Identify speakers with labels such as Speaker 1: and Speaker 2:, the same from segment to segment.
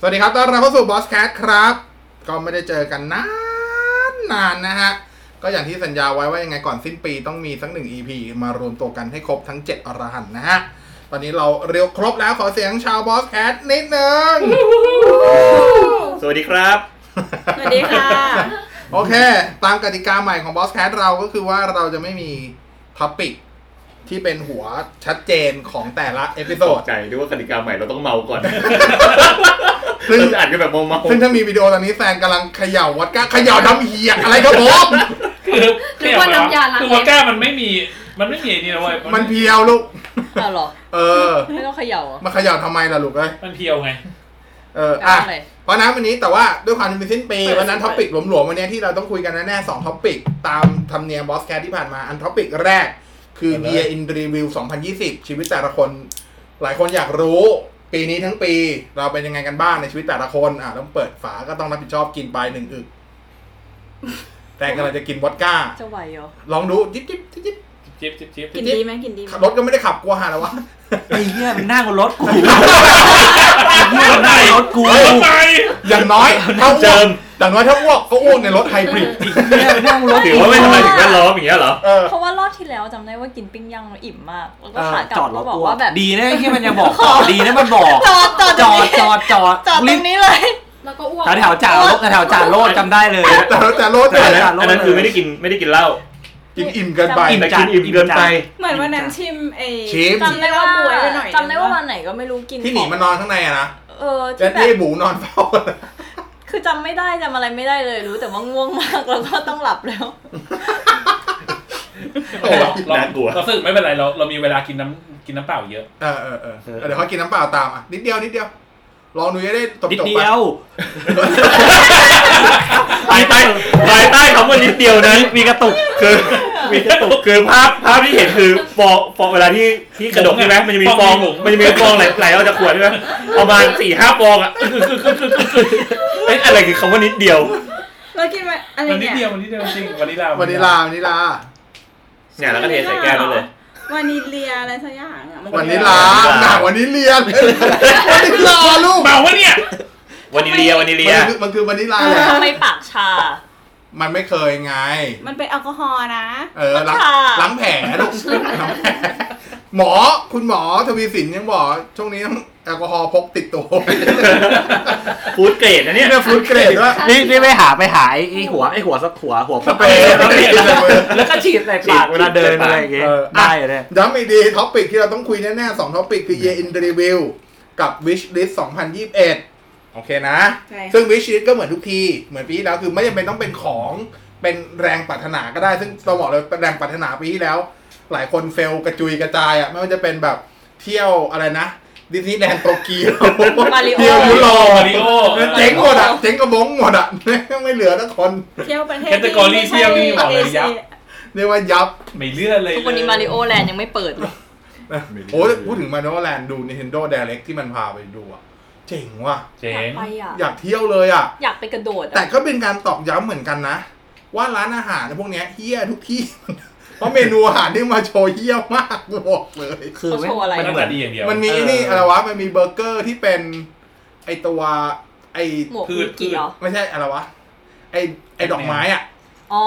Speaker 1: สวัสดีครับ ตอนเราเข้าสู่บอสแคทครับ ก็ไม่ได้เจอกันนานนานนะฮะ ก็อย่างที่สัญญาไว้ว่ายังไงก่อนสิ้นปีต้องมีสักหนึ่ง EP มารวมตัวกันให้ครบทั้ง 7 อรหันต์นะฮะ ตอนนี้เราเรียวครบแล้วขอเสียงชาวบอสแคทนิดนึง
Speaker 2: สวัสดีครับ
Speaker 3: สวัสดีค่ะ
Speaker 1: โอเค ตามกติกาใหม่ของบอสแคทเราก็คือว่าเราจะไม่มีท็อปิกที่เป็นหัวชัดเจนของแต่ละเอพิโซ
Speaker 2: ต
Speaker 1: ด
Speaker 2: กใจด้วยว่ากติกาใหม่เราต้องเมาก่อน
Speaker 1: ซึ่ง
Speaker 2: เราจะอ่านกันแบบเมา
Speaker 1: ซึ่งถ้ามีวิดีโอตอนนี้แซนกำลังเขย่าวัดก้าเขย่าน้ำเหี้ยอะไรครับผม
Speaker 4: คือ
Speaker 3: นึกว่าน้ำยาล้าง
Speaker 4: คือวอดก้ามันไม่มี มันไม่มีไอ้นี่นะเว้ย
Speaker 1: มันเพียวลูก
Speaker 3: เอาเหรอ
Speaker 1: เออ
Speaker 3: ไม่ต้องเขย่าเหรอ
Speaker 1: มาเขย่าทำไมล่ะลูกเอ้ย
Speaker 4: มันเพียวไง
Speaker 1: เอออ่ะ
Speaker 3: เอาเลย
Speaker 1: เพราะนั้นวันนี้แต่ว่าด้วยความที่เป็นสิ้นปี
Speaker 3: เปิด
Speaker 1: วันนั้น
Speaker 3: เปิด
Speaker 1: ท็อปิกหลวมๆวันนี้ที่เราต้องคุยกันแน่ๆสองท็อปิกตามธรรมเนียมบอสแคทที่ผ่านมาอันท็อปิกแรก คือ Year in Review 2020 ชีวิตแต่ละคน หลายคนอยากรู้ ปีนี้ทั้งปีเราเป็นยังไงกันบ้างในชีวิตแต่ละคนอ่ะต้องเปิดฝาก็ต้องรับผิดชอบกินไปหนึ่ง อึก แต่กำลังจะกินวอดก้า
Speaker 3: จะไหวเหรอ
Speaker 1: ลองดูจิ๊บจิ๊บจิ๊บจิ๊บ
Speaker 4: จิ๊บจิ๊บจิ๊บ
Speaker 3: กินดีไหมกินดีไหม
Speaker 1: รถก็ไม่ได้ขับกลัวหาแล้ววะ
Speaker 5: ไอ้เหี้ยมันนั่งบนรถกู ไอ้เหี้ยมันนั่งบนรถกูไอ้
Speaker 4: เฮ้ยทำไม
Speaker 1: อย่างน้อย
Speaker 2: ๆ
Speaker 1: ถ้าอ้ว
Speaker 2: เจิ
Speaker 1: ก
Speaker 2: ม
Speaker 1: อย่างน้อยถ้าอ้วกก็อ้วกในรถไฮบ ริด
Speaker 5: เหี้ยมันนั่งบนรถ
Speaker 2: ถือ
Speaker 5: กู
Speaker 2: ว่าไม่ทำไมถึงแวดล้อมอย่างเงี้ยเหรอ
Speaker 1: เออ
Speaker 3: เพราะว่ารอบที่แล้วจำได้ว่ากินปิ้งย่างแล้วอิ่มมาก แล้วก็
Speaker 1: เออ
Speaker 3: ขากลั
Speaker 5: จอบ ดร
Speaker 3: ก็บ
Speaker 5: ถ
Speaker 3: อก
Speaker 5: กู
Speaker 3: ว่าแบบ
Speaker 5: ดีนะไอ้เหี้ยมันยังบอกต่อดีนะมันบอก
Speaker 3: จอดจอด
Speaker 5: จ
Speaker 3: ตรนี้
Speaker 5: อง ดจอดจอด
Speaker 3: จอดตรงนี้เลย
Speaker 6: แล้วก็อ้วก
Speaker 5: แถวแถวจ่าโลดแถวจ่าโลดจำได้เลย
Speaker 1: แต่แต่รถ
Speaker 5: แต่
Speaker 1: เนี่ย
Speaker 2: อันนั้น
Speaker 5: จ่าโลด
Speaker 2: อันนั้นคือไม่ได้กินไม่ได้กินเหล้า
Speaker 1: กินอิ่มเกินไป
Speaker 5: อิ่ม
Speaker 2: แต่
Speaker 5: จั
Speaker 2: กิน
Speaker 5: ด
Speaker 2: อิ่มเกินไป
Speaker 5: อิ่มจั
Speaker 6: เหมือนวันนั้นชิมไอ้
Speaker 1: ชิม
Speaker 3: จำได้ว่า
Speaker 6: ที่เรบวยไปหน่อย
Speaker 3: จำได้ว่าวันไหนก็ไม่รู้กิน
Speaker 1: ที่หนีมันนอนข้างในอะนะ
Speaker 3: เออ
Speaker 1: จะ
Speaker 3: ที่แบ
Speaker 1: ให้
Speaker 3: บ
Speaker 1: หมูนอนเฝ้าอะ
Speaker 3: คือจำไม่ได้จำอะไรไม่ได้เลย รู้แต่ว่าง่วงมาก แล้วก็ ต้องหลับแล้ว
Speaker 1: โอ้ย
Speaker 4: เรา
Speaker 2: น่ากลัว
Speaker 4: เราสึกไม่เป็นไรเราเรามีเวลากินน้ำกินน้ำเปล่าเยอะ
Speaker 1: เออเออเออเดี๋ยวเขากินน้ำเปล่าตามอ่ะนิดเดียวนิดเดียว ลองดูจะได้จบ
Speaker 5: นิด
Speaker 1: จบ
Speaker 5: เดี
Speaker 1: ไป
Speaker 5: ยว
Speaker 2: ภายใต้ภายใต้คำว่านิดเดียวนั้นมีกระตุกคือมีกระตุกคือภาพภาพที่เห็นคือฟองฟองเวลาที่ที่กระดกใช่ไหมมันจะมีฟอง
Speaker 4: ฟองมี
Speaker 2: มันจะมีฟองไหลไหลออกจากขวดใช่ไหมประมาณสี่ห้าฟองอ่ะเอ้ยอะไรคือคำว่านิดเดียว
Speaker 6: แล้วกินไปอะไร
Speaker 4: มันนิดเดี
Speaker 6: เนี่ย
Speaker 4: ยวมันนิดเดียวจริงวานิลลาว
Speaker 1: วานิลาวานิลา
Speaker 2: เนี่ยแล้วก็เทใส่แก้วนั่นเลย
Speaker 6: วานิลเลียอะไรสักอย่างอะมัน
Speaker 1: วานิลาหนักวานิเลียนวานิลาลูก
Speaker 4: เมาวะเนี่ย
Speaker 2: วานิเลียวานิเลีย
Speaker 1: มันคือมันคือวานิลาแหละ
Speaker 3: ทำไมปากชา
Speaker 1: มันไม่เคยไง
Speaker 6: มันเป็นแอลกอฮอล์นะ
Speaker 1: เออล้าง
Speaker 3: ค่ะ
Speaker 1: ล้างแผลลูกล้างแผลหมอคุณหมอทวีสินยังบอก ช่วงนี้ต้องแอลกอฮอล์พกติดตัว
Speaker 2: ฟูดเกรดนะเนี่ย
Speaker 1: เนี่ยฟูดเกรดด้วย
Speaker 5: นี่นี่ไม่หาไปหาไอ้ไอ้หัวไอ้หัวสักหัวหัว
Speaker 1: ส
Speaker 5: สัก
Speaker 1: เปรย์
Speaker 5: แล้วก็ฉีดใส่ปากเวลาเดินอะไรอย่างเงี้ย
Speaker 1: เออ
Speaker 5: ได้เลยเนี่ย
Speaker 1: ย้ำอีกดีท็อปิกที่เราต้องคุยแน่ๆสองท็อปิกคือ Year in Review กับ Wish List 2021 โอเคนะ
Speaker 6: ใช่
Speaker 1: ซึ่ง Wish List ก็เหมือนทุกที เหมือนปีที่แล้วคือไม่จำเป็นต้องเป็นของเป็นแรงปรารถนาก็ได้ ซึ่งเราบอกเลยแรงปรารถนาปีที่แล้ว หลายคนเฟลกระจุยกระจายอ่ะ ไม่ว่าจะเป็นแบบเที่ยวอะไรนะดิสนีย์แลนด์โตเกียว
Speaker 3: มาริโอ
Speaker 1: เที่ยวยุโรป
Speaker 4: มาริโอ
Speaker 1: เจ๊งหมดอ่ะเจ๊งกระบงหมดอ่ะ ไม่เหลือทักคน
Speaker 6: เที่ยวประเทศ
Speaker 4: category เที่ยวนี่บอกเลยยับ
Speaker 1: เรียกว่ายับ
Speaker 4: ไม่เลื่อนเลย
Speaker 3: ทุกวันนี้มาริโอแลนด์ยังไม่เปิดเลย
Speaker 1: โอ้ยพูดถึงมาริโอแลนด์ดู Nintendo Direct ที่มันพาไปดูอ่ะเจ๋งว่ะ
Speaker 4: เจ๋
Speaker 3: อยาก
Speaker 4: ง
Speaker 3: ไปอ่ะ
Speaker 1: อยากเที่ยวเลยอ่ะ
Speaker 3: อยากไปกระโดดอะ
Speaker 1: แต่ก็เป็นการตอกย้ำเหมือนกันนะ ว่าร้านอาหารพวกเนี้ยเฮี้ยทุกที่ เพราะเมนูอาหารที่มาโชว์เฮี้ยมากบอกเลย
Speaker 5: คือ
Speaker 3: เขา
Speaker 5: ไม่
Speaker 3: โชว์อะไร
Speaker 4: มัน
Speaker 3: อะ
Speaker 4: เหมือนดีอย่างเดียว
Speaker 1: มันมีไอ้นี่อะไรวะ มันมีเบอร์เกอร์ที่เป็นไอตัวไอ
Speaker 3: หมวก
Speaker 4: พื
Speaker 3: อุ
Speaker 4: ช
Speaker 3: กิเหรอ
Speaker 1: ไม่ใช่อะไรวะ ไอไอดอกไม้อ่ะ
Speaker 3: อ๋อ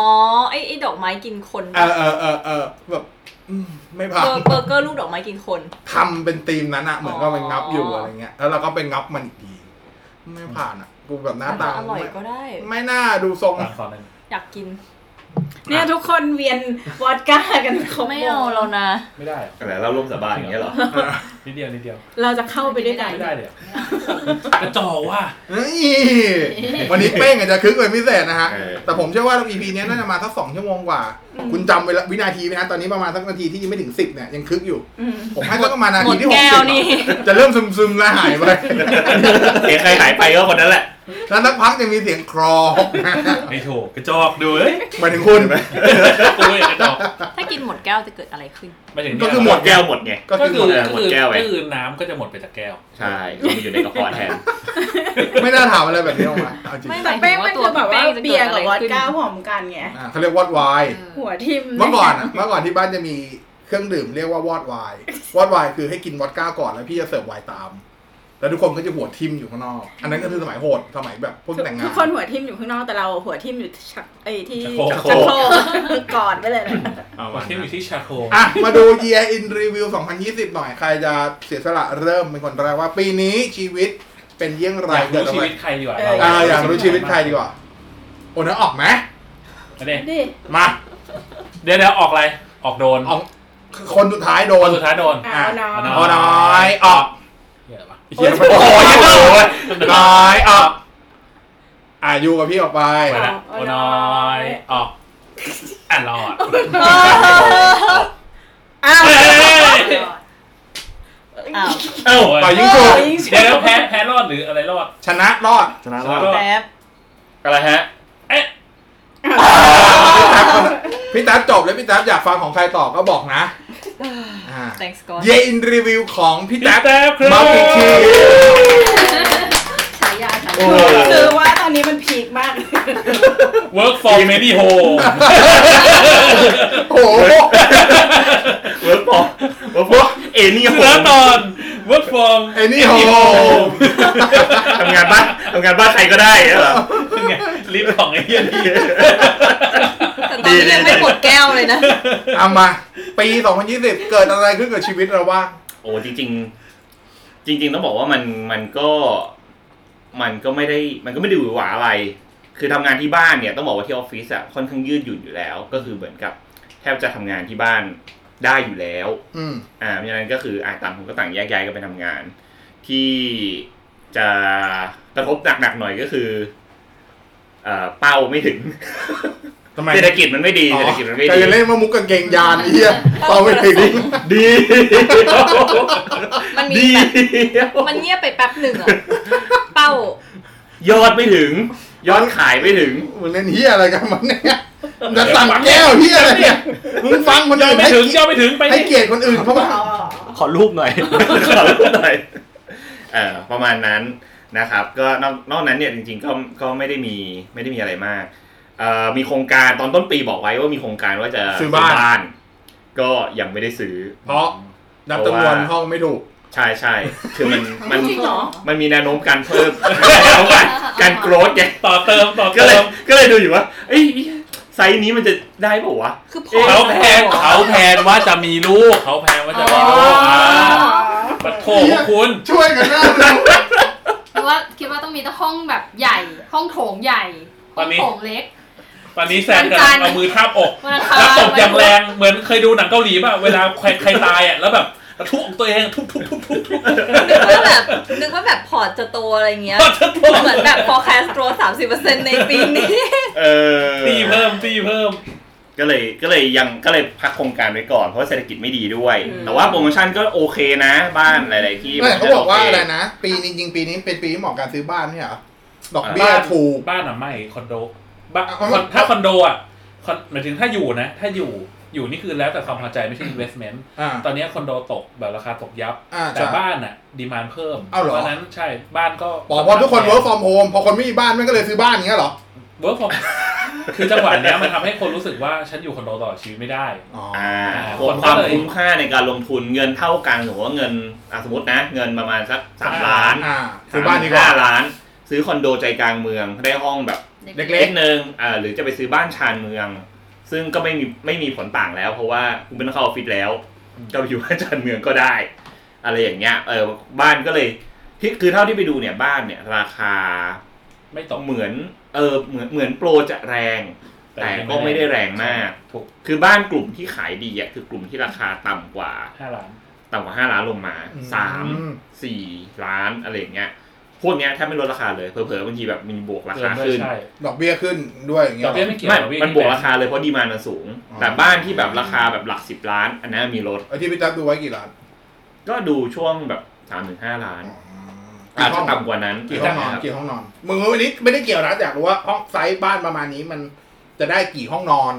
Speaker 3: ไอไอดอกไม้กินคน
Speaker 1: เออเออเออเออแบบอืมไม่ผ่าน
Speaker 3: เบอร์เบอร์เกอร์ลูกดอกไม้กินคน
Speaker 1: ทำเป็นธีมนั้นอ่ะ เหมือนก็เป็นงับอยู่อะไรเงี้ย แล้วเราก็ไปงับมันอีกทีไม่ผ่านอ่ะ กูแบบหน้าตา
Speaker 3: อร่อยก็ได้
Speaker 1: ไม่น่าดูทรง
Speaker 4: อ่ะขอหน่อย
Speaker 3: อยากกิน
Speaker 6: เนี่ยทุกคนเวียนวอดก้ากันครบ
Speaker 3: ไม่เอาเรานะ
Speaker 4: ไม่ได้เหรอ
Speaker 2: แต่เราร่วมสาบานอย่างเงี้ยเหรอ
Speaker 4: นิดเดียวนิดเดียว
Speaker 6: เราจะเข้าไปด้วยกัน
Speaker 4: ไม่ได้เลยอะกระจอกว่ะ
Speaker 1: นี่วันนี้เป้งอาจจะคึกเป็นพิเศษนะฮะ
Speaker 2: เออ
Speaker 1: แต่ผมเชื่อว่า EP เนี้ยน่าจะมาสักสองชั่วโมงกว่า คุณจำเวลาวินาทีไหมฮะตอนนี้ประมาณสักนาทีที่ยังไม่ถึงสิบเนี่ยยังคึกอยู่
Speaker 6: อืม
Speaker 1: ผมให้สักประมาณนา
Speaker 3: หม
Speaker 1: ที
Speaker 3: ด
Speaker 1: ที่หก
Speaker 3: แก้
Speaker 1: สิบ
Speaker 3: วนี่
Speaker 1: จะเริ่มซึมซึมๆและหายไป
Speaker 2: เสียงใครหายไปก็คนนั้นแหละ
Speaker 1: แล้วสักพักจะมีเสียงครอ
Speaker 4: ไม่ถูกกระจอกดูเอ้ย
Speaker 1: หมายถึงคุณ
Speaker 4: กูเองกระจอก
Speaker 3: ถ้ากินหมดแก้วจะเกิดอะไรขึ้น
Speaker 4: ไม่ถึง
Speaker 2: ก็
Speaker 4: เนี่ย
Speaker 2: คือหมดแก้วหมดไง
Speaker 1: ก็
Speaker 4: ก็
Speaker 1: คือ
Speaker 2: หม
Speaker 4: คือก็
Speaker 2: ด
Speaker 4: คือ
Speaker 2: แก้วไว้
Speaker 4: ก็คือน้ำก็จะหมดไปจากแก้ว
Speaker 2: ใช่มันอยู่ในกระเพาะแทน
Speaker 1: ไม่น่าถามอะไรแบบนี้ออกมาเอาจริง
Speaker 3: ไม่
Speaker 6: แต่เป้งมันคือแบบว่าเบียร์กับวอดก้าพร้อมกันไง
Speaker 1: อ่ะเขาเรียกวอดไวน์
Speaker 6: หัวทิม
Speaker 1: เมื่อก่อนอ่ะเมื่อก่อนที่บ้านจะมี เครื่องดื่มเรียกว่าวอดไวน์วอดไวน์คือให้กินวอดก้าก่อนแล้วพี่จะเสิร์ฟไวน์ตาม แล้วทุกคนก็จะหัวทิมอยู่ข้างนอก อันนั้นก็คือสมัยโหดสมัยแบบพวกแต่งงาน
Speaker 6: ทุกคนหัวทิ่มอยู่ข้างนอกแต่เราหัวทิ่มอยู่ชักไอ้ยที่
Speaker 4: ชั
Speaker 6: ชั
Speaker 4: ก
Speaker 6: ก
Speaker 4: โค
Speaker 6: โค
Speaker 4: ร
Speaker 6: ร
Speaker 4: ก
Speaker 6: กกอดไปเลยนะ
Speaker 1: เอา
Speaker 4: มา
Speaker 1: มา
Speaker 4: เทียบอยู่ที่ชาโค
Speaker 1: อ่ะมาดู Year in Review 2020 หน่อย ใครจะเสียสละเริ่มเป็นคนแรกว่าปีนี้ชีวิตเป็นเยี่ยงไร
Speaker 4: อยาก
Speaker 1: เกิด
Speaker 4: รู้
Speaker 1: อะไร
Speaker 4: ชีวิตใครดีกว่า
Speaker 6: เอ
Speaker 4: เร
Speaker 1: อ่าอยากรู้ชีวิตใครดีกว่าโอ้นั้นออกไหม
Speaker 4: เอาดิ
Speaker 6: ดิ
Speaker 1: มา
Speaker 4: เดี๋ยวเดี๋ยวออกอะไร ออกโดน
Speaker 1: ออกคนสุดท้ายโด
Speaker 4: คน
Speaker 1: น
Speaker 4: สุดท้ายโดน
Speaker 6: เอาน้อง
Speaker 4: เอาน้ง
Speaker 1: เอาน้อยออก
Speaker 4: เหี้ยอะไรวะ
Speaker 1: เหี้ยโอ้ยน้อยออกอ่ะอยู่กับพี่ออกไป
Speaker 4: ไปละโอ้น้อยออกอ่ะรอด
Speaker 6: อ้าว
Speaker 4: เฮ้ย
Speaker 3: อ้าว
Speaker 4: เอ้า
Speaker 1: ปล่อยยิง
Speaker 4: เ
Speaker 1: ฉุก
Speaker 4: ดี๋ยวแล้วแพ้แพ้รอดหรืออะไรรอด
Speaker 1: ชนะรอด
Speaker 2: ชนะรอด
Speaker 3: แป๊บ
Speaker 2: อะไรฮะ
Speaker 4: เอ๊ะ
Speaker 1: พี่ตั๊บจบแล้วพี่ตั๊บอยากฟังของใครต่อก็บอกนะอ่า
Speaker 3: แต่งสกอต
Speaker 1: เยอินรีวิวของพี่
Speaker 4: พี่
Speaker 1: แท็บ
Speaker 4: แต๊บครับ
Speaker 1: มาอีกที
Speaker 3: ฉายาฉายา
Speaker 6: คือว่าตอนนี้มันพีคมาก
Speaker 4: work for many home
Speaker 1: โอ้โห
Speaker 2: เวิร์กพอเวิร์กพอเอ็นี่โห
Speaker 4: แล้วตอน work from
Speaker 1: ไอ้นี่โห
Speaker 2: ทำงานบ้านทำงานบ้านใครก็ได้เนี่ยเหรอ
Speaker 4: เป็นไงลิฟต์ของไอ้เหี้ยนี่
Speaker 3: แต่ตอนนี้ยังไม่หมดแก้วเลยนะ
Speaker 1: เอามา ปี 2020 เกิดอะไรขึ้นกับชีวิตเราบ้าง
Speaker 7: โอ้จริง ๆ จริง ๆ ต้องบอกว่ามันมันก็มันก็ไม่ได้มันก็ไม่ได้หวือหวาอะไร คือทำงานที่บ้านเนี่ยต้องบอกว่าที่ออฟฟิศอะค่อนข้างยืดหยุ่นอยู่แล้ว ก็คือเหมือนกับแทบจะทำงานที่บ้านได้อยู่แล้ว
Speaker 1: อืม
Speaker 7: อ่าเพราะฉะนั้นก็คืออ่าต่างคนก็ต่างแยกย้ายกันไปทำงาน ที่จะกระทบหนักๆหน่อยก็คือเอ่อเป้าไม่ถึง
Speaker 1: ทำไม
Speaker 7: เศรษฐกิจมันไม่ดี
Speaker 1: อ๋อ
Speaker 7: เศรษฐกิจมันไม่
Speaker 1: ใคร
Speaker 7: ดี
Speaker 1: จะเล่นมามุกกางเกงยานไอ้เหี้ยตอนไม่ถึง
Speaker 2: ดี
Speaker 3: มันมี
Speaker 7: ดี
Speaker 3: แบบมันเงียบไปแป๊บหนึ่งอะเป้า
Speaker 7: ยอดไม่ถึง ยอดขายไม่ถึง
Speaker 1: มึงเล่นเหี้ยอะไรกันมันเนี่ยมึงจะสั่งแก้วเหี้ยอะไรเนี่ยมึงฟังคน
Speaker 4: ย่อ
Speaker 1: อื่นให้
Speaker 4: ไม่ถึง
Speaker 1: เกี
Speaker 4: ย่
Speaker 1: ย
Speaker 4: อ
Speaker 1: รติ
Speaker 4: ไม่ถึงไป
Speaker 1: ให้เกียรติคนอื่นเขาบ้าง
Speaker 7: ขอรูปหน่อย ขอรูปหน่อยเอ่อประมาณนั้นนะครับ ก็นอกนอกนั้นเนี่ยจริงๆก็ก็ไม่ได้มีไม่ได้มีอะไรมากเอ่อมีโครงการตอนต้นปีบอกไว้ว่ามีโครงการว่าจะ
Speaker 1: ซื้อบ้าน
Speaker 7: ก็ยังไม่ได้ซื้อ
Speaker 1: เพราะนับจำนวนห้องไม่ถูก
Speaker 7: ใช่ใช่คือมันมัน
Speaker 6: จริงเหรอ
Speaker 7: มันมีแนวโน้มการเพิ่ม แนวโน้มการการโกรธไง
Speaker 4: ต่อเติมต่อ
Speaker 7: ก็
Speaker 4: เติ
Speaker 7: เลย
Speaker 4: ม
Speaker 7: ก็เลยดูอยู่ว่าเอ้ยไซส์นี้มันจะได้เปล่าวะ
Speaker 3: คือพอ
Speaker 4: เขาแพนเขาแพนว่าจะมีลูกเขาแพนว่าจะมีลูกอ่าปะโถพวกคุณ
Speaker 1: ช่วยกันหน้าดู
Speaker 8: เพราะว่าคิดว่าต้องมีแต่ห้องแบบใหญ่ห้องโถงใหญ่
Speaker 4: ต
Speaker 8: ห้
Speaker 4: อ
Speaker 8: อน ง
Speaker 4: นี้
Speaker 8: โถงเล็ก
Speaker 4: ตอนนี้แซน
Speaker 8: วัน
Speaker 4: กำ
Speaker 8: จั
Speaker 4: ลั
Speaker 8: น
Speaker 4: ง
Speaker 8: ทร์
Speaker 4: เอามือทาบอก
Speaker 8: วันอังคาร
Speaker 4: แล้วตบอย่างแร
Speaker 8: วั
Speaker 4: ง
Speaker 8: น
Speaker 4: เหมือนเคยดูหนังเกาหลีป่ะเวลาใครใครตายอ่ะแล้วแบบทุบตัวเองทุบทุบทุบทุบทุบ
Speaker 3: นึกว่าแบบนึกว่าแบบพอร์ตจะโตอะไรเงี้ย
Speaker 4: ทุบทุบ
Speaker 3: เหมือนแบบ forecast โตสามสิบเปอร์เซ็นต์ในปีนี้
Speaker 7: เออ
Speaker 4: ตีเพิ่มตีเพิ่ม
Speaker 7: ก็เลยก็เลยยังก็เลยพักโครงการไว้ก่อนเพราะเศรษฐกิจไม่ดีด้วย
Speaker 6: อืม
Speaker 7: แต่ว่าโปรโมชั่นก็โอเคนะบ้านหลาย ๆ ที่
Speaker 1: ไม่เขาบอกว่า
Speaker 7: โเค
Speaker 1: อะไรนะ ปีนี้จริงๆปีนี้เป็นปีที่เหมาะกับการซื้อบ้านเนี่ยเหรอดอกเบี้ย
Speaker 4: บ้าน
Speaker 1: ถูก
Speaker 4: บ้านอ่ะไม่คอนโดบ้าน
Speaker 1: อ่ะ
Speaker 4: คอนถ้าคอนโดอ่ะคอนหมายถึงถ้าอยู่นะ ถ้าอยู่อยู่นี่คือแล้วแต่ความพอใจไม่ใช่ investment
Speaker 1: อ่า
Speaker 4: ตอนนี้คอนโดตกแบบราคาตกยับ
Speaker 1: อ่า
Speaker 4: แต่
Speaker 1: ใช่
Speaker 4: บ้านอ่ะดีมานเพิ่ม
Speaker 1: เอาเหรอ
Speaker 4: ราะฉะนั้นใช่บ้านก็
Speaker 1: บอกพอทุกคน work from home พอคนไม่มีบ้านแม่งก็เลยซื้อบ้านอย่างเงี้ยเหรอ
Speaker 4: เวิร์กฟอร์ม คือจังหวะเนี้ยมันทำให้คนรู้สึกว่าฉันอยู่คอนโดตลอดชีวิตไม่ได้
Speaker 1: อ๋อ
Speaker 7: อ่า
Speaker 4: คนก็เล
Speaker 7: ควา
Speaker 4: ย
Speaker 7: มคุ้มค่าในการลงทุนเงินเท่ากันหรือว่าเงินอ่ะสมมตินะ เงินประมาณสักสามล้าน
Speaker 1: อ่า ซื้อบ้านดีกว่า
Speaker 7: ห้าล้าน ซื้อคอนโดใจกลางเมืองได้ห้องแบบ
Speaker 8: เล็ก
Speaker 1: เล็
Speaker 7: เล็
Speaker 1: ก
Speaker 7: กนึงอ่าหรือจะไปซื้อบ้านชานเมือง ซึ่งก็ไม่มีไม่มีผลต่างแล้ว เพราะว่าคุณไม่ต้องเข้าออฟฟิศแล้ว
Speaker 4: อืม
Speaker 7: ก็ไปอยู่บ้านชานเมืองก็ได้ อะไรอย่างเงี้ยเออบ้านก็เลยที่คือเท่าที่ไปดูเนี่ยบ้านเนี่ยราคา
Speaker 4: ไม่ตก
Speaker 7: เหมือนเออเหมือนเหมือนโปรจะแรง แต่ก็ไม่ได้แรงมาก
Speaker 4: ถูก
Speaker 7: คือบ้านกลุ่มที่ขายดีอ่ะคือกลุ่มที่ราคาต่ำกว่า
Speaker 4: ห้าล้าน
Speaker 7: ต่ำกว่าห้าล้านลงมา
Speaker 1: อืม
Speaker 7: สามสี่ล้านอะไรอย่างเงี้ยพวกเนี้ยแทบไม่ลดราคาเลยเผลอๆบางทีแบบมีบวกราคาขึ้น
Speaker 4: ใช่
Speaker 1: ดอกเบี้ยขึ้นด้วยอย่างเงี้
Speaker 4: ด
Speaker 1: ย
Speaker 4: อก
Speaker 1: เหร
Speaker 4: เบี้ย
Speaker 1: อ
Speaker 4: ไม่เกี่ยว
Speaker 7: ไม่
Speaker 4: ดอเย
Speaker 7: มันบวกราคาเลยเพราะดีมานมันสูง
Speaker 1: อ๋อ
Speaker 7: แต่บ้านที่แบบราคาแบบหลักสิบล้าน อันนั้นมีลด
Speaker 1: ไอ้ที่พี่ตั๊กดูไว้กี่ล้าน
Speaker 7: ก็ดูช่วงแบบสามถึงห้าล้านอา
Speaker 1: กี่
Speaker 7: จ
Speaker 1: ห้
Speaker 7: จะ
Speaker 1: อง
Speaker 7: ต่ำกว่านั้น
Speaker 1: กี่ห้องนอน
Speaker 7: นะครับ
Speaker 1: กี่ห้องนอน มึงวันนี้ไม่ได้เกี่ยวนะแต่อยากรู้ว่าห้องไซส์บ้านประมาณนี้มันจะได้กี่ห้องนอน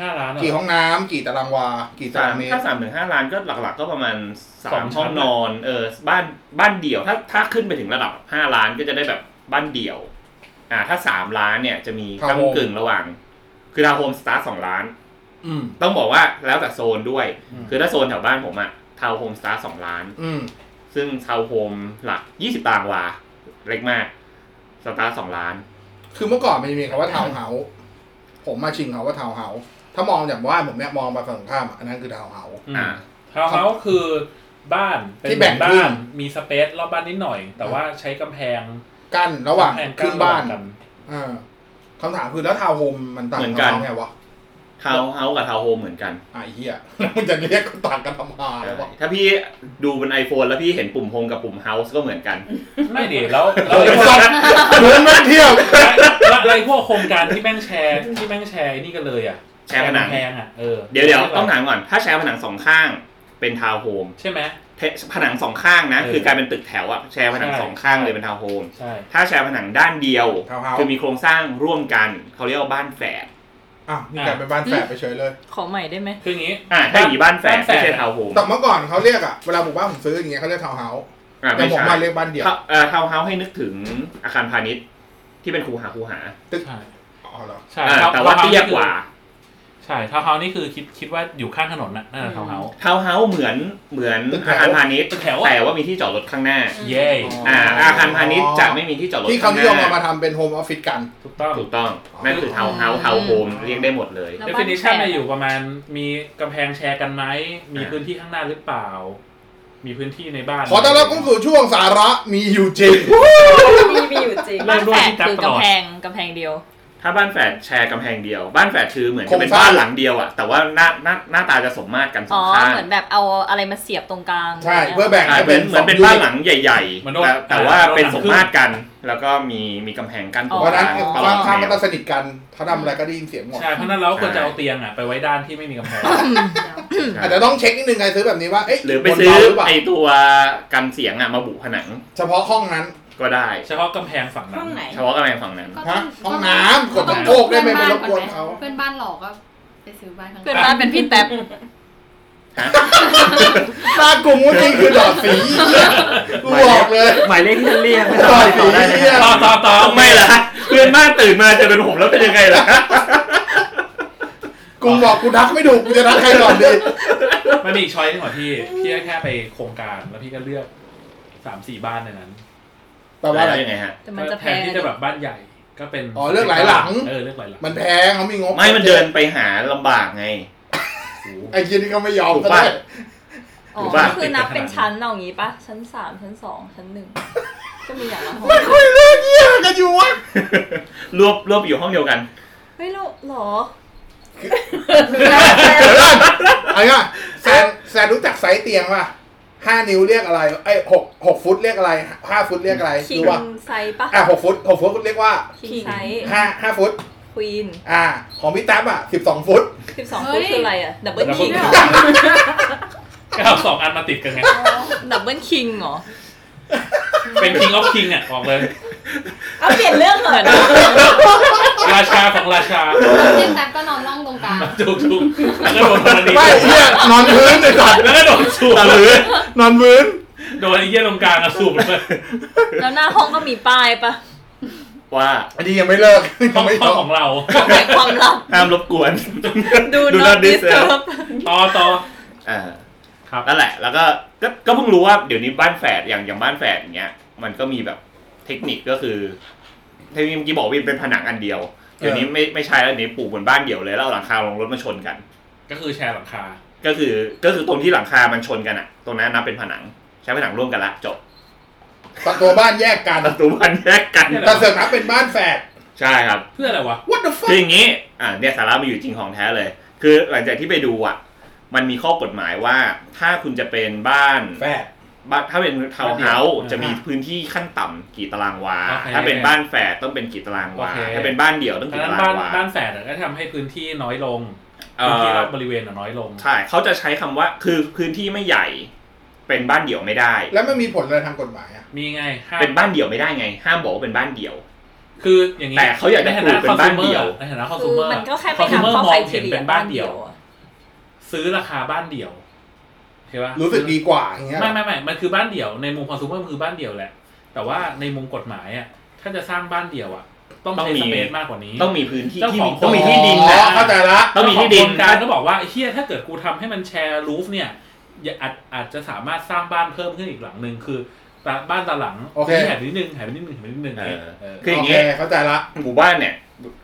Speaker 4: ห้าล้านเหรอ
Speaker 1: กี่ห้องน้ำกี่ตารางวา กี่
Speaker 7: สาร
Speaker 1: ตาาม งเมต
Speaker 7: ถ้าร สามถึงห้าล้านก็หลักๆก็ประมาณสา
Speaker 4: สอ
Speaker 7: ม
Speaker 4: งชั้น
Speaker 7: ห้องนอนเออบ้านบ้านเดี่ยวถ้าถ้าขึ้นไปถึงระดับห้าล้านก็จะได้แบบบ้านเดี่ยว อ่าถ้าสามล้านเนี่ยจะมี
Speaker 1: ทาวน์
Speaker 7: ก้า
Speaker 1: โฮม
Speaker 7: กึ่งระหว่าง คือทาวน์โฮมสตาร์สองล้าน
Speaker 1: อืม
Speaker 7: ต้องบอกว่าแล้วแต่โซนด้วย
Speaker 1: อืม
Speaker 7: คือถ้าโซนแถวบ้านผมอะทาวน์โฮมสตาร์สองล้าน
Speaker 1: อืม
Speaker 7: ซึ่งทาวน์โฮมหลัก 20 ตารางวา เล็กมาก สตาร์ทสองล้าน
Speaker 1: คือเมื่อก่อนมันจะมีคำว่าทาวน์เฮาส์ผมมาชิงคำว่าทาวน์เฮาส์ถ้ามองจากบ้านผมเนี่ยมองไปฝั่งตรงข้ามอะอันนั้นคือทาวน์เฮาส์
Speaker 7: อ่า
Speaker 4: ทาวน์เฮาส์คือบ้านเป็น
Speaker 1: ที่แบ่ง
Speaker 4: บ้าน
Speaker 1: ครึ่ง
Speaker 4: มีสเปซรอบบ้านนิดหน่อย แต่ว่าใช้กำแพง
Speaker 1: กั้นระหว่าง
Speaker 4: กำแพง
Speaker 1: ขึ้นบ้าน
Speaker 4: กั้ระหว่งกั
Speaker 1: อ่าคำถามคือแล้วทาวน์โฮมมันต่าง
Speaker 7: เหมื
Speaker 1: กั
Speaker 7: อบ น
Speaker 1: ทาวน์
Speaker 7: กัน
Speaker 1: เฮาส์ไงวะ
Speaker 7: ทาวน์เฮาส์กับทาวน์โฮมเหมือนกัน
Speaker 1: อ่ะไอ้เหี้ยมันจะเรียกต่างกันทำไมวะ
Speaker 7: ถ้าพี่ดูบน iPhone แล้วพี่เห็นปุ่มโฮมกับปุ่มเฮาส์ก็เหมือนกัน
Speaker 4: ไม่ดิ แล้ว
Speaker 1: เอ
Speaker 4: แล้ว
Speaker 1: อ
Speaker 4: ไอ้พวก
Speaker 1: สัตว์เหมือนมันเที่ยว
Speaker 4: แล้วอะไรพวกโครงการที่แม่งแชร์ที่แม่งแชร์ไอ้นี่กันเลยอ่ะ
Speaker 7: แชร์ผนัง
Speaker 4: แพงอ่ะเออ
Speaker 7: เดี๋ยวเดี๋ยวต้องถามก่อน ถ้าแชร์ผนังสองข้างเป็นทาวน์โฮม
Speaker 4: ใช่ไหม
Speaker 7: เทผนังสองข้างนะ
Speaker 4: เออ
Speaker 7: คือกลายเป็นตึกแถวอะแชร์ผนังสองข้างเลยเป็นทาวน์โฮม
Speaker 4: ใช่
Speaker 7: ถ้าแชร์ผนังด้านเดียว
Speaker 1: ทาวน์เฮาส์
Speaker 7: คือมีโครงสร้างร่วมกัน เขาเรียกว่าบ้านแฝด
Speaker 1: อ่ะนี่กลายเป็นบ้านแฝดไปเฉยเลย
Speaker 3: ขอใหม่ได้ไหม
Speaker 4: คืออย่างนี้
Speaker 7: อ่าถ้าอย่างนี้บ้านแฝด
Speaker 4: บ้านแฝด
Speaker 7: ไม่ใช่ทาวน์โฮม
Speaker 1: แต่เมื่อก่อนเขาเรียกอะเวลาผมบ้านผมซื้ออย่างเงี้ยเขาเรียกทาวน์เฮาส์
Speaker 7: อ่า
Speaker 1: แต่
Speaker 7: ไม่
Speaker 1: ผม
Speaker 7: ใช่
Speaker 1: มาเรียกบ้านเดี่ยว
Speaker 7: ทาวเอ่อทาวน์เฮาส์ให้นึกถึงอาคารพาณิชย์ที่เป็นคูหาคูหา
Speaker 4: ใช่
Speaker 1: อ๋อเหรอ
Speaker 4: ใช่
Speaker 7: อ่า
Speaker 4: ทน์
Speaker 7: แต่ว่า
Speaker 4: ทน์
Speaker 7: เตี้ย
Speaker 4: นี่คือก
Speaker 7: ว่า
Speaker 4: ใช่ทาวน์เฮาส์นี่คือคิดคิดว่าอยู่ข้างถนนน่ะนั่นแหละทาวน์เฮาส์
Speaker 7: ทาวน์เฮาส์เหมือนเหมือนอาคารพาณิชย์
Speaker 4: ตึกแถวอะ
Speaker 7: แต่ว่ามีที่จอดรถข้างหน้า
Speaker 4: เย้
Speaker 7: อ่าอาคารพาณิชย์จะไม่มีที่จอดรถ
Speaker 1: ที่
Speaker 7: ข้า
Speaker 1: เขา
Speaker 7: งห
Speaker 1: นิม
Speaker 7: น้าย
Speaker 1: เอามาทำเป็นโฮมออฟฟิศกัน
Speaker 4: ถูกต้อง
Speaker 7: ถูกต้องนั่นคือทาวน์เฮาส์ทาวน์โฮมเรียกได้หมดเลย
Speaker 3: แล้ว
Speaker 4: definition
Speaker 3: บ้านแฝด
Speaker 4: มาอยู่ประมาณมีกำแพงแชร์กันไหมมี
Speaker 7: อ่า
Speaker 4: พื้นที่ข้างหน้าหรือเปล่า มีพื้นที่ในบ้าน
Speaker 1: ขอต้อนรับเข้าสู่ช่วงสาระมีอยู่จริง
Speaker 6: มีมีอยู่จริง
Speaker 4: เริ่
Speaker 3: บ้าน
Speaker 4: มด้วย
Speaker 3: แฝ
Speaker 4: ที่
Speaker 3: ด
Speaker 4: จับ
Speaker 3: คือ
Speaker 4: ตลอด
Speaker 3: กำแพงกำแพงเดียว
Speaker 7: ถ้าบ้านแฝดแชร์กำแพงเดียว บ้านแฝดคือเหมือน
Speaker 1: โคร
Speaker 7: จะ
Speaker 1: ง
Speaker 7: เป็น
Speaker 1: สร้าง
Speaker 7: บ้านหลังเดียวอ่ะแต่ว่าหน้าหน้าหน้าตาจะสมมาตรกันส
Speaker 3: อ๋
Speaker 7: อ
Speaker 3: อ
Speaker 7: งข้าง
Speaker 3: เหมือนแบบเอาอะไรมาเสียบตรงกลาง
Speaker 1: ใช่เพื่อแบ่ง
Speaker 7: อ่า
Speaker 1: ให้
Speaker 7: เหมื
Speaker 1: เป็
Speaker 7: อน นเหมือนเป็น
Speaker 1: ส
Speaker 7: บ้าน
Speaker 1: ยู
Speaker 7: หลังใหญ่
Speaker 4: มันโด
Speaker 7: ๆ
Speaker 4: น
Speaker 7: แต่แต่ว่า
Speaker 4: อ่า
Speaker 7: เป็นสมมาตรกัน แล้วก็มีมีกำแพงกั้นตรง
Speaker 1: เพราะ
Speaker 7: ก
Speaker 1: ฉะ
Speaker 7: ลา
Speaker 1: นั้น
Speaker 7: งตล
Speaker 1: บ้า
Speaker 7: อด
Speaker 1: น
Speaker 7: แน
Speaker 1: ข้างก็
Speaker 7: ว
Speaker 1: จะสนิทกันถ้าทำอะไรก็ได้ยินเสียงหมด
Speaker 4: ใช่เพราะฉะนั้นเราควร
Speaker 7: ใช่
Speaker 4: จะเอาเตียงอ่ะไปไว้ด้านที่ไม่มีกำแพง
Speaker 1: อาจจะต้องเช็คนิดนึงใครซื้อแบบนี้ว่าเอ๊ะ
Speaker 7: หรือไป
Speaker 1: บน
Speaker 7: ซ
Speaker 1: เบา
Speaker 7: ื้อ
Speaker 1: หรือเปล่า
Speaker 7: ไอตัวกันเสียงอ่ะมาบุผนัง
Speaker 1: เฉพาะห้องนั้น
Speaker 7: ก็ได้
Speaker 4: เฉพาะกำแพงฝั่งนั้
Speaker 6: ห้อน งไหน
Speaker 7: เฉพาะกำแพงฝั่งนั้น
Speaker 1: ฮะห้องน้ำกด
Speaker 8: ต้อ
Speaker 1: น้ำโชคได้ไหมไม่รบกวนเขา
Speaker 8: เพื่อนบ้านหลอกก็ไปซื้อบ้านข้างๆ
Speaker 3: เพื่อนบ้านเป็นพี่แต๊บ
Speaker 1: ตากลุ่มจริงคือดอดสีกูบอกเลย
Speaker 5: หมายเลขที่ท่านเรียกไม่
Speaker 1: ด
Speaker 5: ต้อ
Speaker 1: อง ดสี
Speaker 5: ติดต่อได้เลย
Speaker 1: เนี่ย
Speaker 4: ต่อต่อต่อ
Speaker 7: ทำไมล่ะเพื่อนบ้านตื่นมาเจะเป็นผมแล้วเป็นยังไงล่ะ
Speaker 1: กูบอกกูทักไม่ถูกกูจะทักใครก่อนดี
Speaker 4: มันมีอีกช้อยหนึงของพี่ พี่ก็แค่ไปโครงการแล้วพี่ก็เลือกสามสี่บ้านในนั้น
Speaker 1: แต่ว่าอะไร
Speaker 7: ยังไงฮะ
Speaker 3: แต่มันจะแพ
Speaker 4: น
Speaker 3: ง
Speaker 4: ที่จะแบบบ้านใหญ่ก็เป็น
Speaker 1: อ๋อเลือกหลายหลัง
Speaker 4: เออเลือกหลายหลัง
Speaker 1: มันแพงเขามีงบ
Speaker 7: ไม่มันเดินไปหาลำบากไง
Speaker 1: ไอ้เหี้ยนี่ก็ไม่ยอม
Speaker 7: ถูก
Speaker 1: ก็
Speaker 7: ปะ
Speaker 1: ได้
Speaker 3: อ๋อ
Speaker 7: บ้าน
Speaker 3: คือนับเป็นชั้นเอาอย่างงี้ปะชั้นสามชั้นสองชั้นหนึ่งก็มีอย่างละห้อง
Speaker 1: ไม่คุยเรื่องเยี่ยกันอยู่วะ
Speaker 7: รวบรวบอยู่ห้องเดียวกัน
Speaker 3: เฮ้ยเราเหรอ
Speaker 1: เดี๋ยวก่อนอะไรอ่ะแซนแซนรู้จักไซส์เตียงป่ะห้านิ้วเรียกอะไรไอ้ยหกหกฟุตเรียกอะไรห้าฟุตเรียกอะไร
Speaker 3: คิง
Speaker 1: รู้ป่ะ
Speaker 3: ไซส์ปะ
Speaker 1: อ่ะหกฟุตหกฟุตเรียกว่า
Speaker 3: คิงไซส์
Speaker 1: ห้าห้าฟุต
Speaker 3: ควีน
Speaker 1: อ่า ของพี่แท็บอ่ะสิบสองฟุต
Speaker 3: สิบสอง
Speaker 8: เฮ้
Speaker 3: ฟุต
Speaker 8: ย
Speaker 3: คืออะไรอ่ะ ดับเบิลคิง
Speaker 4: ก็เอาสองอันมาติดกันไง
Speaker 3: ดับเบิลคิงเหรอ
Speaker 4: เป็น king of king อ่ะบอกเลย
Speaker 6: เอาเปลี่ยนเรื่องเหร
Speaker 3: เหมื
Speaker 6: อ
Speaker 3: อน
Speaker 4: ราชาของราชา
Speaker 8: เพื่อนแต๊บก็นอนร่องตรงกลาง
Speaker 4: ถูกถูกแล้วก็โดนธรณี
Speaker 1: ไม่เหี้ยนอนพื้นเลยสัตว์
Speaker 4: แล้วก็โดนสูบ
Speaker 1: นอนพื้น
Speaker 4: โดนไอ้เหี้ยตรงกลางอะสูบเลย
Speaker 3: แล้วหน้าห้องก็มีป้ายปะ
Speaker 7: ว่า
Speaker 1: อันนี้ยังไม่เลิก
Speaker 4: ห้
Speaker 1: ยั
Speaker 4: อง
Speaker 1: งไม่ย
Speaker 4: ห้อ
Speaker 1: อง
Speaker 4: ข
Speaker 1: ม
Speaker 4: องเรา
Speaker 3: บอกแห่งความลับ
Speaker 7: ห้ามรบกวน
Speaker 3: ดู
Speaker 7: Do
Speaker 3: not
Speaker 7: not disturb
Speaker 3: disturb
Speaker 4: ต่อต่อ
Speaker 7: อ่า
Speaker 4: ครับ
Speaker 7: นั่นแหละ แล้วก็ก็ก็เพิ่งรู้ว่าเดี๋ยวนี้บ้านแฝดอย่างอย่างบ้านแฝดอย่างเงี้ย มันก็มีแบบเทคนิคก็คือเทคนิคเมื่อกี้บอกว่าเป็นผนังอันเดียว เดี๋ยวนี้ไม่ไม่ใช่แล้วเดี๋ยวนี้ปลูกบนบ้านเดี่ยวเลยแล้วเอาหลังคาลงรถมาชนกัน
Speaker 4: ก็คือแชร์หลังคา
Speaker 7: ก็คือก็คือตรงที่หลังคา มันชนกันอ่ะ ตรงนั้นนับเป็นผนัง ใช้ผนังร่วมกันละจบ
Speaker 1: ตัดตัวบ้านแยกกัน
Speaker 7: ประตูบ้านแยกกัน
Speaker 1: แต่เสริมนับเป็นบ้านแฝด
Speaker 7: ใช่ครับ
Speaker 4: เพื่ออะไรวะ
Speaker 1: what the
Speaker 7: คือ
Speaker 1: fuck
Speaker 7: อย่างนี้ อ่าเนี่ยสาระมันอยู่จริงของแท้เลย คือหลังจากที่ไปดูอ่ะ มันมีข้อกฎหมายว่า ถ้าคุณจะเป็นบ้าน
Speaker 1: แฝด
Speaker 7: บ้านถ้าเป็นทาวน์เฮาส์
Speaker 4: อ่า
Speaker 7: จะมีพื้นที่ขั้นต่ำกี่ตารางวา
Speaker 4: โอเค
Speaker 7: ถ้าเป็นบ้านแฝดต้องเป็นกี่ตารางวา
Speaker 4: โอเค
Speaker 7: ถ้าเป็นบ้านเดี่ยวต้อง
Speaker 4: ดั
Speaker 7: กี่
Speaker 4: งนั้
Speaker 7: ตาน รา
Speaker 4: บ้าง น
Speaker 7: วา
Speaker 4: บ้านแฝดอะก็ทำให้พื้นที่น้อยลง
Speaker 7: เอ่
Speaker 4: พื้นที่
Speaker 7: อ
Speaker 4: รอบบริเวณอะน้อยลง
Speaker 7: ใช่เขาจะใช้คำว่าคือพื้นที่ไม่ใหญ่ เป็นบ้านเดี่ยวไม่ได้
Speaker 1: แล้วมันมีผลอะไรทางกฎหมายอ่ะ
Speaker 4: มีไงห้า
Speaker 7: เป็
Speaker 4: ม
Speaker 7: นบ้านเดี่ยวไม่ได้ไง ห้ามบอกว่าเป็นบ้านเดี่ยว
Speaker 4: คืออย่างนี้
Speaker 7: แต่เขาอยากจะปลูกเป็นบ้านเดี่ยว
Speaker 4: ในฐานะคอน
Speaker 3: คื
Speaker 4: ซู
Speaker 3: อ
Speaker 4: mer
Speaker 3: มันก็แค่ไปหาข้อ
Speaker 4: มอ
Speaker 3: ไฟ
Speaker 4: ง
Speaker 3: เท
Speaker 4: เห็น
Speaker 3: เรี
Speaker 4: เป็
Speaker 3: ย
Speaker 4: น
Speaker 3: บ้า
Speaker 4: บ้าน น
Speaker 3: เดี
Speaker 4: เดี่
Speaker 3: ย
Speaker 4: ยว ว
Speaker 3: อะ
Speaker 4: ซื้อราคาบ้านเดี่ยวเห็นปะ
Speaker 1: รู้สึกดีกว่าอย่างเงี้ยเหร
Speaker 4: ไม่
Speaker 1: อ
Speaker 4: ไม่ไม่มันคือบ้านเดี่ยวในมุมคอน sumer มันคือบ้านเดี่ยวแหละ แต่ว่าในมุมกฎหมายอ่ะถ้าจะสร้างบ้านเดี่ยวอ่ะ ต้อง
Speaker 7: ต้อง
Speaker 4: ใช้
Speaker 7: มี
Speaker 4: สเปซมากกว่านี้
Speaker 7: ต้องมีพื้นที่
Speaker 4: เจ้า
Speaker 7: ที่
Speaker 4: ขอ
Speaker 7: มี
Speaker 4: ง
Speaker 7: ต้องมีที่ดิน
Speaker 1: อ๋
Speaker 7: นะ
Speaker 1: อเข้าใจละ
Speaker 7: ต้องมีที่ดิน
Speaker 4: เจ้าขอโครงการก็บอกว่าไอ้เฮียถ้าเกิดกูทำให้มันแชร์รูฟเนี่ย อย่าอาจอาจจะสามารถสร้างบ้านเพิ่มขึ้นอีกหลังหนึ่งคือตาบ้านตาหลัง
Speaker 1: โอเค
Speaker 4: หายไปนิดนึงหายไปนิดนึงหายไปนิดนึง
Speaker 7: เออ
Speaker 4: เออ
Speaker 7: คืออ
Speaker 1: โอย่าง เค
Speaker 7: เงี้ย
Speaker 1: เข้าใจละ
Speaker 7: หมู่บ้านเนี่ย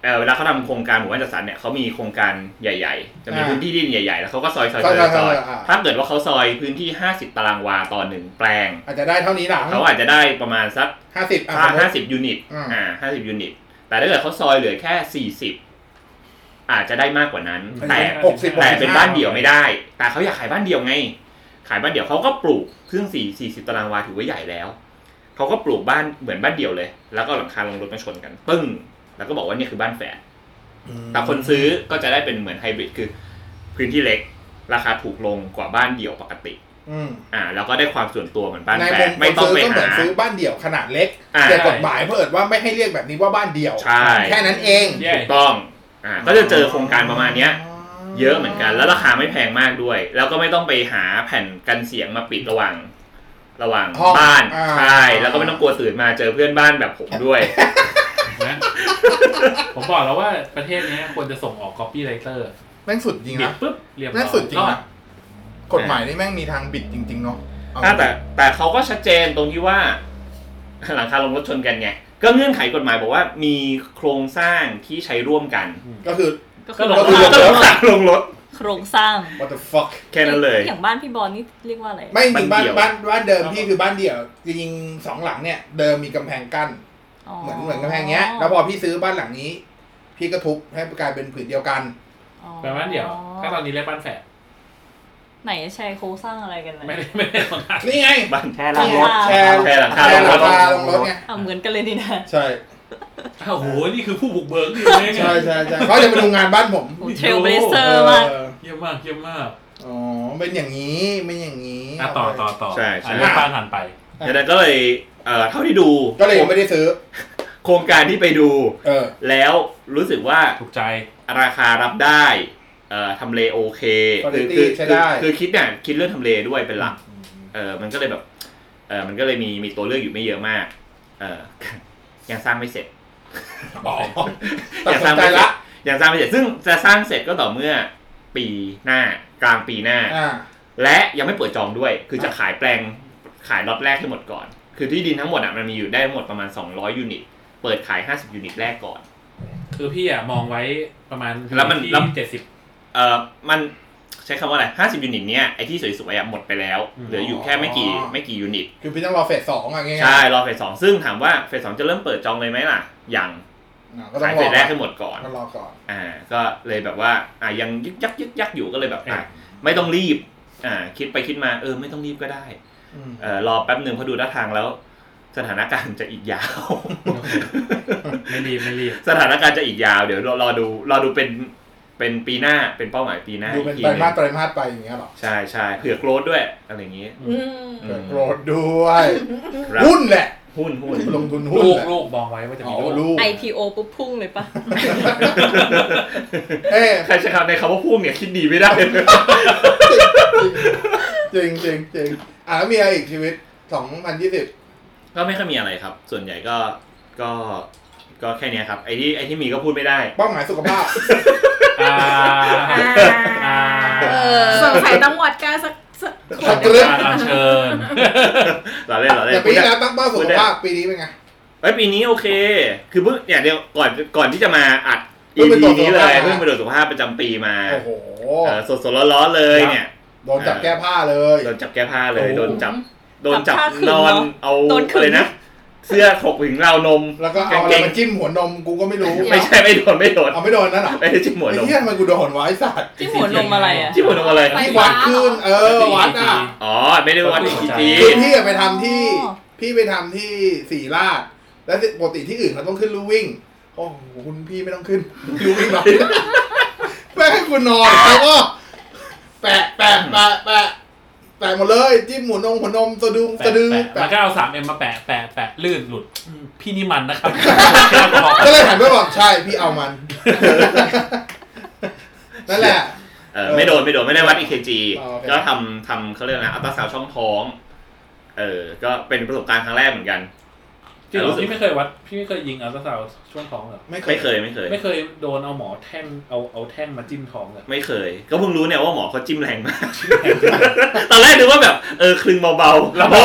Speaker 7: เอ่อเวลาเขาทำโครงการหมู่บ้านจัดสรรเนี่ยเขามีโครงการใหญ่ ๆ จะมี
Speaker 1: อ่า
Speaker 7: พื้นที่ดินใหญ่ๆ แล้วเขาก็ซอยซอย
Speaker 1: ซ
Speaker 7: ซ
Speaker 1: อ
Speaker 7: อย ย
Speaker 1: ซอยซ
Speaker 7: ซอย
Speaker 1: อยอ่า
Speaker 7: ถ้าเกิดว่าเขาซอยพื้นที่ 50 ตารางวาต่อหนึ่งแปลง
Speaker 1: อาจจะได้เท่านี้หลัง
Speaker 7: เขาอาจจะได้ประมาณสัก
Speaker 1: ห้าสิบอ่ะสมม
Speaker 7: ห้า
Speaker 1: ติ
Speaker 7: สิบยูนิต
Speaker 1: อ่า
Speaker 7: อ่าห้าสิบยูนิต แต่ถ้าเกิดเขาซอยเหลือแค่ 40 อาจจะได้มากกว่านั้น แต่
Speaker 1: หกสิบ
Speaker 7: แต่
Speaker 1: หกสิ
Speaker 7: เป็น
Speaker 1: ห้
Speaker 7: บ้านเดี่ยวไม่ได้ แต่เขาอยากขายบ้านเดี่ยวไง ขายบ้านเดี่ยวเขาก็ปลูกครึ่งสี่สี่สิบตารางวาถือว่าใหญ่แล้ว เขาก็ปลูกบ้านเหมือนบ้านเดี่ยวเลย แล้วก็หลังคาลงรถมาชนกันปึ้ง แล้วก็บอกว่าเนี่ยคือบ้านแฝด แต่คนซื้อก็จะได้เป็นเหมือนไฮบริดคือ พื้นที่เล็ก ราคาถูกลงกว่าบ้านเดี่ยวปกติ
Speaker 1: อืม
Speaker 7: อ่า แล้วก็ได้ความส่วนตัวเหมือนบ้าน
Speaker 1: ใน
Speaker 7: แฝ
Speaker 1: มุ
Speaker 7: ด
Speaker 1: ม
Speaker 7: ไม่
Speaker 1: ค
Speaker 7: ต้
Speaker 1: น
Speaker 7: อง
Speaker 1: ซื้อ
Speaker 7: ไป
Speaker 1: ก็เหมือ
Speaker 7: หา
Speaker 1: นซื้อบ้านเดี่ยวขนาดเล็ก
Speaker 7: อ่า
Speaker 1: แต่กฎหมายเพิ่ว่าไม่ให้เรียกแบบนี้ว่าบ้านเดี่ยว
Speaker 7: ใช่
Speaker 1: แค่นั้นเอง
Speaker 4: แย่
Speaker 7: ถูกต้องอ่าก็จะเจอโครงการประมาณเนี้ย เยอะเหมือนกัน แล้วราคาไม่แพงมากด้วย แล้วก็ไม่ต้องไปหาแผ่นกันเสียงมาปิดระหว่าง ระหว่าง
Speaker 1: ห้อง
Speaker 7: บ้าน
Speaker 1: อ่า
Speaker 7: ใช่แล้วก็ไม่ต้องกลัวตื่นมาเจอเพื่อนบ้านแบบผมด้วย
Speaker 4: นะผมบอกแล้วว่าประเทศเนี้ยควรจะส่งออก copywriter
Speaker 1: แม่งสุดจริง
Speaker 4: บิ
Speaker 1: นะ
Speaker 4: ดปุ๊บเรียบร้อย
Speaker 1: แม่งสุดจริง
Speaker 4: รอด
Speaker 1: นะกฎหมายนี่แม่งมีทางบิดจริง ๆ เนาะเอา
Speaker 7: อ่ะแต่แต่เขาก็ชัดเจนตรงที่ว่า หลังคาลงรถชนกันไง ก็เงื่อนไขกฎหมายบอกว่ามีโครงสร้างที่ใช้ร่วมกัน
Speaker 1: ก็คือ
Speaker 4: ก็ลง
Speaker 1: ก็คือ
Speaker 4: รถ
Speaker 7: ก็ลงรถลงรถ
Speaker 3: โครงสร้าง
Speaker 1: what the fuck
Speaker 7: แค่นั้นเลย
Speaker 3: อย่างบ้านพี่บอลนี่เรียกว่าอะไร
Speaker 1: ไม่จริงๆบ้าน
Speaker 7: บ้านเดี่ยว
Speaker 1: บ้านบ้านเดิมพี่คือบ้านเดี่ยวจริงๆสองหลังเนี่ย เดิมมีกำแพงกั้น เหมือนเหมือนกำแพงเนี้ย แล้วพอพี่ซื้อบ้านหลังนี้ พี่ก็ทุบให้กลายเป็นผืนเดียวกัน
Speaker 4: แปลว่าเดี๋ยว ถ้าตอนนี้เรียกบ้านแฝด
Speaker 3: ไหนใช้โครงสร้างอะไรกันนะ
Speaker 4: ไม่ได้ไม่ได้ของไทย
Speaker 1: นี่ไง
Speaker 7: บ้าน
Speaker 5: แค่หลังรถ
Speaker 1: แชร์
Speaker 7: แค่หลังคา
Speaker 1: แชร์
Speaker 7: ล
Speaker 1: ห
Speaker 7: งร
Speaker 1: ลัง
Speaker 7: ถ
Speaker 1: คาลงรถไง
Speaker 3: อ่ะเหมือนกันเลยนี่นะ
Speaker 1: ใช่
Speaker 4: อ้ าวโหนี่คือผู้บุกเบิกนี่เอง
Speaker 1: ใช่ใช่ใช่เขาจะไปดูงานบ้านผม
Speaker 3: โอ้เทรลเบลเซอร์มาก
Speaker 4: เยี่ยมมากเยี่ยมมาก
Speaker 1: อ๋อเป็นอย่างนี้เป็นอย่างนี้
Speaker 4: อ่ะต่อต่อต่อ
Speaker 7: ใช่
Speaker 4: อ่ะ
Speaker 7: ใช่
Speaker 4: เรื่องบ้านผ่านไป
Speaker 7: ดังนั้นก็เลยเอ่อเท่าที่ดู
Speaker 1: ก็เลยยังไม่ได้ซื้อ
Speaker 7: โครงการที่ไปดู
Speaker 1: เออ
Speaker 7: แล้วรู้สึกว่า
Speaker 4: ถูกใจ
Speaker 7: ราคารับได้เอ่อทำเลโอเค
Speaker 1: Quality
Speaker 7: คื
Speaker 1: ใช้ได้
Speaker 7: คือคิดเนี่ยคิดเรื่องทำเลด้วยเป็นหลัก เออมันก็เลยแบบ เออมันก็เลยมีมีตัวเลือกอยู่ไม่เยอะมาก เออ ยังสร้างไม่เสร็จ
Speaker 1: อ๋อตัด
Speaker 7: ยัง
Speaker 1: สิ
Speaker 7: สร้าน ง
Speaker 1: ใจ
Speaker 7: ไม่เสร็
Speaker 1: ละ
Speaker 7: จยังสร้างไม่เสร็จ ซึ่งจะสร้างเสร็จก็ต่อเมื่อปีหน้ากลางปีหน้า
Speaker 1: อ่า
Speaker 7: และยังไม่เปิดจองด้วย คือจะขายแปลงขายล็อตแรกให้หมดก่อน คือที่ดินทั้งหมดอ่ะมันมีอยู่ได้หมดประมาณ 200 ยูนิต เปิดขาย 50 ยูนิตแรกก่อน
Speaker 4: คือพี่อ่ะมองไว้ประมาณ
Speaker 7: แล้วมันแล้ว
Speaker 4: เจ็ด สิบ
Speaker 7: เออมันใช้คำว่าอะไร 50 ยูนิตเนี้ยไอ้ที่สวยๆอ่ะหมดไปแล้ว
Speaker 4: อืม
Speaker 7: เหลืออยู่แค่ไม่กี่
Speaker 1: อ๋อ
Speaker 7: ไม่กี่ยูนิต
Speaker 1: คือพี่ต้องรอเฟสสองอ่ะง่ายๆ
Speaker 7: ใช่ รอเฟสสองซึ่งถามว่าเฟสสองจะเริ่มเปิดจองเลยไหมล่ะ ยัง
Speaker 1: อ่ะก็ต้อ
Speaker 7: ขาง
Speaker 1: ร
Speaker 7: ยเฟ
Speaker 1: อ
Speaker 7: สแรกให้หมดก่อน
Speaker 1: ก็รอก่อน
Speaker 7: อ่า ก็เลยแบบว่า อ่ายังยึกยักยึกยักอยู่ก็เลยแบบ อ่า
Speaker 4: อ่ะ
Speaker 7: ไม่ต้องรีบ อ่า คิดไปคิดมา เออ ไม่ต้องรีบก็ได้
Speaker 1: อืม
Speaker 7: เออรอแป๊บหนึ่งเพอดูท่าทางแล้ว สถานการณ์จะอีกยาว
Speaker 4: ไม่รีบไม่รีบ
Speaker 7: สถานการณ์จะอีกยาว เดี๋ยวรอรอดู รอดูเป็น เป็นปีหน้า เป็นเป้าหมายปีหน้า
Speaker 1: ดูเป็น
Speaker 7: อีก
Speaker 1: ไตร
Speaker 7: ทีห
Speaker 1: มาส
Speaker 7: ง
Speaker 1: ไตรมาสไปอย่างเงี้ยหรอ
Speaker 7: ใช่ใช่เผื่อโกรธด้วย อะไรอย่างงี้
Speaker 6: อืม
Speaker 7: อืม
Speaker 1: โกรธด้วย
Speaker 7: ครับ
Speaker 1: หุ้นแหละ
Speaker 7: หุ้นหุ้น
Speaker 1: ลงทุนหุ้น
Speaker 4: ลูก
Speaker 1: แหละ
Speaker 4: ลูกมองไว้ว่าจะ
Speaker 1: อ๋
Speaker 4: มี
Speaker 1: อ
Speaker 4: ลูก
Speaker 1: ลูก
Speaker 3: IPO ปุ๊บพุ่งเลยปะ
Speaker 1: เอ้ย
Speaker 7: ใครใช้คำในคำว่าพุ่งเนี่ยคิดดีไม่ได้
Speaker 1: จริงจริงจริงอ่ะแล้วมีอะไรอีกชีวิต 2020
Speaker 7: ก็ไม่ค่อยมีอะไรครับ ส่วนใหญ่ก็ ก็ ก็แค่เนี้ยครับ ไอ้ที่ ไอ้ที่มีก็พูดไม่ได้
Speaker 1: เป้าหมายสุขภาพ
Speaker 4: อ่า
Speaker 6: อ่า
Speaker 4: อ่า
Speaker 3: เออ
Speaker 6: สงสัยต้องวอดก้าสักสักขวด
Speaker 1: สักเรื่อง
Speaker 4: อ่าเชิญ
Speaker 7: เราเล่นเราเล่
Speaker 1: แต่
Speaker 7: น
Speaker 1: ปีที่แล้วตั้งเป้าสุขภาพปีนี้เป็นไง
Speaker 7: เอ้ยปีนี้โอเค คือเพิ่งเนี่ยเดี๋ยวก่อนก่อนที่จะมาอัด
Speaker 1: เพิ่
Speaker 7: EP
Speaker 1: งไปตรวจ
Speaker 7: นี้
Speaker 1: สุข
Speaker 7: เล
Speaker 1: ภาพ
Speaker 7: ย
Speaker 1: มา
Speaker 7: เพิ่งไปตรวจสุขภาพประจำปีมา
Speaker 1: โอ้โห
Speaker 7: สดสดๆร้อนๆเลยเนี่ย
Speaker 1: โดนจับ
Speaker 7: เออ
Speaker 1: แก้ผ้าเลย
Speaker 7: โดนจับแก้ผ้าเลย
Speaker 4: โอ้โห
Speaker 7: โดนจับโดนจับ
Speaker 3: จับผ้าขึง
Speaker 7: นอน
Speaker 3: เนอะ
Speaker 7: เอา
Speaker 3: โดนขึง
Speaker 7: อะไรนะ เสื้อถกถึงราวนม
Speaker 1: แล้วก็เอา
Speaker 7: กาง
Speaker 1: อะไร
Speaker 7: เก
Speaker 1: ง มาจิ้มหัวนมกูก็ไม่รู้
Speaker 8: เดี๋ยว
Speaker 7: ไม่ใช่ไม่โดนไม่โดน
Speaker 1: เอาไม่โดนนั่นหรอ
Speaker 7: ไม่ได้จิ้มหัว
Speaker 1: ไอ้
Speaker 7: นม
Speaker 1: เหี้ยทำไมกูโดนวะไอ้สัตว์
Speaker 3: ที่หัวนมอะไรอ่ะ
Speaker 7: จิ้มหัวนมอะไร
Speaker 8: ไป
Speaker 1: ที่วัดขึ้นเออวัดอ่ะ
Speaker 7: อ๋อไม่ได้วัดอีกที
Speaker 1: คือพี่อะไปทำที่
Speaker 3: อ๋อ
Speaker 1: พี่ไปทำที่สีราชแล้วปกติที่อื่นเขาต้องขึ้นลู่วิ่งโอ้โหคุณพี่ไม่ต้องขึ้นลู่วิ่งหรอกแม่งให้คุณนอนแล้วก็แปะแปะแปะแปะแปะหมดเลยจิ้มหัวนมหัวนมสะดุงสะดือ
Speaker 4: แปะแปะแล้ว
Speaker 1: แปะ
Speaker 4: ก็เอาสามเอ็มมาแปะแปะแปะลื่นหลุดอืมพี่นี่มันนะครับ
Speaker 1: ก็เลยหันไปบอกใช่พี่เอามัน นั่นแหละ
Speaker 7: เออไม่โดนไม่โดนไม่ได้วัดอีกที
Speaker 1: อ๋อโอเค
Speaker 7: ก็ทำทำเขาเรียกอะไรอัลตราซาวด์ช่องท้อง เออก็เป็นประสบการณ์ครั้งแรกเหมือนกัน
Speaker 4: จริงเหร
Speaker 7: รู้
Speaker 4: อ
Speaker 7: สึก
Speaker 4: พี่ไม่เคยวัดพี่ไม่เคยยิงอัลตราซาวด์ช่วงท้องเหรอ
Speaker 1: ไม่เคย
Speaker 7: ไม่เคยไม่เคย
Speaker 4: ไม่เคยโดนเอาหมอแท่งเอาเอาแท่งมาจิ้มท้องเลย
Speaker 7: ไม่เคย ก็เพิ่งรู้เนี่ยว่าหมอเขาจิ้มแรงมาก ตอนแรกนึกว่าแบบเออคลึงเบาๆแล้วพอ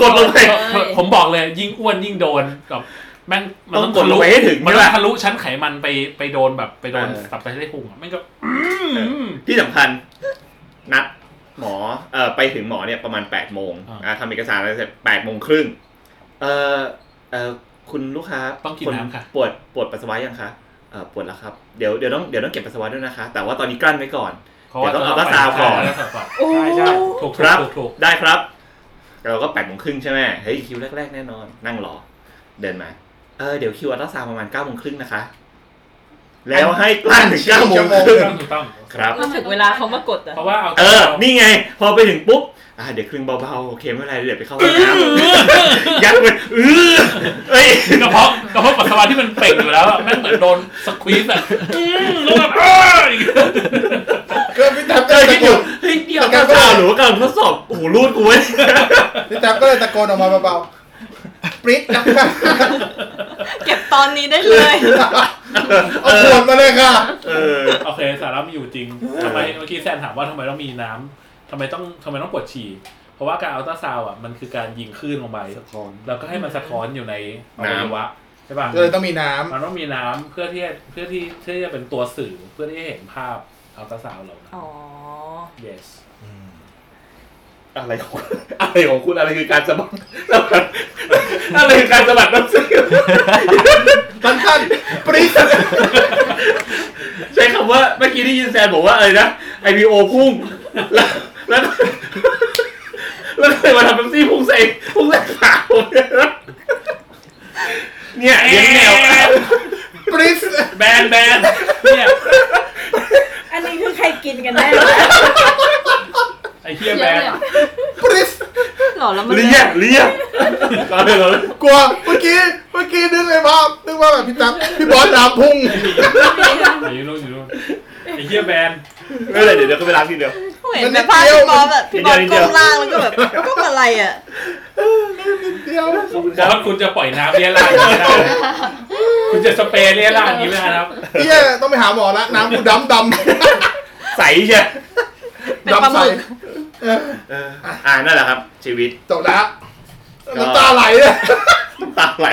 Speaker 7: กดลงไป
Speaker 3: เลย
Speaker 4: ผมบอกเลยยิ่งอ้วนยิ่งโดนกับแม่งมั
Speaker 7: ต้องกดลงไปให้ถึง
Speaker 4: มัน
Speaker 7: ใช่
Speaker 4: ต้อ
Speaker 7: ปะ
Speaker 4: งทะลุชั้นไขมันไปไปโดนแบบไปโดน
Speaker 7: เออ
Speaker 4: ตับไตไส้พุงอะแม่งก็
Speaker 7: ที่สำคัญนัดหมอเอ่อไปถึงหมอเนี่ยประมาณ8ปดโมง
Speaker 4: อ่า
Speaker 7: อ่าทำเอกสารอะไรเสร็จแปดโมงครึ่งเอ่อเอ่อคุณลูกค้า
Speaker 4: ต้องกินน้ำค่ะ
Speaker 7: ปวดปวดปัสสาวะยังคะเอ่อปวดแล้วครับเดี๋ยวเดี๋ยวต้องเดี๋ยวต้องเก็บปัสสาวะด้วยนะคะ แต่ว่าตอนนี้กลั้นไว้ก่อน เดี๋ยวต้องเอาอัลตราซาวด์ก่อน
Speaker 4: เาลตราซาวด์ก่อน
Speaker 6: โอ้
Speaker 2: ใช่ใช่
Speaker 4: ถูก
Speaker 7: ครับ
Speaker 4: ถูกถูก
Speaker 7: ได้ครับ เราก็แปดโมงครึ่งใช่ไหมเฮ้ยคิวแรกๆแน่นอน นั่งรอ เดินมาเออเดี๋ยวคิวอัลตราซาวด์ประมาณเก้าโมงครึ่งนะคะ แล้วให้กลั้นถึงเก้าโมงค
Speaker 4: ถู
Speaker 7: รึ่
Speaker 4: ก
Speaker 7: ง
Speaker 4: ต้องถูกต้อง
Speaker 7: ครับ
Speaker 3: มันถึงเวลาเขามากดอ่ะ
Speaker 4: เพราะว่าเอา
Speaker 7: เออ นี่ไง พอไปถึงปุ๊บ อ่าเดี๋ยวคลึงเบาๆ โอเคไม่เป็นไร เดี๋ยวไปเข้าห้องน้ำยัดไปเออเอ้ย
Speaker 4: กระเพาะกระเพาะปัสสาวะที่มันเป่งอยู่แล้วอะแม่งเหมือนโดนสควีซอะอืมแล้วแบบเอ้ย
Speaker 1: ก็พี่แท็บ
Speaker 7: ก็
Speaker 1: ก็
Speaker 7: เล
Speaker 1: เลย ย
Speaker 7: คิ
Speaker 1: ตะโก
Speaker 7: ดอยู่
Speaker 1: น
Speaker 7: เฮ้ยเดี๋ยวกำลังหรือว่ากำลังทดสอบโอ้โหูรูดกูเว้ย
Speaker 1: พี่แท็บก็เลยตะโกนออกมาเบาๆปริ๊ดนะค่ะ
Speaker 3: เก็บตอนนี้ได้เลย
Speaker 1: เอาขวดมาเลยค่ะ
Speaker 7: เออ
Speaker 4: โอเคสาระมีอยู่จริงทำไมเมื่อกี้แซนถามว่าทำไมต้องมีน้ำทำไมต้องทำไมต้องปวดฉี่ เพราะว่าการอัลตราซาวด์อ่ะมันคือการยิงคลื่นลงไปแล้วก็ให้มันสะท้อนอยู่ในอวัยวะใช่ป่ะ
Speaker 1: ก็เลยต้องมีน้ำ
Speaker 4: มันต้องมีน้ำเพื่อที่จะเพื่อที่เพื่อที่จะเป็นตัวสื่อเพื่อที่จะเห็นภาพอัลตราซาวด์เรานะ
Speaker 3: อ๋อ
Speaker 4: yes
Speaker 7: อะไรของอะไรของคุณอะไรคือการสะบัด สะบัดอะไรคือการสะบัดน้ำซึ้ง
Speaker 1: สั้นๆปริ๊ด
Speaker 7: ใช้คำว่าเมื่อกี้ได้ยินแซนบอกว่าอะไรนะ IPO พุ่ง แล้วแล้วแล้วเคยมาทำเป๊ปซี่พุ่งใส่พุ่งใส่ขาผมเนี่ยนะเนี่ยเลี้ยงแมว
Speaker 1: ปริ๊ด
Speaker 4: แบนแบนเนี่ย
Speaker 6: อันนี้คือใครกินกันแน่
Speaker 4: ไอ้เฮีย
Speaker 8: เย
Speaker 4: แบน
Speaker 8: อะเลยเหรอ
Speaker 1: ปริ๊ด
Speaker 3: หล่อแล้วมัน
Speaker 7: เรียกเรียกตอนเลย
Speaker 1: กลัวเมื่อกี้ เมื่อกี้นึกเลยภาพนึกว่าแบบพี่ตั๊บพี่บอสน้ำพุ่ง
Speaker 4: อยู่นู่นอยู่นู่นไอ้เฮียแบน
Speaker 7: ไม่เลยเดี๋ยวเดี๋ยวก็ไปล้างทีเดียว
Speaker 3: เห็นแต่ภาพพี่บอสแบบพี่บอสก้มล่างแล้วก็แบบก้มอะไรอ่ะ
Speaker 1: เดียว
Speaker 4: เพราะว่าคุณจะปล่อยน้ำเลี้ยร่างอย่างนี้ไม่ได้นะคุณจะสเปรย์เลี้ยร่างอย่างนี้ไม่ได้นะครับ
Speaker 1: เฮียต้องไปหาหมอละน้ำกูดำด
Speaker 7: ใสใช่
Speaker 1: ำดำใสเออ
Speaker 7: เอออ่านั่นแหละครับ ชีวิต
Speaker 1: จบละน้ำตาไหลเลย
Speaker 7: น้ำตาไหล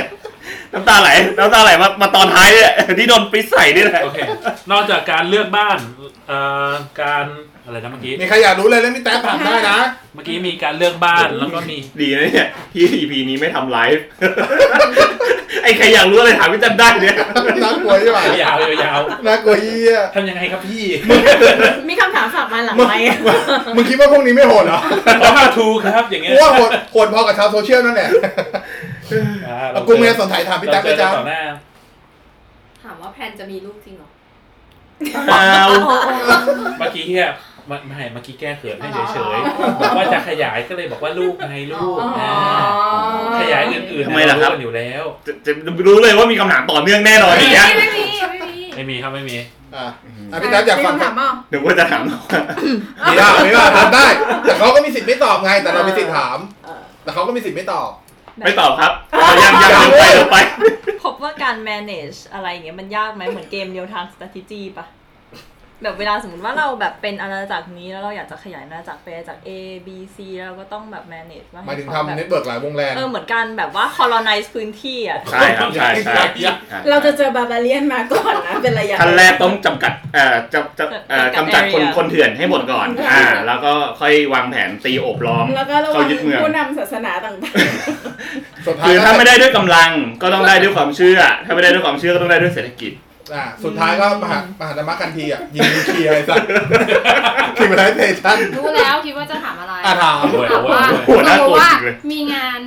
Speaker 7: น้ำตาไหลน้ำตาไหลมามาตอนท้ายเนี่ยที่โดนปิดใส่นี่แหละ
Speaker 4: โอเค นอกจากการเลือกบ้านเอ่อการอะไรนะเมื่อกี้
Speaker 1: มีใครอยากรู้เลยเรื่องพี่แต๊บถามได้นะ
Speaker 4: เมื่อกี้มีการเลือก บ้านแล้วก็มี
Speaker 7: ดีนะเนี่ยที่ EP นี้ไม่ทำไลฟ์ ไอ้ใครอยากรู้อะไรถามพี่จันได้เนี่ย
Speaker 1: น่ากลัวใช่ไหม
Speaker 4: ยาวยาว
Speaker 1: น่ากลัวเฮีย
Speaker 4: ๆทำยังไงครับพี่
Speaker 6: มีคำถามฝากมาหลังไหมค์
Speaker 1: มึงคิดว่าพวกนี้ไม่โหดเหรอ
Speaker 4: ขอมาทูครับ อย่างเงี้
Speaker 1: กู
Speaker 4: ย
Speaker 1: ว่าโหดโหดพอกับชาวโซเชียลนั่นแหละ
Speaker 4: อ่า
Speaker 1: เอากูเมียสนถ่ายถามพี่แต๊บ
Speaker 4: เจ
Speaker 1: ไป
Speaker 4: อกั
Speaker 1: จ้าน
Speaker 4: ต่อหน้า
Speaker 8: ถามว่าแพลนจะมีลูกจริงเหรอ
Speaker 7: เอา
Speaker 4: เมื่อกี้เฮียไม่ไม่เมื่อกี้แก้เขินให้เฉยๆบอกว่าจะขยายก็เลยบอกว่าลูกไงลูก
Speaker 8: อ๋ออ่
Speaker 4: าขยายอื่นๆเนี่ยเากันอยู่แล้ว
Speaker 7: จะจะรู้เลยว่ามีคำถามต่อเนื่องแน่นอนอย่างเงี้ย
Speaker 8: ไม่มีไม่มี
Speaker 4: ไม่มีครับไม่มี
Speaker 1: อ่ะอ่ะพี่แต๊บอยากฟัง
Speaker 6: มีคำถามเปล่า
Speaker 7: หนูว่าจะถาม
Speaker 1: ไม่ได้ไม่ได้ถามได้ แต่เขาก็มีสิทธิ์ไม่ตอบไง แต่เรามีสิทธิ์ถาม
Speaker 3: เออ
Speaker 1: แต่เขาก็มีสิทธิ์ไม่ตอบ
Speaker 7: ไม่ตอบครับยังยังยังไปเดี๋ยวไป
Speaker 3: พบว่าการ manage อะไรอย่างเงี้ยมันยากไหมเหมือนเกมเดียวทาง strategy ปะแบบเวลาสมมติว่าเราแบบเป็นอาณาจักรนี้แล้วเราอยากจะขยายอาณาจักรไปจาก A B C แล้วเราก็ต้องแบบ manage ว่า
Speaker 1: หมายถึง
Speaker 3: เขา
Speaker 1: ทำ
Speaker 3: แบ
Speaker 1: เน็ต
Speaker 3: บ
Speaker 1: เบิร์กหลายวงแรง
Speaker 3: เออเหมือนการแบบว่า colonize พื้นที่อ่ะ
Speaker 7: ใช่ครับใช่ใช่ใช่
Speaker 6: เราจะเจอบาบาเลียนมาก่อนนะ เป็นระยะ
Speaker 7: ขั้นแรกต้องจำกัดเอ่อจำจำเอ่อ
Speaker 3: จำกัด
Speaker 7: จำกัดคน
Speaker 3: area
Speaker 7: คนเถื่อนให้หมดก่อน อ่า แล้วก็ค่อยวางแผนตีโอบล้อม
Speaker 6: แล้วก็ระหวั
Speaker 7: เข้าง ยึดเมือง
Speaker 6: ผู้นำศาสนาต่าง
Speaker 1: สุดท้าย
Speaker 7: คือ
Speaker 1: ก็
Speaker 7: ถ้าไม่ได้ด้วยกำลังก็ต้องได้ด้วยความเชื่อ ถ้าไม่ได้ด้วยความเชื่อก็ต้องได้ด้วยเศรษฐกิจ
Speaker 1: อ่าสุดท้ายก็มหามหาธรรมะกันทีอ่ะ ยิงนิวเคลียร์ไอ้สัสทีมไรเทชั่น
Speaker 8: รู้แล้วคิดว่าจะถามอะไร
Speaker 1: อ่ะถาม
Speaker 4: โอ้ย
Speaker 8: ถามว่า
Speaker 4: โอ้ย
Speaker 7: โอ้ยน่ากลัวจริงเลย
Speaker 8: มีงาน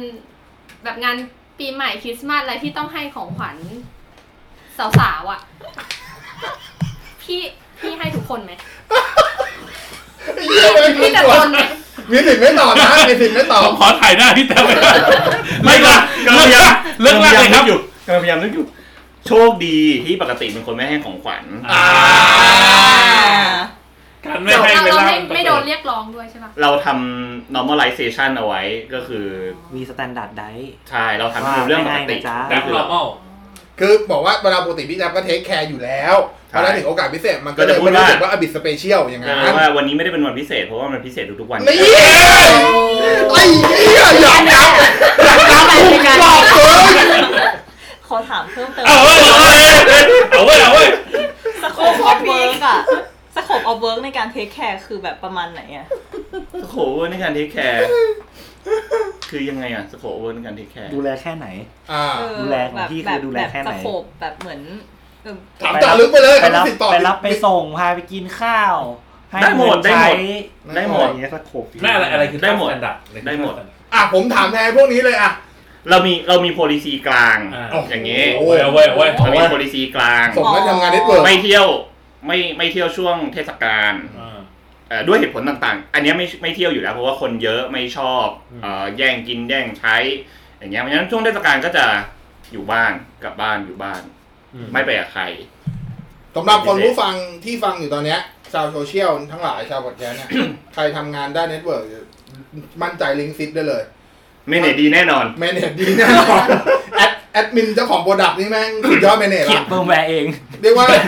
Speaker 8: แบบงานปีใหม่คริสต์มาสอะไรที่ต้องให้ของขวัญสาวๆอ่ะ พี่พี่ให้ทุกคนไหม
Speaker 1: ไอ้เหี้ยไม่
Speaker 8: พี่
Speaker 1: คิด
Speaker 8: แต่
Speaker 1: ว่า
Speaker 8: คนไหม
Speaker 1: มีสิทธิ์ไม่ตอบนะมีสิทธิ์ไม่ตอบ
Speaker 4: ผมขอถ่ายหน้าพี่แต้ว
Speaker 7: ไม่ก็กำลังพยายาม
Speaker 4: เรื่องแรกเลยครับ
Speaker 7: อยู่กำลังพยายามนึกอยู่ โชคดีที่ปกติเป็นคนไม่ให้ของขวัญ
Speaker 4: อ่า
Speaker 3: อ่า
Speaker 4: การ มันไม่ให้เว
Speaker 8: เรา
Speaker 4: ลา
Speaker 8: ไม่
Speaker 4: น
Speaker 8: ไม่โดนเรียกร้องด้วยใช่ปะ
Speaker 7: เราทำ normalization เอาไว้ก็คือ
Speaker 5: มีสแตนดาร์ดได
Speaker 7: ใช่เราทำให้เป็นเรื่องปกติ
Speaker 5: ว่าไม่ให้นะจ๊ะ
Speaker 4: ดัก
Speaker 7: คือ
Speaker 4: เรา
Speaker 7: เรา
Speaker 4: เมา
Speaker 1: คือบอกว่าเวลาปกติพี่แจ๊บก็เทคแคร์อยู่แล้วเพ
Speaker 7: ใช่
Speaker 1: ราะฉะนั้นถึงโอกาสพิเศษมันก็
Speaker 7: ก็
Speaker 1: เลย
Speaker 7: จะพูด
Speaker 1: ไม่รู้
Speaker 7: ว่า
Speaker 1: สึกว่าอบิสสเปเชียลอย่างนั้
Speaker 7: จะ
Speaker 1: น
Speaker 7: เรียกว่าวันนี้ไม่ได้เป็นวันพิเศษเพราะว่ามันพิเศษทุกๆวัน
Speaker 1: นี่ไอ้เหี้ยอยากนับอยากนับถูกหลอกเลย
Speaker 3: ขอถามเพิ่มเติม
Speaker 4: เอาเว้ยเอาเว้ยเอาเว้ย
Speaker 3: สโคปออฟเวิร์กอะสโคปออฟเวิร์กในการเทคแคร์คือแบบประมาณไหนอะ
Speaker 7: สโคเวอร์ในการเทคแคร์ คือยังไงอ่ะสโคเวอร์ในการเทคแคร์
Speaker 5: ดูแลแค่ไหน
Speaker 1: อ่า
Speaker 3: เออ
Speaker 5: ดูแลของพี่คือดูแลแค่ไห
Speaker 3: บ
Speaker 5: น
Speaker 3: บสโคปแบบเหมือนเออ
Speaker 1: ถามเจาะลึกไปเลย
Speaker 5: ไปรับ
Speaker 1: สิทธิ์ตอบ
Speaker 5: ไปรับไปส่งพาไปกินข้าวให้
Speaker 7: ได้หมดได้หมด
Speaker 5: เงินใช้
Speaker 7: ได้หมด
Speaker 5: อะรอย่างเงี้ยสักขบ
Speaker 4: แม่อะไรอะไรคือ
Speaker 7: ได้หมด
Speaker 4: ค่าสแตนดาร์
Speaker 7: ได้หมด
Speaker 1: อ่ะผมถามแทนพวกนี้เลยอ่ะ
Speaker 7: เรามีเรามีโพลิซีกลาง
Speaker 4: อ่า
Speaker 1: โอ้
Speaker 7: อย่างนี้
Speaker 1: โ
Speaker 4: เอาเว้ยเอาเว้ยเอาเว้ย
Speaker 7: เรามีโพลิซีกลาง
Speaker 1: สมก็ทำงานเน็ตเวิร์ก
Speaker 7: ไม่เที่ยวไม่ไม่เที่ยวช่วงเทศกาลเอ่อด้วยเหตุผลต่างๆ อันเนี้ยไม่ไม่เที่ยวอยู่แล้ว เพราะว่าคนเยอะไม่ชอบ
Speaker 4: อืม
Speaker 7: เอ่อแย่งกินแย่งใช้ อย่างเงี้ยเพราะฉะนั้นช่วงเทศกาลก็จะอยู่บ้านกลับบ้านอยู่บ้าน ไม่ไปกับใคร
Speaker 1: สำหรับคนผู้ฟังที่ฟังอยู่ตอนเนี้ยชาวโซเชียลทั้งหลายชาวบอดแคสต์เนี่ย ใครทำงานด้านเน็ตเวิร์กมั่นใจลิงก์ซิปได้เลย
Speaker 7: ไม่เหนดีแน่นอน
Speaker 1: แมเนจดีแน่นอนแอดแอดมินเจ้าของโปรดักต์นี่แม่งสุดยอดแมเนจ
Speaker 5: เขียน
Speaker 1: ละ
Speaker 5: เฟิร์มแวร์เอง
Speaker 1: เรียกว่า
Speaker 5: เขี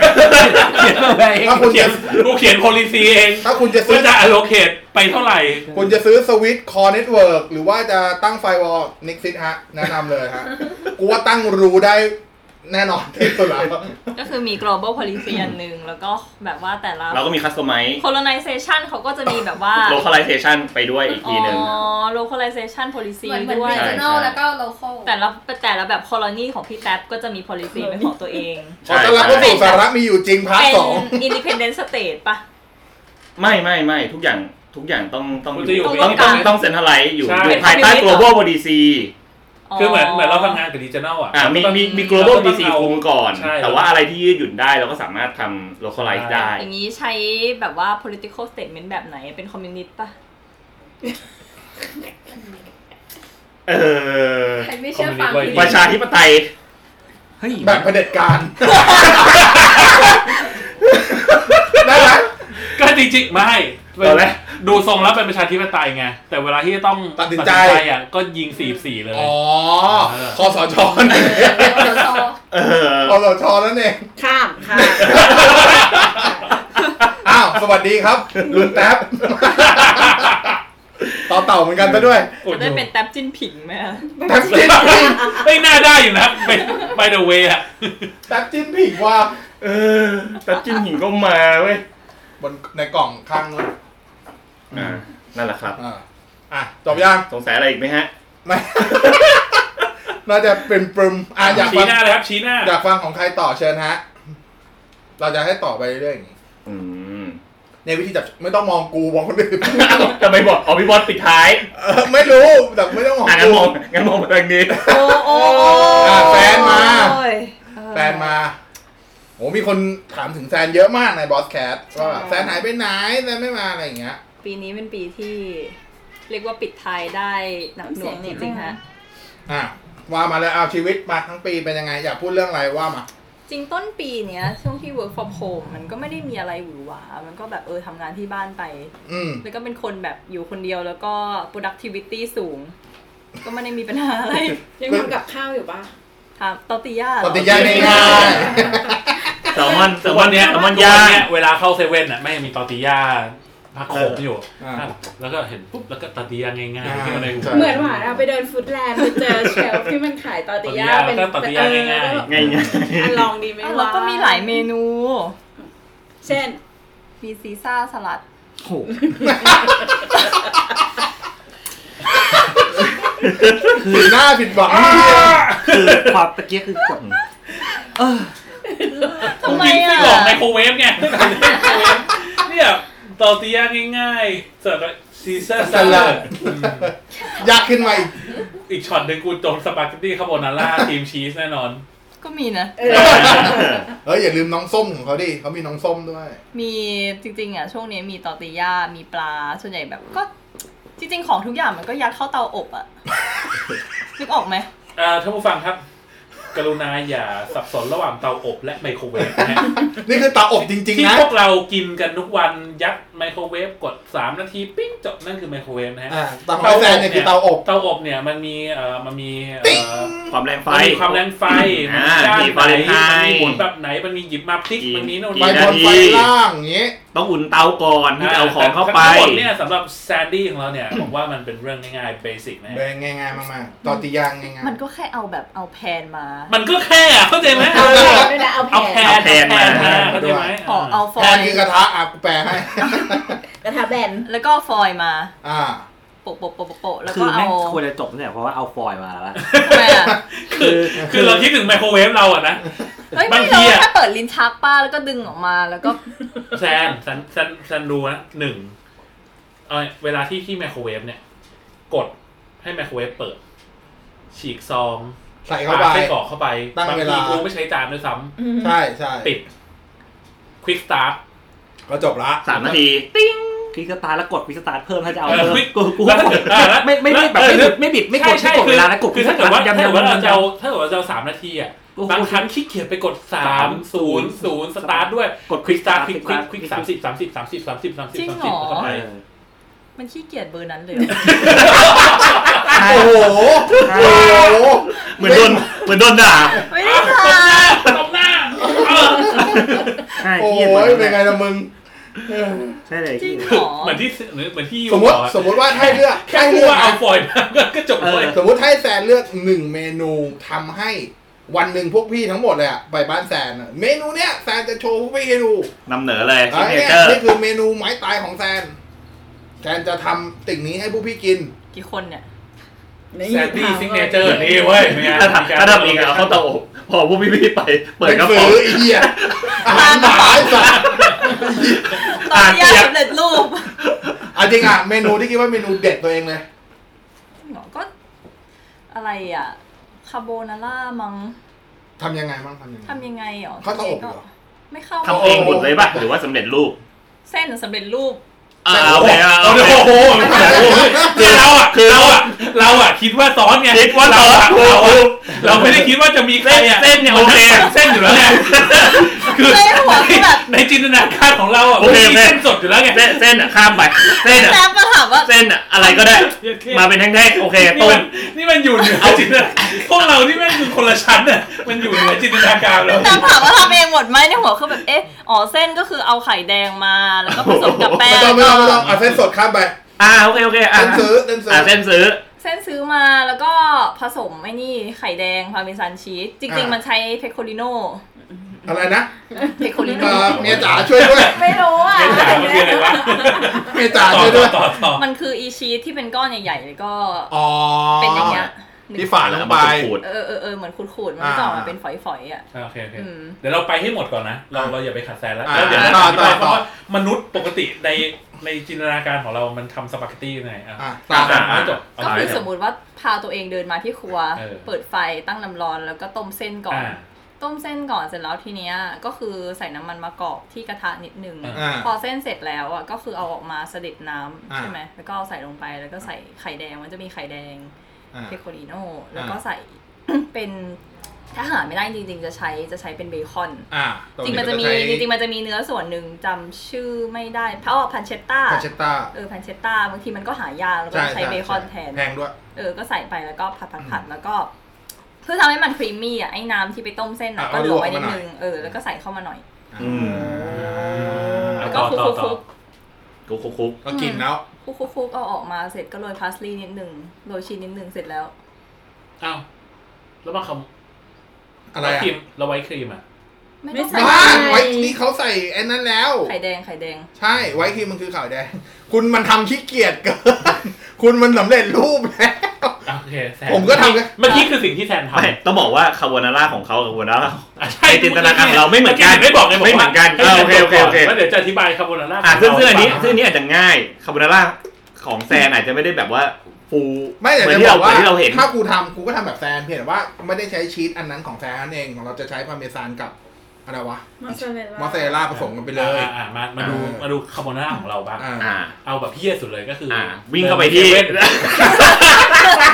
Speaker 5: ยนเฟิร์มแวร์เอง
Speaker 1: ถ้าคุณ
Speaker 4: เขีย
Speaker 1: จะ
Speaker 4: นกูเขียน policy เอง
Speaker 1: ถ้าคุณจะ
Speaker 4: กู
Speaker 1: ซื้อ
Speaker 4: จะ allocate ไปเท่าไหร่
Speaker 1: คุณจะซื้อสวิตคอเน็ตเวิร์กหรือว่าจะตั้งไฟวอลนิกซิตฮะ แนะนำเลยฮะ กูว่าตั้งรูได้แน่นอนที่สุดแล้ว
Speaker 3: ก็คือมี global policy อันหนึ่งแล้วก็แบบว่าแต่ละ
Speaker 7: เราก็มีคัสตอมไม
Speaker 3: colonization เขาก็จะมีแบบว่า
Speaker 7: localization ไปด้วยอีก
Speaker 3: อ๋
Speaker 7: ที
Speaker 3: อ
Speaker 7: หนึ่ง
Speaker 3: localization policy
Speaker 8: เหมือนเหมือน
Speaker 3: ด้วย
Speaker 7: ใช่
Speaker 8: regional
Speaker 7: ใช่
Speaker 8: แล้วก็ local
Speaker 3: แต่ละแต่ละแบบคอลอนีของพี่แท็บก็จะมี policy เป็นของตัวเอง
Speaker 1: ขอต้อนรับเข้าสู่สาระมีอยู่จริงพาร์ท
Speaker 3: เป็น
Speaker 1: สอง
Speaker 3: independent state ปะ
Speaker 7: ไม่ไม่ไม่ทุกอย่างทุกอย่างต้องต้อง
Speaker 4: มันจะอยู่
Speaker 7: ต้อง
Speaker 4: ตร
Speaker 7: ต้อง ง
Speaker 4: กลาง
Speaker 7: ต้องเซ็นทรัลไลซ์อยู่
Speaker 4: ใช่
Speaker 7: อยู่ภายใต้
Speaker 3: เป็นคอมมิวนิสต์
Speaker 7: global policy
Speaker 4: คือเหมือนเหมือนเราทำงานกับ regional อ่ะ
Speaker 7: อ่ามี
Speaker 4: เราก็ต้อง
Speaker 7: มีมี global
Speaker 4: เราก็ต้อง
Speaker 7: policy
Speaker 4: เอา
Speaker 7: คุมก่อน
Speaker 4: ใช่
Speaker 7: แต่ว่าอะไรที่ยืดหยุ่นได้เราก็สามารถทำ localize ได้
Speaker 3: อย่างนี้ใช้แบบว่า political statement แบบไหนเป็นคอมมิวนิสต์ปะ
Speaker 7: เออ
Speaker 8: ใครไม่เชื่อฟัง
Speaker 4: Community
Speaker 7: ประชาธิปไตย
Speaker 5: เฮ้ย
Speaker 1: แบบเผด็จการ ได้ไหม
Speaker 4: ก็จริงๆไม่
Speaker 7: เอาละ
Speaker 4: ดูทรงแล้วเป็นประชาธิปไตยไง แต่เวลาที่ต้อง
Speaker 1: ตัดสินใจ
Speaker 4: อ่ะก็ยิงสี่สี่เลย
Speaker 1: อ๋อ
Speaker 4: เออ
Speaker 1: คอสชนั่นเอง
Speaker 8: เดี๋ยวต่อ
Speaker 7: เออ
Speaker 1: คอสชนั่นเอง
Speaker 6: ข้ามข้าม
Speaker 1: อ้าว สวัสดีครับ ลุนแท็บต่อเต่าเหมือนกันซะด้วย
Speaker 4: โอ้
Speaker 3: จะ
Speaker 4: โห
Speaker 3: ได้เป็นแท็บจิ้นผิงไหมอะ
Speaker 1: แท็บจิ้นผิง
Speaker 4: เฮ้ยน่าได้อยู่นะ ไปไปเดอะเวย์อ่ะ
Speaker 1: แท็บจิ้นผิงว่า
Speaker 7: เออแต่จิ้นหิงก็มาเว้ย
Speaker 1: บนในกล่องข้างนู้น
Speaker 7: อ่านั่นแหละครับ
Speaker 1: อ่าอ่ะ จบยัง
Speaker 7: สงสัยอะไรอีกไหมฮะ
Speaker 1: ไม่ น่าจะเป็นปรึมอ่ะอยาก
Speaker 4: ชี้
Speaker 1: ฟัง
Speaker 4: หน้าเลยครับชี้หน้า
Speaker 1: อยากฟังของใครต่อเชิญฮะ เราจะให้ต่อไปเรื่อยๆอย่างนี้
Speaker 7: อืม
Speaker 1: ในวิธีจับไม่ต้องมองกูมองคนอื่น
Speaker 7: จะไปบอกเอาพี่บอสปิดท้าย
Speaker 1: เออไม่รู้แต่ไม่ต้องมอง
Speaker 7: อ่ะ
Speaker 1: กู
Speaker 7: งั้นมองงั้นมองไปทาง นี้
Speaker 3: โอ้โอ้โอ้
Speaker 1: อ่ะแฟนมา
Speaker 3: โอ้ยเออ
Speaker 1: แฟนมา โห มีคนถามถึงแซนเยอะมากในบอสแคทว่าแบบ
Speaker 3: ใช่
Speaker 1: แซนหายไปไหน แซนไม่มาอะไรอย่างเงี้ย
Speaker 3: ปีนี้เป็นปีที่ เรียกว่าปิดท้ายได้หนักหน่วงจริงๆฮะ
Speaker 1: อ่ะ ว่ามาเลยเอาชีวิตมาทั้งปีเป็นยังไง อยากพูดเรื่องอะไรว่ามา
Speaker 3: จริงต้นปีเนี้ยช่วงที่ work from home มันก็ไม่ได้มีอะไรหวือหวา มันก็แบบเออทำงานที่บ้านไป
Speaker 1: อืม
Speaker 3: แล้วก็เป็นคนแบบอยู่คนเดียวแล้วก็ productivity สูง ก็ไม่ได้มีปัญหาอะไร
Speaker 6: ยังทำกับข้าวอยู่ปะ
Speaker 3: ถามตอติยาเหรอ
Speaker 1: ปฏิญาณง่ายๆ
Speaker 7: แซลมอนแซ
Speaker 4: แต่
Speaker 7: ลม
Speaker 4: วั
Speaker 7: อน
Speaker 4: นเนี้ย
Speaker 7: แซล
Speaker 4: แต่
Speaker 7: ม
Speaker 4: วั
Speaker 7: อน น
Speaker 4: ย่า
Speaker 7: ย่าง
Speaker 4: เวลาเข้าเซเว่นอ่ะแม่งมีตอร์ติย่าผักโขมอยู่
Speaker 1: อ่ะ
Speaker 4: แล้วก็เห็นปุ๊บแล้วก็ตอร์ติย่าง่าย
Speaker 1: อ่า
Speaker 4: ๆที่มันในหัว
Speaker 6: เหมือนหวานเราไปเดินฟู้ดแลนด์ไปเจอเชลฟ์ที่มันขายตอติยาเป็น
Speaker 4: ตอติยาง่ายๆ
Speaker 6: เออ
Speaker 7: ง่ายง่าย
Speaker 6: อันลองดีไหม
Speaker 3: อ้าว
Speaker 6: วะ
Speaker 3: แล้วก็มีหลายเมนู
Speaker 6: เช่น
Speaker 3: มีซีซ่าสลัด
Speaker 5: โอ้โห
Speaker 1: สีหน้าผิดหวัง
Speaker 5: คือความตะเกียกคือกดเออ
Speaker 3: ทำไม
Speaker 4: ยิง
Speaker 3: อ่ะ
Speaker 4: หลอกไมโครเวฟไง เนี่ยตอร์ติย่าง่ายๆเสิร์ฟกับซีซ่าส
Speaker 1: สลั
Speaker 4: ลั
Speaker 1: ด
Speaker 4: ด
Speaker 1: ยากขึ้นมาอีก
Speaker 4: อีกช็อตหนึ่งกูโดนสปาเกตตี้คาโบนาร่าครีมชีสแน่นอน
Speaker 3: ก็มีนะ
Speaker 1: เฮ้ย อย่าลืมน้องส้มของเขาดิเขามีน้องส้มด้วย
Speaker 3: มีจริงๆอ่ะช่วงนี้มีตอติยามีปลาส่วนใหญ่แบบก็ จริง ๆ ของทุกอย่างมันก็ยัดเข้าเตาอบอ่ะ นึกออกไหม
Speaker 4: อ่าท่านผู้ฟังครับ กรุณาอย่าสับสนระหว่างเตาอบและไมโครเวฟนะฮะ
Speaker 1: นี่คือเตาอบจริง
Speaker 4: ที่
Speaker 1: ๆนะ
Speaker 4: พวกเรากินกันทุกวันยัดไมโครเวฟกด 3 นาทีปิ้งจบนั่นคือไมโครเวฟนะฮะ
Speaker 1: อ่าเตาของแฟนเนี่ยคือเตาอบ
Speaker 4: เตาอบเนี่ยมันมีเอ่อมันมีเอ่อ
Speaker 1: ติ๊ง
Speaker 7: ความแรงไฟ
Speaker 4: มันมีความแรงไฟ
Speaker 7: อ่า
Speaker 4: ด้าน
Speaker 7: มี
Speaker 4: ไหนมันมีหมุน
Speaker 7: Fahrenheit
Speaker 4: แบบไหนมันมีหยิบมาพลิก
Speaker 7: กี่
Speaker 4: มันมีโน่น
Speaker 1: ไฟ
Speaker 7: กี่
Speaker 1: บนไฟล่างอย่างงี้
Speaker 7: ต้องอุ่นเตาก่อนที่จะเอาของเข้าไป
Speaker 4: ทั้งหมดเนี่ยสำหรับแซนดี้ของเราเนี่ย ผมว่ามันเป็นเรื่องง่ายๆเบสิกนะฮะ
Speaker 1: เดินง่ายๆมากๆต่อตียางง่าย
Speaker 3: มันก็แค่เอาแบบเอาแพนมา
Speaker 4: มันก็แค่อะเข้าใจไหม
Speaker 6: เอาแผ่นด้วยนะเอา
Speaker 4: เอา
Speaker 6: แผ่
Speaker 4: แ
Speaker 7: เอาแพน
Speaker 4: พน
Speaker 6: น
Speaker 7: มา
Speaker 4: เข้าใจไหม
Speaker 3: ขอเอาฟ
Speaker 1: ๆ
Speaker 3: อ
Speaker 1: แท
Speaker 3: ย
Speaker 1: นคือกระทะอ่ะกูแปล ให้
Speaker 6: กระทะแบน
Speaker 3: แล้วก็ฟอยล์มา
Speaker 1: อ่า
Speaker 3: โปะโปะโปะโปะโปะแล้ว
Speaker 5: คื
Speaker 3: ก็
Speaker 5: อ
Speaker 3: เอา
Speaker 5: แม่งควรจะจบเนี่ยเพราะว่าเอาฟอยล์มาแล้วล่ะ
Speaker 3: ทำไมอะ
Speaker 4: คือคือเราคิดถึงไมโครเวฟเราอะ นะ
Speaker 3: เฮ้ย
Speaker 4: บา
Speaker 3: ไม่
Speaker 4: งที
Speaker 3: เรา
Speaker 4: อะ
Speaker 3: แค่เปิดลิ้นชักป้าแล้วก็ดึงออกมาแล้วก็
Speaker 4: แซนแซนแซนแซนดูนะหนึ่งเอาเวลาที่ที่ไมโครเวฟเนี่ย กดให้ไมโครเวฟเปิด ฉีกซอง
Speaker 1: ใส่เข้า
Speaker 4: ปา
Speaker 1: ไป
Speaker 4: ไส้กรอกเข้าไป
Speaker 1: ตั้ง
Speaker 4: บาง
Speaker 1: เว
Speaker 4: ที
Speaker 1: ลา
Speaker 4: กูไม่ใช้จานด้วยซ้
Speaker 1: ใช่ใช่
Speaker 4: ำปิดควิกสตาร์ท
Speaker 1: ก็จบละ
Speaker 7: สามนาที
Speaker 5: พี่สตาร์ทแล้วกดพี่สตาร์ทเพิ่มถ้าจะเอา
Speaker 4: เออ
Speaker 5: เพิ่ม
Speaker 4: เฮ้ย
Speaker 5: กูกู
Speaker 4: แล้วถ้าเกิดอ่าแล้ว
Speaker 5: ไม่ไม่ไม่แบบ
Speaker 4: เออ
Speaker 5: ไม่
Speaker 4: เรื่อ
Speaker 5: บิ
Speaker 4: ง
Speaker 5: ดไม่บิดไม่กดไม่กดเวลานะกด
Speaker 4: คือถ้าเกิดว่าถ้าเกิดว่าเราจะ
Speaker 5: เอา
Speaker 4: เอาถ้าเกิดว่าเราจะเอาสามนาทีอ่ะ
Speaker 5: โอ้โห
Speaker 4: บางครั้งขี้เกียจไปกดสามศูนย์ศูนย์สตาร์ทด้วย
Speaker 5: กด
Speaker 4: ควิกสตาร์ทควิก
Speaker 5: quick
Speaker 4: ควิกค
Speaker 5: start
Speaker 4: วิกสามสิบสามสิบสามสิบสามสิบสามสิบสามสิบเข้าไป
Speaker 3: มันขี้เกียจเบอร์นั้นเลยเหรอ
Speaker 5: ใช่
Speaker 1: โอ้โห โอ้โห
Speaker 7: เหมือนโดนเหมือนโดนด่า
Speaker 3: ไม่ได้ค่ะ
Speaker 4: ตบหน้าเออ
Speaker 5: ใช่
Speaker 1: โอ้
Speaker 5: เหี้ย
Speaker 1: ยเป็นไงล่ะมึงเออ
Speaker 5: ใช่เลย
Speaker 3: จริง
Speaker 5: เหี้ย
Speaker 3: เหรอ
Speaker 4: เหมือนที่เหมือนเหมือนที่ยู
Speaker 1: สมม
Speaker 4: บ
Speaker 1: ติ
Speaker 4: อกอะ
Speaker 1: สมมติว่าให้เลือก
Speaker 4: แค่
Speaker 1: ให้
Speaker 4: พู
Speaker 1: เลื
Speaker 4: ด
Speaker 1: อก
Speaker 4: ว่าเอาฟอยล์มาก็ก็จบ
Speaker 5: เออ
Speaker 4: เลย
Speaker 1: สมมติให้แซนเลือกหนึ่งเมนูทำให้วันหนึ่งพวกพี่ทั้งหมดเลยอะไปบ้านแซนอะเมนูเนี้ยแซนจะโชว์พวกพี่ให้ดู
Speaker 7: นำเหนือเลยซิ
Speaker 1: อ่ะ
Speaker 7: กเน
Speaker 1: เนี่ย
Speaker 7: เจอร์
Speaker 1: นี่คือเมนูไม้ตายของแซนแซนจะทำสิ่งนี้ให้พวกพี่กิน
Speaker 3: กี่คนเนี่ย
Speaker 4: แซนดี้ซิกเนเจอร์นี่เว้ยไม่
Speaker 7: ถ้า
Speaker 4: เอา
Speaker 7: ทำถ้าทำเองอะเอาเข้าเตาอบพอพวกพี่ๆไป เปิดกระ
Speaker 1: หนั
Speaker 7: ป๋องง
Speaker 1: สือไอ้เหี้ยอาหารหมาไอ้สัตว์
Speaker 3: ตอนนี้
Speaker 7: อ่านเสีย
Speaker 3: สำเร็จรูป
Speaker 1: อ่ะจริงอ่ะเมนูที่คิดว่าเมนูเด็ดตัวเองเลย
Speaker 3: หรอก็อะไรอ่ะ คาโบนาร่ามั้ง
Speaker 1: ทำยังไงบ้างทำยังไง
Speaker 3: ทำยังไงหรอ
Speaker 1: เขาต้องอบเหรอ
Speaker 3: ไม่เข้า
Speaker 7: ทำเองหมดเลยป่ะ หรือว่าสำเร็จรูป
Speaker 3: เส้นสำเร็จรูป
Speaker 7: อ่าโอเคอ่ะโอ
Speaker 4: เอาเดี๋ยว
Speaker 7: เค
Speaker 4: โอ้โหคือเราอ่ะคือเราอ่ะเราอ่ะคิดว่าซ้อนไง
Speaker 7: คิดว่าซ้อน
Speaker 4: เระเราอะเราไม่ได้คิดว่าจะมีใครอ่ะ
Speaker 7: เส้นเนี่ยโอเค
Speaker 4: เส้นอยู่แล้วไงคือ
Speaker 3: เส้นหัวคือแบบ
Speaker 4: ในจินตนาการของเราอ่ะ
Speaker 7: โอเคโอเค
Speaker 4: มันมีเส้นสดอยู่แล้วไง
Speaker 7: เส้นเส้นอะข้ามไป เส้นอะ
Speaker 3: แซมมาถามว่า
Speaker 7: เส้นอะอะไรก็ได้ มาเป็นแท่งๆโอเค
Speaker 4: นี่
Speaker 7: ต้
Speaker 4: มัน นนี่มันอยู่เหนือจินตนาพวกเรานี่แม่งคือคนละชั้นอ่ะมันอยู่เหนือจินตนาการเรา
Speaker 3: แซมถามว่าทำเองหมดไหมในหัวคือแบบเอ๊ะอ๋อเส้นก็คือเอาไข่แดงมาแล้วก็ผสมกับแป้
Speaker 1: ไม่
Speaker 3: ง
Speaker 1: ต้องไม่ต้องไม่ต้องอ่ะเส้นสดข้ามไป
Speaker 7: อ่าโอเคโอเคอ่ะ
Speaker 1: เส้นซื้อเส้นซื้
Speaker 7: อ่าเส้นซื้อ
Speaker 3: เส้นซื้อมาแล้วก็ผสมไอ้นี่ไข่แดงพาเมซานชีสจริง ๆ มันใช้เพคโคลิโน
Speaker 1: อะไรนะ
Speaker 3: เพคโคลิโน
Speaker 1: เอ่อเมียจ๋าช่วยด้วย
Speaker 6: ไม่รู้อ่ะ
Speaker 4: เส้นจ่ายมันคืออะไรวะ
Speaker 1: เมียจ๋า
Speaker 4: ต่อ
Speaker 1: ช่วย
Speaker 4: ต่
Speaker 1: ด้
Speaker 4: อ
Speaker 1: วย
Speaker 4: ต่อต่อ
Speaker 3: มันคืออีชีสที่เป็นก้อนใหญ่ๆแล้วก็
Speaker 1: อ๋อ
Speaker 3: เป็นอย่างเงี้ย
Speaker 1: ที่ฝาดลงไป
Speaker 7: ขูด
Speaker 3: เออเออเออเหมือนขูดๆมันก็จะออกมาเป็นฝอยๆอ่ะ
Speaker 4: โอเคโอเค
Speaker 3: อืม
Speaker 4: เดี๋ยวเราไปให้หมดก่อนนะ เราเราอย่าไปขัดแซนแล้ว
Speaker 1: อ่า
Speaker 4: แล้วเดี๋ยว
Speaker 1: ต่
Speaker 4: ต่
Speaker 1: อ
Speaker 4: อ
Speaker 1: ต่
Speaker 4: ต่
Speaker 1: อต่
Speaker 4: อเพ
Speaker 1: อ
Speaker 4: ราะว่ามนุษย์ปกติในในจินตนาการของเรามันทำสปาเกตตี้ยังไงอ่ะ
Speaker 1: อ่ะ
Speaker 4: อ่า
Speaker 1: ตาม
Speaker 4: อ่าจบเา
Speaker 3: ก็
Speaker 4: ไป
Speaker 3: คือ
Speaker 4: จ
Speaker 3: ส
Speaker 4: บ
Speaker 3: มมติว่าพาตัวเองเดินมาที่ครัว
Speaker 4: เออ
Speaker 3: เปิดไฟตั้งน้ำร้อนแล้วก็ต้มเส้นก่อน
Speaker 4: อ่า
Speaker 3: ต้มเส้นก่อนเสร็จแล้วทีเนี้ยก็คือใส่น้ำมันมะกอกที่กระทะนิดนึง
Speaker 4: อ่า
Speaker 1: อ่า
Speaker 3: พอเส้นเสร็จแล้วอ่ะก็คือเอาออกมาเสด็จน้ำ
Speaker 1: อ่า
Speaker 3: ใช่ไหมแล้วก็เอาใส่ลงไปแล้วก็ใส่ไข่แดงมันจะมีไข่แดง
Speaker 1: อ่ะ
Speaker 3: เพโคลิโน่แล้วก็ใส่ เป็นถ้าหาไม่ได้จริง ๆ จะใช้จะใช้เป็นเบคอน
Speaker 1: อ่ะ
Speaker 3: จริงๆมันจะมีจริงๆมันจะมีเนื้อส่วนหนึ่งจำชื่อไม่ได้เพราะว่าพันเชตตา
Speaker 1: พาเชตต้า
Speaker 3: เออพันเชตตาบางทีมันก็หายากแล้วก็ใช้เบคอนแทน
Speaker 1: แพงด้วย
Speaker 3: เออ ก็ใส่ไปแล้วก็ผัดผัดผัด
Speaker 1: อืม
Speaker 3: แล้วก็ เพื่อทำให้มันครีมมี่อ่ะ ไอ้น้ำที่ไปต้มเส้นอ่ะ
Speaker 1: อ่ะ
Speaker 3: ก็
Speaker 1: เอา
Speaker 3: เหลือ
Speaker 1: ลว
Speaker 3: ไว้
Speaker 1: ก
Speaker 3: นิ
Speaker 1: มา
Speaker 3: ด
Speaker 1: หน่อย
Speaker 3: นึง เออ แล้วก็ใส่เข้ามาหน่อย
Speaker 7: อืม
Speaker 4: อ่ะ
Speaker 3: แล้ว
Speaker 4: ต่
Speaker 3: ก็
Speaker 4: อ
Speaker 3: คลุกค
Speaker 4: ต่อ
Speaker 3: ลุกค
Speaker 4: ต่อ
Speaker 3: ลุก
Speaker 7: คุกคุกคุก
Speaker 1: ก็กินแล้ว
Speaker 3: คลุกคลุกคลุกเอาออกมาเสร็จก็โรยพาสลีย์นิดนึงโรยชีสนิดนึงเสร็จแล้ว
Speaker 4: อ้าวแล้วมาค
Speaker 1: อะ
Speaker 4: ำ
Speaker 1: ไร
Speaker 4: แล้ว
Speaker 1: อ่ะ
Speaker 4: ครีมแล้วไว้ครีมอ่ะ
Speaker 3: ไม่
Speaker 6: ไม่
Speaker 3: ต้องใส่
Speaker 6: ใส่
Speaker 1: บ้าไว้นี่เขาใส่ไอ้นั้นแล้ว
Speaker 3: ไข่แดงไข่แดง
Speaker 1: ใช่ไว้ครีมมันคือข่าวแดง คุณมันทำขี้เกียจเกิน คุณมันสำเร็จรูปแล้ว
Speaker 4: อ่ะโอเคแซน
Speaker 1: ผมก็ทำนะ
Speaker 4: เมื่อกี้คือสิ่งที่แซนทำ
Speaker 7: ไม่ต้องบอกว่าคาโบนาร่าของเขากับคาโบนาร่า
Speaker 4: อ่ะใช่
Speaker 7: ในจินตนาการของเราไม่เหมือนกัน
Speaker 4: ไม่บอกไงบ
Speaker 7: ไม่เหมือนกัน
Speaker 4: ว่า
Speaker 7: อ่ะ
Speaker 4: ให้
Speaker 7: โอเคโอเคโอเค
Speaker 4: แล้วเดี๋ยวจะอธิบายคาโบนาร่า
Speaker 7: อ่ะซึ่งซึ่งอันนี้
Speaker 4: ให้ฟั
Speaker 7: ซึ่งอันนี้อาจจะง่ายคาโบนาร่าของแซนอาจจะไม่ได้แบบว่าฟู
Speaker 1: ไม่แต่
Speaker 7: เหมือ
Speaker 1: จะ
Speaker 7: นที่
Speaker 1: บอกว่า
Speaker 7: เราเหมือนที่เราเห็น
Speaker 1: ถ้ากูทำกูก็ทำแบบแซนเพียงแต่ว่าไม่ได้ใช้ชีสอันนั้นของแซนนั่นเองของเราจะใช้พาเมซานกับอะไรวะ
Speaker 6: มอสซาเรลล่าม
Speaker 1: อสซาเรลล่าผสมกันไปเลย
Speaker 4: อ่ะอ่ะมามาดู
Speaker 1: เออ
Speaker 4: มาดูคาโบนาร่าของเราบ้าง
Speaker 1: อ่า
Speaker 7: อ่า
Speaker 4: เอาแบบเพี้ยสุดเลยก็คือ
Speaker 7: อ่า
Speaker 4: อ่า
Speaker 7: วิ่งเข้าไปที่
Speaker 4: เซเว่น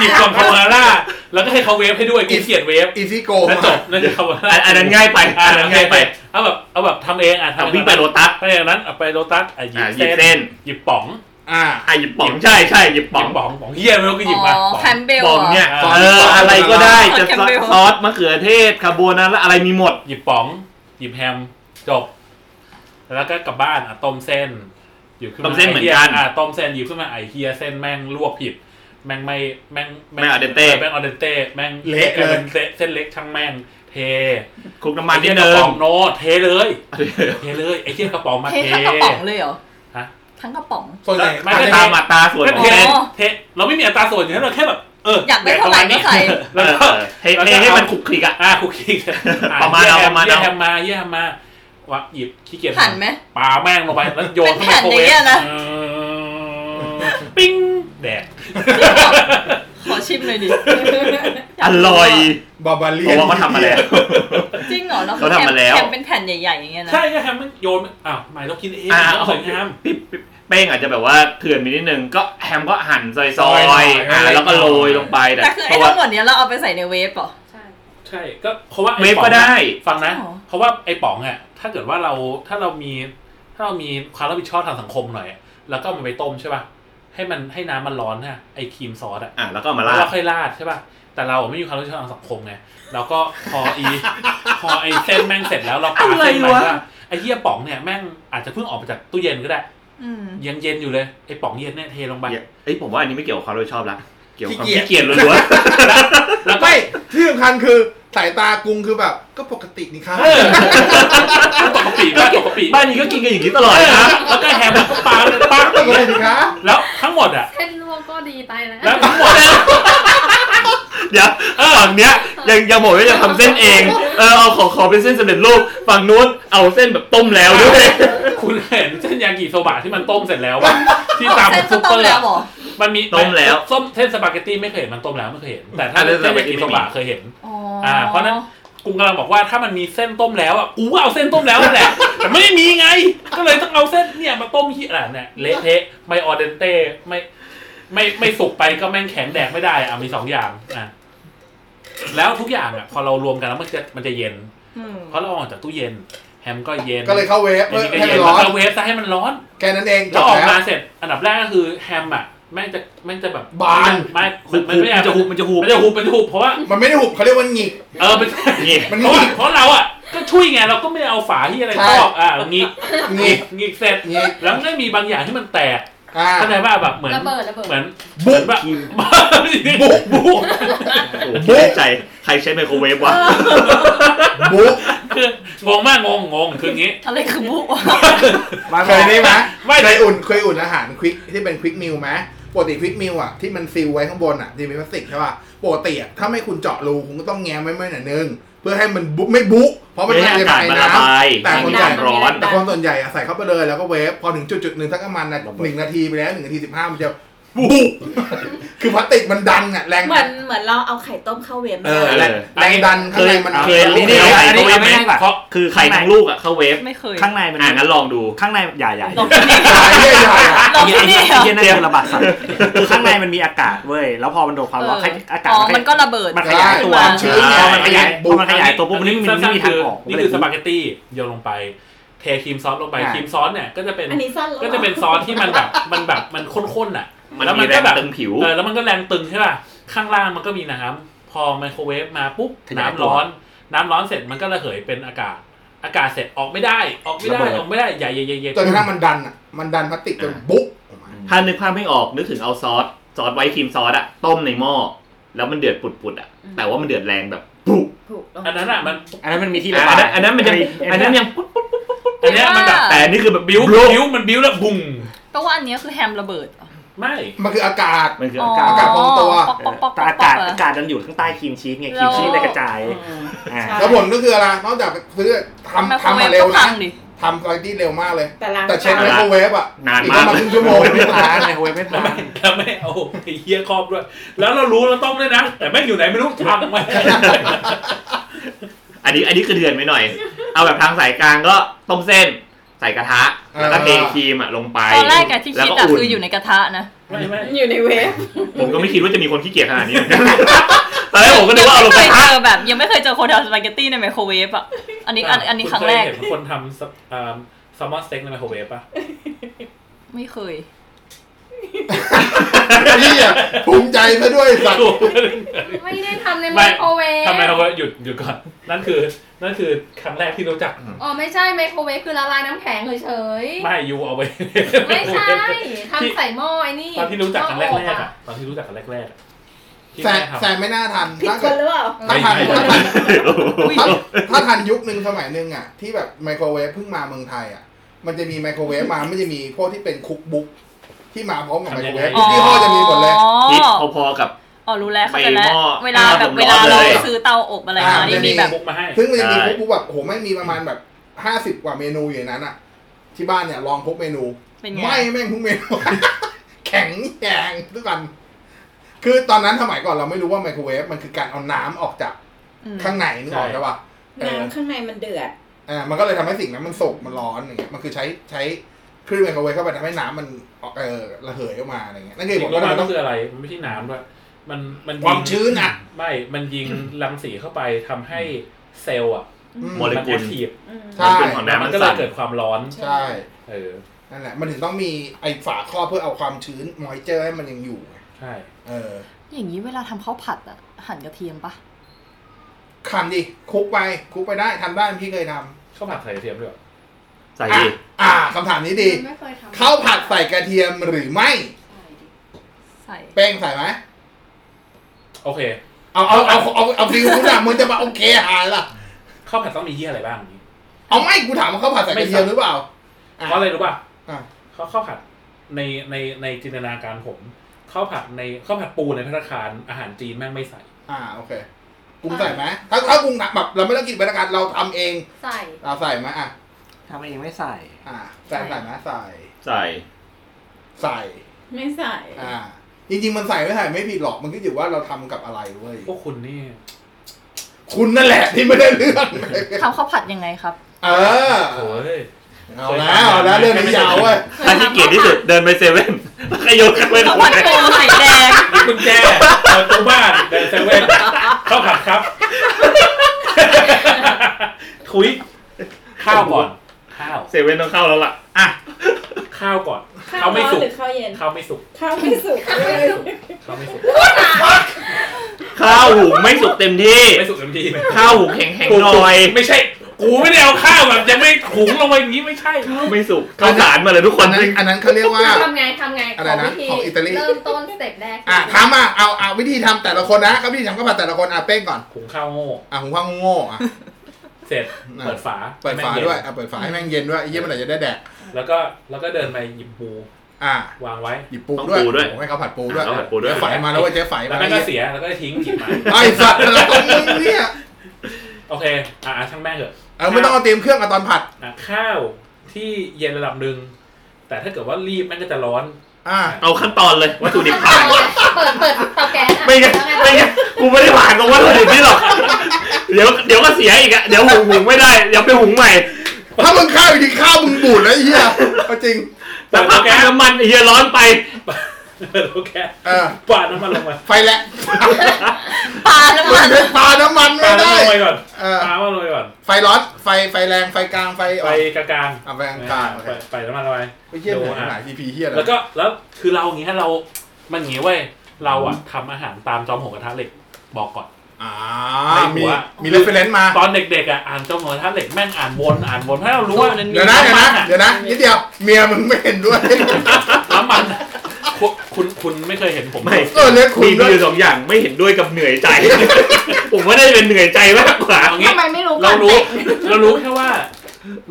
Speaker 4: หยิบกล่องคาโบนาร่าแล้วก็ให้เขาเวฟให้ด้วยกูเขียนเวฟ
Speaker 1: อีซี่โก
Speaker 4: แล้วจบนั่นคือคาโบนาร่า
Speaker 2: อันนั้นง่ายไป
Speaker 4: อ่า
Speaker 2: อันนั้นง่ายไป
Speaker 4: เอาแบบเอาแบบทำเองอ่ะ
Speaker 2: เอา
Speaker 4: ทำ
Speaker 2: วิ่งไปโรตัส
Speaker 4: ไปอย่างนั้นเอาไปโรตัสอ่ะหยิ
Speaker 7: อ่ะ
Speaker 4: บ
Speaker 7: หยิบ
Speaker 4: เส้
Speaker 7: เส้
Speaker 4: น
Speaker 7: น
Speaker 4: หยิบป๋อง
Speaker 1: อ่า
Speaker 7: อ่ะหยิบป๋
Speaker 2: ป๋
Speaker 7: อ
Speaker 2: อง งใช่ใช่หยิบป๋
Speaker 4: ป๋อ
Speaker 2: อง ง
Speaker 4: ป๋องป๋องเฮียไม่รู้ก็หยิบมา
Speaker 3: อ๋อ
Speaker 4: ป๋อง
Speaker 3: แคมเบล
Speaker 2: ป๋องเนี่ย
Speaker 4: ป๋อง
Speaker 2: เอออะไรก็ได้
Speaker 3: ป๋อง
Speaker 2: จะ
Speaker 3: แคมเบล
Speaker 2: ซอสมะเขือเทศคาโบนาร่าอะไรมีหมด
Speaker 4: หยิบป๋อง หยิบแฮมจบ แล้วก็กลับบ้านอ่ะต้มเส้นหยิบขึ้นมา
Speaker 2: ต้มเส้นเหมือนกัน
Speaker 4: อ่ะต้มเส้นหยิบขึ้นมาไอเฮียเส้นแม่งลวกผิด แม่งไม่แม่ง
Speaker 7: แม่ง al dente
Speaker 4: แม่งออเดนเต้แม่ง
Speaker 1: เละเลย
Speaker 4: เละเส้นเล็กช่างแม่งเท
Speaker 7: คลุกน้ำมันนิด
Speaker 4: ไอ้เหี้
Speaker 7: นึ
Speaker 4: ยก
Speaker 7: ง
Speaker 4: ระป๋องโนตเทเลยเทเลยไอ้เฮียกระป๋องมา
Speaker 3: เท
Speaker 4: เท
Speaker 3: ทั้งกระป๋องเลยเหรอ
Speaker 4: ฮะ
Speaker 3: ทั้งกระป๋อง
Speaker 1: ส่วนใหญ่
Speaker 4: ไม่
Speaker 1: อาจ
Speaker 4: ได้
Speaker 1: จะ
Speaker 7: ตามอัตราส่วน
Speaker 4: ไม่
Speaker 7: ของ
Speaker 4: เท
Speaker 7: เส้น
Speaker 3: อ๋อ
Speaker 4: เทเราไม่มีอัตราส่วนอย่างนั้นเราแค่แบบเออ
Speaker 3: อยากได้เท่าไหร่ก็ใส่
Speaker 4: แล้วก็
Speaker 7: เทเทให้มันคลุกคลิกอ่ะ
Speaker 4: อ่าคุกกี้
Speaker 7: ประมาณเอาประมาณเอา
Speaker 4: เยี่ยมมาเยี่ยมมาวะหยิบขี้เกียจ
Speaker 3: หั่นไหม
Speaker 4: ปาแม่งลงไปแล้วโยน
Speaker 3: เป็
Speaker 4: เข้าน ไป
Speaker 3: แผ่นอ
Speaker 4: โค
Speaker 3: ย่างเงี้
Speaker 4: เวย
Speaker 3: นะ
Speaker 4: ปิ้งแดด
Speaker 3: ขอชิมหน่อยดิ
Speaker 7: อร่อย
Speaker 1: บาบาเลี
Speaker 7: เพ
Speaker 1: ยน
Speaker 7: ราะว่าเขาทำมาแล้ว
Speaker 3: จริงเหรอแล้ว
Speaker 7: เขาทำมาแล้ว
Speaker 3: แคมเป็นแผ่นใหญ่ๆอย่างเงี้ยนะ
Speaker 4: ใช่ก็แฮมมันโยนอ้าวหมายเรากินเอง
Speaker 7: อ่า
Speaker 4: เราสวยงาม
Speaker 7: พี่พี่เป้งอาจจะแบบว่าเถื่อนไปนิดนึง ก็แฮมก็หั่นซอย
Speaker 4: ซอย
Speaker 7: ๆ
Speaker 4: หน่อย
Speaker 7: อ่าแล้วก็โรยลงไปแต่
Speaker 3: แต่คือ
Speaker 7: เพ
Speaker 3: ไอ้
Speaker 7: ราะว่า
Speaker 3: ทั้งหมดเนี้ยเราเอาไปใส่ในเวฟเหรอ
Speaker 8: ใช่
Speaker 4: ใช่ก็เพราะว่าอ้
Speaker 7: เวฟ
Speaker 4: ป๋อง
Speaker 7: ก็ได้
Speaker 4: ฟังนะ
Speaker 3: ใช่หรอ
Speaker 4: เพราะว่าไอ้ป๋องอ่ะถ้าเกิดว่าเราถ้าเรามีถ้าเรามีความรับผิดชอบทางสังคมหน่อยอะแล้วก็เอามันไปต้มใช่ป่ะให้มันให้น้ำมันร้อนฮะไอ้ครีมซอสอ่ะ
Speaker 7: อ่ะแล้วก็เอามา
Speaker 4: แล้ว
Speaker 7: ราด
Speaker 4: เราค่อยลาดใช่ป่ะ แต่เราไม่มีความรู้ชอบทางสังคมไง เราก็พออี พอไอเส้นแม่งเสร็จแล้วเราปาเส้นไป
Speaker 5: อะไรวะ
Speaker 4: ว่าไอเหี้ยป๋องเนี่ยแม่งอาจจะเพิ่งออกมาจากตู้เย็นก็ได้
Speaker 3: อืม
Speaker 4: ยังเย็นอยู่เลย ไอป๋องเย็นเนี่ยเทลงไป
Speaker 7: เอ้ยผมว่าอันนี้ไม่เกี่ยวกับความรับผิดชอบละเกี่ยวกับความขี้เกียจล้วน
Speaker 4: แล้วก็
Speaker 1: ไม่ที่สำคัญคือสายตากรุงคือแบบ ก็ปกตินี่ครับ
Speaker 4: เออตกกะปิบ้านตกกะปิ
Speaker 7: ๆบ้านนี้ก็กินกันอย่างนี้ตลอด
Speaker 4: เออ
Speaker 7: นะ
Speaker 4: แล้วก็แฮมแล้วก็ปาเลยปา
Speaker 1: ปกตินี่ครับ
Speaker 4: แล้วทั้งหมดอ่ะ
Speaker 8: เส้นลวกก็ดีไปนะ
Speaker 4: แล้วทั้งหมดอะ
Speaker 7: เดี๋ยวฝั่งเนี้ยยังยังบอกว่าจะทำเส้นเองเออเอาขอขอเป็นเส้นสำเร็จรูปฝั่งนู้นเอาเส้นแบบต้มแล้วด้วย
Speaker 4: คุณเห็นเส้นยากิโซบะที่มันต้มเสร็จแล้วป่ะที่ตาม
Speaker 3: เส้น
Speaker 4: ซุ
Speaker 3: ข้า
Speaker 4: ป
Speaker 3: วต้
Speaker 4: เปอ
Speaker 3: ม
Speaker 4: ร์
Speaker 3: แล้ว
Speaker 4: อะ
Speaker 3: เหรอ
Speaker 4: มันมี
Speaker 7: ต้มแล้ว
Speaker 4: ส้มเส้นสปาเกตตี้ไม่เคยเห็นมันต้มแล้วไม่เคยเห็น แต่ถ้า
Speaker 7: อ่ะเส้
Speaker 4: เส้
Speaker 7: น
Speaker 4: น
Speaker 7: ส
Speaker 4: ส
Speaker 7: ปาเกตตี้ไม่มี
Speaker 4: ปาเกตตี้โซบะเคยเห็น
Speaker 3: อ๋ออ่
Speaker 4: อ่าเพราะฉะนั้นกูกำลังบอกว่าถ้ามันมีเส้นต้มแล้วอ่ะกูก็เอาเส้นต้มแล้วนั่นแหละ แต่ไม่ได้มีไง ก็เลยต้องเอาเส้นเนี่ยมาต้มที่อ่ะเนี่ยเละเทะไม่ออเดนเต้ไม่ไม่ไม่สุกไปก็แม่งแข็งแดกไม่ได้อ่ะมีสองอย่างอ่ะแล้วทุกอย่างอ่ะพอเรารวมกันแล้วมันจะมันจะเย็น
Speaker 3: อืม
Speaker 4: เพราะเราออกจากตู้เย็น แฮมก็เย็น
Speaker 1: ก็เลยเข้าเวฟ
Speaker 4: อัน
Speaker 1: เพื่อ
Speaker 4: นี้ก็
Speaker 1: ให้
Speaker 4: เย็
Speaker 1: มันน
Speaker 4: แล้
Speaker 1: ร้
Speaker 4: ว
Speaker 1: อน
Speaker 4: ก็เวฟซะให้มันร้อน
Speaker 1: แค่นั้นเองจ
Speaker 4: แล้ว
Speaker 1: บ
Speaker 4: ออก
Speaker 1: แล้
Speaker 4: มาว เสร็จอันดับแรกก็คือแฮมอ่ะแม่งจะแม่งจะแบบ
Speaker 1: บาน
Speaker 4: ไม่
Speaker 5: มั
Speaker 4: ไม่
Speaker 5: น
Speaker 4: ไม่
Speaker 5: จะหุบมันจะหุบ
Speaker 4: มันจะหุบมันจะหุบเพราะว่า
Speaker 1: มันไม่ได้หุบเขาเรียกว่าหงิก
Speaker 4: เออเป็น
Speaker 7: นี่
Speaker 1: มัน
Speaker 4: เพ
Speaker 1: ห
Speaker 4: ราะ
Speaker 1: งิ
Speaker 4: ว่าก เพราะเราอ่ะก็ช่วยไงเราก็ไม่เอาฝาที่อะไร
Speaker 1: ใช่
Speaker 4: ครอบอ่ะงี้
Speaker 1: หงิก
Speaker 4: งี้เสร็จ
Speaker 1: หงิก
Speaker 4: แล้วมันก็มีบางอย่างที่มันแตก
Speaker 1: อ่า
Speaker 4: เข้าใจว่าแบบเหมือน
Speaker 8: ระเบิดระเบิด
Speaker 4: เหมือน
Speaker 1: บุ๊ก
Speaker 4: เหมือนแบบ บุกบุก
Speaker 7: โอ้โหไม่ใจ ใครใช้ไมโครเวฟวะ
Speaker 1: บุ๊ก
Speaker 4: คืองงมากงงงงคืออย่างงี้
Speaker 3: อะไรคือบุกวะ
Speaker 5: มา
Speaker 1: เคยได้ไหม
Speaker 4: ไม่
Speaker 1: เคยอุ่นเคยอุ่นอาหารควิกที่เป็นควิกมิลไหมปกติควิกมิลอ่ะที่มันซีลไว้ข้างบนอ่ะที่เป็นพลาสติกใช่ป่ะปกติอ่ะถ้าไม่คุณเจาะรูคุณก็ต้องแง้มไว้ไม่หน่อยนึงเพื่อให้มันบุ๊กไม่บุ๊กเพราะมัน
Speaker 7: ไม่ให้
Speaker 1: ทำ
Speaker 7: อา
Speaker 1: จะไห
Speaker 7: กาศ
Speaker 1: น
Speaker 7: มัน
Speaker 1: น้ำแต่คนใหญ่
Speaker 7: ระบายอยากร้อน
Speaker 1: แต่คนส่วนใหญ่อะใส่เข้าไปเลยแล้วก็เวฟพอถึงจุดจุดๆหนึ่งสักประมาณนะ
Speaker 7: ระเบิด
Speaker 1: หนึ่งนาทีไปแล้วหนึ่งนาทีสิบห้ามันจะบูบ คือพลาสติกมันดันอะแรง
Speaker 6: เหมือนเหมือนเราเอาไข่ต้มเข้าเวฟ
Speaker 1: เอ
Speaker 6: ไม่
Speaker 1: อ
Speaker 6: ได้
Speaker 1: แรงแรงดันข้างในมัน
Speaker 7: เคย
Speaker 1: อา
Speaker 7: ลิ้นเดียวไข่
Speaker 5: อัน
Speaker 7: ต้ม
Speaker 5: นี้เอา
Speaker 7: ไหม
Speaker 5: ไม่ให้ก่อน
Speaker 4: เพราะ
Speaker 7: คือไข่ทั้งลูกอ่ะเข้าเวฟ
Speaker 3: ไม่เคย
Speaker 5: ข้างในมัน
Speaker 7: อ่างั้นลองดู
Speaker 5: ข้างในใหญ่ใหญ่
Speaker 3: ลองที่นี่
Speaker 1: ขายเรื่อยๆอะ
Speaker 3: ลอง
Speaker 5: เย็
Speaker 3: ที่
Speaker 5: น
Speaker 3: นี่
Speaker 5: เย็น
Speaker 3: เหรอ
Speaker 5: เย็นน่าจะระบาดสัตว์คือข้างในมันมีอากาศเว้ยแล้วพอมันโดนความร้อนอากาศ
Speaker 3: อ๋อ
Speaker 5: มั
Speaker 3: มัน น
Speaker 5: ก็
Speaker 3: ก็ระเบิด
Speaker 5: มันขยายตัว
Speaker 1: ค
Speaker 3: อ่
Speaker 1: วามชื้น
Speaker 5: พอมันขยายพ
Speaker 1: บุ
Speaker 5: อบ มันขยายตัวปุ๊บมันไม่มีมันไม่มีทางออก
Speaker 4: นี่
Speaker 5: ก็เล
Speaker 4: คื
Speaker 5: ย
Speaker 4: อสปาเกตตี้โยนลงไป เทครีมซอสลงไป
Speaker 5: อ่า
Speaker 4: ครีมซอสเนี่ยก็จะเป็น
Speaker 6: อันนี้สั้นแล้ว
Speaker 4: ก็จะเป็นซอสที่มันแบบ มันแบบมันข้นๆอ่ะ
Speaker 7: มัน
Speaker 4: แล้วมั
Speaker 7: มี
Speaker 4: น
Speaker 7: แร
Speaker 4: ก็
Speaker 7: ง
Speaker 4: แบบ
Speaker 7: ตึงผิว
Speaker 4: เออแล้วมันก็แรงตึงใช่ป่ะ ข้างล่างมันก็มีน้ำพอไมโครเวฟมาปุ๊บ
Speaker 5: ขยาย
Speaker 4: น้ำ
Speaker 5: ตัว
Speaker 4: ร้อน น้ำร้อนเสร็จมันก็ระเหยเป็นอากาศ อากาศเสร็จออกไม่ได้ ออกไม่
Speaker 7: ระ
Speaker 4: ได้
Speaker 7: เบิด
Speaker 4: ออกไม่ได้ใหญ่ใหญ่ใหญ่ใหญ่
Speaker 1: จนกระทั่งมันดันอะมันดันพลาสติกจนบุ๊กออกมา
Speaker 7: ถ้านึกภาพไม่ออกนึกถึงเอาซอสซอสไวท์ครีมซอสอ่ะต้มในหม้อแล้วมันเดือดปุดๆอ่ะแต่ว่ามันเดือดแรงแบบปุ๊บ
Speaker 6: ถูกต้อง
Speaker 4: อันนั้นอ่ะมัน
Speaker 5: อันนั้นมันมีที่ระ
Speaker 7: อะ
Speaker 5: บา
Speaker 7: อั
Speaker 5: ย
Speaker 7: นนั้นอันนั้นมันยังอันนั้นยังปุ๊บ
Speaker 4: อันเนี้ยมันแบบ
Speaker 7: แต่อันนี่คือแบบ
Speaker 4: บิ้ว
Speaker 7: โลก
Speaker 4: บิ้วมันบิ้วแล้วบุ้ง
Speaker 3: แปลว่าอันเนี้ยคือแฮมระเบิดเหรอ
Speaker 4: ไม่
Speaker 1: มันคืออากาศ
Speaker 7: มันคืออากาศ
Speaker 1: กาศคงตัว
Speaker 3: ป๊อกป๊อกป๊อก
Speaker 5: แต่
Speaker 3: ป๊
Speaker 5: อา
Speaker 3: ป๊
Speaker 5: กาศ
Speaker 3: เหร
Speaker 5: อากาศมันอยู่ข้างใต้ครีมชีสไงครีมชีสเลยกระจายอ่า
Speaker 1: แล้วผลก็คืออะไรนอกจากซื้อทำทำมาเร็วนะทำควอลิตี้เร็วมากเลย
Speaker 6: แต่ล้าง
Speaker 1: แต่เช็ค
Speaker 6: จา
Speaker 1: ไม
Speaker 6: น
Speaker 1: โครเวฟอะ
Speaker 7: นาน
Speaker 1: อีก
Speaker 7: มาก
Speaker 1: ประมาณครึ่งชั่วโมงไม่ผ่านไมโครเวฟไม่ผ่าน
Speaker 4: แล้วไม่เอาไอ้เฮียครอบด้วย แล้วเรารู้เราต้มด้วยนะ แต่แม่งอยู่ไหนไม่รู้ทำไว้
Speaker 7: อันนี้อันนี้คือเดือนไปหน่อย เอาแบบทางสายกลางก็ต้มเส้น ใส่กระทะแล้วก็เทครีมอ่ะลงไป
Speaker 3: ตอนแรกอะที่
Speaker 7: แล้ว
Speaker 3: คิด
Speaker 7: ก็
Speaker 3: อะ
Speaker 7: อุ่น
Speaker 3: คืออยู่ในกระทะนะ
Speaker 4: ไม่ไม่
Speaker 6: อยู่ในเว็บ
Speaker 7: ผมก็ไม่คิดว่าจะมีคนขี้เกียจขนาดนี้เหมือน กัน
Speaker 2: ตอนแรกผมก็นึกว่าเอาลง
Speaker 3: เค
Speaker 2: กระ
Speaker 3: ย
Speaker 2: ทะ
Speaker 3: เจอแบบยังไม่เคยเจอคนทำสปาเกตตี้ในไมโครเวฟอ่ะ อันนี้อันอันนี้ครั้งแรก
Speaker 4: ณเคยเห็นคนทำซับอ่าแซลมอนสเต็กในไมโครเวฟป่ะ
Speaker 3: ไม่เคย
Speaker 1: นี่อ่ะภูมิใจซะด้วยสัตว์
Speaker 8: ไม่ได้ทำในไมโครเวฟ
Speaker 4: ทำไมเราก็หยุดหยุดก่อน นั่นคือ นั่นคือครั้งแรกที่รู้จัก
Speaker 8: อ๋อไม่ใช่ไมโครเวฟคือละลายน้ำแข็งเฉย
Speaker 4: ไม่ยูเอาไว้
Speaker 8: ๆไม่ใช่ทำใส่หม้อไอ้นี่
Speaker 4: ตอนที่รู้จักกันแรกๆอ่ะ
Speaker 8: ห
Speaker 4: ตอนที่รู้จักกันแรกๆอะที่
Speaker 1: แซ
Speaker 4: แม่
Speaker 1: นแซนไม่
Speaker 4: ทำ
Speaker 1: น่าทัน
Speaker 6: ผิด
Speaker 1: ถ้า
Speaker 6: ค
Speaker 1: เกิ
Speaker 6: น
Speaker 1: ด
Speaker 6: หรือเปล่า
Speaker 1: ถ้าทันถ้า
Speaker 4: ไม่ไม่
Speaker 1: ทันถ้าถ้าทันยุคหนึ่งสมัยหนึ่งอ่ะ ที่แบบไมโครเวฟเพิ่งมาเมืองไทยอ่ะ มันจะมีไมโครเวฟมามันจะมีพวกที่เป็นคุกบุ๊กที่มาพร้อมกับไมโครเวฟ
Speaker 4: อ๋อ
Speaker 1: ที่ห้อจะมีหมดเลย
Speaker 3: อ๋อ
Speaker 7: นี่พอๆกับ
Speaker 3: อ๋อรู้แล้วเข้าใจแล้ว
Speaker 7: ไปหม้อ
Speaker 3: เวลาแบบ
Speaker 7: ผม
Speaker 3: เว
Speaker 7: ร้
Speaker 3: ลา
Speaker 7: อน
Speaker 3: เรา
Speaker 7: เลย
Speaker 3: ซื้อเตาอบอะไร
Speaker 1: อ่า
Speaker 3: มา
Speaker 1: จะ
Speaker 3: นี่
Speaker 1: มี
Speaker 3: มีแบบ
Speaker 4: บุ๊กมาให้
Speaker 1: ซึ่งมันจะมี
Speaker 7: ใช่
Speaker 1: คุกบุ๊กแบบโหไม่งมีประมาณแบบห้าสิบกว่าเมนูอยู่ในนั้นอ่ะ ที่บ้านเนี่ยลองทุกเมนู
Speaker 3: เป็นไง
Speaker 1: ไม่แม่งทุกเมนู แข็งแยงทุกอัน คือตอนนั้นสมัยก่อนเราไม่รู้ว่าไมโครเวฟมันคือการเอาน้ำออกจาก
Speaker 3: อืม
Speaker 1: ข้างในนึกออก
Speaker 4: ใช่
Speaker 1: ใช่ปะเออ
Speaker 6: น้ำข้างในมันเดือด
Speaker 1: อ่ามันก็เลยทำให้สิ่งนั้นมันสุกมันร้อนอย่างเงี้ยมันคือใช้ใช้คลื่นไมโครเวฟเข้าไปทำให้น้ำมันออกเออระเหยออกมาอะไรเงี้ยนั่นคือ
Speaker 4: จ
Speaker 1: ผ
Speaker 4: ริ
Speaker 1: ม
Speaker 4: งๆ
Speaker 1: ว่า
Speaker 4: ว่า
Speaker 1: มัน
Speaker 4: มั
Speaker 1: ต้อน ง
Speaker 4: คืออะไร มันไม่ใช่น้ำด้วยมันมันยิง
Speaker 1: ความชื้นอะ
Speaker 4: ไม่ มันยิงรังสีเข้าไปทำให้เซลล์อ่ะ
Speaker 1: อืม
Speaker 7: โมเล
Speaker 4: มัน
Speaker 7: กุ
Speaker 4: แอ
Speaker 7: ล
Speaker 4: คทีฟ
Speaker 6: อืม
Speaker 1: ใช่
Speaker 7: มันเป็นของ
Speaker 4: แล้ว
Speaker 7: น้ำ
Speaker 4: มั
Speaker 7: มัน น
Speaker 4: ก็เล
Speaker 7: สั่
Speaker 4: ย
Speaker 7: น
Speaker 4: เกิดความร้อน
Speaker 1: ใช่
Speaker 4: เออ
Speaker 1: นั่นแหละมันถึงต้องมีไอ้ฝาครอบเพื่อเอาความชื้นมอยเจอร์ให้มันยังอยู่ไง
Speaker 4: ใช่
Speaker 1: เออ
Speaker 3: อย่างนี้เวลาทำข้าวผัดอะหั่นกระเทียมปะ
Speaker 1: คันดิคุกไปคุกไปได้ทำได้พี่เคยทำ
Speaker 4: ข้าวผัดใส่กระเทียมด้วยเหรอ
Speaker 7: ใส่
Speaker 1: อ่ะ
Speaker 7: ดิ
Speaker 1: อ่าคำถามนี้ดี
Speaker 8: ไม่เคยทำ
Speaker 1: ข้าวผัดใส่กระเทียมหรือไม่
Speaker 3: ใส่
Speaker 1: เป้งใส่ไหม
Speaker 4: โอเค
Speaker 1: เอาเอาเอาเอาเอาฟิวคุณอะมึงจะมาโอเคหายล่ะ
Speaker 4: ข้าวผัดต้องมีเยี่ยอะไรบ้างนี่
Speaker 1: เอาไม่กูถามว่าข้าวผัดใส่กระเทียมหรือเปล่าอ่ะ
Speaker 4: เพราะอะไรรู้ป่ะ
Speaker 1: อ่ะ
Speaker 4: ข้าวข้าวผัดในในในจินตนาการผมข้าวผัดในข้าวผัดปูในพัตตาคารอาหารจีนแม่งไม่ใส่
Speaker 1: อ่าโอเคกุ้งใส่ไหมถ้าถ้ากุ้งแบบเราไม่ต้องกินบรรยากาศเราทำเอง
Speaker 8: ใส่
Speaker 1: เราใส่ไหมอ่ะ
Speaker 5: ทำเองไม่ใส่
Speaker 1: อ่ะใส่ใส่ไหมใส่
Speaker 7: ใส่
Speaker 1: ใส่
Speaker 6: ไม่ใส่
Speaker 1: อ่า จริง ๆ มันใส่ไม่ใส่ไม่ผิดหรอก มันก็อยู่ว่าเราทำกับอะไรเว้ย
Speaker 4: พวกคุณนี่
Speaker 1: คุณนั่นแหละที่ไม่ได้เรื่อง
Speaker 3: ทำข้าวผัดยังไงครับ
Speaker 1: เออ
Speaker 4: โอ้ย
Speaker 1: เอาแล้วเอาแล้วเรื่องนี้ยาวเว้ย
Speaker 7: ถ้าขี้เกียจที่สุดเดินไปเซเว่นแล้วก็โยนกันไป
Speaker 3: ข้าว
Speaker 7: ทั้งหม
Speaker 3: ผั
Speaker 7: ด
Speaker 3: ดปูใส่แดง
Speaker 4: นี่กุญแจเปิดตู้บ้านเดินเซเว่นข้าวผัดครับ คุย ข้าวก่อน ข้าว
Speaker 7: เซเว่นต้องเข้าแล้วล่ะ
Speaker 4: อ่ะ ข้าวก่อน
Speaker 6: ข้าว
Speaker 4: เขาไม่
Speaker 6: ร้อน
Speaker 4: สุก
Speaker 6: หรือข้าวเย็น
Speaker 4: ข้าวไม่สุก
Speaker 6: ข้าวไม่สุก
Speaker 4: ข้าวไม่สุก
Speaker 7: ข้าวหุงไม่สุกเต็มที่
Speaker 4: ไม่สุกเต็มที่
Speaker 7: ข้าวหุงแข็งแข็งๆหน่อย
Speaker 4: ไม่ใช่ กูไม่ได้เอาข้าวแบบยังไม่หุงลงไปอย่างนี้ไม่ใช่
Speaker 7: ไม่สุกข้าวสารมาเลยทุกคน
Speaker 1: อันนั้นอันนั้นเขาเรียกว่า
Speaker 8: ทำไงทำไง
Speaker 1: อะไรนะ
Speaker 8: วิธี
Speaker 1: ของอิตาลี
Speaker 8: เริ่มต้นสเต็ปแรก
Speaker 1: อ่ะทำอ่ะเอาเอาวิธีทำแต่ละคนนะครับวิธีทำก็ผัดแต่ละคนอ่ะเป้งก่อน
Speaker 4: หุงข้าวโง่
Speaker 1: อ่ะหุงข้าวโง่ๆอ่ะ
Speaker 4: เสร็จ
Speaker 1: น่ะ
Speaker 4: เปิดฝา
Speaker 1: เปิดฝา
Speaker 4: แม่งน
Speaker 1: ด้วยอ่ะเปิดฝาให้แม่งเย็นด้วยไอ้เยี่ยมันไหนจะได้แดก
Speaker 4: แล้วก็แล้วก็เดินไปหยิบปู
Speaker 1: อ่ะ
Speaker 4: วางไว้
Speaker 1: หยิบปู
Speaker 7: ต้อง
Speaker 1: ด้วย
Speaker 7: ปูด้วย
Speaker 1: โอ้โหให้เขาผัดปูด้วย
Speaker 7: เอาผัดปูด้วย
Speaker 1: เจ๊ไฝมาแล้วเว้ยเจ๊ไฝ
Speaker 4: แล้ว
Speaker 1: มา
Speaker 4: แม่งก็
Speaker 1: ไ
Speaker 4: เสีย แล้วก็ทิ้งหยิบมา
Speaker 1: อ้ สัตว์เราต้องมึงเนี่ย
Speaker 4: โอเค อ่ะอ่ะช่างแม่งเถอะ
Speaker 1: เอาไม่ต้องเอาเตรียมเครื่องอ่ะตอนผัด
Speaker 4: อ่ะข้าวที่เย็นระดับหนึ่งแต่ถ้าเกิดว่ารีบมันก็จะร้อน
Speaker 1: อ่ะ
Speaker 7: เอาขั้นตอนเลยวัตถุดิบ
Speaker 8: เปิ
Speaker 7: ผ่าน
Speaker 8: ดเปิดเปิดเตาแก๊สอะ
Speaker 7: ไม่ไง
Speaker 8: แล้ว
Speaker 7: ไม่ไงกูไม่ได้ผ่านตรงวัตถุดิบนี่หรอก เดี๋ยวเดี๋ยวก็เสียอีกอะเดี๋ยวหุงหุงไม่ได้ เดี๋ยวไปหุงใหม่
Speaker 1: ถ้ามึงข้าวอยู่ดีข้าวมึงบูดแล้วไอ้เหี้ยเอาจริง
Speaker 7: แต่พักน้ำมันไอ้เฮียร้อนไป
Speaker 4: โอ เค
Speaker 1: เออ
Speaker 4: ปาดน้ำมันลงมา
Speaker 1: ไฟแหละ
Speaker 3: ปลาน้ำ
Speaker 1: มั
Speaker 3: มัน น
Speaker 1: เป็นปลาน้ำมัน
Speaker 4: ปา
Speaker 1: ไม่
Speaker 4: ดน้ำ
Speaker 1: ได้
Speaker 4: มันลงไปก่อน
Speaker 1: เออ
Speaker 4: ปาดน้ำมันลงไปก่อน
Speaker 1: ไฟร้อน ไฟ ไฟแรง ไฟกลาง ไฟอ่
Speaker 4: ไป
Speaker 1: อน
Speaker 4: กลาง
Speaker 1: อ่ะไฟ
Speaker 4: ๆ
Speaker 1: กลาง
Speaker 4: ไปไปน้ำมันลงไป
Speaker 1: ไปเยี่ยมหลายทีพีเฮีย
Speaker 4: แล้
Speaker 1: แล้ว ว
Speaker 4: ก็แล้วคือเราอย่างเงี้ยเรา มันอย่างเงี้ยเว้ยเราอ่ะทำอาหารตามจอมหงกระทะเหล็กบอกก่อน
Speaker 1: อ่า
Speaker 4: ในหั
Speaker 1: มี
Speaker 4: ว
Speaker 1: มีเรฟเฟรนซ์มา
Speaker 4: ตอนเด็กๆอ่ะอ่านจอมหงกระทะเหล็กแม่งอ่านวนอ่านวนให้เรารู้ว่า
Speaker 1: เดี๋ยวนะ เดี๋ยวนะ เดี๋ยวนะ นิดเดียว เมียมึงไม่เห็นด้วย
Speaker 4: น้ำมันคุณคุณคุณไม่เคยเห็นผม
Speaker 7: ไม่
Speaker 1: เออเล็กคุ
Speaker 7: มี
Speaker 1: ณ
Speaker 7: มี
Speaker 1: ด้วย
Speaker 7: อยู่สองอย่างไม่เห็นด้วยกับเหนื่อยใจ ผมว่าได้เป็นเหนื่อยใจมากกว่า
Speaker 4: เอางี้
Speaker 6: ทำไมไม่รู้ก่
Speaker 4: เรา
Speaker 6: อน
Speaker 4: รู้
Speaker 6: เตะ
Speaker 4: เรารู้แค่ว่า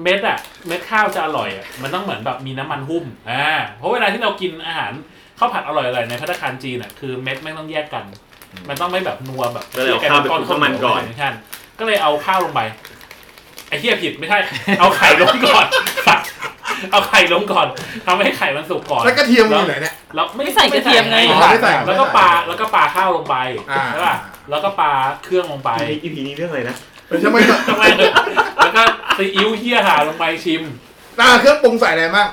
Speaker 4: เม็ดอะเม็ดข้าวจะอร่อยอะมันต้องเหมือนแบบมีน้ำมันหุ้มอ่าเพราะเวลาที่เรากินอาหารข้าวผัดอร่อยๆในพัตตาคารจีนอะคือเม็ดไม่ต้องแยกกัน มันต้องไม่แบบนัวแบบ
Speaker 7: ก็เลยเอาข้าวไปคลุกน้ำมันก่อน
Speaker 4: ใช่ก็เลยเอาข้าวลงไปไอ้เหี้ยผิดไม่ใช่เอาไข่ลงก่อน เอาไข่ลงก่อนทำให้ไข่มันสุกก่อน
Speaker 1: แล้วกระเทียมอยู่ไหนเนี่ย
Speaker 4: แล้วไม่
Speaker 3: ไม่ใส่กระเทียมไง
Speaker 1: อ๋อไม่ใส่ไม่ใส่
Speaker 4: แล้วก็ปลาแล้วก็ปลาข้าวลงไป
Speaker 1: อ่า
Speaker 4: ใช่ป่ะแล้วก็ปลาเครื่องลงไป
Speaker 7: อีพีนี้เรื่องอะไรนะ
Speaker 1: เออทำไม
Speaker 4: ทำไมแล้วก็ซีอิ๊วเฮี้ยหาลงไปชิม
Speaker 1: อ่าเครื่องปรุงใส่อะไรบ้าง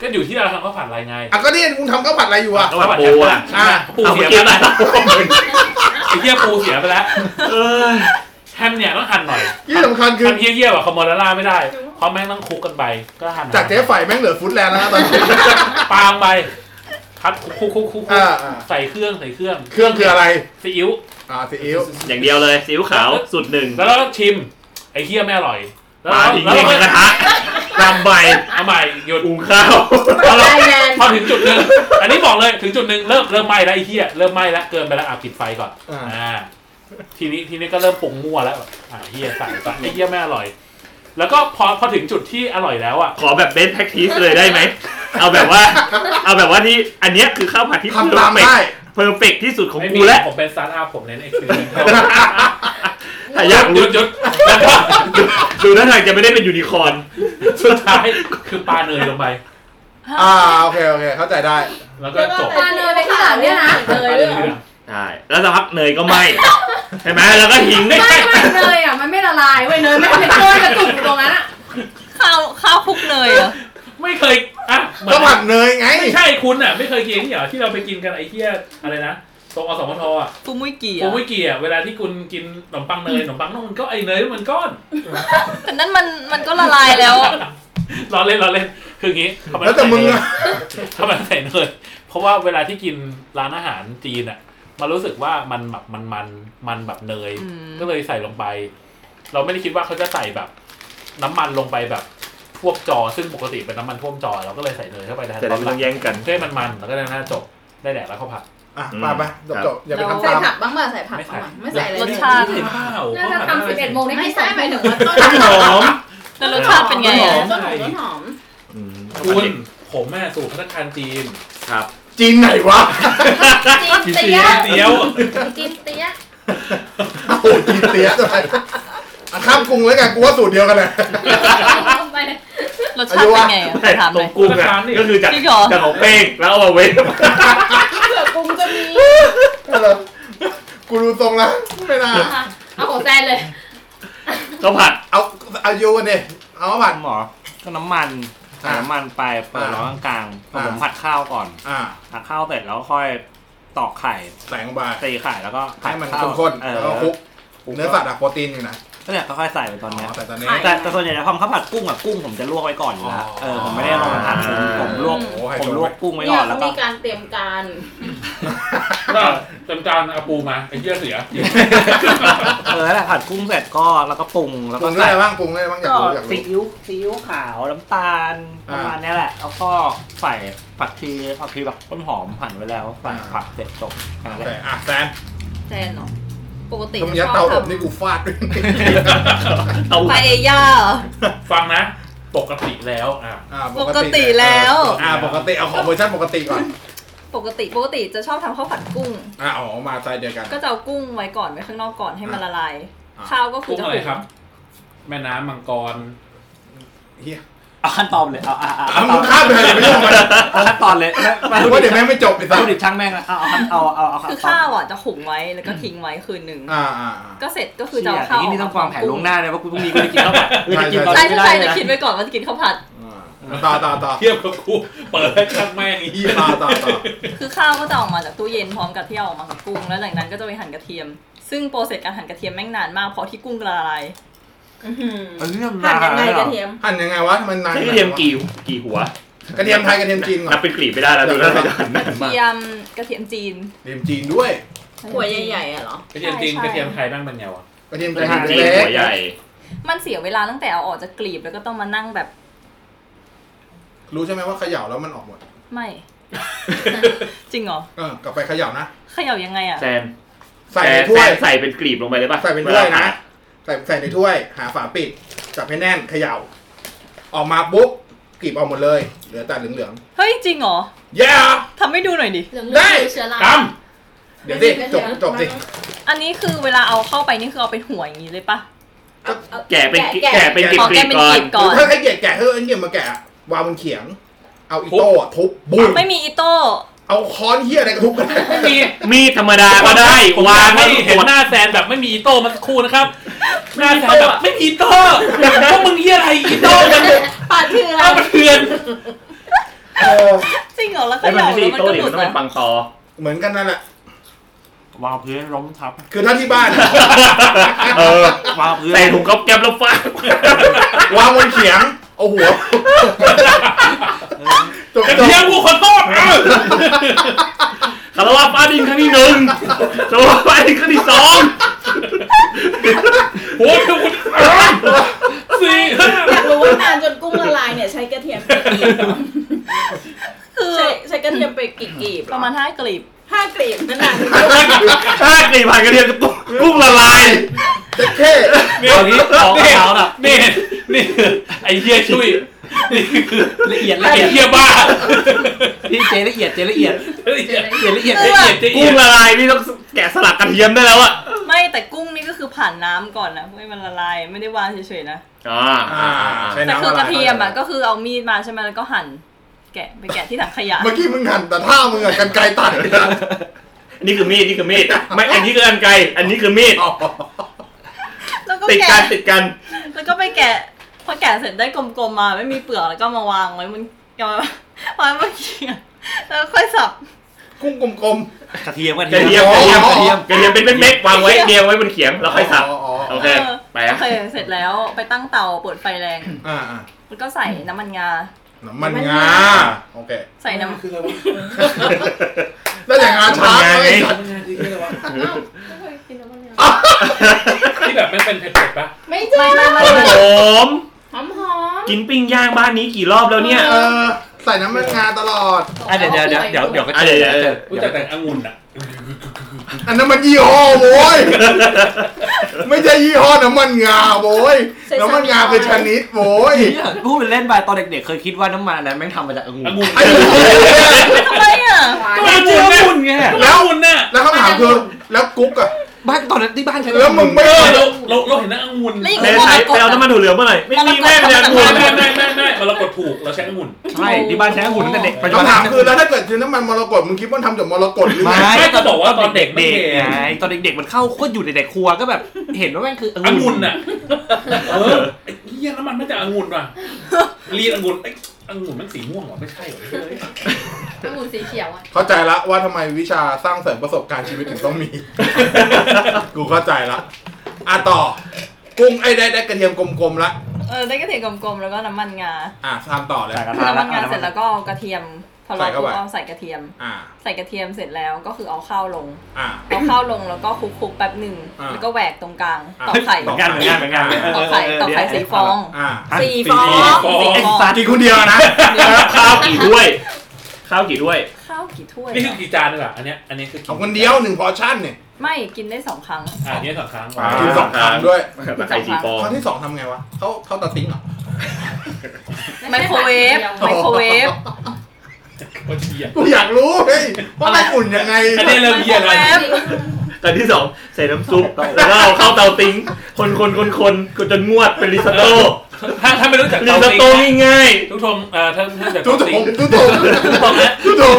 Speaker 4: ก็อยู่ที่เราทำข้าวผัดอะไรไง
Speaker 1: อ่ะก็เนี่ยมึงทำข้าวผัดอะไรอยู่อ่ะ
Speaker 4: ข้าวผัด
Speaker 7: ปู
Speaker 4: แอปเปิ้
Speaker 7: อะ
Speaker 4: ล
Speaker 1: อ่ะ
Speaker 4: ปูเสียไปแล้วไอ้เหี้ยปูเสียไปแล้วแฮมเนี่ยต้องหั่นหน่อย
Speaker 1: ที่สำคัญคือ
Speaker 4: ทำเหี้ยๆแบบคอมมอนล่าไม่ได้เพราะแม่งต้องคลุกกันไปก็หั่น
Speaker 1: จากเจ๊ไฝ่แม่งเหลือฟุตแลนด์แล้วนะตอนนี้
Speaker 4: ปาล์มไปคัดคลุกคลุกคลุก
Speaker 1: อ่าอ่า
Speaker 4: ใส่เครื่องใส่เครื่อง
Speaker 1: เครื่องคืออะไร
Speaker 4: ซีอิ๊ว
Speaker 1: อ่าซีอิ๊ว
Speaker 7: อย่างเดียวเลยซีอิ๊วขาวสูตรหนึ่ง
Speaker 4: แล้วเราก็ชิม ไอ้เฮี้ยไม่อร่อย แล้ว
Speaker 7: ปลา
Speaker 4: เรา
Speaker 7: ทิ้ง
Speaker 4: แล้ว
Speaker 7: เอง
Speaker 4: เรา
Speaker 7: ใน
Speaker 4: ก็
Speaker 7: กระทะตามใบ
Speaker 4: เอาใหม่หยุด
Speaker 7: หุงข้าว
Speaker 4: พอเรา
Speaker 6: ได้งาน
Speaker 4: พอถึงจุดหนึ่ง อันนี้บอกเลยถึงจุดหนึ่งเริ่มเริ่มไหม้แล้วไอ้เฮี้ยเริ่มไหม้แล้วเกินไปแล้วอ่ะปิดไฟก่อน
Speaker 1: อ่า
Speaker 4: อ่าทีนี้ทีนี้ก็เริ่มปรุงมั่วแล้วอ่ะเฮี้ยใส่ไปไอ้เฮี้ยไม่อร่อย แล้วก็พอพอถึงจุดที่อร่อยแล้วอ่ะ
Speaker 7: ขอแบบเบนแท็กทีสเลยได้ไหม เอาแบบว่า เอาแบบว่านี่อันเนี้ยคือข้าวผัดที่เพอ
Speaker 1: ทำตาม
Speaker 7: ร์เฟก
Speaker 1: ได้
Speaker 7: เพอร์เฟกที่สุดของ
Speaker 4: ไม่
Speaker 7: กู
Speaker 4: มี
Speaker 7: แล้ว
Speaker 4: ผมเป็นสตาร์ทอัพผมเน้นเอ็กซ์ เพรีย
Speaker 7: ถ้าอยาก
Speaker 4: หยุ
Speaker 7: รู้
Speaker 4: ดหยุดแล้วก็
Speaker 7: ดูท่าทางจะไม่ได้เป็นยูนิคอร์น
Speaker 4: สุดท้ายคือปลาเนยลงไป
Speaker 1: อ่าโอเคโอเค เข้าใจได้
Speaker 4: แล้วก็จบ
Speaker 8: ปลาเนยไปข้างหลังเนี่ยนะ
Speaker 4: ปลาเนยเหลือง
Speaker 7: ใช่แล้วสักพักเนยก็ไหมใช่ไหมแล้วก็หิง
Speaker 8: ไม่ไม่เนยอ่ะมันไม่ละลายเว้ยเนยมันเป็นก้อนกระตุกอยู่ตรงนั้นอ่ะ
Speaker 3: ข้าวข้าวคลุกเนยเหรอ
Speaker 4: ไม่เคยอ่ะเหมือน
Speaker 1: ก็ผัดเนยไง
Speaker 4: ไม่ใช่คุณอ่ะ ไม่เคยกินนี่เหรอที่เราไปกินกันไอ้เหี้ยอะไรนะตรงอสมทอ่ะ
Speaker 3: ฟูมุยกี่
Speaker 4: ผม
Speaker 3: อ่ะ
Speaker 4: ไม่เกี่ยเวลาที่คุณกินขนมปังเนยขนมปังนมมันก็ไอ้เนยมันก้อน
Speaker 3: แต่นั่นมันมันก็ละลายแล้วอะ
Speaker 4: ล้อเล่นล้อเล่นคืออย่างงี้ทำไม
Speaker 1: แล้วแต่มึง
Speaker 4: ใส่เนย
Speaker 1: อะ
Speaker 4: ทำไมใส่เนยเพราะว่าเวลาที่กินร้านอาหารจีนอ่ะมันรู้สึกว่ามันแบบมันมันมันแบบเนย
Speaker 3: อืม
Speaker 4: ก็เลยใส่ลงไป เราไม่ได้คิดว่าเขาจะใส่แบบ น้ำมันลงไปแบบท่วมจอซึ่งปกติเป็นน้ำมันท่วมจอเราก็เลยใส่เนยเข้าไปแทน
Speaker 7: จะได้ไม่ต้องแย่งกัน
Speaker 4: เพื่อให้มันมันแล้วก็ได้หน้าจบได้แดกแล้วข้าวผัด
Speaker 1: อ่ะไปไปจบจบอย่าไปทำ
Speaker 8: ใส่
Speaker 1: ตาม
Speaker 8: ผักบ้างป่ะใส่ผักบ้างป่ะไม่ใส่เลย
Speaker 3: รสชาติ
Speaker 4: ไม่ข้าว
Speaker 8: น่าจะทำสิบเอ็ดโมงได้
Speaker 6: ไม่ใช่หมายถึงว่าต้น
Speaker 7: ต้นหอม
Speaker 3: แล้วรสชาติเป็นไงอ่ะ
Speaker 6: ต้นหอมต้นหอม
Speaker 4: คุณ ผมแม่สู่พัฒนาการจีน
Speaker 7: ครับ
Speaker 1: จีนไหนวะ
Speaker 8: จีนเตี้ย
Speaker 4: เดียว
Speaker 8: จีนเตี้ย
Speaker 1: โอ้ยจีนเตี้ยอะไรอ่ะข้ามกรุงแล้วกันกูว่าสูตรเดียวกันแหละ
Speaker 8: ไปเลย
Speaker 3: รสชาติเป็นไงอ่ะถาม
Speaker 7: ต
Speaker 3: เล
Speaker 7: รง
Speaker 3: ย
Speaker 7: กุ้งอะ
Speaker 4: ถามดิ
Speaker 7: ก็คือจาก
Speaker 3: จริงเหรอ
Speaker 7: จากของเป้งแล้วเอามาเว้น
Speaker 6: เผื่อกุ้งจะมี
Speaker 1: กูดูทรงแล้วไม่น่า
Speaker 8: เอาของแซนเลย
Speaker 7: ข้าวผัด
Speaker 1: เอาเอาโยนเนี่ยเอามาผัด
Speaker 5: หมอก็น้ำมัน
Speaker 1: อ่า
Speaker 5: ใส่น้ำมันไปเปิดร้อนกลางๆ
Speaker 1: อ่า
Speaker 5: ผมผัดข้าวก่อน
Speaker 1: อ่า
Speaker 5: ผัดข้าวเสร็จแล้วค่อยตอกไข่
Speaker 1: ใส่ลงไป
Speaker 5: ตีไข่แล้วก็ผัด
Speaker 1: ให้มัน
Speaker 5: ข้าว
Speaker 1: ข้น
Speaker 5: เอ
Speaker 1: ๆ
Speaker 5: อ
Speaker 1: แล้วก็คลุก เนื้อสัตว์อะโปรตีนอยู่นะ
Speaker 5: ก็เนี่ยค่อยๆใส่ไปตอน
Speaker 1: อ๋
Speaker 5: เนี้ย
Speaker 1: อแต่ตอนนี้
Speaker 5: แต่แต่ส่วนใหญ่จะทำข้าวผัดกุ้งอะกุ้งผมจะลวกไว้ก่อนอยู่แล้
Speaker 1: อ๋
Speaker 5: ว
Speaker 1: อ
Speaker 5: เออผมไม่ได้ลงมาผัดผมผมลวก
Speaker 1: โอ้โหไฮ
Speaker 5: ผม
Speaker 1: โซ
Speaker 5: ลวกกุ้งไว้
Speaker 6: เนี่
Speaker 5: ก่
Speaker 6: ย
Speaker 5: อนแล้วก็
Speaker 6: เขามีการเตรียมการ
Speaker 4: ก็จำจานเอาปูมาไอ้เหี้ยเสีย
Speaker 5: เออแล้วผัดกุ้งเสร็จก็แล้วก็ปรุงแล้ ว
Speaker 1: ป
Speaker 5: ก็
Speaker 1: รุงได้
Speaker 5: ใส่
Speaker 1: ไหมบ้างปรุงได้ไหมบ้างอยาก
Speaker 5: ก็
Speaker 1: รู้อยาก
Speaker 5: ซี
Speaker 1: รู้
Speaker 5: อิ๊วซีอิ๊วขาวน้ำตาลป
Speaker 1: อ่า
Speaker 5: ระมาณเนี้ยแหละ แล้วก็ใส่ผักชีผักชีแบบต้นหอมหั่นไว้แล้วใส่
Speaker 1: อ่า
Speaker 5: ผักเสร็จจบแค่นั้นแห
Speaker 1: แต่
Speaker 5: ละ
Speaker 1: อ่ะแซน
Speaker 3: แจนเหรอปกติ
Speaker 1: ตรงเนี้ย
Speaker 3: จะช
Speaker 1: เตา
Speaker 3: อบ
Speaker 1: อบ
Speaker 3: ท
Speaker 1: นี่กู ฟาดด้วย
Speaker 7: เอา
Speaker 3: ำปาเอย่าเหรอ
Speaker 4: ฟังนะ ปกติแล้วอ่ะ
Speaker 1: อ่า
Speaker 3: ปกติแล้ว
Speaker 1: อ่าปกติเอาของเวอร์ชันปกติก่อน
Speaker 3: ปกติปกติจะชอบทำข้าวผัดกุ้ง
Speaker 1: อ่าอ๋อมาใจเดียวกัน
Speaker 3: ก็จะเอากุ้งไว้ก่อนไว้ข้างนอกก่อนให้มันละลาย
Speaker 1: อ่า
Speaker 3: ข้าวก็คือ
Speaker 4: กุ้ง
Speaker 3: จะ
Speaker 4: อะไรครับ แม่น้ำมังกร
Speaker 1: เฮีย
Speaker 5: เอาขั้นตอนเลยเอาเอาเอา
Speaker 1: เอามึงข้ามไปเลยอย่าไปยุ่งมัน
Speaker 5: เอาขั้นตอนเลยไม่
Speaker 1: เพ
Speaker 5: ไม่
Speaker 1: ราะเดี๋ยวแม่งไม่จบไอ้สัส
Speaker 5: ดิบช่างแม่งนะเอาเอาเอาเอาเอา
Speaker 3: คือข้าวอ่ะจะหุงไว้แล้วก็ทิ้งไว้คืนหนึ่ง
Speaker 1: อ่าอ่าอ่า
Speaker 3: ก็เสร็จก็คื
Speaker 5: คือ อ
Speaker 3: จะ
Speaker 5: จะ
Speaker 3: เอา
Speaker 5: ข้า
Speaker 3: ข้าว ว
Speaker 5: นี่นี่ต้องวางแผนลวงหน้าเลยว่ากูพรุ่งนี้กูจะกินข้าวผัดกูจะกินตอน
Speaker 3: ใช่
Speaker 5: นี้ไม่
Speaker 3: ใช่
Speaker 5: ได้
Speaker 3: ใช่
Speaker 5: เล
Speaker 3: จะ
Speaker 5: ย
Speaker 3: คิด
Speaker 5: นะ
Speaker 3: ไว้ก่อนว่าจะกินข้าวผัด
Speaker 1: ต่อต่อต่อ
Speaker 4: เทียบกับกูเปิดให้ข้างแม่งไอ้เหี้ย
Speaker 1: ต่อต่อต่อ
Speaker 3: คือข้าวก็จะออกมาจากตู้เย็นพร้อมกับที่เอาออกมากับกุ้งแล้วหลังจากนั้นก็จะไปหั่นกระเทียม ซึ่งโปรเซสการหั่นกระเทียมแม่งนานมากเพราะที่กุ้งละลาย
Speaker 5: เออเรื่อง
Speaker 6: หั่น
Speaker 5: ราว
Speaker 6: ยังไงก
Speaker 5: เหร
Speaker 6: ระ
Speaker 5: อ
Speaker 6: เทียม
Speaker 1: หั่นยังไงวะมันนาน
Speaker 7: ใช้กระเทียมกี่กี่หัว
Speaker 1: กระเทียมไทยกระเทียมจีนก่อน
Speaker 7: นับเป็นกลีบไม่ได้แล้วดูแล้วอาจาร
Speaker 3: กระ
Speaker 7: ย์นานมาก
Speaker 3: เทียมกระเทียมจีน
Speaker 1: กระเทียมจีนด้วย
Speaker 6: หัวใหญ่ๆอ่ะเหรอ
Speaker 4: กระเทียมจีนกระเทียมไทยแม่งเป็นไงวะ
Speaker 1: กระเทียมไทย
Speaker 7: จีน
Speaker 1: เล็ก
Speaker 7: หัวใหญ่
Speaker 3: ๆมันเสียเวลาตั้งแต่เอาออกจากกลีบแล้วก็ต้องมานั่งแบบ
Speaker 1: ๆรู้ใช่ไหมว่าเขย่าแล้วมันออกหมด
Speaker 3: ไม่ จริงเหรอ
Speaker 1: เออกลับไปเขย่านะ
Speaker 3: เขย่ายังไงอ่ะ
Speaker 7: แซน
Speaker 1: ใส่
Speaker 7: แซ
Speaker 1: ใน
Speaker 7: น
Speaker 1: ถ้วย
Speaker 7: แซนใส่เป็นกลีบลงไปเลยป่ะ
Speaker 1: ใส่เป็นถ้วย
Speaker 7: ลา
Speaker 1: นะ
Speaker 7: ผัด
Speaker 1: ใส่ใส่ในถ้วย หาฝาปิด จับให้แน่นเขย่า ออกมาปุ๊บกรีบออกหมดเลย เหลือแต่เหลือง
Speaker 3: เฮ้ยจริงเหรอ
Speaker 1: ๆ ย่า
Speaker 3: ทำให้ดูหน่อยดิ
Speaker 8: เหลือง
Speaker 1: ได้
Speaker 8: ๆเชื้อรา
Speaker 4: ตาม
Speaker 1: เดี๋ยวสิจบจบสิ
Speaker 3: อันนี้คือเวลาเอาเข้าไปนี่คือเอาเป็นหัวอย่างนี้เลยปะ
Speaker 7: แกะเป็น
Speaker 6: แกะ
Speaker 7: แกะเป็นกลีบ
Speaker 3: ขอแกะเป็น
Speaker 7: ก่อก
Speaker 3: ลี
Speaker 7: น
Speaker 3: บก่อน
Speaker 1: ถ้าให้เกียจแกะเฮ้ยเกียจมาแกะ วางบนเขียง เอาอีโต้อะทุบบุ้ม
Speaker 3: ไม่มีอิโต้
Speaker 1: เอาค้อนเหี้ยอะไรก็ทุบกัน
Speaker 4: ไม่มี
Speaker 7: มีดธรรมดาก็ได้วาง
Speaker 4: ไม่
Speaker 7: ไม่
Speaker 4: เห็น
Speaker 7: กด
Speaker 4: หน้าแซนแบบไม่มีอีโต้มาสักครู่นะครับ หน้าแซนแบบไม่มีอีโต้พวกมึงเหี้ยอะไรอีโต้กัน
Speaker 6: ปลาเทือ
Speaker 4: เอา
Speaker 6: น
Speaker 4: มาเถื่อน
Speaker 1: เออ
Speaker 3: จริงเหรอแล้วก็
Speaker 7: ไอ้ย
Speaker 3: ห
Speaker 7: มั
Speaker 3: ย
Speaker 7: น
Speaker 3: อกแล้ว
Speaker 7: ไม่ใช่อี
Speaker 3: มัน
Speaker 7: โต้
Speaker 3: ก็
Speaker 7: ดิ
Speaker 3: หลุ
Speaker 7: มั
Speaker 3: ด
Speaker 7: น
Speaker 3: เหร
Speaker 7: ต้องเป็
Speaker 3: อน
Speaker 7: ปังตอ
Speaker 1: เหมือนกันนั่นแหละ
Speaker 5: วางพื้นล้มทับ
Speaker 1: คือถ้าที่บ้าน
Speaker 2: เออ
Speaker 5: วางพื้น
Speaker 7: ใส่ถุงก๊อบแก๊บแล้วฟาด
Speaker 1: วางบนเขียง เอาหัวจบ
Speaker 7: กระ
Speaker 1: จบ
Speaker 7: เทียมกูขอโทษเออคารวะฟาดินครั้งที่หนึ่งคารวะฟาดินครั้งที่สอง
Speaker 4: โอ้ยคุณเอ้ยสี่ห้า
Speaker 6: อยากรู้ว่านานจนกุ้งละลายเนี่ยใช้กระเทียมไปกี่กลีบ
Speaker 3: คือ
Speaker 6: ใช้ใช้กระเทียมไปกี่กลีบ
Speaker 3: ประมาณห้ากลีบ
Speaker 6: ห้ากลีบนั่นน่ะ
Speaker 2: ถ้าสี่พันกระเทียมกุกุ้งละลาย
Speaker 1: เจ๊เข้
Speaker 5: ตอนนี้ของ
Speaker 4: นี่
Speaker 5: เขาแบบ
Speaker 4: นี่นี่ไอ้เหี้ยช่วยนี่คือ
Speaker 5: ละเอียดละ
Speaker 4: ไอ้
Speaker 5: เอียด
Speaker 4: เหี้ยบ้า
Speaker 5: พี่เจละเอียดเจละเอียด
Speaker 4: ไอ้เหี้ย
Speaker 5: ละเอียดละเอียด
Speaker 4: ไอ้เหี้ยไอ้
Speaker 2: กุ้
Speaker 4: เหี้
Speaker 2: ง
Speaker 4: ย
Speaker 2: ละลายนี่ต้องแกะสลักกระเทียมได้แล้วอะ
Speaker 3: ไม่แต่กุ้งนี่ก็คือผ่านน้ำก่อนนะเพื่อให้มันละลายไม่ได้วางเฉยๆนะ
Speaker 7: อ่า
Speaker 1: อ่าใช้
Speaker 3: แต่
Speaker 1: น้ำ
Speaker 3: คือกระเทียมอ่ะ
Speaker 1: ไร
Speaker 3: ก็คือเอามีดมาใช่ไหมแล้วก็หั่นแกะไปแกะที่ถังขยะ
Speaker 1: เมื่อกี้มึงหันแต่ท่ามึงอะกันไกลตัด
Speaker 7: นี่คือมีดนี่คือมีดไม่อันนี้คืออันไกล อันนี้คือมีด
Speaker 3: แล้วก็
Speaker 7: ติด
Speaker 3: แกะ
Speaker 7: กันติดกัน
Speaker 3: แล้วก็ไปแกะพอแกะเสร็จได้กลมๆมาไม่มีเปลือกแล้วก็มาวางไว้บนเอามาวางไว้บนเขียงแล้วค่อยสับ
Speaker 1: กุ้งกลม
Speaker 5: กระเทียมกระ
Speaker 7: กระ
Speaker 5: เที
Speaker 7: เที
Speaker 5: ย
Speaker 7: ยม
Speaker 5: ม
Speaker 7: กระเทียม
Speaker 1: อ๋
Speaker 7: ก
Speaker 1: อ
Speaker 7: ระเทียมกระเทียมเป็นเม็ดๆวางไว้เรียงไว้บนเขียงแล้วค่อยสับ
Speaker 1: อ๋ออ๋ออ๋อ
Speaker 7: โอเค
Speaker 3: เออ
Speaker 7: ไป
Speaker 3: โอ
Speaker 7: อะ
Speaker 3: เคเสร็จแล้วไปตั้งเตาเปิดไฟแรง
Speaker 1: ๆอ่าอ่า
Speaker 3: แล้วก็ใส่น้ำมันงา
Speaker 1: น้ำมันงาโอเค
Speaker 3: ใส่น้ำ
Speaker 4: คืออะไรวะ
Speaker 1: แล้วอย่างงาช้างเลย
Speaker 4: ทำงานจริงๆเลยวะ
Speaker 8: ไม่เคยกินน้ำมันงา
Speaker 4: ที่แบบไม่เป็นเผ็ดๆปะ
Speaker 6: ไม่ใช่
Speaker 3: ไม่ไม่
Speaker 7: ต้นหอม
Speaker 6: หอมหอม
Speaker 7: กินปิ้งย่างบ้านนี้กี่รอบแล้วเนี่ย
Speaker 1: เออ ใส่น้ำมันงาตลอด
Speaker 5: อ่ะเดี๋ยวเดี๋ยวเดี๋ยวเดี๋ยวเดี๋ยวก็เจอ
Speaker 7: อ่ะเดี๋ยวเดี๋ยว
Speaker 5: เจอ
Speaker 4: รู้จักแต่องุ่นอ่ะ
Speaker 1: อันนั้นมันยี่ห้อโว้ย ไม่ใช่ยี่ห้อน้ำมันงาโว้ย น้ำมันงาคือชนิดโว้ย
Speaker 5: เนี่ยพูดเป็นเล่นไปตอนเด็กๆเคยคิดว่าน้ำมันอันนั้นแม่งทำมาจากองุ่น
Speaker 4: องุ่น
Speaker 1: ไอ้เหี้ย
Speaker 3: ทำไมอ่ะ
Speaker 5: ก็มันเจอองุ่นไง
Speaker 4: แล้วองุ่นน่ะ
Speaker 1: แล้วคำถามคือ แล้วกุ๊กอะ
Speaker 5: บ้านตอนนั้นที่บ้านใช้
Speaker 1: แล้วมึงไม่
Speaker 4: เออเราเราเราเห็นนะองุ่น
Speaker 3: แล้วอีก
Speaker 7: ไม่ได้ใช้ไปเอาน้ำมันถั่วเหลืองมาหน่อยไม่มีแม่เป็นองุ่
Speaker 4: ไม่
Speaker 7: น
Speaker 4: ไม่ไม่ไม่ไม่เรากดถูกเราใช้องุ่น
Speaker 5: ใช่ที่บ้านใช้องุ่นตั้งแต่เด็กปัจจุบั
Speaker 1: คำถาม
Speaker 5: น
Speaker 1: คือแล้วถ้าเกิดคือน้ำมันมรกตมึงคิดว่าทำจากมรกตหรือไง
Speaker 4: ไม่ก็บอกว่าตอนเด็กไม่
Speaker 5: เด็ก
Speaker 4: เห็น
Speaker 5: ไงตอนเด็กๆมันเข้าโคตรอยู่ในแต่ครัวก็แบบเห็นว่าแม่งคือ
Speaker 4: อ
Speaker 5: องุ่
Speaker 4: งุ่นน่ะเออไอ้เหี้ยน้ำมันไม่จากองุ่นว่ะรีดองุ่นไอ้องุ่นมันสีม่วงเหรอไม่ใช่เหรอ
Speaker 8: องุ่นสีเขียวอ่ะ
Speaker 1: เข้าใจละว่าทำไมวิชาสร้างเสริมประสบการณ์ชีวิตถึงต้องมี กูเข้าใจละอ่ะต่อ กุ้งไอ้ได้ได้กระเทียมกลมๆละ
Speaker 3: เออได้กระเทียมกลมๆแล้วก็น้ำมันงา
Speaker 1: อ่ะทำต่อเลย
Speaker 5: ใส่กระทะ
Speaker 3: น้ำมั
Speaker 5: แล้วน
Speaker 3: งาเสร็จแล้วก็เอากระเทียมพอ
Speaker 1: ใส่
Speaker 3: เรา
Speaker 1: เข้าไป
Speaker 3: เอาใส่กระเทียม
Speaker 1: อ่ะ
Speaker 3: ใส่กระเทียมเสร็จแล้วก็คือเอาข้าวลง
Speaker 1: อ่ะ
Speaker 3: เอาข้าวลงแล้วก็คลุกๆแป๊บหนึ่ง
Speaker 1: อ่า
Speaker 3: แล้วก็แหวกตรงกลาง
Speaker 1: อ่า
Speaker 3: ตอกไข่
Speaker 5: เหมือนกันเหมือนกันเหมือนกันเ
Speaker 3: ตอกไข่ตอกไข่สีฟอง
Speaker 1: อ่ะ
Speaker 3: สีฟองสี
Speaker 5: ไอ้
Speaker 3: ฟอง
Speaker 5: สัตว์
Speaker 1: กินคนเดียวนะ
Speaker 7: ข้าวกี่ถ้วย ข้าวกี่ถ้วย
Speaker 3: ข้าวกี่ถ้วย
Speaker 4: นี่คือ
Speaker 3: อะ
Speaker 4: กี่จานดีกว่าอันเนี้ยอันนี้คือกี่
Speaker 1: เอาคนเดียวหนึ่งพอร์ชั่นเนี่ย
Speaker 3: ไม่กินได้สองครั้ง
Speaker 4: อ่าเนี้ยสองครั้ง
Speaker 7: อ่า
Speaker 1: กินสองครั้งด้วย
Speaker 7: ตะไคร้สีฟอง
Speaker 1: ข้อที่สองทำไงวะ เข้าเข้าเตาทิ้งเหรอ
Speaker 3: ไมโครเวฟไมโครเวฟ
Speaker 4: โคตรเหี้ย
Speaker 1: กูอยากรู้เฮ้ยว่ามันอุ่นยังไง
Speaker 4: อันนี้เริ่มเยี่ยนแล้ว
Speaker 3: แป๊บ
Speaker 7: ตอนที่สองใส่น้ำซุปแล้วก็เอาเข้าวเตาติ้งคนคนคนคนจนงวดเป็นริซอตโต้
Speaker 4: ถ้าถ้าไม่รู้จัก
Speaker 7: ริ
Speaker 4: เตา
Speaker 7: ซอต
Speaker 4: ติ
Speaker 7: โต้
Speaker 4: ง
Speaker 7: ง่าย
Speaker 4: ทุกชมเอ่อถ้าถ้ารู้จัก
Speaker 1: จุ๊
Speaker 4: เตา
Speaker 1: จุ๊
Speaker 4: ติง
Speaker 1: จุ๊จุ๊จุ๊จุ๊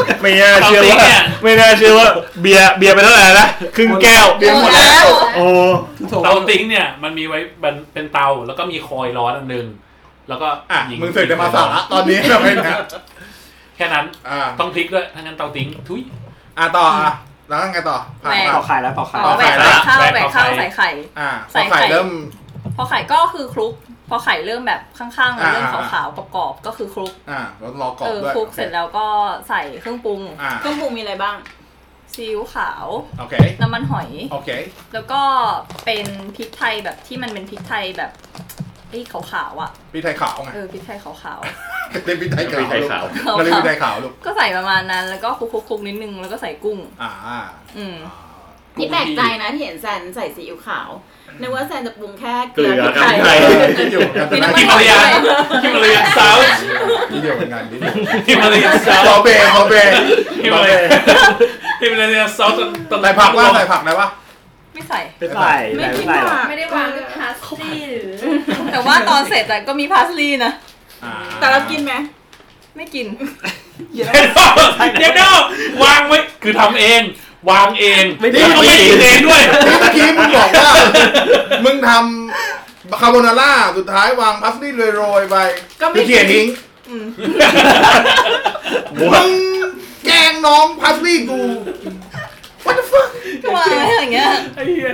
Speaker 7: ๆไม่น่าเชื่อว่าไม่น่าเชื่อว่าเบียร์เบียร์ไปเท่าไหร่นะครึ่งแก้ว
Speaker 1: เบียร์หมดแล้ว
Speaker 7: โอ้
Speaker 4: เตาติงเนี่ยมันมีไว้มันเป็นเตาแล้วก็มีคอยร้อนอันหนึงแล้วก็
Speaker 1: อ่ะ
Speaker 4: ยิ
Speaker 1: มึงเสร็จจะมาสาระตอนนี้ทำไมนะ
Speaker 4: แค่นั้น
Speaker 1: อ่า
Speaker 4: ต้องพลิกด้วยถ้างั้นเตาติงทุย
Speaker 1: อ่ะต่ออ่ะแล้วไงต่อผ่าน
Speaker 5: ต่อไข่แล้วต่อไข่
Speaker 3: อ๋อแหวกข้าวแหวกข้าวใส่ไข่
Speaker 1: อ่ะพอไข่เริ่ม
Speaker 3: พอไข่ก็คือคลุก พอไข่เริ่มแบบข้างๆมัน
Speaker 1: อ่า
Speaker 3: เริ่มขาวๆกรอบๆก็คือคลุก
Speaker 1: อ่ะแล้วรอกรอ
Speaker 3: เอบ อ
Speaker 1: ด้วย
Speaker 3: คลุกเสร็จแล้วก็ใส่เครื่องปรุง
Speaker 1: อ่ะ
Speaker 6: เครื่องปรุงมีอะไรบ้าง
Speaker 3: ซีอิ๊วขาว
Speaker 1: โอเค
Speaker 3: น้ำมันหอย
Speaker 1: โอเค
Speaker 3: แล้วก็เป็นพริกไทยแบบที่มันเป็นพริกไทยแบบไอ้ขาวๆอ่ะ
Speaker 1: พี่ไทยขาวไง
Speaker 3: เออพริกไทยขาว
Speaker 1: เล่นพี่ไทยขาว
Speaker 7: ไทยขาว
Speaker 1: มาเล่นพี่ไทยขาวลูก
Speaker 3: ๆ ก็ใส่ประมาณนั้นแล้วก็คลุกๆๆนิดนึงแล้วก็ใส่กุ้ง
Speaker 1: อ่า
Speaker 3: อืม
Speaker 6: นี่แปลกใจนะที่เห็นแซนใส่ซีอิ๊วขาวนึกว่าแซนจะปรุงแค่
Speaker 7: เกลือ
Speaker 6: พ
Speaker 7: กับ
Speaker 6: ริ
Speaker 7: ไข่
Speaker 1: คิดอยู่กัน
Speaker 3: มี
Speaker 1: นะ
Speaker 3: น้ำมั
Speaker 1: คิ
Speaker 3: น
Speaker 1: ด
Speaker 3: หอยด้วย
Speaker 4: ฮิมาลายันซาวด์
Speaker 1: อยู่เหมือนกันคิดอยู่
Speaker 4: ฮิมาลายันซาว
Speaker 1: ขอ
Speaker 4: ด์
Speaker 1: เบย์ขอเบย์
Speaker 4: ฮิมาลายันฮิมาลายันซาวด์ตอน
Speaker 1: ใส่ผัก ว่าใส่ผักนะวะ
Speaker 3: ไม่ใส่
Speaker 5: ไม่ใส่ไม่
Speaker 6: ไม่กิน
Speaker 5: ใส่หรอ
Speaker 6: ผั
Speaker 5: ก
Speaker 6: ก
Speaker 8: ไม่ได้วางด้วยพาสตี้หรือ
Speaker 3: แต่ว่าตอนเสร็จอะก็มีพาสลีย์นะ
Speaker 6: แต่เรากินไหม
Speaker 3: ไม่กิน
Speaker 4: เดี๋ยวเดี๋ยวเดี๋ยววางไว้คือทำเอง วางเอง
Speaker 1: ไม่ได้
Speaker 4: แล้วก็ไม่กินเองด้วย
Speaker 1: นี่เมื่อกี้มึงบอกว่า มึงทำคาโบนาร่าสุดท้าย วางพัสลี่โรยๆไป
Speaker 6: ก็ไม่
Speaker 1: คือเขียนทิ้ง
Speaker 3: อืม
Speaker 1: มึงแกล้งน้องพัสลี่กู what the fuck
Speaker 3: ก็วางไว้อย่างเงี้ย
Speaker 4: ไอ้เหี้ย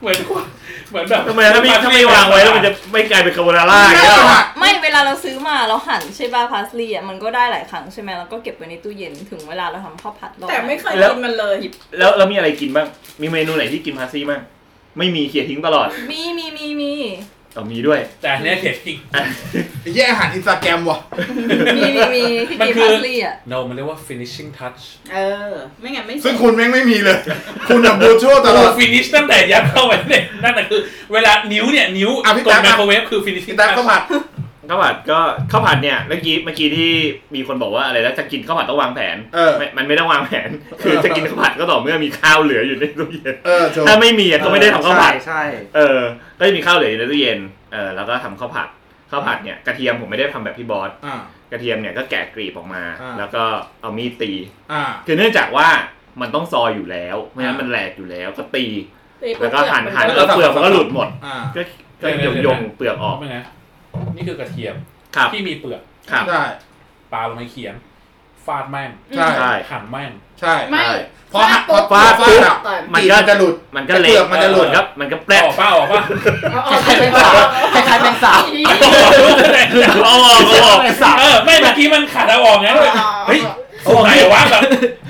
Speaker 4: เหมือนกว่าเหมือนแบบ
Speaker 2: ทำไมถ้ามีถ้ามีวางไว้แล้วมันจะไม่กลายเป็นคาโบนาร่าอย่างเงี้ยหรอ
Speaker 3: ไม่เวลาเราซื้อมาเราหั่นใช่ป่ะพาสลีย์อ่ะมันก็ได้หลายครั้งใช่ไหมแล้วก็เก็บไว้ในตู้เย็นถึงเวลาเราทำข้าวผัดรอบ
Speaker 6: แต่ไม่เคย
Speaker 7: แล้ว
Speaker 6: กินมันเลย
Speaker 7: แล้วแล้วมีอะไรกินบ้าง มีเมนูไหนที่กินพาซี่บ้างไม่มีเขียทิ้งตลอด
Speaker 3: มีมีมีมี
Speaker 7: แต่มีด้วย
Speaker 4: แต่อันเนี้ยเผ็ดจริง
Speaker 7: อ่ะ
Speaker 1: ไอ้เหี้ยอาหารอินสตาแกรมว่ะ
Speaker 3: มีมีมีที่
Speaker 4: มัน
Speaker 3: กิน
Speaker 4: คือ
Speaker 3: พาสลีย์อ่ะ
Speaker 4: no มันเรียกว่า finishing touch
Speaker 6: เออ ไม่งั้นไม่
Speaker 1: ซึ่งคุณแม่งไม่มีเลย คุณอะบูชั่วต
Speaker 4: โอ้
Speaker 1: ลอด
Speaker 4: ฟินิชตั้งแต่ยัดเข้าไปเนี่ยนั่นแหละคือเวลานิ้วเนี่ยนิ้ว
Speaker 1: อ่ะพี่
Speaker 4: ก
Speaker 1: ตั๊
Speaker 4: ด
Speaker 1: ก
Speaker 4: ไมโครเวฟคือ finishing
Speaker 1: พี่ตา
Speaker 4: touch
Speaker 1: ข้าวผัด
Speaker 7: ข้าวผัดก็ข้าวผัดเนี่ยเมื่อกี้เมื่อกี้ที่มีคนบอกว่าอะไรแล้วจะกินข้าวผัดต้องวางแผน
Speaker 1: เออ
Speaker 7: ไม่มันไม่ต้องวางแผน คือจะกินข้าวผัดก็ต่อเมื่อมีข้าวเหลืออยู่ในตู้เย็น
Speaker 1: เออถูก
Speaker 7: ถ้าไม่มีอะก็ไม่ได้ทำข้าวผัด
Speaker 5: ใช่
Speaker 7: เออ ก็จะมีข้าวเหลืออยู่ในตู้เย็น เออ แล้วก็ทำข้าวผัด ข้าวผัดเนี่ยกระเทียมผมไม่ได้ทำแบบพี่บอส
Speaker 1: อ่า
Speaker 7: กระเทียมเนี่ยก็แกะกรีบออกมา
Speaker 1: อ่า
Speaker 7: แล้วก็เอามีดตี
Speaker 1: อ่า
Speaker 7: คือเนื่องจากว่ามันต้องซอยอยู่แล้ว ไม่งั้นมันแหลกอยู่แล้ว ก็ตี แล้วก็หั่นหั่น
Speaker 1: มันก็
Speaker 7: แล้วเปลือกมันก็หลุดหมด
Speaker 1: อ่า
Speaker 7: ก็ก็โยงโยงเปลือกอ
Speaker 4: อ
Speaker 7: อ
Speaker 4: อก
Speaker 7: ก
Speaker 4: ไหมนะนี่คือกระเทียม
Speaker 7: ครับ
Speaker 4: ที่มีเปลือก
Speaker 7: ครับ
Speaker 1: ใช่
Speaker 4: ปาลงในเขียงฟาดแม่ง
Speaker 1: ใช่
Speaker 7: ใช่
Speaker 4: หั่นแม่ง
Speaker 1: ใช่
Speaker 6: ไม่
Speaker 7: ใช่
Speaker 1: พอหักพอ
Speaker 7: ฟาด
Speaker 1: ฟา
Speaker 7: ปุ๊
Speaker 1: ด
Speaker 7: บ
Speaker 1: อะ
Speaker 6: ต่อย
Speaker 7: มัน
Speaker 1: กรีบ
Speaker 7: ก็
Speaker 1: มันจะหลุด
Speaker 7: มันก็เละ
Speaker 1: เปลือกมันจะหลุด
Speaker 7: ครับ มันก็แปลก
Speaker 4: ออกป้าออกป้า
Speaker 6: เอาออกไป
Speaker 5: คล้ายๆแมงสาบ
Speaker 7: เอาออกเอาออก
Speaker 5: แมงสาบ
Speaker 4: เออไม่เมื่อกี้มันขาดเอาออกไงเฮ้ยสงสัยว่าแบบ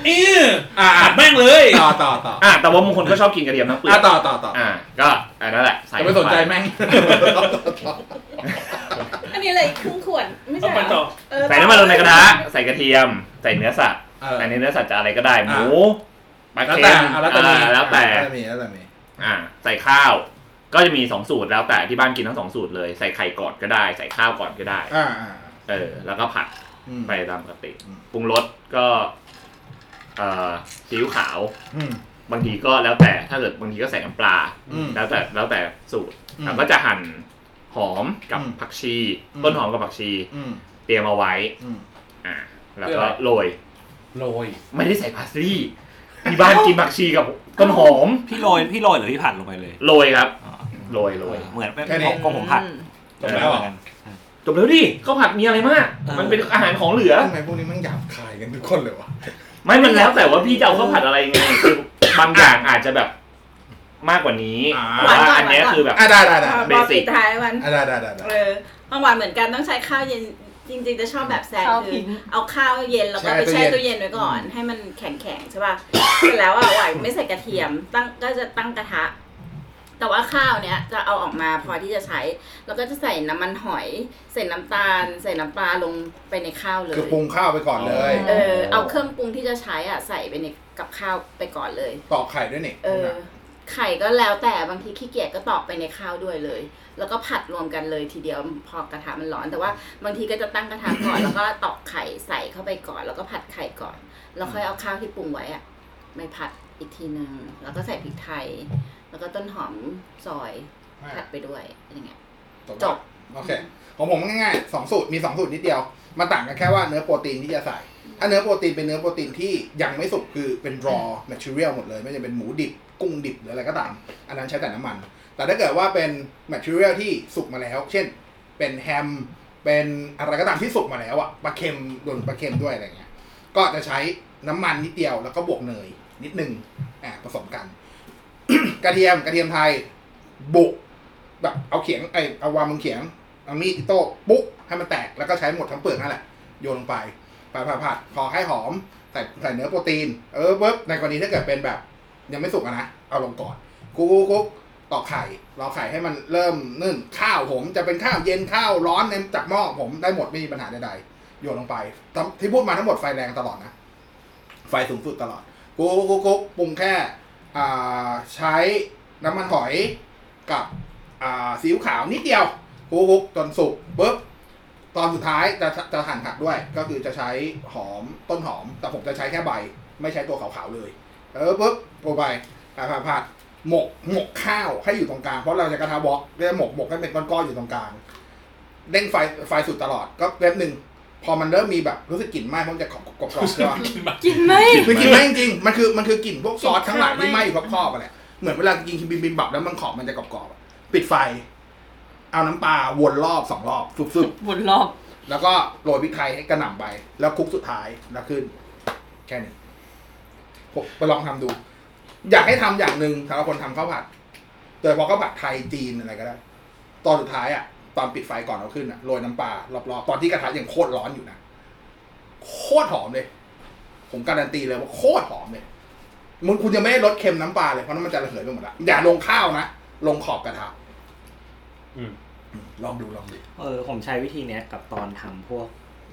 Speaker 4: เออ
Speaker 1: อ่า
Speaker 4: หั
Speaker 1: อ่ะ
Speaker 4: ดแม่งเลย
Speaker 1: ต่อต่อต่อ
Speaker 7: อ่ะแต่ว่าบางคนก็ชอบกินกระเทียมทั้งเปลือ
Speaker 1: อ่ะ
Speaker 7: ก
Speaker 1: ต่อต่อต่อ
Speaker 7: อ่ะก็อันนั้นแหละ
Speaker 1: จะไม่สนใจ แม่ง
Speaker 6: อันนี้เลยครึ่งขวดไม่
Speaker 4: เอา
Speaker 6: ใช่
Speaker 4: ไปต่อ
Speaker 6: เออ
Speaker 7: ใส่น้ำมันลงในกระทะใส่กระเทียม ใส่เนื้อสัตว์
Speaker 1: เออ
Speaker 7: อันนี้เนื้อสัตว์จะอะไรก็ได้หมูปลา
Speaker 1: แล้ว
Speaker 7: เค็
Speaker 1: แต่
Speaker 7: ม
Speaker 1: อ่ะแล้วแต่
Speaker 7: อ่า
Speaker 1: มีแล้วแต่มี
Speaker 7: แล้วแต่
Speaker 1: แล้วแต่มี
Speaker 7: อ่าใส่ข้าว ก็จะมีสองสูตรแล้วแต่ที่บ้านกินทั้งสองสูตรเลย ใส่ไข่ก่อนก็ได้ ใส่ข้าวก่อนก็ได้
Speaker 1: อ่าอ่า
Speaker 7: เออ แล้วก็ผัด
Speaker 1: อืม
Speaker 7: ไปตามปกติ
Speaker 1: อืม
Speaker 7: ปรุงรสก็เอ่อซีอิ๊วขาว
Speaker 1: อืม
Speaker 7: บางทีก็แล้วแต่ถ้าเกิดบางทีก็ใส่น้ำปลา
Speaker 1: อืม
Speaker 7: แล้วแต่แล้วแต่สูตร
Speaker 1: อืม
Speaker 7: แล้วก็จะหั่นหอมกับ
Speaker 1: อืม
Speaker 7: ผักชี
Speaker 1: อืม
Speaker 7: ต้นหอมกับผักชี
Speaker 1: อืม
Speaker 7: เตรียมเอาไว้
Speaker 1: อืม
Speaker 7: อ่าแล้วก็โรย
Speaker 4: โรย
Speaker 7: ไม่ได้ใส่พาสลีย์ที่บ้านกินผักชีกับต้นหอม
Speaker 5: พี่โรยพี่โรยหรือพี่ผัดลงไปเลย
Speaker 7: โรยครับโรยโรย
Speaker 5: เหมือนของของผมผัด
Speaker 3: อืม
Speaker 1: จบแล้วเหรอ
Speaker 7: จบแล้วดิข้าวผัดมีอะไรมาก มันเป็นอาหารของเหลือ
Speaker 1: ทำไมพวกนี้มันหยาบคายกันทุกคนเลยวะ
Speaker 7: ไม่มันแล้วแต่ว่าพี่จะเอาข้าวผัดอะไรไงคือบางอย่างอาจจะแบบมากกว่านี้แต่ว่าอันเนี้ยคือแบบ
Speaker 1: อ่ะได้ได้ได้
Speaker 6: บอปิดท้ายวัน
Speaker 1: อ่ะได้ได้ได้ได้
Speaker 6: เออบางวันเหมือนกันต้องใช้ข้าวเย็นจริงๆจะชอบแบบแซน
Speaker 3: ข้าว
Speaker 6: คื
Speaker 3: ทิ้
Speaker 6: อง เอาข้าวเย็นแล้วก็ไป
Speaker 1: แช่
Speaker 6: แช่
Speaker 1: ตู้
Speaker 6: ตู้
Speaker 1: เย็
Speaker 6: เย็
Speaker 1: น
Speaker 6: นไว้ก่อน ให้มันแข็งๆใช่ป่ะ เสร็จแล้วอ่ะไหวไม่ใส่กระเทียมตั้งก็จะตั้งกระทะ แต่ว่าข้าวเนี้ยจะเอาออกมาพอที่จะใช้ แล้วก็จะใส่น้ำมันหอย ใส่น้ำตาล ใส่น้ำปลาลงไปในข้าวเลย
Speaker 1: คือปรุงข้าวไปก่อนเลย
Speaker 6: เออเอาเครื่องปรุงที่จะใช้อ่ะใส่ไปในกับข้าวไปก่อนเลย
Speaker 1: ตอกไข่ด้วยนี่
Speaker 6: เออ ไข่ก็แล้วแต่บางทีขี้เกียจก็ตอกไปในข้าวด้วยเลย แล้วก็ผัดรวมกันเลยทีเดียวพอกระทะมันร้อน แต่ว่าบางทีก็จะตั้งกระทะ ก่อน แล้วก็ตอกไข่ใส่เข้าไปก่อน แล้วก็ผัดไข่ก่อน แล้วค่อยเอาข้าวที่ปรุงไว้อะไปผัดอีกทีหนึ่งแล้วก็ใส่พริกไทย แล้วก็ต้นหอมซอยผัดไปด้วยอะไรเงี้ย จบ
Speaker 1: โอเคของผมง่ายๆสองสูตรมีสองสูตรนิดเดียวมาต่างกันแค่ว่าเนื้อโปรตีนที่จะใส่ถ้าเนื้อโปรตีนเป็นเนื้อโปรตีนที่ยังไม่สุกคือเป็น raw material หมดเลย ไม่ว่าจะเป็นหมูดิบกุ้งดิบหรืออะไรก็ตาม อันนั้นใช้แต่น้ำมัน แต่ถ้าเกิดว่าเป็น material ที่สุกมาแล้ว เช่น เป็นแฮม เป็นอะไรก็ตามที่สุกมาแล้วอะปลาเค็มโดนปลาเค็มด้วยอะไรเงี้ย ก็จะใช้น้ำมันนิดเดียวแล้วก็บวกเนยนิดนึงอ่ะผสมกัน กระเทียมกระเทียมไทย บุกแบบเอาเขียงไอยเอาวางบนเขียงเอามีดอิโต้ปุ๊บให้มันแตกแล้วก็ใช้หมดทั้งเปลือกนั่นแหละโยนลงไปผัดผัดผัดพอให้หอมใส่ใส่เนื้อโปรตีน เออเวิบในกรณีถ้าเกิดเป็นแบบ ยังไม่สุกอะนะเอาลงก่อน กุ๊กกุ๊กกุ๊กตอกไข่รอไข่ให้มันเริ่มนึ่งข้าวผมจะเป็นข้าวเย็นข้าวร้อนในจากหม้อผมได้หมดไม่มีปัญหาใดๆโยนลงไปทั้งที่พูดมาทั้งหมดไฟแรงตลอดนะ ไฟสูงสุดตลอดกุ๊กกุ๊กกุ๊กปรุงแค่อ่าใช้น้ำมันหอยกับอ่าซีอิ๊วขาวนิดเดียวกุ๊กกุ๊กจนสุกปุ๊บตอนสุดท้ายจะจะหั่นผักด้วย ก็คือจะใช้หอมต้นหอม แต่ผมจะใช้แค่ใบ ไม่ใช้ตัวขาวๆเลย เออปุ๊บโปรไปผัดผัดผัดหมกหมกข้าวให้อยู่ตรงกลางเพราะเราจะกระทะบล็อกเรียกหมกหมกให้เป็นก้อนๆอยู่ตรงกลางเร่งไฟไฟสุดตลอดก็แป๊บหนึ่งพอมันเริ่มมีแบบรู้สึกกลิ่นไหม้เพราะมันจะกรอบๆกรอบๆใช่ปะ
Speaker 4: กินมา
Speaker 3: กินไหม
Speaker 1: มันกลิ่นไหม้จริงๆมันคือมันคือกลิ่นพวกซอสทั้งหลายที่ไหม้อยู่ครอบๆอะแหละเหมือนเวลากินคิมบิมบิมบับแล้วมันขอบมันจะกรอบๆอะปิดไฟ เอาน้ำปลาวนรอบสองรอบฟึบ
Speaker 3: วนรอบ
Speaker 7: ค
Speaker 1: แล้วก็โรยพริกไทยให้กระหน่ำไป แล้วคลุกสุดท้ายแล้วขึ้น แค่นี้ผมไปลองทำดู อยากให้ทำอย่างหนึ่งสำหรับคนทำข้าวผัด โดยเฉพาะข้าวผัดไทยจีนอะไรก็ได้ ตอนสุดท้ายอ่ะ ตอนปิดไฟก่อนเอาขึ้นอ่ะโรยน้ำปลารอบๆตอนที่กระทะยังโคตรร้อนอยู่นะโคตรหอมเลย ผมการันตีเลยว่าโคตรหอมเลยมันคุณยังไม่ได้ลดเค็มน้ำปลาเลยเพราะน้ำมันจะระเหยไปหมดละอย่าลงข้าวนะลงขอบกระทะ
Speaker 4: อืม
Speaker 1: ลองดูลองดู
Speaker 5: เออผมใช้วิธีเนี้ยกับตอนทำพวก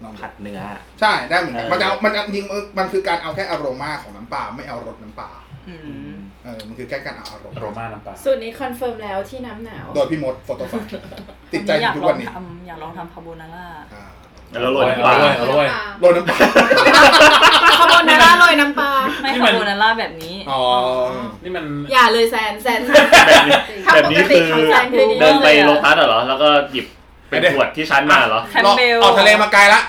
Speaker 1: ลองดู
Speaker 5: ผัดเนื้อ
Speaker 1: ใช่ได้เหมือนกัน
Speaker 5: เออ
Speaker 1: มันจะเอามันจะจริงๆมันคือการเอาแค่อารมาของน้ำปลาไม่เอารสน้ำปลา
Speaker 3: อืม
Speaker 1: เออมันคือแค่การเอาอารมณ์
Speaker 4: โรมาน้ำปลา
Speaker 6: สูตรนี้คอนเฟิร์มแล้วที่น้ำหนาว
Speaker 1: โดยพี่มดโฟโต้ฟันติดใจอยู่ทุกวันนี้
Speaker 3: อยาลองทำอยากลองทำคาโบนาร่า
Speaker 1: อ่า
Speaker 7: แล้วโรยน้ำปลา
Speaker 4: อร่อยอร่อย
Speaker 1: โรยน้ำปลา
Speaker 6: คาโบนาร่าโรยน้ำปลา
Speaker 3: ไม่
Speaker 4: นี่มั
Speaker 3: คาน โบนาร่าแบบนี้
Speaker 1: อ๋อ
Speaker 4: นี่ มัน
Speaker 6: อย่าเลยแซนแซน
Speaker 7: แบบนี้
Speaker 6: ถ้า
Speaker 7: แบบ
Speaker 6: ป
Speaker 7: นี้
Speaker 6: กติ
Speaker 7: คือ
Speaker 6: ของแซนคือดี
Speaker 7: เดินไปโลตัสอะเหรอ แล้วก็หยิบเป็นขวดที่ชั้นมาเหรอ
Speaker 3: แคมเบล
Speaker 1: ออกทะเลมาไกลละ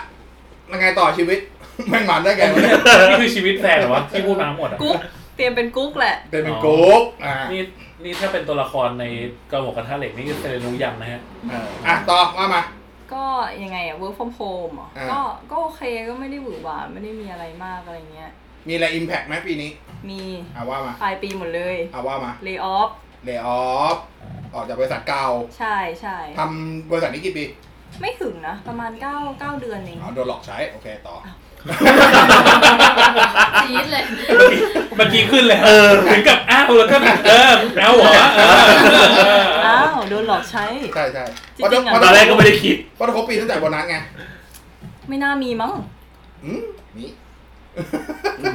Speaker 1: ยังไงต่อชีวิต แม่งหมันได้ไงวะเนี่ย
Speaker 4: นี่คือชีวิตแฟนเหรอวะที่พูดมาทั้งหมดอะ
Speaker 3: กุ๊ก เตรียมเป็นกุ๊กแหละ
Speaker 1: เป็นเป็นกรุ๊ปอ่า
Speaker 4: นี่นี่ถ้าเป็นตัวละครในกระบอกกระทะเหล็กนี่คือเซเลนุยังนะฮะ
Speaker 1: เอออ่ะต่อว่ามา
Speaker 3: ก็ยังไงอะ work from home เหรอ
Speaker 1: อ่า
Speaker 3: ก็ก็โอเคก็ไม่ได้หวือหวาไม่ได้มีอะไรมากอะไรเงี้ย
Speaker 1: มีอะไรอิมแพกไหมปีนี้
Speaker 3: มี
Speaker 1: อ่ะว่ามา
Speaker 3: ปลายปีหมดเลย
Speaker 1: อ่ะว่ามา
Speaker 3: lay off
Speaker 1: เลย์ออฟออกจากบริษัทเก่า
Speaker 3: ใช่ใช่
Speaker 1: ทำบริษัทนี้กี่ปี
Speaker 3: ไม่ถึงนะ ประมาณ 9 9 เดือนเอง
Speaker 1: อ๋อโดนหลอกใช้โอเคต่อ
Speaker 8: จี๊ดเลย
Speaker 4: เมื่อกี้ขึ้นเลยเออถึงกับอ้าวแล้วก็เออเอาเหรอเออเออ
Speaker 3: อ้าว โดนหลอกใช้
Speaker 1: ใช่ใช่
Speaker 3: จริงๆอะ
Speaker 7: ตอนแรกก็ไม่ได้คิด
Speaker 1: เพราะต้องครบปีตั้งแต่วันนั้นไง
Speaker 3: ไม่น่ามีมั้ง
Speaker 1: อืมนี่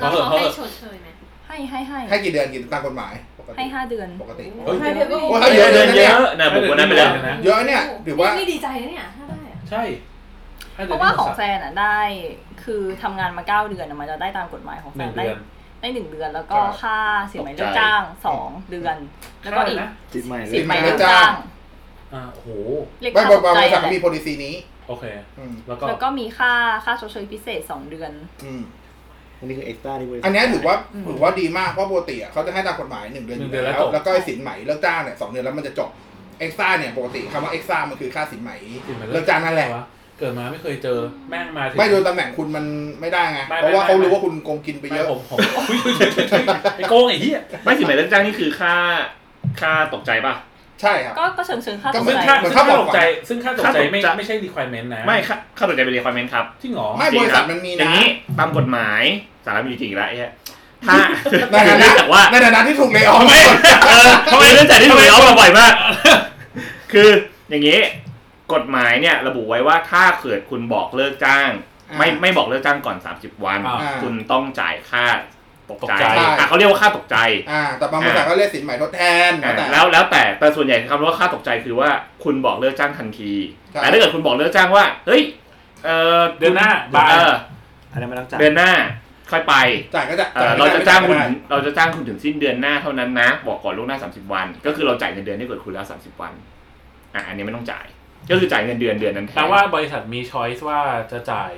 Speaker 8: แล้วเขาให้ชดเชยไหม
Speaker 3: ให้ให้ให้
Speaker 1: ให้กี่เดือนกี่ตามกฎหมายปกติ
Speaker 3: ให้ห้าเดือน
Speaker 1: ปกติ
Speaker 4: เฮ้ย
Speaker 6: ให้เดี๋ยวก็
Speaker 1: โอ้ให้เยอะเลยนะ
Speaker 7: เย
Speaker 1: เนี่ย
Speaker 7: อะนะผมคนนั้นไปแล้ว
Speaker 1: เยอะเนี่ยหรือว่า
Speaker 8: นี่ดีใจนะเนี่ยถ้าได้อะ
Speaker 4: ใช่ให้
Speaker 3: เพ
Speaker 4: ดืน
Speaker 3: ราะว่าของแฟนอ่ะได้ คือทำงานมา 9 เดือนอะมันจะได้ตามกฎหมายของแฟ
Speaker 4: หนึ่ง
Speaker 3: นได้
Speaker 4: เดือน
Speaker 3: ได้หนึ่งเดือนแล้วก็ค่าสินไหมเลือกจ้างสองเดือน แล้วก็อีก
Speaker 4: ค่าอะไรนะ
Speaker 5: จิตใหม่เล
Speaker 1: สิน
Speaker 5: ย
Speaker 3: สิน
Speaker 1: ไห
Speaker 3: ไห
Speaker 1: ม
Speaker 3: ม
Speaker 1: เลือ
Speaker 3: เลือก ก
Speaker 1: จ้า
Speaker 3: จ้าง ง
Speaker 4: อ่าโอ้โห
Speaker 3: เรียก
Speaker 1: ไม่
Speaker 3: ค่า
Speaker 1: บ
Speaker 3: ต
Speaker 1: อก
Speaker 3: ก
Speaker 1: ว่า
Speaker 3: ใจ
Speaker 1: บริษัท
Speaker 3: แหละ
Speaker 1: มีโพลิซีนี้
Speaker 4: โอเค
Speaker 1: อืม
Speaker 4: แล้วก็
Speaker 3: แล้วก็มีค่าค่าชดเชยพิเศษสองเดือน
Speaker 1: อืม
Speaker 5: อันนี้คือเอ็กซ์ต้าที่บริษัท
Speaker 1: อันเนี้ยถือว่า
Speaker 3: อืม
Speaker 1: ถือว่าดีมากเพราะปกติอะเขาจะให้ตามกฎหมายหนึ่งเดือนอ
Speaker 4: หนึ่
Speaker 1: ยู่
Speaker 4: งเดือน
Speaker 1: แล้ว
Speaker 4: แล้วจบ
Speaker 1: แล้วก็ไอ้สินไหมเลิกจ้างเนี่ยสองเดือนแล้วมันจะจบเอ็กซ่าเนี่ยปกติคำว่าเอ็กซ่ามันคือค่าสินไหม
Speaker 4: สินไหม
Speaker 1: เลิกจ้างนั่นแหละ
Speaker 4: วเกิดมาไม่เคยเจอแม่งมาถึง
Speaker 1: ไม่โดนตำแหน่งคุณมันไม่ได้ไง
Speaker 4: ไม่
Speaker 1: เพราะว่า
Speaker 4: ไม่
Speaker 1: เขารู้
Speaker 4: ไม่
Speaker 1: ว่าคุณโกงกินไปเยอะ
Speaker 4: ม่ผมผมอุ๊ยอุ๊ยอุ๊ยอุ๊ยไอ้โกงไอ้เหี้ย
Speaker 7: ไม่สิหมายเลิกจ้างนี่คือค่าค่าตกใจป่ะ
Speaker 1: ใช่ครับ
Speaker 3: ก็ก็เชิงเชิงๆค่าต
Speaker 1: ก็
Speaker 3: ก
Speaker 1: เหมื
Speaker 4: ซึ่ง
Speaker 1: อน
Speaker 3: ใจ
Speaker 4: ค่า
Speaker 1: เหมือน
Speaker 4: ซึ่ง
Speaker 1: ค่าบอก
Speaker 4: ค่าตกใจ ซึ่งค่าตกใจไม่
Speaker 7: ค่าตกใจ
Speaker 4: ไม่ใช่ requirement นะ
Speaker 7: ไม่ค่าค่าตกใจเป็นเรียควอรเมนครับ
Speaker 4: ที่หงอ
Speaker 1: ไม่บริษัทมันมีนะ
Speaker 7: อย่างนี้ตามกฎหมายสารมีอยู่จริงแล้วไอ้เหี้ยถ้า
Speaker 1: ในฐานะ
Speaker 7: เนื่องจากว่า
Speaker 1: ในฐานะที่ถูกเลยออก
Speaker 7: เออทำไมเรื่องจ่ายที่ถูกเอามาบ่อยมาก คืออย่างนี้ กฎหมายเนี่ยระบุไว้ว่าถ้าเกิดคุณบอกเลิกจ้าง
Speaker 1: อ่า
Speaker 7: ไม่ไม่บอกเลิกจ้างก่อน 30 วัน
Speaker 1: อ่า
Speaker 7: คุณต้องจ่ายค่าตกใจ
Speaker 1: ตกใจ
Speaker 7: อ่ะเขาเรียกว่าค่าตกใจ
Speaker 1: อ่า แต่บางบริษัทก็เรียกสินใหม่ทดแทน
Speaker 7: อ่ะ
Speaker 1: แต่
Speaker 7: แล้วแล้วแต่แต่ส่วนใหญ่คำว่าค่าตกใจคือว่าคุณบอกเลิกจ้างทันที
Speaker 1: ครับ
Speaker 7: แต่ถ้าเกิดคุณบอกเลิกจ้างว่าเฮ้ยเออ
Speaker 4: เดือนหน้าบาย
Speaker 7: เออ
Speaker 5: อันนั้นไม่ต้องจ่าย
Speaker 7: เดือนหน้าค่อยไป
Speaker 1: จ่ายก็จะ
Speaker 7: เอ่อเราจะจ้างคุณ
Speaker 1: ไม่ได้
Speaker 7: เราจะจ้างคุณถึงสิ้นเดือนหน้าเท่านั้นนะ บอกก่อนล่วงหน้า 30 วัน ก็คือเราจ่ายเงินเดือนให้เกิดคุณแล้ว 30 วันอ่ะอันนี้ไม่ต้องจ่าย ก็คือจ่ายเงินเดือนเดือนนั้นทน
Speaker 4: แปลว่าบริษัทมีช้อยส์ว่าจะจ่าย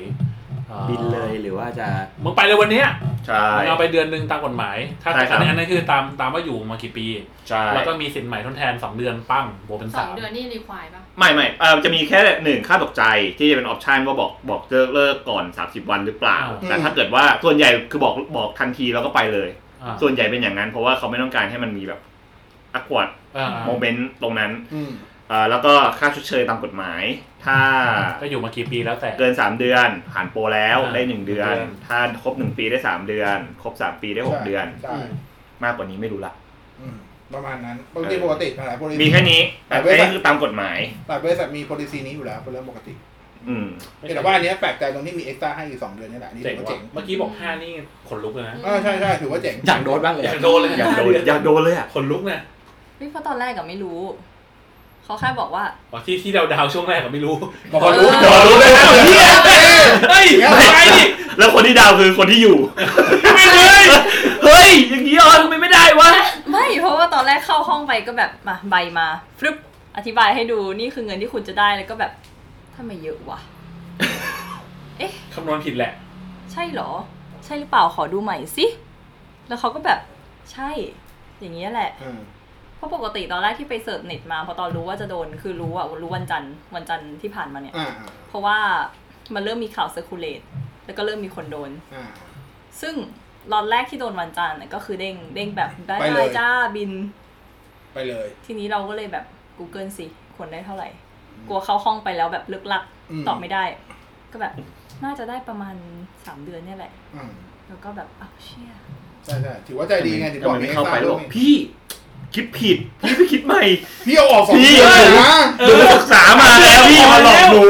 Speaker 4: อ่อ
Speaker 5: บินเลยหรือว่าจะ
Speaker 4: มึงไปเลยวันเนี้ย
Speaker 7: ใช่
Speaker 4: มันเอาไปเดือนหนึ่งตามกฎหมาย ถ้า
Speaker 7: ใช่ครั
Speaker 4: อั
Speaker 7: บ
Speaker 4: นนี้อันนั้นคือตามตามว่าอยู่มากี่ปี
Speaker 7: ใช่
Speaker 4: แล้วก็มีสินใหม่ทดแทน 2 เดือนปั้งบวกเป็น
Speaker 8: สอ
Speaker 4: สาง ม
Speaker 8: เดือนนี่รีควายปะ
Speaker 7: ไม่ไม่เออจะมีแค่หนึ่งค่าตกใจที่จะเป็นออปชันว่าบอกบอกเลิกเลิกก่อน 30 วันหรือเปล่า แต่ถ้าเกิดว่าส่วนใหญ่คือบอกบอกทันทีแล้วก็ไปเลย
Speaker 4: อ่า
Speaker 7: ส่วนใหญ่เป็นอย่างนั้น เพราะว่าเขาไม่ต้องการให้มันมีแบบอักวด
Speaker 4: อ่า
Speaker 7: โมเมนต์ตรงนั้น
Speaker 1: อืม
Speaker 7: เอ่อแล้วก็ค่าชดเชยตามกฎหมาย ถ้า
Speaker 4: ก็อยู่มากี่ปีแล้วแต่
Speaker 7: เกิน 3 เดือนผ่านโปรแล้ว
Speaker 4: อ่า
Speaker 7: ได้ 1 เดือน
Speaker 4: เดือน
Speaker 7: ถ้าครบ 1 ปีได้ 3 เดือน ครบ 3 ปีได้ 6 เดือน
Speaker 1: ใช่
Speaker 7: มากกว่านี้ไม่รู้ละ
Speaker 1: อืมประมาณนั้นบางทีปกติหลายบริษัท
Speaker 7: มีแค่นี้แต่
Speaker 1: แต่บริษัท
Speaker 7: อันนี้คือตามกฎหมาย
Speaker 1: หลายบริษัทมีโพลิซีนี้อยู่แล้วเป็นเรื่องปกติ
Speaker 7: อืม
Speaker 1: แต่ว่าอันเนี้ยแปลกใจตรงที่มีเอ็กซ์ต้าให้อีกสองเดือนนี่แหละอันนี่
Speaker 4: เจ๋
Speaker 1: ถือ
Speaker 4: ง
Speaker 1: ว่า
Speaker 4: ว่ะ
Speaker 1: เจ๋ง
Speaker 4: เมื่อกี้บอก 5 นี่ขนลุกเลยนะ
Speaker 1: อ่าใช่ใช่ถือว่าเจ๋ง
Speaker 5: อยากโดนบ้างเลย
Speaker 4: อยา
Speaker 5: อะ
Speaker 4: กโดนเลย
Speaker 7: อยากโดนอยากโดนเลยอ่ะ
Speaker 4: ขนลุกนะ
Speaker 3: เฮ้ยเพราะตอนแรกกับไม่รู้ เขาแค่บอกว่า
Speaker 4: อ๋อที่ที่ดาวดาวๆช่วงแรกก็ไม่รู้
Speaker 1: บางคนรู้
Speaker 3: เออ
Speaker 1: บางคนรู้เลยนะเฮียเอ้ย
Speaker 4: เฮ้ย
Speaker 1: ไม่
Speaker 4: ไปดิ
Speaker 7: แล้วคนที่ดาวคือคนที่อยู่ ไม่เลยเฮ้ย อย่างนี้เหรอทำไมไม่ได้วะ
Speaker 3: ไม่เพราะว่าตอนแรกเข้าห้องไปก็แบบมาใบมาฟลุปอธิบายให้ดูนี่คือเงินที่คุณจะได้แล้วก็แบบทำไมเยอะวะ
Speaker 4: คำนวณผิดแหละ
Speaker 3: ใช่เหรอ ใช่หรือเปล่าขอดูใหม่สิแล้วเขาก็แบบใช่ อย่างนี้ยแหละ
Speaker 1: อืม
Speaker 3: เพราะปกติตอนแรกที่ไปเสิร์ชเน็ตมาพอตอนรู้ว่าจะโดนคือรู้อะรู้วันจันทร์วันจันทร์ที่ผ่านมาเนี่ย
Speaker 1: อ่า
Speaker 3: เพราะว่า มันเริ่มมีข่าวเซอร์คูลเลตแล้วก็เริ่มมีคนโดน
Speaker 1: อ่า
Speaker 3: ซึ่งรอตแรกที่โดนวันจันทร์น่ะก็คือเด้งเด้งแบบได้
Speaker 1: ไปเลย
Speaker 3: จ้าบิน
Speaker 1: ไปเลย
Speaker 3: ทีนี้เราก็เลยแบบ Google สิ คนได้เท่าไหร่ กลัวเข้าห้องไปแล้วแบบลึกลัก
Speaker 1: อืม
Speaker 3: ตอบไม่ได้ ก็แบบน่าจะได้ประมาณ 3 เดือนเนี่ยแหละ
Speaker 1: อืม
Speaker 3: แล้วก็แบบอ้าวเชี่ย
Speaker 1: ใช่ใช่ถือว่าใจดีไงถึง
Speaker 7: แต่
Speaker 1: บอก
Speaker 7: มันไม่
Speaker 1: ให้
Speaker 7: เข้า
Speaker 1: ท
Speaker 7: ไป
Speaker 1: รบ
Speaker 7: แล้วบ
Speaker 1: ล่วห
Speaker 7: อง ก
Speaker 1: น้า
Speaker 7: พี่คิดผิด พี่ไปคิดใหม่
Speaker 1: พี่เอาออกสอง
Speaker 7: พี่
Speaker 1: เดือนเลยนะ
Speaker 7: หนูศึกษามาแล้วพี่มาหลอกหนู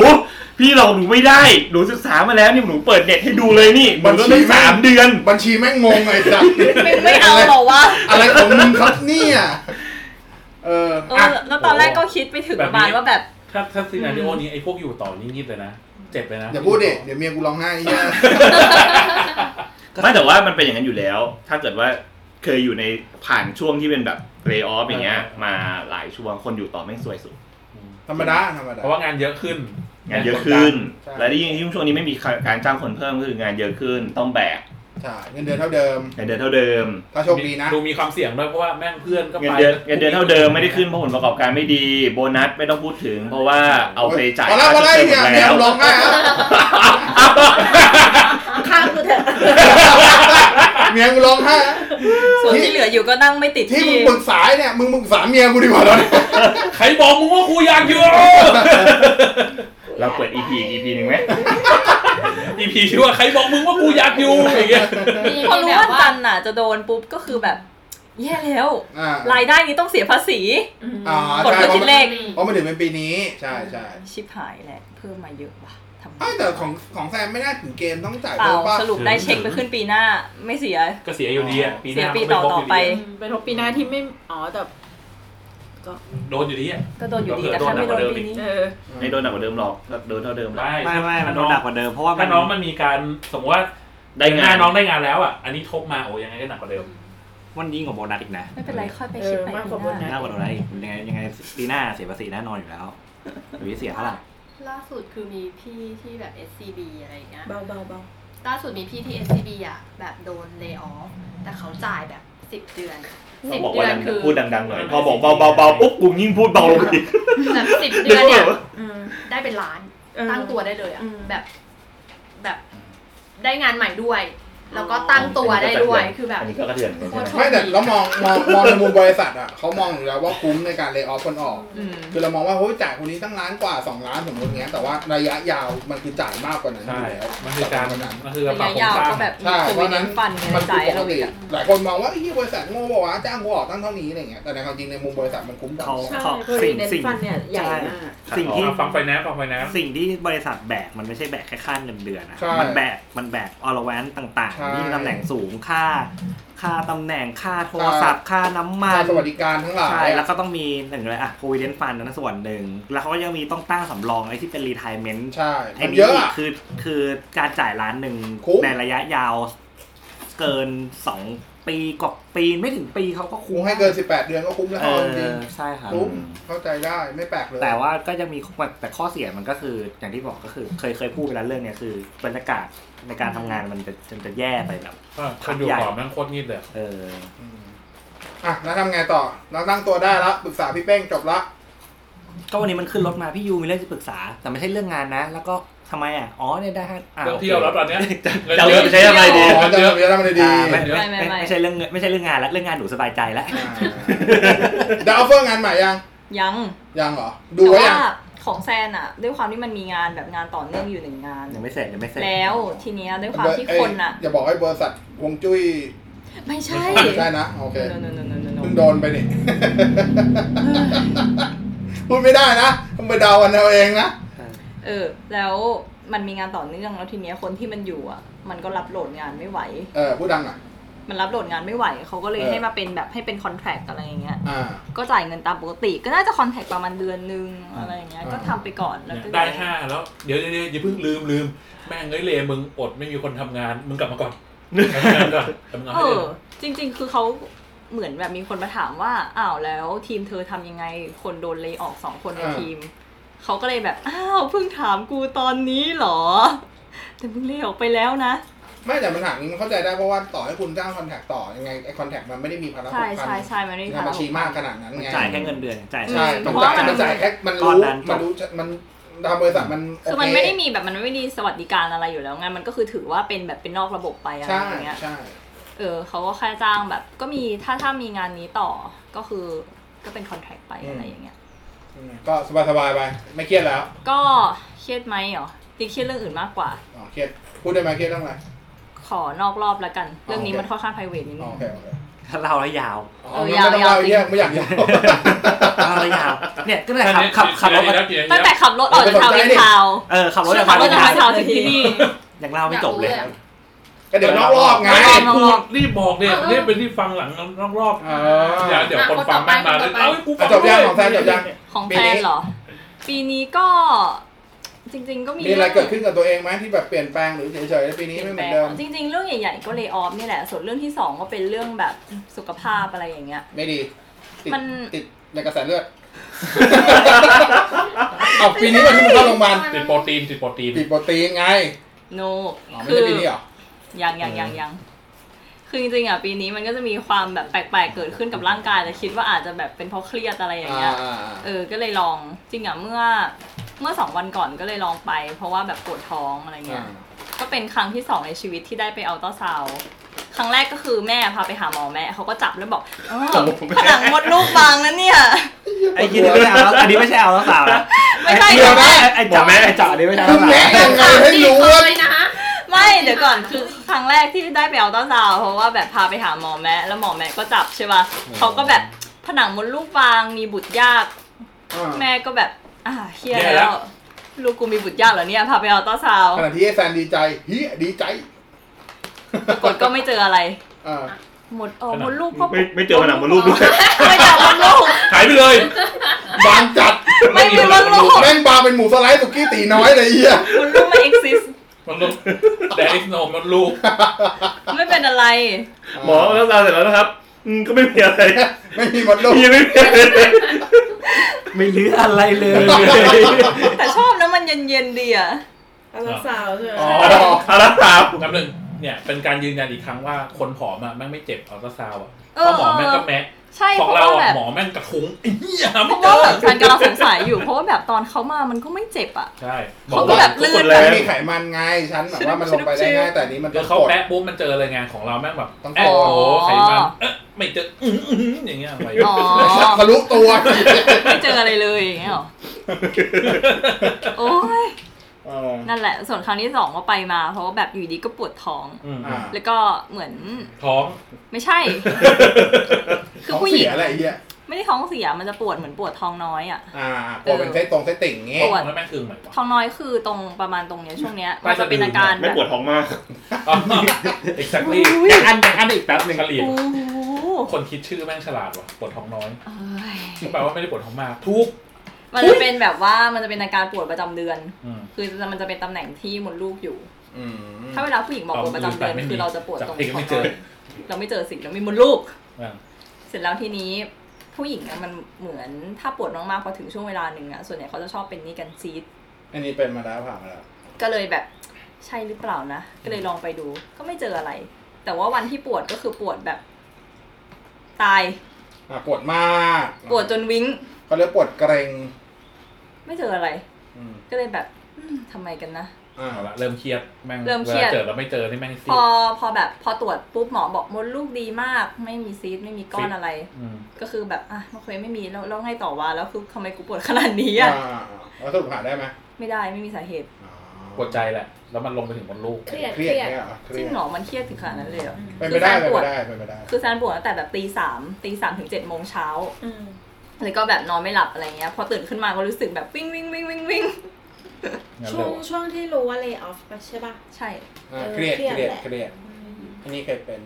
Speaker 7: พี่หลอกหนูไม่ได้หนูศึกษามาแล้วนี่หนูเปิดเน็ตให้ดูเลยนี่มันก็ได้สามเดือน
Speaker 1: บัญชีแม่งงงไอ้สัส
Speaker 3: ไม่ไม่เอาหรอกว่า
Speaker 1: อะไรของมึงครับเนี่ยเออ
Speaker 3: เอ
Speaker 1: อ่ะ
Speaker 3: อแล้วตอนแรกก็คิดไปถึงประมาณว่าแบบ
Speaker 4: ถ้าถ้าซีนาริโอนี้ไอ้พวกอยู่ต่อนี่ยิบเลยนะ เจ็บเลยนะ
Speaker 1: อย่าพูดดิเดี๋ยวเมียกูร้องไห้เนี่ย
Speaker 7: ไม่แต่ว่ามันเป็นอย่างนั้นอยู่แล้ว ถ้าเกิดว่าเคยอยู่ในผ่านช่วงที่เป็นแบบเล y o ออฟอย่างเงี้ย มาหลายช่วงคนอยู่ต่อแม่งสวยสุด
Speaker 1: ธรรมดาธรรมดา
Speaker 4: เพราะว่างานเยอะขึ้น
Speaker 7: งานเยอะขึ้น
Speaker 1: ใช่
Speaker 7: และที่ยิ่งช่วงนี้ไม่มีการจ้างคนเพิ่มก็คืองานเยอะขึ้น ต้องแบก
Speaker 1: ใช่เงินเดือนเท่าเดิม
Speaker 7: เงินเดือนเท่าเดิม
Speaker 1: ถ้าโชคดีนะ
Speaker 4: ดูมีความเสี่ยงด้วยเพราะว่าแม่งเพื่อนก็ไป
Speaker 7: เงินเดือนเงินเดือนเท่าเดิมไม่ได้ขึ้นเพราะผลประกอบการไม่ดีโบนัสไม่ต้องพูดถึง เพราะว่าเอาไปจ่าย
Speaker 1: พอแล้วพอแล้วเนี่ยเนี่ยร้องไห้แล้ว
Speaker 6: ข้ามกูเถอะ
Speaker 1: เมียกูร้องไห้แล้ว
Speaker 3: ส่วนที่เหลืออยู่ก็นั่งไม่ติด
Speaker 1: ที่
Speaker 3: ที่
Speaker 1: มึงปรึกษาเนี่ยมึงปรึกษาเมียกูดีกว่าแล้วเนี่ย
Speaker 4: ใครบอกมึงว่ากูอยากอยู่
Speaker 7: เราเปิด EP อีก EP หนึ่งไหม
Speaker 4: อีพีชื่อว่าใครบอกมึงว่ากูอยากอยู่อย่างเงี้ย
Speaker 8: มี
Speaker 3: พอรู้
Speaker 8: แบบ
Speaker 3: ว่าจันทร์น่ะจะโดนปุ๊บก็คือแบบ แย่แล้ว
Speaker 1: อ่าร
Speaker 3: ายได้นี้ต้องเสียภาษี
Speaker 1: อ่าก
Speaker 3: ด
Speaker 1: ใช่
Speaker 3: เพื่อคิดเลข
Speaker 1: เพราะมันถึงเป็นปีนี้ ใช่ใช่
Speaker 3: ชิบหายแหละ เพิ่มมาเยอะว่ะทำไม
Speaker 1: ไอ้ยแต่ของของแซมไม่น่าถึงเกณฑ์ต้องจ่าย
Speaker 3: เปล่า
Speaker 1: เพิ่มป่ะ
Speaker 3: สรุปได้เช็คไปขึ้นปีหน้า ไม่เสีย
Speaker 4: ก็เสียอยู่ดีอ่ะปีห
Speaker 3: เสีย
Speaker 4: น้า
Speaker 3: ปีต่อต่อไป
Speaker 6: เป็นปีหน้าที่ไม่ อ๋อแต่
Speaker 4: โดนอยู่ดีอ่ะ
Speaker 3: ก็โดนอยู่ดีแต่แค่ไม่โดนปีนี้
Speaker 6: เออ
Speaker 7: ไม่โดนหนักกว่าเดิมหรอกก็โดนเท่าเดิมแหละ
Speaker 4: ไม่
Speaker 5: ไม่ไม่มันโด
Speaker 4: น้อนง
Speaker 5: หนักกว่าเดิมเพราะว่ามั
Speaker 4: ถ้าน้องมันมีการสมมติว่า
Speaker 7: ได้งาน
Speaker 4: น้องได้งานแล้วอ่ะ อันนี้ทบมาโอ้ยังไงก็หนักกว่าเดิม
Speaker 5: มันยิ่งกว่าโบนัสอีกนะ
Speaker 3: ไม่เป็นไรค่อยไป
Speaker 6: เออ
Speaker 3: คิดไป
Speaker 6: มากกว่า
Speaker 3: ปี
Speaker 6: บน
Speaker 3: ห
Speaker 6: นะ
Speaker 3: น้า
Speaker 5: หน้ากว่าโบนัสอีกยังไงยังไงปีหน้าเสียภาษีแน่นอนอยู่แล้วหรือเสียเท่าไหร่
Speaker 8: ล่าสุดคือมีพี่ที่แบบ SCB อะไรอย่างเงี้ย
Speaker 6: เบาเบาเบา
Speaker 8: ล่าสุดมีพี่ที่ SCB อ่ะแบบโดนเล y o อ f แต่เขาจ่ายแบบสิบเดือนสิบ
Speaker 7: บอก
Speaker 8: เดื
Speaker 7: ว่า
Speaker 8: อน
Speaker 7: ดัง
Speaker 8: คือ
Speaker 7: พูดดังๆหน่อย พอบอกเบาๆๆปุ๊บกูยิ่งพูดเบาลงอีก
Speaker 8: แบบสิบเดือนเนี่ย
Speaker 6: อืม
Speaker 8: ได้เป็นล้าน
Speaker 6: เออ
Speaker 8: ตั้งตัวได้เลยอ่ะ
Speaker 6: อืม
Speaker 8: แบบแบบได้งานใหม่ด้วย แล้วก็ตั้งตัวได้ด้วยคือแบบ
Speaker 7: อันนี้ก็กระเทือนเหมือนกันใช่ไหม
Speaker 1: ไม่แต่เรามองมองมองในมุมบริษัทอ่ะเขามองอยู่แล้วว่าคุ้มในการเลิกออฟคนออก
Speaker 3: อืม
Speaker 1: คือเรามองว่าเฮ้ยจ่ายคนนี้ตั้งล้านกว่า 2 ล้านสมมติเงี้ยแต่ว่าระยะยาวมันคือจ่ายมากกว่านั้นอ
Speaker 4: ใช่
Speaker 1: ยู่แล้ว
Speaker 4: มันคือการ
Speaker 1: สำหบนั้น
Speaker 4: มันคือการ
Speaker 3: ระ
Speaker 4: ปรับ
Speaker 3: ยะยาว
Speaker 4: โครงสร้าง
Speaker 3: ก็แบบมี
Speaker 1: ใช่
Speaker 3: คน
Speaker 1: เพราะฉะ
Speaker 3: ไปเน้
Speaker 1: นั้น
Speaker 3: นฟันเงิน
Speaker 1: มันคือ
Speaker 3: จ่าย
Speaker 1: ปก
Speaker 3: เราอี
Speaker 1: ติ
Speaker 3: กอะ
Speaker 1: หลายคนมองว่าไอ้ยบริษัทโง่บอกว่าวะจ้างกูออกตั้งเท่านี้อะไรเงี้ยแต่ในความจริงในมุมบริษัทมันคุ้มกว่า
Speaker 5: เขา
Speaker 6: ใช่
Speaker 5: ขอบ
Speaker 6: เพราะ
Speaker 5: สิ่ง
Speaker 6: รีเดน
Speaker 5: สิ่ง
Speaker 6: ฟันเนี่ยใหญ่มาก
Speaker 5: สิ่งที่
Speaker 4: อ่ะฟังไฟแนนซ์ฟังไฟแนนซ์
Speaker 5: สิ่งที่บริษัทแบกมันไม่ใช่แบกแค่ค่าเงินเดือนนะ
Speaker 1: ใช่
Speaker 5: มันแบก มันแบกออลแวนต่าง
Speaker 1: ใช่
Speaker 5: ๆ นี่ตำแหน่งสูง ค่า ค่าตำแหน่ง ค่าโทรศัพท์ ค่าน้ำมัน
Speaker 1: ค่าสวัสดิการทั้งหลาย
Speaker 5: ใช่ แล้วก็ต้องมีหนึ่งเลยอะ provident fund นั่นส่วนหนึ่ง แล้วเขาก็ยังมีต้องตั้งสำรองไอ้ที่เป็น retirement
Speaker 1: ใช่
Speaker 5: ไอ้
Speaker 1: มัน
Speaker 5: นี่
Speaker 1: เยอะอะ
Speaker 5: คือ คือการจ่ายล้านหนึ่ง
Speaker 1: คุ้ม
Speaker 5: ในระยะยาว เกินสองปีกว่าปีไม่ถึงปีเขาก็
Speaker 1: กู
Speaker 5: คุ้ม
Speaker 1: ให้เกิน 18 เดือนก็คุ้มแล้ว
Speaker 5: เอ
Speaker 1: เอาจริ
Speaker 5: อง ใช่ค่ะ
Speaker 1: ๆคุ้มเข้าใจได้ไม่แปลกเลย
Speaker 5: แต่ว่าก็ยังมีแต่ข้อเสียมันก็คืออย่างที่บอกก็คือ เคยเคยพูดไปแล้วเรื่องเนี้ยคือบรรยากาศในการทำงานมันจะจะจะแย่ไปแบบ
Speaker 4: อ่ะคนอยู่ต่อแม่งโคตรงีบเลย
Speaker 5: เออ
Speaker 1: อืมอ่ะแล้วทำไงต่อ เราตั้งตัวได้แล้วปรึกษาพี่เป้งจบละ
Speaker 5: ก็วันนี้มันขึ้นรถมาพี่ยูมีเรื่องจะปรึกษา แต่ไม่ใช่เรื่องงานนะ แล้วก็ทำไมอ่ะอ๋อเนี่ยได้ห้าะ
Speaker 4: เรื่อง
Speaker 5: โค
Speaker 4: เที่ยวแล้วตอนเนี้ย
Speaker 5: จะ
Speaker 7: จะเอาเงินไปใช้อะไรดี
Speaker 1: อ๋อเจอเยอะแล้วมันดี
Speaker 5: อ่าไม่
Speaker 4: เดี๋ยว
Speaker 5: ไม่
Speaker 3: ไม่
Speaker 5: ไม่
Speaker 3: ไม่
Speaker 5: ไม่ใช่เรื่องเงินไม่ใช่เรื่องงานแล้วเรื่องงานหนูสบายใจแล้ว
Speaker 1: อ่าดาวเฟอร์งานใหม่ยัง
Speaker 3: ยัง
Speaker 1: ยังเหรอ ดู
Speaker 3: แต่
Speaker 1: ไว้
Speaker 3: ว่า
Speaker 1: ยัง
Speaker 3: ของแซนอะด้วยความที่มันมีงานแบบงานต่อเนื่องอยู่หนึ่งงาน
Speaker 5: ยังไม่เสร็จยังไม่เสร็จ
Speaker 3: แล้วทีเนี้ยด้วยความที่
Speaker 1: เอ้ย
Speaker 3: คนอะ
Speaker 1: อย่าบอกให้บริษัทฮวงจุ้ย
Speaker 3: ไม่ใช่
Speaker 1: ได้นะ โอเค
Speaker 3: โนโนโนโนโนโน
Speaker 1: เพิ่งโดนไปนี่ พูดไม่ได้นะต้องไปเดากันเอาเองนะ
Speaker 3: เออ แล้วมันมีงานต่อเนื่องแล้วทีเนี้ยคนที่มันอยู่อะมันก็รับโหลดงานไม่ไหว
Speaker 1: เออ พูดดังหน่อย
Speaker 3: มันรับโหลดงานไม่ไหวเขาก็เลย
Speaker 1: เออ
Speaker 3: ให้มาเป็นแบบให้เป็นคอนแทรคอะไรอย่างเงี้ย
Speaker 1: อ่า
Speaker 3: ก็จ่ายเงินตามปกติ ก็น่าจะคอนแทคประมาณเดือนนึงอะไรอย่างเงี้ย
Speaker 1: อ่า
Speaker 3: ก็ทำไปก่อนแล้วก็
Speaker 4: ได้ห้าแล้ว เดี๋ยวเดี๋ยวเดี๋ยวอย่าเพิ่งลืมลืมแม่งเอ้ยเลมึงอดไม่มีคนทำงาน มึงกลับมาก่อนทำงานก่อนทำงาน
Speaker 3: เอ
Speaker 4: ให้เร็
Speaker 3: อ
Speaker 4: ว
Speaker 3: จริง ๆ คือเขาเหมือนแบบมีคนมาถามว่า อ้าวแล้วทีมเธอทำยังไง คนโดนเลยออกสองคนใน
Speaker 1: อ่า
Speaker 3: ทีม เขาก็เลยแบบ อ้าว เพิ่งถามกูตอนนี้เหรอ แต่มึงเลยออกไปแล้วนะ
Speaker 1: ไม่แต่ปัญหานี้มันเข้าใจได้เพราะว่าต่อให้คุณจ้างคอนแทคต่อยังไงไอ้คอนแทคมันไม่ได้มีภาระผู
Speaker 3: ใช่
Speaker 1: กพัน
Speaker 3: ใช่ใช่มันไม่มี
Speaker 1: ทางบัญชีมากขนาดนั้นไง
Speaker 5: จ่ายแค่เงินเดือนจ่าย
Speaker 1: ใช่
Speaker 5: แค่
Speaker 1: ต้
Speaker 5: ต้
Speaker 1: อ
Speaker 5: อง ง
Speaker 1: จ่า
Speaker 5: จ่า
Speaker 1: มันจ่า
Speaker 5: ย ย
Speaker 1: ยแค่มัน
Speaker 5: ก้อน
Speaker 1: รู้
Speaker 5: นั้นจบ
Speaker 1: มันรู้มัน ทำบริษัทมันโอ
Speaker 3: คือ
Speaker 1: เค
Speaker 3: มันไม่ได้มีแบบมันไม่ได้สวัสดิการอะไรอยู่แล้วไงมันก็คือถือว่าเป็นแบบเป็นนอกระบบไปอะไร
Speaker 1: ใช่
Speaker 3: อย่างเงี้ย
Speaker 1: ใช่
Speaker 3: เออเขาก็แค่จ้างแบบ ก็มีถ้าถ้ามีงานนี้ต่อก็คือก็เป็นคอนแทคไป
Speaker 1: อืม
Speaker 3: อะไรอย่างเงี้ย
Speaker 1: อืมก็สบายสบายๆไปไม่เครียดแล้ว
Speaker 3: ก็เครียดไหมเหรอติ๊กเครียดเรื่องอื่นมากกว่า
Speaker 1: อ๋อเครียดพูดได้ไหมเครียดเรื่องอะไร
Speaker 3: ขอนอกรอบละกัน เรื่องนี้
Speaker 1: โอเค
Speaker 3: มันค่อนข้างไพรเวทนิด
Speaker 1: อ๋อ
Speaker 3: นึง
Speaker 1: โอเคโอเค
Speaker 5: ถ้าเล่าแล้วยาว
Speaker 1: อ๋อ
Speaker 3: เออ
Speaker 1: ไม่ต้อง
Speaker 3: ยาว
Speaker 1: เล่า
Speaker 3: ๆ
Speaker 1: ไอ้เนี่ยไม่อยากยาว
Speaker 5: เล่าแล้วยาว เนี่ยก็เลยขับขับขับรถ
Speaker 4: เดี๋ยว
Speaker 5: มา
Speaker 4: เดี๋ยวเดี๋ยว
Speaker 3: ตั้งแต่ขับรถออกจากทาวน์อินทาวน์
Speaker 5: เออขับรถ
Speaker 3: ขับ
Speaker 5: มาร
Speaker 3: ถจากทาวน์อินทาวน์ถึงที่นี่
Speaker 5: ยังเล่าไม่จบเลย
Speaker 8: อยากรู้อะ
Speaker 1: ก็เดี๋ยวนอกรอบไง
Speaker 3: นอกรอบ
Speaker 4: พูดรีบบอกเนี่ยรีบไปรีบฟังหลังนอกรอบ
Speaker 1: อ๋อ
Speaker 4: อย่าเดี๋ยวคนฟังแม่งมาเลยเอ้ากูฟัง
Speaker 1: จบยังของแฟนจบยัง
Speaker 3: ของ
Speaker 1: ปี
Speaker 3: แฟ
Speaker 1: นี้
Speaker 3: นเหรอ ปีนี้ก็จริง ๆ ก็มี
Speaker 1: มีอะไร
Speaker 3: ง
Speaker 1: เกิดขึ้นกับตัวเองไหมที่แบบเปลี่ยนแปลงหรือเฉยๆในปีนี้ไม่เหมือนเดิม
Speaker 3: จริง ๆ เรื่องใหญ่ๆก็เล y o ออฟนี่ยแหละ ส่วนเรื่องที่สองก็เป็นเรื่องแบบสุขภาพอะไรอย่างเงี้ย
Speaker 1: ไม่ดี ติด
Speaker 3: มัน
Speaker 1: ติดในกระแสเลือด เอาปีนี้วันที่มึงเข้าโรงพยาบาล
Speaker 4: ติดโปรตีนติดโปรตีน
Speaker 1: ติดโปรตีนไง
Speaker 3: โน
Speaker 1: อ๋อไม่ใช่ปีนี้เหรอ
Speaker 3: ยังยังยังยังคือจริงๆอ่ะปีนี้มันก็จะมีความแบบแปลกๆเกิดขึ้นกับร่างกายแต่คิดว่าอาจจะแบบเป็นเพราะเครียดอะไรอย่างเงี้ย เออ ก็เลยลองจริงอ่ะเมื่อเมื่อสองวันก่อนก็เลยลองไป เพราะว่าแบบปวดท้องอะไรเงี้ย ก็เป็นครั้งที่สองในชีวิตที่ได้ไปอัลตราซาวด์ครั้งแรกก็คือแม่พาไปหาหมอแม่เขาก็จับแล้วบอกเออผนังมดลูกบางนะเนี่ย
Speaker 5: ไอ้ยี่นี่ไม่ใช่เอาอันนี้ไม่ใช่เอาแล้วสาวนะ
Speaker 3: ไม่ใช่
Speaker 5: อ้เดี๋ยวนะ
Speaker 1: หรอ
Speaker 5: ไอ้จ่าแม่ไอ้จ่าอันนี้ไม่ใช่
Speaker 1: คื
Speaker 5: เอา
Speaker 1: อ
Speaker 5: แล้วสา
Speaker 1: แม่
Speaker 5: ว
Speaker 1: ยังไงให้รู้
Speaker 8: เค
Speaker 1: ว่าย
Speaker 8: นะ
Speaker 3: ไม่เดี๋ยวก่อนคือครั้งแรกที่ได้ไปอัลตราซาวด์เพราะว่าแบบพาไปหาหมอแม่แล้วหมอแม่ก็จับใช่ป่ะเขาก็แบบผนังมดลูกบางมีบุตรยาก
Speaker 1: อ่า
Speaker 3: แม่ก็แบบอ่าเฮีย
Speaker 4: แย่แล้
Speaker 3: แล้ว ว ลูกกูมีบุตรยากเหรอเนี่ย พาไปเอาต้าซาวด์
Speaker 1: ขณะที่ไอ้แซนดีใจเฮียดีใจ
Speaker 3: ปรากฏก็ไม่เจออะไร
Speaker 1: อ่า
Speaker 3: หมดเออหมดลูกก็
Speaker 7: ไม่ไม่เจอผนังบนรูปด้วย
Speaker 3: ไม่เจอหมดลูก
Speaker 4: หายไปเลย
Speaker 1: บางจัด
Speaker 3: ไม่มีบางลูก
Speaker 1: แม่งบางเป็นหมูสไลด์สุกี้ตีน้อยเลยไอ้เหี้ย
Speaker 3: หมดลูกไม่ exist
Speaker 4: มันลูกแต่ไอ้นมมันลูก
Speaker 3: ไม่เป็นอะไร
Speaker 7: หมอรักษาเสร็จแล้วนะครับอืมก็ไม่มี อะไร
Speaker 1: ไม่มีมดลูก
Speaker 7: ยังไม่มีอะไรเลย
Speaker 5: ไม่เหลืออะไรเลย
Speaker 3: แต่ชอบนะมันเย็นๆดีอะ
Speaker 6: อัลตราซาวด์ใช่ไหม
Speaker 1: อ๋อ
Speaker 7: เอาละสาว
Speaker 4: คำหนึ่งเนี่ยเป็นการยืนยันอีกครั้งว่าคนผอมอ่ะแม่งไม่เจ็บอัลตราซาวด์อ่ะ
Speaker 3: เอ
Speaker 4: เพ
Speaker 3: อ
Speaker 4: ราะหมอแม่งก็แมะ
Speaker 3: ใช่
Speaker 4: ข
Speaker 3: เพ
Speaker 4: อง
Speaker 3: ราะ
Speaker 4: เรา
Speaker 3: ว่าแบ
Speaker 4: อ่ะ
Speaker 3: บ
Speaker 4: หมอแม่งกระทุ้งไอ้เหี้ย
Speaker 3: เพ
Speaker 4: ไม่
Speaker 3: ราะว่า
Speaker 4: เจอ
Speaker 3: แบบฉันกำลังสงสัยอยู่ เพราะว่าแบบตอนเขามามันก็ไม่เจ็บอ่ะ
Speaker 4: ใช่บอ
Speaker 3: เขา
Speaker 4: ก
Speaker 3: ก็
Speaker 4: ว่า
Speaker 3: แบบลื่
Speaker 7: ทุกคน นแล้
Speaker 1: ไม่มีไขมันไงชั้นแบบว่ามันลงไปได้ง่ายแต่อันนี้มัน
Speaker 4: คื
Speaker 1: ต้อ
Speaker 4: อง เขา
Speaker 1: กด
Speaker 4: แปะปุ๊บมันเจอเลยไงานของเราแม่งแบบ
Speaker 1: ต้องกด
Speaker 4: แอะโอ้โหไขมันเอ๊ะไม่เจออื้ออื้ออย่างเงี้ยไป
Speaker 3: อ๋อ
Speaker 1: ทะลุตัว
Speaker 3: ไม่เจออะไรเลยอย่างเงี้ยหรอโอ้ย
Speaker 1: เออ
Speaker 3: นั่นแหละ ส่วนครั้งที่สองก็ไปมา เพราะว่าแบบอยู่ดีก็ปวดท้อง
Speaker 4: อืม
Speaker 1: อ่า
Speaker 3: แล้วก็เหมือน
Speaker 4: ท้อง
Speaker 3: ไม่ใช่ คือ
Speaker 1: ท้อง
Speaker 3: ผู้ห
Speaker 1: เสี
Speaker 3: ญิ
Speaker 1: ย
Speaker 3: ง
Speaker 1: อะไรไอ้เหี้ย
Speaker 3: ไม่ได้ท้องเสียมันจะปวดเหมือนปวดท้องน้อยอ่ะ
Speaker 1: อ่าปวดเป็นไส้ตรงไส้ติ่งงี้
Speaker 3: ปวด
Speaker 4: แล้วแม่งคือเหมือนวะ
Speaker 3: ท้องน้อยคือตรงประมาณตรงเนี้ยช่วงเนี้ย
Speaker 4: ใต้
Speaker 3: มันจะเป็นอาการแบ
Speaker 7: ไม่
Speaker 3: บ
Speaker 7: ปวดท้องมาก
Speaker 4: exactly
Speaker 5: ยังอันยังอันอีกแป๊บหนึ่ง
Speaker 4: เฉลี่ย
Speaker 3: โอ้โห
Speaker 4: คนคิดชื่อแม่งฉลาดว่ะปวดท้องน้อย
Speaker 3: เอ้ย
Speaker 4: แปลว่าไม่ได้ปวดท้องมากทุก
Speaker 3: มันจะเป็นแบบว่ามันจะเป็นอาการปวดประจำเดือน
Speaker 4: อืม
Speaker 3: คือมันจะเป็นตำแหน่งที่มดลูกอยู่
Speaker 1: อืม
Speaker 3: ถ้าเวลาผู้หญิงบอกปวดประจำเดือน
Speaker 4: เอามือไปไม่มี
Speaker 3: คือเราจะปวดตรง
Speaker 4: จับเพลง
Speaker 3: ท้อง
Speaker 4: ไม่เจ
Speaker 3: น้อ
Speaker 4: อ
Speaker 3: ยเราไม่เจอสิ่งเราไม่มดลูก
Speaker 4: อ่า
Speaker 3: เสร็จแล้วทีนี้ผู้หญิงอะมันเหมือนถ้าปวดมากๆพอถึงช่วงเวลาหนึ่งอะส่วนใหญ่เขาจะชอบเป็นนี่กันซีด
Speaker 1: อันนี้เป็นมาแล้วผ่านมาแล้ว
Speaker 3: ก็เลยแบบใช่หรือเปล่านะ ก็เลยลองไปดู ก็ไม่เจออะไร แต่ว่าวันที่ปวดก็คือปวดแบบ ตาย
Speaker 1: อ่ะปวดมาก
Speaker 3: ปวดจนวิ้ง
Speaker 1: เขาเรียกปวดเกรง
Speaker 3: ไม่เจออะไร
Speaker 1: อืม
Speaker 3: ก็เลยแบบอืมทำไมกันนะ
Speaker 1: อ่า
Speaker 4: เอาละเริ่มเครียดแม่ง
Speaker 3: เริ่มเครียด
Speaker 4: วลาเจอแล้วไม่เจอนี่แม่ง
Speaker 3: พ
Speaker 4: ซีด
Speaker 3: อพอแบบพอตรวจปุ๊บหมอบอกมดลูกดีมาก ไม่มีซีสต์ไม่มีก้อนอะไร
Speaker 4: อืม
Speaker 3: ก็คือแบบอ่ะมันเคยไม่มีแล้วแล้วไงต่อวะแล้วคือทำไมกูปวดขนาดนี้
Speaker 1: อ่า
Speaker 3: อ่ะ
Speaker 1: แล้วสรุปผ่านได้ไหม
Speaker 3: ไม่ได้ไม่มีสาเหตุ
Speaker 1: อ๋อ
Speaker 4: ปวดใจแหละ แล้วมันลงไปถึงบนลูก
Speaker 8: เครียด
Speaker 1: เค
Speaker 8: เค
Speaker 1: รี
Speaker 8: รี
Speaker 1: ยด
Speaker 8: ยด
Speaker 1: เนี่ยเหรอเค
Speaker 3: จ
Speaker 1: รี
Speaker 3: ริ
Speaker 1: ย
Speaker 3: ง
Speaker 1: ด
Speaker 3: เหรอมันเครียดถึงขนาดนั้นเลยเหรอ
Speaker 1: เป็นไปได้เป็นไปได้เป็นไปได้
Speaker 3: คือแซนปวดตั้งแต่แบบตีสามตีสามถึงเจ็ดโมงเช้า
Speaker 6: อืม
Speaker 3: แล้วก็แบบนอนไม่หลับอะไรเงี้ย พอตื่นขึ้นมาก็รู้สึกแบบวิ่งวิ่งวิ่งวิ่งวิ่ง
Speaker 4: งั้น
Speaker 6: ช่
Speaker 4: เล
Speaker 6: ว
Speaker 4: ย
Speaker 6: ง
Speaker 4: ว่ะ
Speaker 6: ช่วงที่รู้ว่าเลย์ออฟใช่ป่ะ
Speaker 3: ใช่
Speaker 1: อ่า
Speaker 6: เออ
Speaker 1: เครียด
Speaker 6: เครี
Speaker 1: เค
Speaker 6: ยด
Speaker 1: รียด
Speaker 6: แหละ
Speaker 1: เครียด อันนี้เคยเป็น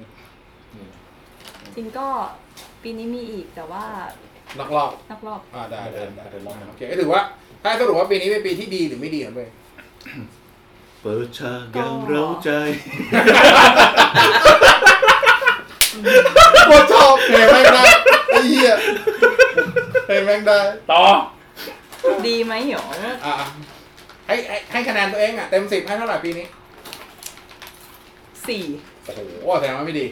Speaker 3: จริงก็ปีนี้มีอีกแต่ว่า
Speaker 1: นักรอบ
Speaker 3: นักรอบ
Speaker 1: อ่าได้ได้ได้โอเคก็ถือว่า ถ้าสรุปว่าปีนี้เป็นปีที่ดีหรือไม่ดีครับเว้ย
Speaker 7: เปิดฉากอยังเร้าใจ
Speaker 1: โคตรชอบเพลงแม่งได้ไอ้เหี้ยเพลงแม่งได้
Speaker 4: ต่อ
Speaker 3: ดีไหมเหรอ
Speaker 1: อ่าให้ให้ให้คะแนนตัวเองอ่ะเต็มสิบให้เท่าไหร่ปีนี้
Speaker 3: สี่
Speaker 1: โอ้โหแสดงว่าไม่ดี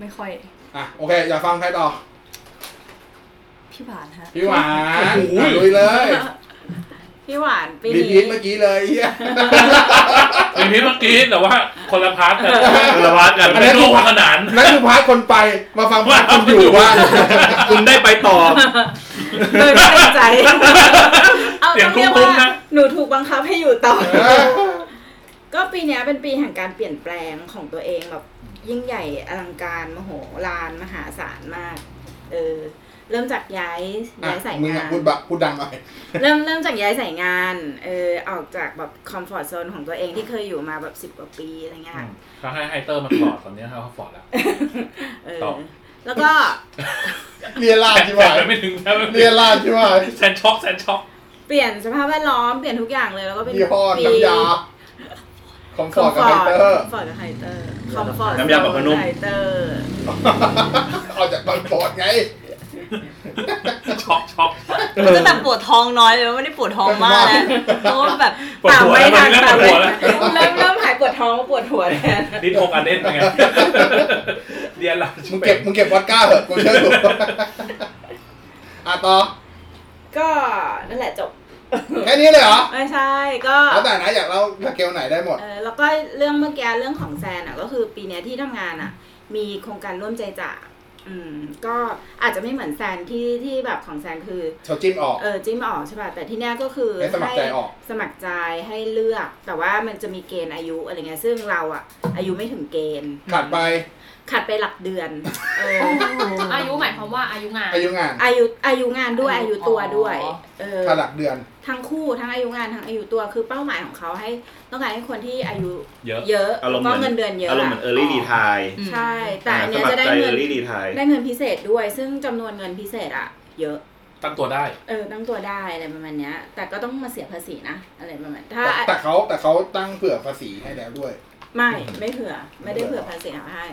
Speaker 3: ไม่ค่อย
Speaker 1: อ่ะโอเค อย่าฟังใครต่อ
Speaker 3: พี่บานฮะ
Speaker 1: พี่หวานอ่ะลุยเลย
Speaker 6: พี่ ไม่หวานปี
Speaker 1: รีพี
Speaker 6: นี้
Speaker 1: ทเมื่อกี้เลยเหี้ย
Speaker 4: มีพิษเมื่อกี้แต่ว่าคนละพาร์ทกัน
Speaker 2: คนละพาร์ทกัน
Speaker 4: ไม่ได้ดูความขนาน
Speaker 1: นั่นคือพาร์ทคนไปมาฟังพาร์ทคนอยู่ว่า
Speaker 7: คุณได้ไปต่อ
Speaker 6: โดยไม่ตั้งใจ เอา
Speaker 4: เสีย
Speaker 6: ต้
Speaker 4: ง
Speaker 6: องเรียก
Speaker 4: คุ้
Speaker 6: ว่าน
Speaker 4: ๆนะ
Speaker 6: หนูถูกบังคับให้อยู่ต่อ ก็ปีเนี้ยเป็นปีแห่งการเปลี่ยนแปลงของตัวเองแบบยิ่งใหญ่อลังการมโหฬารมหาศาลมาก เออ เริ่มจากย้าย
Speaker 1: อ่ะ
Speaker 6: ย้ายสาย
Speaker 1: มึง
Speaker 6: งา
Speaker 1: อ่ะ
Speaker 6: น
Speaker 1: พูดบะพูดดังหน่อย
Speaker 6: เริ่มเริ่มจากย้ายสายงานเออออกจากแบบคอมฟอร์ทโซนของตัวเองที่เคยอยู่มาแบบสิบกว่าปีอะไรเงี้ยค่ะ
Speaker 4: เขาให้ไฮเตอร์มาตลอดตอนนี้เขาฟอร์ดแล้ว
Speaker 6: เออ
Speaker 4: ต่อ
Speaker 6: แล้วก็
Speaker 1: เรียลาดใช่ไหม
Speaker 4: แซนไม่ถึงแซนไม่ถึ
Speaker 1: เรีย
Speaker 4: ง
Speaker 1: ลาดใช่ไหม
Speaker 4: แซนช็อกแซนช็อก
Speaker 6: เปลี่ยนสภาพแวดล้อมเปลี่ยนทุกอย่างเลยแล้วก็เป็น
Speaker 1: ยี่ห้อ
Speaker 6: ปี
Speaker 1: น้ำยาคอมฟ
Speaker 6: คอ
Speaker 1: อร์
Speaker 6: ม
Speaker 1: ต
Speaker 6: ฟ
Speaker 1: กับ
Speaker 6: อ
Speaker 1: ไฮ
Speaker 6: ร์ต
Speaker 1: เตอร์
Speaker 6: คอมฟอร์ตกับไฮเตอร์คอมฟอร์ต
Speaker 7: น้ำยาปรับผ้านุ่ม
Speaker 6: ไฮเตอร์
Speaker 1: เอาจากบางฟอร์ตไง
Speaker 4: ช็อกช็อก
Speaker 3: ก็แบบปวดท้องน้อยเลยว่าไม่ได้ปวดท้องมากแล้วเพราะว่าแบบ
Speaker 4: ปวด
Speaker 6: ตาม
Speaker 4: หัว
Speaker 6: ไม่
Speaker 4: แล้วตอ
Speaker 6: ทั
Speaker 4: น
Speaker 6: น
Speaker 4: นี้เริ่มปดหัวแล้ว
Speaker 6: ตาว มไม่ทันเริ่มเริ่มหายปวดท้องปวดหัวแทน
Speaker 4: นิดโอกันเด่นเป็นไงเดียนเรา
Speaker 1: มึงเก็บมึงเก็บวอดก้าเหอะกูเชื่อถูก อ่ะ ต่อ
Speaker 6: ก็นั่นแหละจบ
Speaker 1: แค่นี้เลยเหรอ
Speaker 6: ไม่ใช่ก็
Speaker 1: แล้วแต่นะอยากเล่าสเกลไหนได้หมด
Speaker 6: เออแล้วก็เรื่องเมื่อกี้เรื่องของแซนอ่ะ ก็คือปีเนี้ยที่ทำงานอ่ะ มีโครงการร่วมใจจ่าอืม ก็อาจจะไม่เหมือนแซนที่ที่แบบของแซนคือ
Speaker 1: เขาจิ้มออก
Speaker 6: เออจิ้มออกใช่ป่ะแต่ที่เนี้ยก็คือ
Speaker 1: ให้สมัครใจออก
Speaker 6: สมัครใจให้เลือก แต่ว่ามันจะมีเกณฑ์อายุอะไรเงี้ยซึ่งเราอ่ะ อายุไม่ถึงเกณฑ์
Speaker 1: ขาดไป
Speaker 6: ขาดไปหลักเดือน เออ
Speaker 8: อายุหมายความว่าอายุงาน
Speaker 1: อายุงาน
Speaker 6: อายุอายุงานด้วยอายุตัวด้วย เออ
Speaker 1: ขาดหลักเดือน
Speaker 6: ทั้งคู่ทั้งอายุงานทั้งอายุตัวคือเป้าหมายของเขาให้ต้องการให้คนที่อายุ
Speaker 4: เยอะ
Speaker 6: เยอะ
Speaker 7: อารมณ์
Speaker 6: ก็
Speaker 7: เหมื
Speaker 6: เงิ
Speaker 7: อน
Speaker 6: นเดือนเยอะ
Speaker 7: อารมณ์เหมือน early retire
Speaker 6: ใช่ แต่อันเนี้ยจะได้เงิน
Speaker 7: early retire
Speaker 6: ได้เงินพิเศษด้วย ซึ่งจำนวนเงินพิเศษอะเยอะ
Speaker 4: ตั้งตัวได้
Speaker 6: เออตั้งตัวได้อะไรประมาณเนี้ย แต่ก็ต้องมาเสียภาษีนะอะไรประมาณถ้า
Speaker 1: แต่เขาแต่เขาตั้งเผื่อภาษีให้แล้วด้วย
Speaker 6: ไม่ไม่เผื่อไม่ได้เผื่อภาษีเอาให้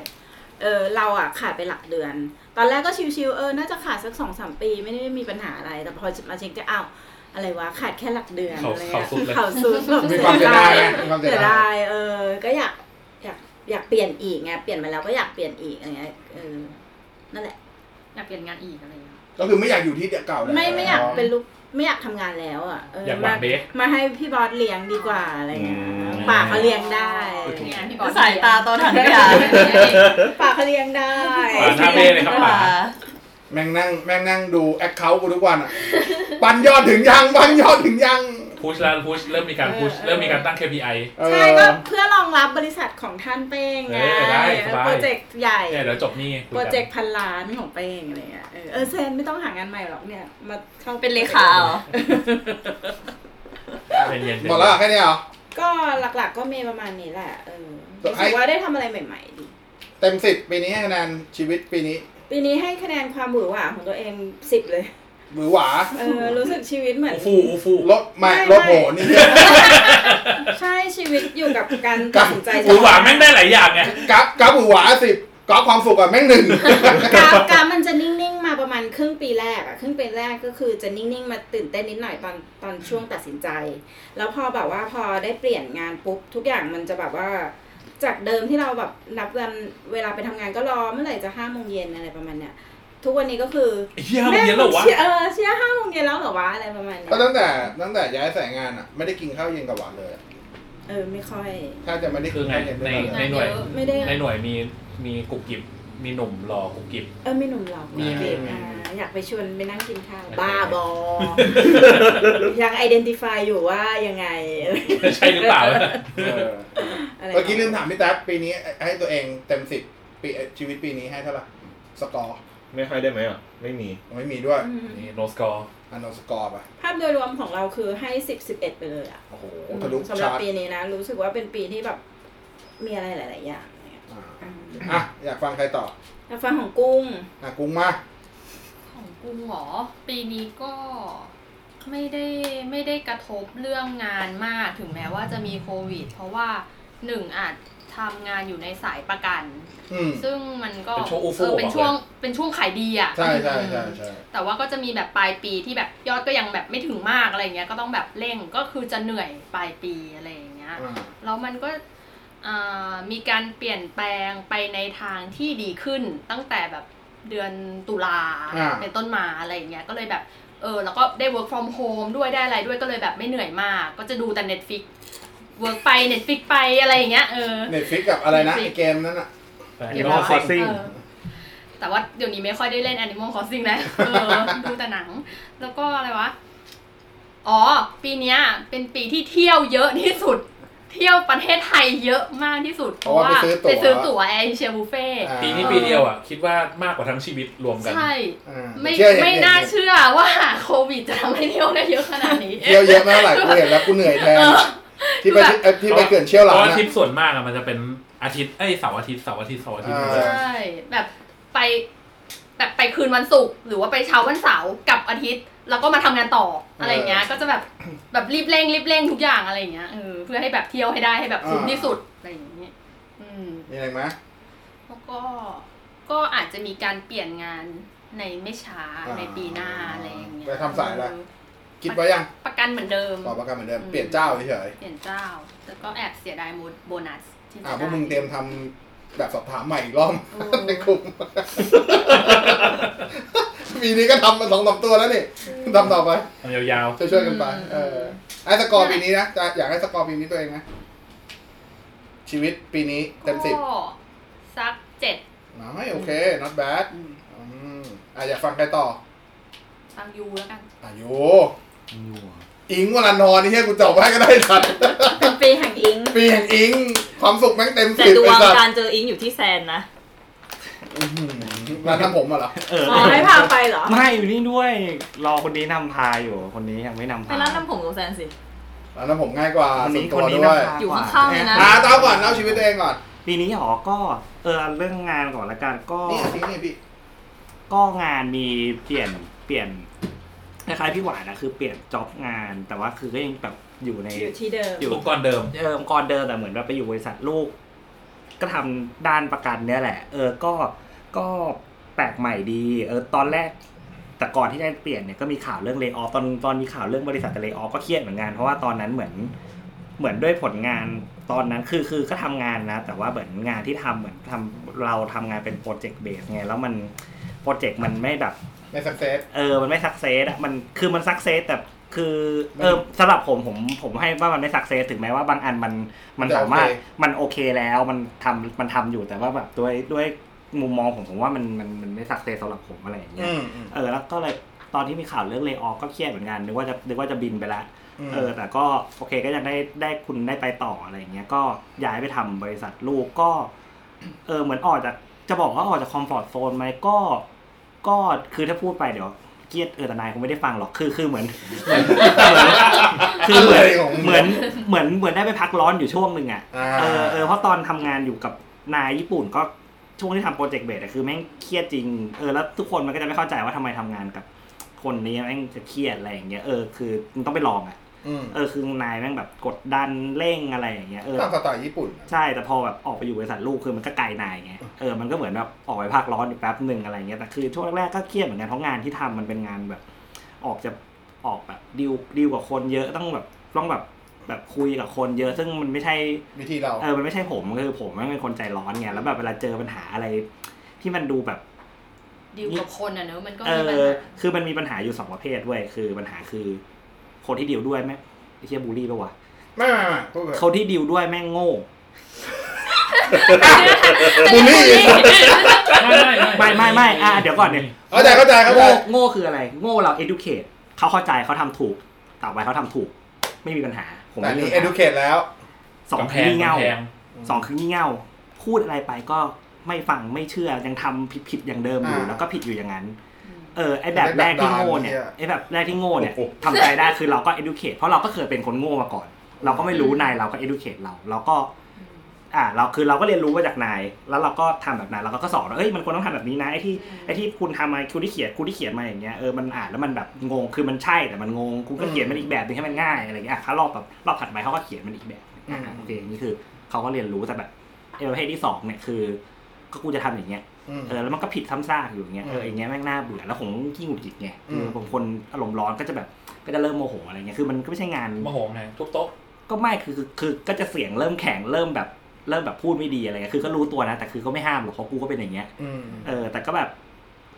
Speaker 6: เออเราอะขาดไปหลักเดือน ตอนแรกก็ชิวๆเออน่าจะขาดสักสองสามปีไม่ได้มีปัญหาอะไร แต่พอมาเช็คจะอ้าวอะไรวะขาดแค่หลักเดือน
Speaker 4: เขา
Speaker 6: อะไร
Speaker 4: เขาสุดเล
Speaker 6: เงี้ย
Speaker 4: ย
Speaker 6: เขาสุดแบบ
Speaker 1: มีความเสียดายนะมีความเสี
Speaker 6: เสี
Speaker 1: ย
Speaker 6: ย
Speaker 1: ดา
Speaker 6: ดาย ยเออ ก็อยากอยากอยากเปลี่ยนอีกไงเปลี่ยนมาแล้วก็อยากเปลี่ยนอีกอะไรเงี้ยเออนั่นแหละ
Speaker 8: อยากเปลี่ยนงานอีกอะไรอย่างเงี้ย
Speaker 1: ก็คือไม่อยากอยู่ที่เก่าแล้ว
Speaker 6: ไม่ไม่อยากเป็นลูกไม่อยากทำงานแล้วอ่ะเออ
Speaker 4: อยา
Speaker 6: มาว
Speaker 4: กางเด็ก
Speaker 6: มาให้พี่บอสเลี้ยงดีกว่าอะไรเงี้ย
Speaker 7: อืม
Speaker 6: ปากเขาเลี้ยงได้
Speaker 8: เนี่ยพี่บอ
Speaker 3: ก็
Speaker 8: ส
Speaker 3: สายตาตอนถังขยะ
Speaker 6: ปากเขาเลี้ยงได้
Speaker 4: ปากหน้าเบ้เลยครับปาก
Speaker 1: แม่งนั่งแม่งนั่งดูแอคเคาท์กูทุกวัน อ่ะ ปันยอดถึงยังปันยอดถึงยัง
Speaker 4: พุชแล้วพุชเริ่มมีการพุชเริ่มมีการตั้ง KPI
Speaker 1: เออ
Speaker 6: ใช่ก็เพื่อรองรับบริษัทของท่านเป้งไง
Speaker 4: เออได้สบาย
Speaker 6: โปรเจกต์ใหญ่
Speaker 4: เนี่ยเดี๋ยวจบนี่คุย
Speaker 6: โปร
Speaker 4: กัน
Speaker 6: เจกต์พันล้านของเป้งอะไรเงี้ยเออเออเซนไม่ต้องหางานใหม่หรอกเนี่ยมาเข้า
Speaker 3: เป็นเลขาเหรอ
Speaker 4: เป็นเย็น
Speaker 1: หมดแล้วเหรอแค่นี้เหรอ
Speaker 6: ก็หลักๆก็มีประมาณนี้แหละเออ
Speaker 1: แต่
Speaker 6: รู้
Speaker 1: ไอ้
Speaker 6: สึกว่าได้ทำอะไรใหม่ ๆ ดี
Speaker 1: เต็มสิบปีนี้ให้คะแนนชีวิตปีนี้
Speaker 6: ปีนี้ให้คะแนนความหวือหวาของตัวเองสิบเลย
Speaker 1: หรือหวา
Speaker 6: เอ อรู้สึกชีวิตเหมือน
Speaker 4: อูฟูอูฟู
Speaker 1: ลดไม่ลดโหนี่
Speaker 6: ใช่ชีวิตอยู่กับการ
Speaker 1: กั
Speaker 6: ตัด
Speaker 1: บ
Speaker 6: สินใจ
Speaker 4: อูหวานแม่งได้หลายอย่างไง
Speaker 1: กับกับหรือหวาสิบกับความสุขอะแม่งหนึ่ ง
Speaker 6: กราฟกราฟมันจะนิ่งๆมาประมาณครึ่งปีแรกอะครึ่งปีแรกก็คือจะนิ่งๆมาตื่นเต้นนิดหน่อยตอนตอนช่วงตัดสินใจ แล้วพอแบบว่าพอได้เปลี่ยนงานปุ๊บทุกอย่างมันจะแบบว่า จากเดิมที่เราแบบนับวันเวลาไปทำงานก็รอเมื่อไหร่จะห้าโมงเย็นอะไรประมาณเนี้ยทุกวันนี้ก็คือ
Speaker 4: เหี้ยห้าโมงเย็นแล้วเหรอวะ
Speaker 6: ม่งเชียเออเชียห้าโมงเย็นแล้วเหรอวะอะไรประมาณเนี้ย
Speaker 1: ก็ตั้งแต่ตั้งแต่ย้ายสายงานอะไม่ได้กินข้าวเย็นกับหวานเลยอะ
Speaker 6: เออไม่ค่อย
Speaker 1: ถ้าจะไม่ได้กิ
Speaker 4: คื
Speaker 1: น
Speaker 4: อไง
Speaker 1: ข้าวเย็นด้
Speaker 4: ใน
Speaker 1: วยกันเลย
Speaker 4: ในหน่วย
Speaker 6: ไม่ได้
Speaker 4: ในหน่วยมีมีกุกกิบมีหนุ่มหล่อกุกกิบ
Speaker 6: เออไม่หนุ่มหรอก
Speaker 4: มี
Speaker 6: เด็กอ่าอยากไปชวนไปนั่งกินข้าวบ้า บอ ยัง i d e n t i f y อยู่ว่ายังไง
Speaker 4: ใช่หรือเปล่า
Speaker 1: เออ
Speaker 6: อะไร
Speaker 1: เมื่อกี้ลืมถามพี่แต๊กปีนี้ให้ตัวเองเต็มสิบปีชีวิตปีนี้ให้เท่าไหร่สกอร์
Speaker 7: ไม่ค่อยได้ไหมอ่ะ ไม่มี
Speaker 1: ไม่มีด้วย
Speaker 6: อืม
Speaker 4: นี่โนสกอร์
Speaker 1: อันนนสกอร์ป่ะ
Speaker 6: ภาพโดยรวมของเราคือให้สิบสิบเอ็ดไปเลยอ่ะ
Speaker 1: โอ้โหทะลุ
Speaker 6: สำห
Speaker 1: ชา
Speaker 6: รับ
Speaker 1: ร์ต
Speaker 6: ปีนี้นะ รู้สึกว่าเป็นปีที่แบบ มีอะไรหลาย ๆ อย่างเนี่ย
Speaker 1: อ่า
Speaker 6: อืม
Speaker 1: อ่ะอยากฟังใครต่อ
Speaker 6: แล้วฟังของกุ้ง
Speaker 1: อ่ะกุ้งมา
Speaker 8: ของกูเหรอปีนี้ก็ไม่ได้ไม่ได้กระทบเรื่องงานมากถึงแม้ว่าจะมีโควิด เพราะว่าหนึ่งอาจทำงานอยู่ในสายประกัน
Speaker 1: อืม
Speaker 8: ซึ่งมันก็
Speaker 4: เป็นช่วงอู้ฟู่
Speaker 8: เออเป็นช่วงเป็นช่วงขายดีอ่ะ
Speaker 1: ใช่ใช่ใช่ใช่
Speaker 8: แต่ว่าก็จะมีแบบปลายปีที่แบบยอดก็ยังแบบไม่ถึงมากอะไรเงี้ยก็ต้องแบบเร่งก็คือจะเหนื่อยปลายปีอะไรอย่างเงี้ย
Speaker 1: อ่า
Speaker 8: แล้วมันก็อ่ามีการเปลี่ยนแปลงไปในทางที่ดีขึ้นตั้งแต่แบบเดือนตุลา
Speaker 1: อ่า
Speaker 8: เป็นต้นมาอะไรอย่างเงี้ยก็เลยแบบ เออแล้วก็ได้ work from home ด้วยได้อะไรด้วยก็เลยแบบไม่เหนื่อยมาก ก็จะดูแต่ Netflix work ไป Netflix ไปอะไรอย่างเงี้ยเออ
Speaker 1: เน็ตฟิกกับอะไรนะ
Speaker 8: Netflix
Speaker 1: ไอ้เกมนั้นอ่ะ
Speaker 4: แต่
Speaker 8: Animal Crossing แต่ว่าเดี๋ยวนี้ไม่ค่อยได้เล่น Animal Crossing แล้วเออ ดูแต่หนัง แล้วก็อะไรวะ อ๋อ ปีเนี้ยเป็นปีที่เที่ยวเยอะที่สุด เที่ยวประเทศไทยเยอะมากที่สุด
Speaker 1: เพราะว่าไปซื้อตั๋ว
Speaker 8: ไปซื้อตั๋วแอร์เชียบุฟเฟ่
Speaker 1: อ่า
Speaker 4: ปีนี้ปีเดียวอ่ะ คิดว่ามากกว่าทั้งชีวิตรวมกัน
Speaker 8: ใช่
Speaker 1: อ่า
Speaker 8: ไม่
Speaker 1: เชื่อเห็
Speaker 8: ไม่น่า
Speaker 1: เห็
Speaker 8: เชื่อว่าโควิดจะทำให้เที่ยวได้เยอะขนาดนี้
Speaker 1: เที่ยวเยอะมากหลายกูเห็นแล้วกูเหนื่อยแทน
Speaker 8: เออ
Speaker 1: ที่ไปที่เอ่อที่ไปเกินเชี่ยวห
Speaker 4: เพ
Speaker 1: ลัง
Speaker 4: ราะว่า
Speaker 1: นะ
Speaker 4: ทริปส่วนมากอะมันจะเป็นอาทิตย์เอ้ยเสาร์อาทิตย์เสาร์อาทิตย์เสาร์อาทิตย์
Speaker 1: อ่า
Speaker 8: ใช่แบบไปแบบไปคืนวันศุกร์หรือว่าไปเช้าวันเสาร์กลับอาทิตย์ แล้วก็มาทำงานต่ออะไรอย่างเงี้ย ก็จะแบบ แบบรีบเร่งรีบเร่งทุกอย่างอะไรอย่างเงี้ยเออเพื่อให้แบบเที่ยวให้ได้ให้แบบคุ้มที่สุดอะไรอย่างเงี้ยอืม
Speaker 1: มีอะไรไหม
Speaker 8: แล้วก็ก็อาจจะมีการเปลี่ยนงานในไม่ช้าในปีหน้าอะไรอย่างเงี้ย
Speaker 1: ไปทำสายอะไร
Speaker 8: เออ
Speaker 1: คิดไว้ยัง
Speaker 8: ประกันเหมือนเดิม
Speaker 1: ต่อประกันเหมือนเดิม
Speaker 8: อืม
Speaker 1: เปลี่ยนเจ้าเฉย
Speaker 8: เปลี่ยนเจ้าแต่ก็แอบเสียดายโมดโบนัสที่
Speaker 1: ๆ
Speaker 8: จะ
Speaker 1: อ่าพ
Speaker 8: ได้
Speaker 1: วกมึงเตรียมทำแบบสอบถามใหม่อีกรอบ
Speaker 8: โอ้
Speaker 1: ในกลุ่มปีนี้ก็ทำมาสองสามตัวแล้วนี่ทำต่อไป
Speaker 4: ทำยาว
Speaker 1: ช่วยช่วยๆกันไป
Speaker 8: อืม
Speaker 1: เออไอ้สกอร์ปีนี้นะจะอยากให้สกอร์ปีนี้ตัวเองไหมชีวิตปีนี้เต็มสิบ
Speaker 8: ก็สักเจ็ด
Speaker 1: น้อยโอเค not bad
Speaker 8: อืม
Speaker 1: อืมอ่ะอยากฟังใครต่อ
Speaker 8: ฟังยูแล้วกัน
Speaker 1: อายุอิงวลันทรนี่เฮียกูจบไว้ก็ได้สัตว์
Speaker 6: เป็นปีแห่งอิง
Speaker 1: ปีแห่งอิง ความสุขแม่งเต็ม
Speaker 3: แต่
Speaker 1: สิบ
Speaker 3: ด
Speaker 1: ไป
Speaker 3: วง
Speaker 1: สัตว์
Speaker 3: การเจออิงอยู่ที่แซนนะ
Speaker 1: ร้านทำผมมาเหรอ
Speaker 5: เออ
Speaker 3: อ๋อให้พาไปเหรอ
Speaker 5: ไม่อยู่นี่ด้วย รอคนนี้นำพาอยู่ คนนี้ยังไม่นำ
Speaker 3: ไป
Speaker 5: พา
Speaker 3: ร้านทำผมของแซนสิ
Speaker 1: ร้านทำผมง่ายกว่า
Speaker 5: คน
Speaker 1: ส่ว
Speaker 5: นี้
Speaker 1: น
Speaker 5: ค
Speaker 1: ตัวน
Speaker 5: นี้
Speaker 1: ด้วย
Speaker 5: นำพา
Speaker 3: อยู่ข้างๆเลยนะ
Speaker 1: อ่าเต้าก่อนเล่าชีวิตตัวเองก่อน
Speaker 5: ปีนี้หรอก็เออเรื่องงานก่อนละกันก็
Speaker 1: นี่ทิ้งนี่พี่
Speaker 5: ก็งานมีเปลี่ยนเปลี่ยนคล้ายๆพี่หวานนะคือเปลี่ยนจ็อบงาน แต่ว่าคือก็ยังแบบอยู่ใน
Speaker 3: อยู่ที่เดิม
Speaker 5: อยู่
Speaker 4: ๆอุปกรณ์เดิม
Speaker 5: เออองค์กรเดิมแต่เหมือนแบบไปอยู่บริษัทลูก ก็ทำด้านประกันเนี่ยแหละ เออก็ก็แปลกใหม่ดี เออตอนแรก แต่ก่อนที่จะเปลี่ยนเนี่ยก็มีข่าวเรื่องเล y o อ f ตอนตอนมีข่าวเรื่องบริษัทเล y o อ f ก็เครียดเหมือนกันเพราะว่าตอนนั้นเหมือนเหมือนด้วยผลงานตอนนั้นคือคือก็ทำงานนะ แต่ว่าเหมือนงานที่ทำเหมือนทำเราทำงานเป็นโปรเจกต์เบสไงแล้วมันโปรเจกต์มันไม่แบบ
Speaker 1: ในสักเซส
Speaker 5: เออ มันไม่สักเซสอะมัน คือมันสักเซสแต่คือ
Speaker 1: มัน
Speaker 5: เออสำหรับผม ผม ผมให้ว่ามันไม่สักเซสถึงแม้ว่าบางอันมัน มัน
Speaker 1: แต่โอเค
Speaker 5: สามารถ มันโอเคแล้ว มันทำมันทำอยู่ แต่ว่าแบบด้วย ด้วยมุมมองผมผมว่ามัน มัน มันไม่สักเซสสำหรับผมอะไรอย่างเงี้ย
Speaker 1: อืมอืม
Speaker 5: เออ แล้วก็เลย ตอนที่มีข่าวเรื่องเล y o อ f ก็เครียดเหมือนกัน นึกว่าจะ นึกว่าจะบินไปละ
Speaker 1: ม
Speaker 5: เออ แต่ก็โอเค ก็ยังได้ ได้คุณได้ไปต่ออะไรอย่างเงี้ย ก็ย้ายไปทำบริษัทลูกก็ เออ เหมือนออกจาก จะบอกว่าออกจากคอมฟอร์ทโซนไหมก็ ก็ คือถ้าพูดไปเดี๋ยวเกลียดเออแต่นายคงไม่ได้ฟังหรอก คือ คือเหมือน คือเหมือน
Speaker 1: อะไรของมึง
Speaker 5: เหมือน เหมือน เหมือนได้ไปพักร้อนอยู่ช่วงหนึ่งอ่ะ
Speaker 1: อ่า
Speaker 5: เออเออเพราะตอนทำงานอยู่กับนายญี่ปุ่นก็ช่วงที่ทำโปรเจกต์เบสอะคือแม่งเครียดจริงเออแล้วทุกคนมันก็จะไม่เข้าใจว่าทำไมทำงานกับ คนนี้แม่งจะเครียดอะไรอย่างเงี้ยเออคือมันต้องไปลองอะ
Speaker 1: อืม
Speaker 5: เออคือนายแม่งแบบกดดันเร่งอะไรอย่างเงี้ยเออ
Speaker 1: ตามสไตล์ญี่ปุ่นนะ
Speaker 5: ใช่แต่พอแบบออกไปอยู่บริษัทลูกคือมันก็ไกลนายไงเออมันก็เหมือนแบบออกไปพักร้อนอยู่แป๊บหนึ่งอะไรอย่างเงี้ยแต่คือช่วงแรกๆก็เครียดเหมือนกันเพราะงานที่ทำมันเป็นงานแบบ ออกจะออกแบบดิวดิวกับคนเยอะต้องแบบต้องแบบแบบคุยกับคนเยอะซึ่งมันไม่ใช่
Speaker 1: วิธีเรา
Speaker 5: เออ มันไม่ใช่ผมคือผมแม่งเป็นคนใจร้อนไง แล้วแบบเวลาเจอปัญหาอะไร ที่มันดูแบบ
Speaker 8: ดิวกับคนอ่ะเนอะมันก็
Speaker 5: เอ
Speaker 8: มีปัญ
Speaker 5: อ
Speaker 8: หา
Speaker 5: คือมันมีปัญหาอยู่สองประเภทด้วย คือปัญหาคือ คนที่ดิวด้วยแม่งไอ้เฮียบูลลี่ปะวะ
Speaker 1: ไม่ไม่ไม่พูดเถอะ
Speaker 5: เขาที่ดิวด้วยแม่งโง่
Speaker 1: บูลลี่
Speaker 5: ไม่ไม่ไม่อ่ะเดี๋ยวก่อนเนี่ย
Speaker 1: เข้าใจเข้าใจเข้าใจ
Speaker 5: โง่โง่คืออะไร โง่เรา educate เขาเข้าใจเขาทำถูก ต่อไปเขาทำถูก ไม่มีปัญหา ผม
Speaker 1: แต่
Speaker 5: ไม่มี
Speaker 1: นี่
Speaker 5: ปัญหา
Speaker 1: educate แล้ว
Speaker 5: สอง
Speaker 4: กำแพ
Speaker 5: คืองงี่เง่า
Speaker 4: กำแพง
Speaker 5: สองคืองี่เง่า พูดอะไรไปก็ไม่ฟังไม่เชื่อยังทำผิดผิดอย่างเดิมอยู่
Speaker 1: อ่า
Speaker 5: แล้วก็ผิดอยู่อย่างนั้น เออไอแบบแรกที่โง่เนี่ย
Speaker 1: เหี้ย
Speaker 5: ไอแบบแรกที่โง่เนี่ย
Speaker 4: โอ้โห
Speaker 5: ทำใจได้คือเราก็ educate เพราะเราก็เคยเป็นคนโง่มาก่อน เราก็ไม่รู้นายเราก็ educate เราเราก็ อ่า เราคือเราก็เรียนรู้มาจากนาย แล้วเราก็ทำแบบนั้นแล้วเราก็สอนว่าเอ้ยมันควรต้องทำแบบนี้นะไอที่ไอที่คุณทำมาคุณที่เขียนคุณที่เขียนมาอย่างเงี้ยเออมันอ่านแล้วมันแบบงงคือมันใช่แต่มันงงคุณก็เขียนมันอีกแบบหนึงให้มันง่ายอะไรอย่างเงี้ยอ่ะถ้ารอบแบบรอบถัดไปเขาก็เขียนมันอีกแบบอ่ะโอเคนี่คือเขาก็เรียนรู้แต่แบบไอประเภทที่สองเนี่ยคือก็กูจะทำอย่างเงี้ย
Speaker 1: อืม
Speaker 5: เออแล้วมันก็ผิดซ้ำซากอยู่อย่างเงี้ยเอออย่างเงี้ยแม่งน่าเบื่อแล้วผมขี้หงุดหงิดไง
Speaker 1: อื
Speaker 5: คือ
Speaker 1: ม
Speaker 5: ผมคนอารมณ์ร้อนก็จะแบบก็จะเริ่มโมโหอะไรเงี้ยคือมันก็ไม่ใช่งาน
Speaker 4: มโหงไงทุบโต๊ะ
Speaker 5: ก็ไม่คือคือคือก็จะเสียงเริ่มแข็งเริ่มแบบเริ่มแบบพูดไม่ดีอะไรเงี้ยคือก็รู้ตัวนะแต่คือก็ไม่ห้ามหรอกเพราะกูก็เป็นอย่างเงี้ย
Speaker 1: อืม
Speaker 5: เออแต่ก็แบบ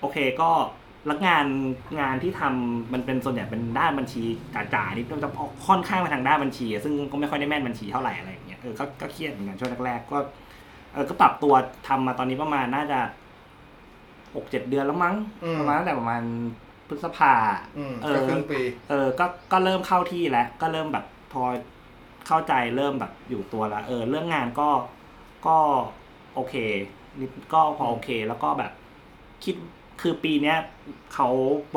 Speaker 5: โอเคก็ แล้วงานงานที่ทำมันเป็นส่วนใหญ่เป็นด้านบัญชีจ๋าๆนี่มันจะออกค่อนข้างไปทางด้านบัญชีอะซึ่งก็ไม่ค่อยได้แม่นบัญชีเท่าไหร่อะไรอย่างเงี้ยเออก็ก็เครียดเหมือนกันช่วงแรกๆก็เออก็ปรับตัวทำมาตอนนี้ประมาณน่าจะหกเจ็ดเดือนแล้วมั้ง
Speaker 1: อืม
Speaker 5: ประมาณตั้งแต่ประมาณพฤษภา
Speaker 1: อืม
Speaker 5: เออ
Speaker 1: ก็ครึ่งปี
Speaker 5: เออ ก็ ก็เริ่มเข้าที่แล้ว ก็เริ่มแบบพอเข้าใจเริ่มแบบอยู่ตัวแล้ว เออ เรื่องงานก็ ก็โอเคนิดก็พอโอเค แล้วก็แบบคิด คือปีเนี้ยเขา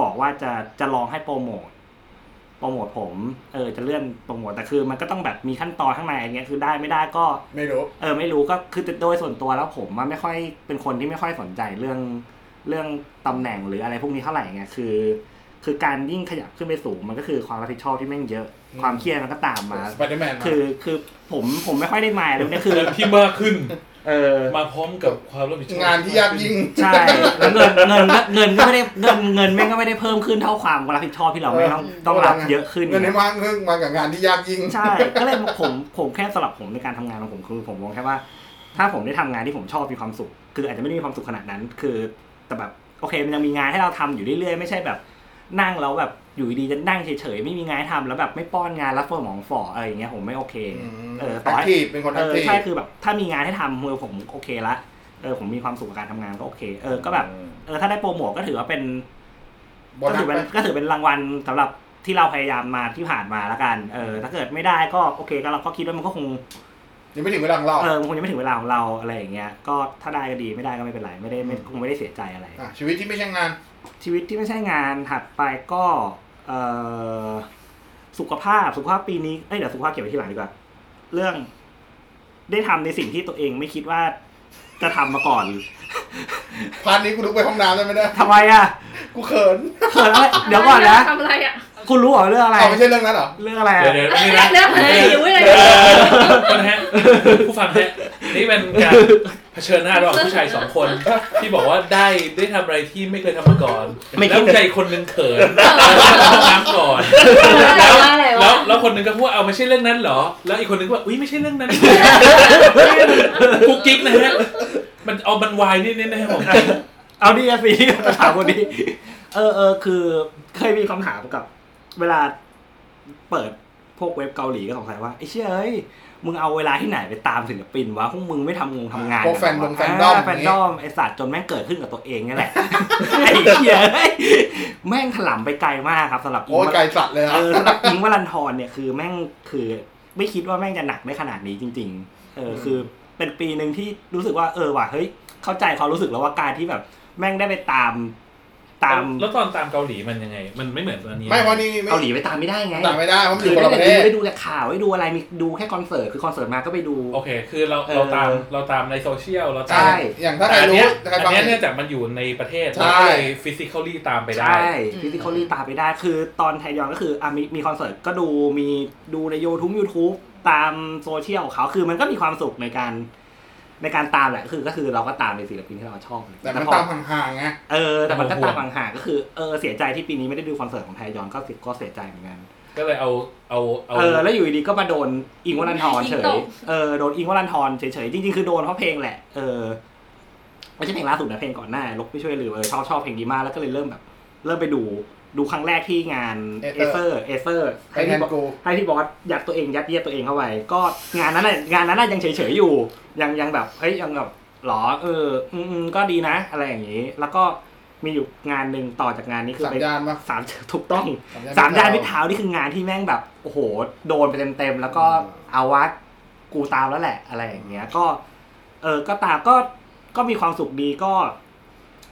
Speaker 5: บอกว่าจะ จะลองให้โปรโมท โปรโมทผม เออ จะเลื่อนโปรโมท แต่คือมันก็ต้องแบบมีขั้นตอนข้างในอย่างเงี้ย คือได้ไม่ได้ก็
Speaker 1: ไม่รู้
Speaker 5: เออไม่รู้ก็คือโดยส่วนตัวแล้วผมมันไม่ค่อยเป็นคนที่ไม่ค่อยสนใจเรื่องเรื่องตำแหน่งหรืออะไรพวกนี้เท่าไหร่ไงคือ คือการยิ่งขยับขึ้นไปสูงมันก็คือความรับผิดชอบที่แม่งเยอะ
Speaker 1: อืม
Speaker 5: ความเครียดมันก็ตามมา
Speaker 1: สไปเดอร์แมนมา
Speaker 5: คือคือผมผมไม่ค่อยได้มายเลยเนี่ยคือ
Speaker 4: ที่มากขึ้น
Speaker 5: เออ
Speaker 4: มาพร้อมกับความรับผิดชอบ
Speaker 1: งานที่ยากยิ่ง
Speaker 5: ใช่แล้วเงินเงินเงินก็ไม่ได้เงินเงินแม่งก็ไม่ได้เพิ่มขึ้นเท่าความรับผิดชอบที่เราไม่ต้องต้องรับเยอะขึ้น
Speaker 1: เงินในมากเงินมากับงานที่ยากยิ่ง
Speaker 5: ใช่ ก็เลยผมผมแค่สำหรับผมในการทำงานของผมคือผมมองแค่ว่า ถ้าผมได้ทำงานที่ผมชอบมีความสุข คืออาจจะไม่ได้มีความสุขขนาดนั้น คือแต่แบบโอเคมันยังมีงานให้เราทำอยู่เรื่อยๆไม่ใช่แบบ นั่งแล้วแบบอยู่ดีๆจะนั่งเฉยๆไม่มีงานให้ทำแล้วแบบไม่ป้อนงานรับสมองฝ่ออะไรอย่างเงี้ยผมไม่โอเค เออต่อ
Speaker 1: แอค
Speaker 5: ให้
Speaker 1: ทีฟเป็นคนแอ
Speaker 5: เอ
Speaker 1: ค
Speaker 5: อ
Speaker 1: ทีฟ
Speaker 5: ใช่คือแบบถ้ามีงานให้ทำมือผมโอเคละเออผมมีความสุขกับการทำงานก็โอเคเออก็แบบเออถ้าได้โปรโมทก็ถือว่าเป็น
Speaker 1: โบ
Speaker 5: ก็
Speaker 1: นั
Speaker 5: ถื
Speaker 1: ส
Speaker 5: อเป็นก็ถือเป็นรางวัลสำหรับที่เราพยายามมาที่ผ่านมาแล้วกัน เออ ถ้าเกิดไม่ได้ก็โอเคก็เราก็คิดว่ามันก็คง
Speaker 1: ยังไม่ถึงเวลาของเรา
Speaker 5: เออมันคงยังไม่ถึงเวลาของเราอะไรอย่างเงี้ย ก็ถ้าได้ก็ดีไม่ได้ก็ไม่เป็นไรไม่ได้ไม่คงไม่ได้เสียใจอะไร
Speaker 1: ะชีวิตที่ไม่ใช่งาน
Speaker 5: ชีวิตที่ไม่ใช่งานถัดไปก็ เออสุขภาพสุขภาพปีนี้เอ้ยเดี๋ยวสุขภาพเก็บไว้ที่หลังดีกว่าเรื่อง ได้ทำในสิ่งที่ตัวเองไม่คิดว่าจะทำมาก่อน
Speaker 1: พาร์ทนี้กูลุกไปห้องน้ำได้ไหมเนี่ย
Speaker 5: ทำไมอ่ะ
Speaker 1: กูเขิน
Speaker 5: เขินอะไรเดี๋ยวก่อนนะ
Speaker 8: ทำอะไรอ่ะ
Speaker 5: คุณรู้เหรอเรื่องอะไร
Speaker 1: เอาไม่ใช่เรื่องนั้นเหรอ
Speaker 5: เรื่องอะไร
Speaker 4: เดี๋ยว
Speaker 5: อะ
Speaker 4: เดี๋ยวนี่นะ
Speaker 8: เรื่องอะไรหิวเลย
Speaker 4: เออคนฮะผู้ฟังฮะนี่เป็นการเผชิญหน้า ระหว่างผู้ชายสองคน ที่บอกว่าได้ได้ทำอะไรที่ไม่เคยทำมาก่อน
Speaker 5: ไม่
Speaker 4: แล้ว
Speaker 5: คิด
Speaker 4: ผู้ชายคนหนึงเขินแล้วเข้าห้องน้ำก่อน
Speaker 8: แล้วอะไร
Speaker 4: แล้ว
Speaker 8: ะ
Speaker 4: วแล้วคนหนึ่งก็พูดว่าเอาไม่ใช่เรื่องนั้นเหรอ แล้วอีกคนหนึ่งก็บอกอุ้ยไม่ใช่เรื่องนั้น กุ๊กกิ๊กนะฮะมันเอามันวายนิดๆนะฮะผม
Speaker 5: เอาดีสิจะถามคนนี้เออเออคือเคยมีคำถามกับ เวลาเปิดพวกเว็บเกาหลีก็สงสัยว่าไอ้เชี่ยเอ้ยมึงเอาเวลาที่ไหนไปตามศิลปินวะพวกมึงไม่ทำงงทำงาน
Speaker 1: พวกแฟนดง
Speaker 5: ะ
Speaker 1: แฟนดอม
Speaker 5: าแฟนดอมไอสัตว์จนแม่งเกิดขึ้นกับตัวเอง นี่แหละไอ้เชี่ยเอ้ยแม่งถลำไปไกลมากครับสำหรับ
Speaker 1: โอ้ย
Speaker 5: ง
Speaker 1: ไกลสัตว์เลยนะ
Speaker 5: เออสำหรับอิงวัลันทรเนี่ยคือแม่งคือ ไม่คิดว่าแม่งจะหนักได้ขนาดนี้จริง ๆ เออคือเป็นปีหนึ่งที่รู้สึกว่าเออว่ะเฮ้ย เข้าใจความรู้สึกแล้วว่าการที่แบบ แม่งได้ไปตามตาม
Speaker 4: แล้วตอนตามเกาหลีมันยังไง มันไม่เหมือนตอนนี้
Speaker 1: ไม่เพราะนี่ไม่
Speaker 5: เกาหลีไปตามไม่ได้ไง
Speaker 1: ต่างไม่ได้เพราะมันอ
Speaker 5: คื
Speaker 1: ยู่
Speaker 5: อ
Speaker 1: คน
Speaker 5: ได้
Speaker 1: ละป
Speaker 5: แต่
Speaker 1: ระเทศ
Speaker 5: ดูได้ดูแต่ข่าวได้ดูอะไรมีดูแค่คอนเสิร์ตคือคอนเสิร์ตมาก็ไปดู
Speaker 4: โอเค คือเรา
Speaker 5: เออ
Speaker 4: เราตามเราตามในโซเชียลเราตา
Speaker 5: ใช่
Speaker 4: ม
Speaker 1: อย่างถ้า
Speaker 4: แต่
Speaker 1: ใคร
Speaker 4: อัน
Speaker 1: รู้
Speaker 4: เนี้ย
Speaker 1: ใคร
Speaker 4: อัน
Speaker 1: ฟัง
Speaker 4: เนี้ยเนื่องจากมันอยู่ในประเทศ
Speaker 1: ใช่
Speaker 4: เราก็เลยฟิสิกอลี่ตามไปได้
Speaker 5: ใช่ฟิสิคอลี่ตามไปได้ คือตอนไทยยอนก็คืออ่ะมีมีคอนเสิร์ตก็ดูมีดูในยูทูบยูทูบตามโซเชียลของเขาคือมันก็มีความสุขในการในการตามแหละคือก็คือเราก็ตามในศิลปินที่เราชอบเลย
Speaker 1: แต่มัน
Speaker 5: พอ
Speaker 1: ตามห่างๆไง
Speaker 5: เออแต่มันก็
Speaker 4: ห่ว
Speaker 5: ตาง มห่างๆก็คือเออเสียใจที่ปีนี้ไม่ได้ดูคอนเสิร์ตของไทยยอนก็เสิก็เสียใจเหมือนกัน
Speaker 4: ก็เลยเอาเอาเอา
Speaker 5: เออแล้วอยู่ดีๆก็มาโดนอิงวัลันทรเฉ
Speaker 8: อิงต
Speaker 5: ย
Speaker 8: ก
Speaker 5: เออโดนอิงวัลันทรเฉยๆจริงๆคือโดนเพราะเพลงแหละเออไม่ใช่เพลงล่าสุดนะเพลงก่อนหน้าลกไม่ช่วยหรือเออชอบชอบเพลงดีมากแล้วก็เลยเริ่มแบบ เริ่มไปดูดูครั้งแรกที่งานเอเซอร์เอเซอร์
Speaker 1: ไอ้แทนกู
Speaker 5: ให้พี่บอสยัดตัวเองยัดเยียดตัวเองเข้าไปก็งานนั้นน่ะงานนั้นน่ะยังเฉยๆอยู่ ยังยังแบบเฮ้ยยังแบบหรอเอออืมอืมก็ดีนะ อะไรอย่างนี้ แล้วก็มีอยู่งานหนึ่งต่อจากงานนี้คือ
Speaker 1: สาม
Speaker 5: ไป
Speaker 1: ยานมา
Speaker 5: สามถูกต้องสาม
Speaker 1: มิตร
Speaker 5: ดานพิเท้านี่คืองานที่แม่งแบบโอ้โหโดนไปเต็มๆแล้วก็เอาวัดกูตามแล้วแหละ อะไรอย่างเงี้ยก็ เออก็ตามก็ก็มีความสุขดีก็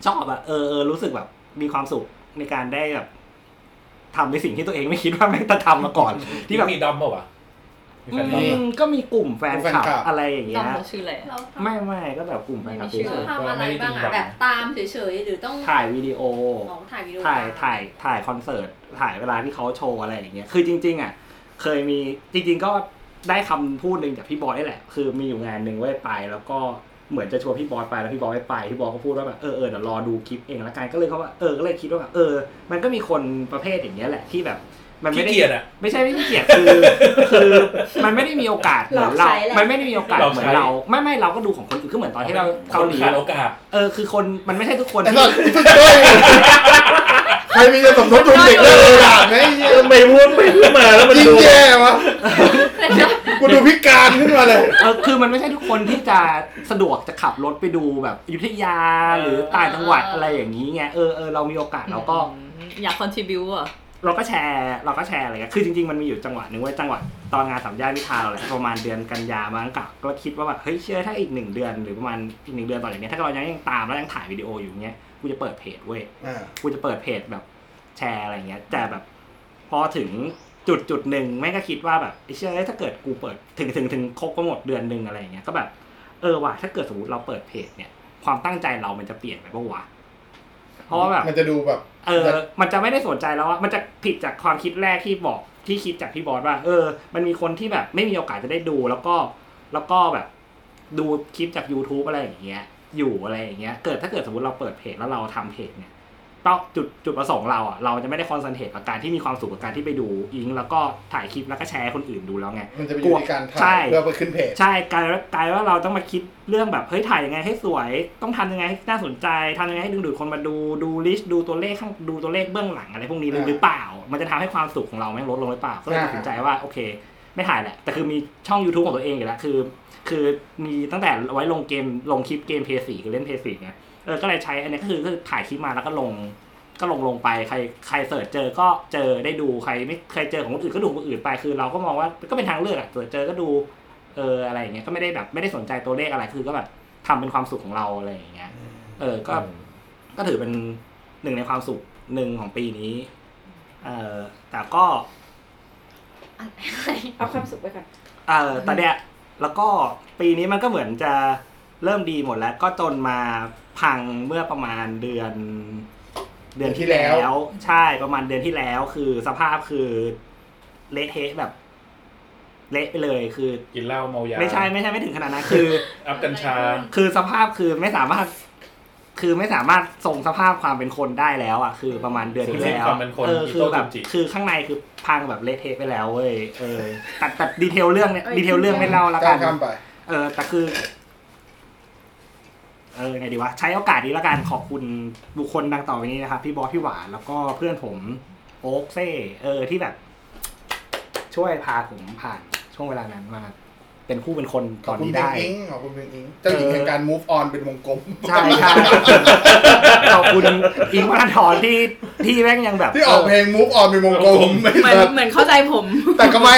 Speaker 5: ชอบอะเออเออรู้สึกแบบ มีความสุขในการได้แบบทำในสิ่งที่ตัวเองไม่คิดว่าแม่งจะทำมาก่ อน
Speaker 4: ที่
Speaker 5: ที่แบบ
Speaker 4: มีดอมเปล่าวะมีแฟนดอม
Speaker 5: อื
Speaker 4: ปะ
Speaker 5: มก็มีกลุ่มแฟนคลับอะไรอย่าง
Speaker 3: ต้อ
Speaker 5: เงี้
Speaker 3: ง
Speaker 5: ย
Speaker 3: เขาชื่ออะไรอะ
Speaker 8: เราทำ
Speaker 5: ไม่ไม่ก็แบบกลุ่มแฟนคลับ
Speaker 3: ไม่มีชื่อ
Speaker 8: ทำอะไรบ้าง
Speaker 4: ไม่ได้จริงหรอ
Speaker 8: อ่ะ
Speaker 4: ก
Speaker 8: แบบตามเฉยๆหรือต้อง
Speaker 5: ถ่ายวิดีโอ
Speaker 8: อ๋อถ่ายวิดีโอ
Speaker 5: ถ่ายถ่ายถ่ายคอนเสิร์ต ถ่ายเวลาที่เขาโชว์อะไรอย่างเงี้ย คือจริง ๆ อ่ะ เคยมีจริง ๆ ก็ได้คำพูดหนึ่งจากพี่บอยนี่แหละ คือมีอยู่งานหนึ่งไว้ยไป แล้วก็เหมือนจะชวนพี่บอยไปแล้วพี่บอยไม่ไป พี่บอยก็พูดว่าแบบเออเออเดี๋ยวรอดูคลิปเองละกัน ก็เลยเขาว่าเออ ก็เลยคิดว่าแบบเออ มันก็มีคนประเภทอย่างเงี้ยแหละที่แบบ มันไม่
Speaker 4: ขี้
Speaker 5: ได้
Speaker 4: เกียจอ่ะ
Speaker 5: ไม่ใช่ไม่ขี้เกียจคือคือมันไม่ได้มีโอกาสเหมือน
Speaker 3: หลอก
Speaker 5: เรา
Speaker 3: ใช้แหละ
Speaker 5: มันไม่ได้มีโอกาส
Speaker 4: หลอก
Speaker 5: เห
Speaker 4: ใช้
Speaker 5: มือนเรา ไม่ไม่เราก็ดูของคนอื่นก็เหมือนตอนที่เรา
Speaker 4: เกา
Speaker 5: เกา
Speaker 4: ห
Speaker 5: ห
Speaker 4: ลี
Speaker 5: ลี
Speaker 4: ขาดโอกาส
Speaker 5: เออคือคนมันไม่ใช่ทุกคน
Speaker 1: ไอ้
Speaker 5: ที่
Speaker 1: สัตว์ช่วย ใครมีจะสมทบทุนเด็กเลิกเลยอ่ะไหมเหี้ย
Speaker 2: ไม่พูดไปพูดมาแล้วมัน
Speaker 1: ยิ่ง
Speaker 2: ดู
Speaker 1: แย่วะกูดูพิการขึ้นมาเลย
Speaker 5: เออคือมันไม่ใช่ทุกคนที่จะสะดวกจะขับรถไปดูแบบอยุธยาหรือต่างจังหวัดอะไรอย่างนี้ไงเออเออเรามีโอกาสเราก็
Speaker 3: อยากคอนทิบิวอ่ะ
Speaker 5: เราก็แชร์เราก็แชร์อะไรเงี้ยคือจริงๆ มันมีอยู่จังหวะหนึ่งเว่าจังหวะตอนงานสามย่านวิทาเราแหละประมาณเดือนกันยามั้งกะก็คิดว่าแบบเฮ้ยเชื่อถ้าอีกหนึ่งเดือนหรือประมาณอีกหนึ่งเดือนต่อจากเนี้ยถ้าเรายังยังตามแล้วยังถ่ายวิดีโออยู่เงี้ยกูจะเปิดเพจเว้ย
Speaker 1: อ่า
Speaker 5: กูจะเปิดเพจแบบแชร์อะไรเงี้ยแต่แบบ พอถึงจุดจุดหนึ่งแม่งก็คิดว่าแบบไอ้เชื่อถ้าเกิดกูเปิดถึงถึงถึงครบก็หมดเดือนหนึ่งอะไรเงี้ยก็แบบเออว่ะถ้าเกิดสมมติเราเปิดเพจเนี่ยความตั้งใจเรามันจะเปลี่ยนไปปะวะเพราะว่าแบบ
Speaker 1: มันจะดูแบบ
Speaker 5: เออ มันจะไม่ได้สนใจแล้วว่ามันจะผิดจากความคิดแรกที่บอกที่คิดจากพี่บอสว่า เออ มันมีคนที่แบบไม่มีโอกาสจะได้ดูแล้วก็ แล้วก็แบบ ดูคลิปจาก YouTube อะไรอย่างเงี้ย อยู่อะไรอย่างเงี้ย เกิดถ้าเกิดสมมติเราเปิดเพจแล้วเราทำเพจเนี่ยเป้าจุดจุดประสงค์เราอ่ะ เราจะไม่ได้คอนเซนเทรตกับการที่มีความสุขกับการที่ไปดูอิง แล้วก็ถ่ายคลิปแล้วก็แชร์ให้คนอื่นดูแล้วไง
Speaker 1: มันจะไปอยู่ที่การ
Speaker 5: ใช่
Speaker 1: ถ่ายเพื่อไปขึ้นเพจ
Speaker 5: ใช่กลายว่ากลายว่าเราต้องมาคิดเรื่องแบบเฮ้ยถ่ายยังไงให้สวย ต้องทำยังไงให้น่าสนใจทำยังไงให้ดึงดูดคนมาดูดูลิชดูตัวเลขข้างดูตัวเลขเบื้องหลังอะไรพวกนี้เลย
Speaker 1: อ่า
Speaker 5: หรือเปล่า มันจะทำให้ความสุขของเราแม่งลดลงหรือเปล่าก็เลย
Speaker 1: อ่า
Speaker 5: ตัดสินใจว่าโอเค ไม่ถ่ายแหละ แต่คือมีช่อง YouTube ของตัวเองอยู่แล้วคือ คือมีตั้งแต่ไว้ลงเกมลงคลิปเกมเพย์สี่คือเล่นเพย์สี่ไงเออก็เลยใช้อันนี้ก็คือก็คือถ่ายคลิปมาแล้วก็ลง ก็ลงลงไปใครใครเสิร์ชเจอก็เจอได้ดูใครไม่ใครเจอของคนอื่นก็ดูของคนอื่นไปคือเราก็มองว่าก็เป็นทางเลือกอะเสิร์ชเจอก็ดู เอออะไรอย่างเงี้ยก็ไม่ได้แบบไม่ได้สนใจตัวเลขอะไรคือก็แบบทำเป็นความสุขของเราอะไรอย่างเงี้ย เออก็ก็ถือเป็นหนึ่งในความสุขหนึ่งของปีนี้ เออแต่ก็
Speaker 9: เอาความสุขไปก่อน
Speaker 5: เออตอนเนี้ยแล้วก็ปีนี้มันก็เหมือนจะเริ่มดีหมดแล้ว ก็จนมาพังเมื่อประมาณเดือน เดือนที่แล้
Speaker 1: เดือนที่แล้ว ว
Speaker 5: ใช่ประมาณเดือนที่แล้วคือสภาพคือเละเทะแบบ เละไปเลยคือ
Speaker 4: กินเหล้าเมายา
Speaker 5: ไม่ใช่ไม่ใช่ไม่ถึงขนาดนั้นคือ
Speaker 4: อัพกัญชา
Speaker 5: คือสภาพคือไม่สามารถ คือไม่สามารถทรงสภาพความเป็นคนได้แล้วอ่ะคือประมาณเดือนที่
Speaker 4: สูญสิ้น
Speaker 5: แล้ว
Speaker 4: ความเป็นคน
Speaker 5: เออคือแบบ
Speaker 4: อีโต้จุจิ
Speaker 5: คือข้างในคือพังแบบเละเทะไปแล้วเว้ยเออแต่แต่ดีเทลเรื่องเนี่ย
Speaker 9: เอ้ย
Speaker 5: ดีเทลเรื่องไม่เล่าละกั
Speaker 1: ก้าน วข้ามไป
Speaker 5: เออแต่คือ เออไงดีวะใช้โอกาสนี้ละกันขอบคุณบุคคลดังต่อไปนี้นะครับ พี่บอสพี่หวานแล้วก็เพื่อนผมโอ๊กเซ่เออที่แบบ ช่วยพาผมผ่านช่วงเวลานั้นมา เป็นคู่เป็นคน
Speaker 1: ข
Speaker 5: ต
Speaker 1: อ
Speaker 5: อบ น
Speaker 1: คุณ
Speaker 5: นี้
Speaker 1: เพลง
Speaker 5: ได้
Speaker 1: อิงขอบคุณเพลงอิงเจ้าหญิงแห่งการ move on เป็นวงกลม
Speaker 5: ใช่ ใช่ขอบคุณอิงค์วรันทรที่ที่แม่งยังแบบ
Speaker 1: ที่ออกเพลง move on เป็นวงกลมไม่
Speaker 3: เหมือน
Speaker 1: แบบ
Speaker 3: เหมือนเข้าใจผม
Speaker 1: แต่ก็ไม่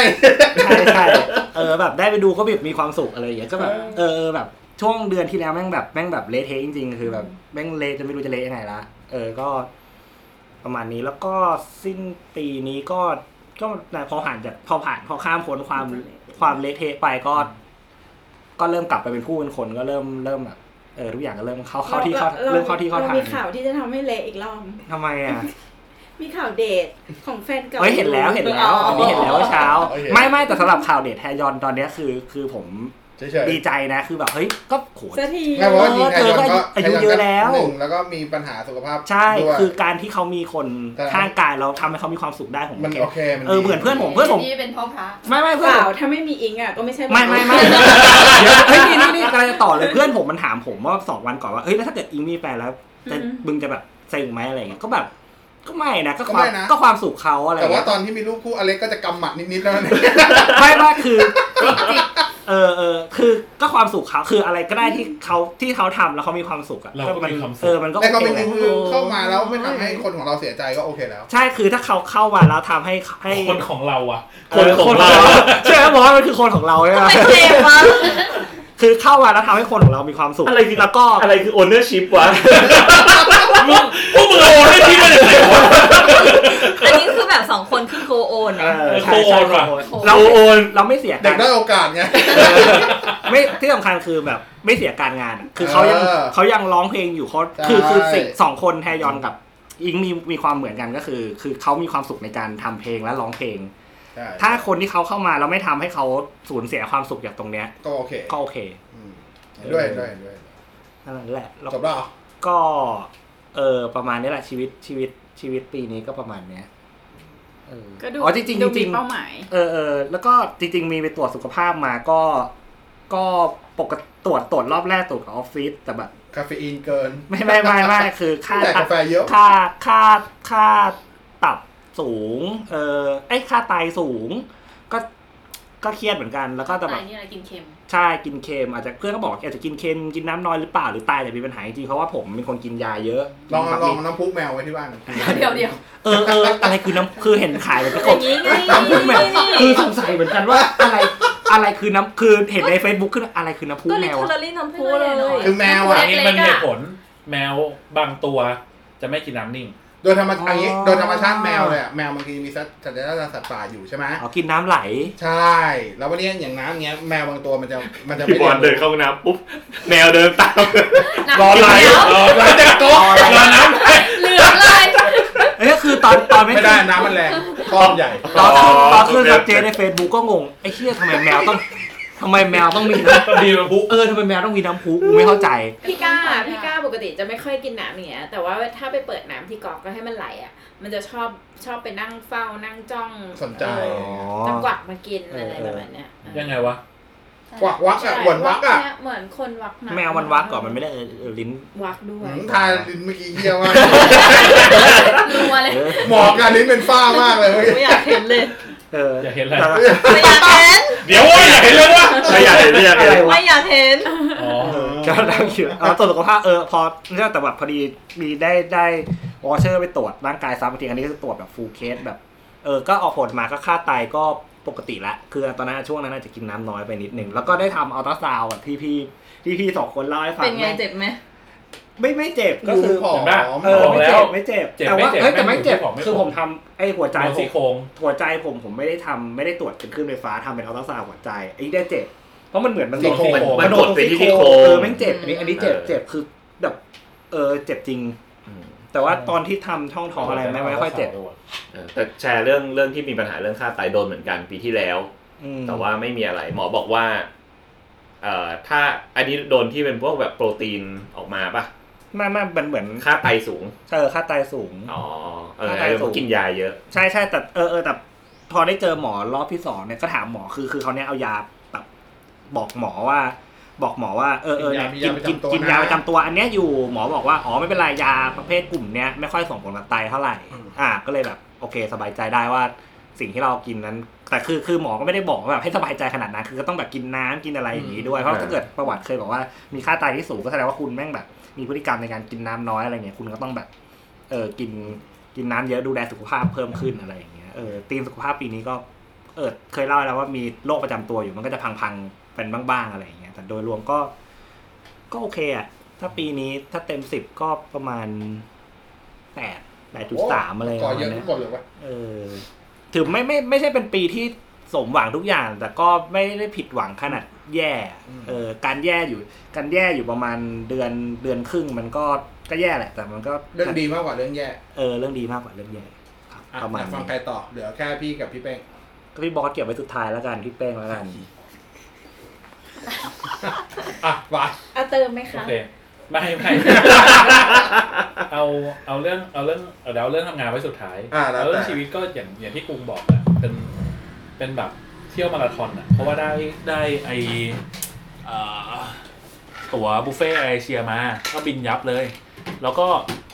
Speaker 5: ใช่ ใช่เออแบบได้ไปดูก็แบบมีความสุขอะไรอย่างเงี้ยก็แบบเออเออแบบช่วงเดือนที่แล้วแม่งแบบแม่งแบบเละเทะจริงๆ คือแบบแม่งเละจนไม่รู้จะเละยังไงละเออก็ ประมาณนี้แล้วก็สิ้นปีนี้ก็ก็พอผ่านจากพอผ่านพอข้ามพ้นความความเละเทะไปก็ ก็เริ่มกลับไปเป็นผู้เป็นคนก็เริ่มเริ่มแบบเออทุกอย่างก็เริ่มเข้าเข้าที่เข้าเริ่มเข้าที่เข้าทาง
Speaker 9: มีข่าวที่จะทำให้เละอีกรอบ
Speaker 5: ทำไมอ่ะ
Speaker 9: มีข่าวเดทของแฟนเก่า
Speaker 5: เฮ้ยเห็นแล้วเห็นแล้วอันนี้เห็นแล้วเช้า
Speaker 1: โอเค
Speaker 5: ไม่ไม่แต่สำหรับข่าวเดทแทยอนตอนเนี้ยคือ คือผม
Speaker 1: เฉย
Speaker 5: ดีใจนะ คือแบบเฮ้ยก็โห
Speaker 9: สักที
Speaker 1: ๆแค่ว่าจริงๆไอ
Speaker 5: เออ
Speaker 1: จอนก็
Speaker 5: อายุเยอะแล้ว
Speaker 1: หนึ่งแล้วก็มีปัญหาสุขภาพ
Speaker 5: ใช่
Speaker 1: ด้วย
Speaker 5: คือการที่เขามีคน
Speaker 1: ใช่
Speaker 5: ข้างกายเราทำให้เขามีความสุขได้ผม
Speaker 1: มันโอเคมัน
Speaker 5: เออเหมือนเพื่อนผมเพื่อนผม
Speaker 8: นี่เป็นเพราะพระ
Speaker 5: ไม่ไม่
Speaker 9: เป
Speaker 5: เพื่อน
Speaker 9: ล่า
Speaker 5: ผม
Speaker 9: ถ้าไม่มีอิงอ่ะก็ไม่ใช่
Speaker 5: ไม่ไม่ไม่เดี๋ยวเฮ้ยนี่นี่นี่กำลังจะต่อเลยเพื่อนผมมันถามผมว่าสองวันก่อนว่าเฮ้ยแล้วถ้าเกิดอิงมีแฟนแล้วจะมึงจะแบบเซ็งไหมอะไรเงี้ยก็แบบ ก็ไม่นะก็ความก็ความสุขเขาอะไร
Speaker 1: แต่
Speaker 5: เงี้ย
Speaker 1: ว่าตอนที่มีลูกคู่อเล็กก็จะกำหมัดนิดๆแล้วนะ
Speaker 5: ไม่ไม่คือ เออเออคือก็ความสุขเขาคืออะไรก็ได้ที่เขาที่เขาทำแล้วเขามีความสุขอะ
Speaker 4: เราก็มีความสุข
Speaker 5: เออมันก็
Speaker 1: แต่ก็
Speaker 5: โอ
Speaker 1: ไม่
Speaker 5: เค
Speaker 1: ได้
Speaker 5: แห
Speaker 1: คื
Speaker 5: ละ
Speaker 1: อเข้ามาแล้วไม่ทำให้คนของเราเสียใจก็โอเคแล้ว
Speaker 5: ใช่คือถ้าเขาเข้ามาแล้วทำให้ให้
Speaker 4: คนของเราอ่ะ
Speaker 5: เใช่ไหมบอกว่ามันคือคนของเราใช่ไห ม
Speaker 3: ไม่เคลมวะ
Speaker 5: คือเข้ามาแล้วทำให้คนของเรามีความสุข
Speaker 2: อะไรคือ
Speaker 5: แล้วก็
Speaker 2: อะไรคือโอเนอร์ชิพวะ
Speaker 4: พวกมึงโอนให้พี่มาจากไหนวะ
Speaker 3: อันนี้คือแบบสองคนขึ้นโกโอน
Speaker 5: เอ
Speaker 3: อะ
Speaker 5: อใช่ใช่
Speaker 4: โคโอนว่ะ
Speaker 5: เรา
Speaker 2: โอน
Speaker 5: เราไม่เสีย
Speaker 1: เด็
Speaker 5: กาก ร
Speaker 1: ได้โอกาสไง
Speaker 5: ไม่ที่สำคัญคือแบบไม่เสียการงานอะคือเขายัง
Speaker 1: เออ
Speaker 5: เขายังร้องเพลงอยู่เขา
Speaker 1: ใช่
Speaker 5: คือคือสิ่งสองคนแทยอนกับอิงมีมีความเหมือนกันก็คือ คือเขามีความสุขในการทำเพลงและร้องเพลง
Speaker 1: ใช่
Speaker 5: ถ้าคนที่เขาเข้ามาเราไม่ทำให้เขาสูญเสียความสุขจากตรงเนี้ย
Speaker 1: ก็โอเค
Speaker 5: ก็โอเค
Speaker 1: อืมด้วยด้วยด้วย
Speaker 5: นั่นแหละแล้ว
Speaker 1: จบแล้วเหรอ
Speaker 5: ก็เออประมาณนี้แหละชีวิตชีวิตชีวิตปีนี้ก็ประมาณเนี้ยเออ
Speaker 6: ก็ดู
Speaker 5: อ๋อจริงๆ
Speaker 6: ดู
Speaker 5: จริ
Speaker 6: มี
Speaker 5: งๆ
Speaker 6: เป้าหมาย
Speaker 5: เออเออแล้วก็จริง ๆ มีไปตรวจสุขภาพมาก็ ก็ปกติตรวจตรวจรอบแรกตรวจกับออฟฟิศแต่แบบ
Speaker 1: คาเฟอีนเกิน
Speaker 5: ไม่ไม่ไม่ไม่คือค่า
Speaker 1: แต่กาแฟเยอะ
Speaker 5: ค่าค่าค่าตับสูง เออไอยค่าไตสูง ก็ก็เครียดเหมือนกันแล้วก็แต่
Speaker 8: ตา
Speaker 5: แบ
Speaker 8: ย
Speaker 5: บ
Speaker 8: นี่อะไรกินเค็ม
Speaker 5: ใช่กินเค็มอาจจะเพื่อนก็บอกอาจจะกินเค็มกินน้ำน้อยหรือเปล่าหรือไตแต่มีปัญหาจริงๆเพราะว่าผมเป็นคนกินยาเยอะ
Speaker 1: ลอง
Speaker 5: แบบ
Speaker 1: ลอง
Speaker 5: มี
Speaker 1: น้ำพุแมวไว้ที่บ้าน
Speaker 8: เดี๋ยวเดี๋ยว
Speaker 5: เออเอออะไรคือน้ำคือเห็นขายแบบก็
Speaker 3: อก ย่า
Speaker 5: ด
Speaker 3: งนี้ไง
Speaker 5: คือสงสัยเหมือนกันว่าอะไรอะไรคือน้ำคือเห็นใน Facebook ขึ้นอะไรคือน้ำพุ
Speaker 3: ก็ลิ
Speaker 5: แมว
Speaker 3: ท
Speaker 5: อะ
Speaker 3: เทอรี่น้ำพุเลย
Speaker 1: คือแมวอ่ะ
Speaker 4: อันนี้มันมีเหตุผลแมวบางตัวจะไม่กินน้ำนิ่ง
Speaker 1: โดยธรรมชาติอันนี้
Speaker 5: อ๋อ
Speaker 1: โดยธรรมชาติแมวเลยอะแมวบางทีมีสัตว์สัตว์ได้สัตว์ป่าอยู่ใช่ไหม
Speaker 5: อ๋อกินน้ำไหล
Speaker 1: ใช่ แล้ววันนี้อย่างน้ำเงี้ยแมวบางตัวมันจะมันจะไม่
Speaker 7: พี่บอลเดินเข้าห้องน้ำปุ๊บแมวเดินตาม
Speaker 2: รอไหล รอไหลจากโต๊ะรอน้ำ
Speaker 8: เหลืองเลย
Speaker 5: เอ้ยก็คือตอนตอนไม่
Speaker 1: ไม่ได้น้ำมันแรงก้อนใหญ่
Speaker 5: ตอนขึ้นตอนขึ้นสับเจในเฟซบุ๊กก็งงไอ้เชี่ยทำไมแมวต้องทำไมแมวต้องมีน้
Speaker 4: ก็ดีมันพุ
Speaker 5: ำเออทำไมแมวต้องมีน้ำพุกูไม่เข้าใจ
Speaker 9: พี่ก้า
Speaker 8: แต่ก็ไม่ได้
Speaker 9: พี่ก้าปกติจะไม่ค่อยกินน้ำอย่างเงี้ยแต่ว่าถ้าไปเปิดน้ำที่กอกก็ให้มันไหลอ่ะ มันจะชอบชอบไปนั่งเฝ้านั่งจ้อง
Speaker 1: สนใจ
Speaker 9: เออจังหวะมากิน
Speaker 5: เออ
Speaker 9: อะไร
Speaker 5: เออ
Speaker 9: ประมาณเนี้ย
Speaker 4: ยังไงวะ
Speaker 1: กวักวักอ่ะหวนวักอ่ะ
Speaker 9: ใช่เหมือนคนวักำ
Speaker 5: แมวมันวักก่อนมันไม่ได้เออเออลิ้น
Speaker 9: วักด้วย
Speaker 1: หืมทาลิ้นเมื่อกี้เหี้ย มาก
Speaker 8: รัวเลย
Speaker 5: เออ
Speaker 1: หมอกอะลิ้นเป็นฝ้ามากเลยเมื่อกี้
Speaker 3: ไม่อยากเห็นเลย
Speaker 5: เอออย
Speaker 4: อากเห็นอะไร
Speaker 3: ไม่อยากเห็น
Speaker 4: เดี๋ยวว่าอยากเห็นเลยวะ
Speaker 7: ไม่อยากเห็นไม่อยากเห็น
Speaker 3: ไม่อยากเห็น
Speaker 4: อ๋อ
Speaker 5: ก็นั่งคิดเออตรวจสุขภาพเออพอเรื่องแต่แบบพอดีมีได้ได้วอเชอร์ไปตรวจร่างกายซ้ำบางทีอันนี้ก็จะตรวจแบบฟูลเคสแบบเออก็ออกผลมาก็ค่าไตก็ปกติละคือตอนนั้นช่วงนั้นอาจจะกินน้ำน้อยไปนิดนึงแล้วก็ได้ทำอัลตราซาวด์แบบที่พี่ที่พี่สองคนเล่าให้ฟัง
Speaker 3: เป็นไง
Speaker 5: แม่ง
Speaker 3: เจ็บไหม
Speaker 5: ไม่ไม่เจ็บก็
Speaker 1: ก็
Speaker 5: คื
Speaker 1: คือ อผอม
Speaker 4: เห็นปะ
Speaker 5: เออ
Speaker 4: ผอม
Speaker 5: ไม่
Speaker 4: แล้
Speaker 5: เจ็
Speaker 4: ว
Speaker 5: บไม่เจ็บ
Speaker 4: เจ็บ
Speaker 5: แต่ว่า
Speaker 4: ไม่เจ็บ
Speaker 5: เฮ้ยแต่
Speaker 4: ไม่
Speaker 5: ไม่
Speaker 4: เจ็
Speaker 5: เจ็
Speaker 4: บบ ผอมไม่ผอม
Speaker 5: คือผมทำไอ้หัวใจ
Speaker 4: โดน
Speaker 5: ผ
Speaker 4: ซี่
Speaker 5: ม
Speaker 4: โครง
Speaker 5: หัวใจผมผมไม่ได้ทำไม่ได้ตรวจเป็นคลื่นไฟฟ้าทำเป็นอัลตราซาวด์หัวใจไอ้ได้เจ็บเพราะมันเหมือนมัน
Speaker 7: ซี่โครง
Speaker 5: โด
Speaker 7: มันกดไปที่ซี่โครง
Speaker 5: เออแม่งเจ็บอันนี้อันนี้เจ็บ
Speaker 7: เออ
Speaker 5: เจ็บคือแบบเออเจ็บจริง แต่ว่าตอนที่ทำช่องท้องอะไรไม่ไม่ค่อยเจ็บ
Speaker 7: เออแต่แชร์เรื่องเรื่องที่มีปัญหาเรื่องค่าไตโดนเหมือนกันปีที่แล้ว
Speaker 5: อืม
Speaker 7: แต่ว่าไม่มีอะไรหมอบอกว่าเอ่อถ้าอันนี้โดนที่เป็นพวกแบบโปรตีนออกมาปะ
Speaker 5: ไม่ไม่มันเหมือน
Speaker 7: ค่าไตสูง
Speaker 5: เออค่าไตสูง
Speaker 7: อ๋อเออ
Speaker 5: ค่าไต
Speaker 7: ไอ้
Speaker 5: สูง
Speaker 7: พวกกินยาเยอะ
Speaker 5: ใช่ใช่แต่เออเออแต่พอได้เจอหมอรอบที่สองเนี่ยก็ถามหมอคือคือเขาเนี่ยเอายาแบบบอกหมอว่า บอกหมอว่าเออเออเนี่ย
Speaker 1: มี
Speaker 5: กิ
Speaker 1: ยาน มียา
Speaker 5: กิน
Speaker 1: ประจำตัวนะ
Speaker 5: กินยาประจำตัวอันเนี้ยอยู่หมอบอกว่าอ๋อไม่เป็นไรยาประเภทกลุ่มเนี้ยไม่ค่อยส่งผลกับไตเท่าไหร่ อ่า ก็เลยแบบโอเค สบายใจได้ว่าสิ่งที่เรากินนั้น แต่คือคือหมอก็ไม่ได้บอกว่าแบบให้สบายใจขนาดนั้นคือก็ต้องแบบกินน้ำกินอะไรอย่างนี้ด้วยเพราะถ้าเกิดประวัติเคยบอกว่ามีค่าไตที่สูงก็แสดงว่าคุณแม่งแบบ มีพฤติกรรมในการกินน้ำน้อยอะไรเงี้ยคุณก็ต้องแบบ เออกินกินน้ำเยอะดูแลสุขภาพเพิ่มขึ้นอะไรอย่างเงี้ยเออตีมสุขภาพปีนี้ก็เออเคยเล่าแล้วว่ามีโรคประจำตัวอยู่มันก็จะพังๆเป็นบ้างๆอะไรอย่างเงี้ยแต่โดยรวมก็ ก็โอเคอะถ้าปีนี้ถ้าเต็มสิบก็ประมาณแปดแปดจุดสามอะไรประ
Speaker 1: ก่อ
Speaker 5: มาณ
Speaker 1: เยอะ
Speaker 5: เนี้
Speaker 1: ทั้
Speaker 5: ย
Speaker 1: งหมดเลยวะ
Speaker 5: เออถึงไม่ไม่ไม่ใช่เป็นปีที่สมหวังทุกอย่าง แต่ก็ไม่ได้ผิดหวังขนาดแย่ เออการแย่อยู่ การแย่อยู่ประมาณเดือนเดือนครึ่งมันก็ก็แย่แหละ แต่มันก็
Speaker 1: เรื่องดีมากกว่าเรื่องแย่
Speaker 5: เออเรื่องดีมากกว่าเรื่องแย่ครับ
Speaker 1: อ่ะ
Speaker 5: ประมาณ
Speaker 1: อยากฟัง
Speaker 5: นี้
Speaker 1: ใครต่อเหลือแค่พี่กับพี่เป้ง
Speaker 5: ก็พี่บอสเก็บไว้สุดท้ายแล้วกันพี่เป้งแล้วกัน
Speaker 1: อ่ะวา
Speaker 9: เอาเติมไหม
Speaker 4: โอ
Speaker 9: คะ
Speaker 4: เคไม่ ไม่เอาเอาเรื่องเอาเรื่องเอาเดี๋ยวเอาเรื่องทำงานไว้สุดท้าย
Speaker 1: อ่ะแล้ว
Speaker 4: เอาเรื่
Speaker 1: แต่
Speaker 4: องชีวิตก็อย่างอย่างที่กรุงบอกอะเป็นเป็นแบบเที่ยวมาราธอนอะเพราะว่าได้ได้ไอเอ่อตั๋วบุฟเฟ่ต์แอร์เอเชียมาก็บินยับเลย แล้วก็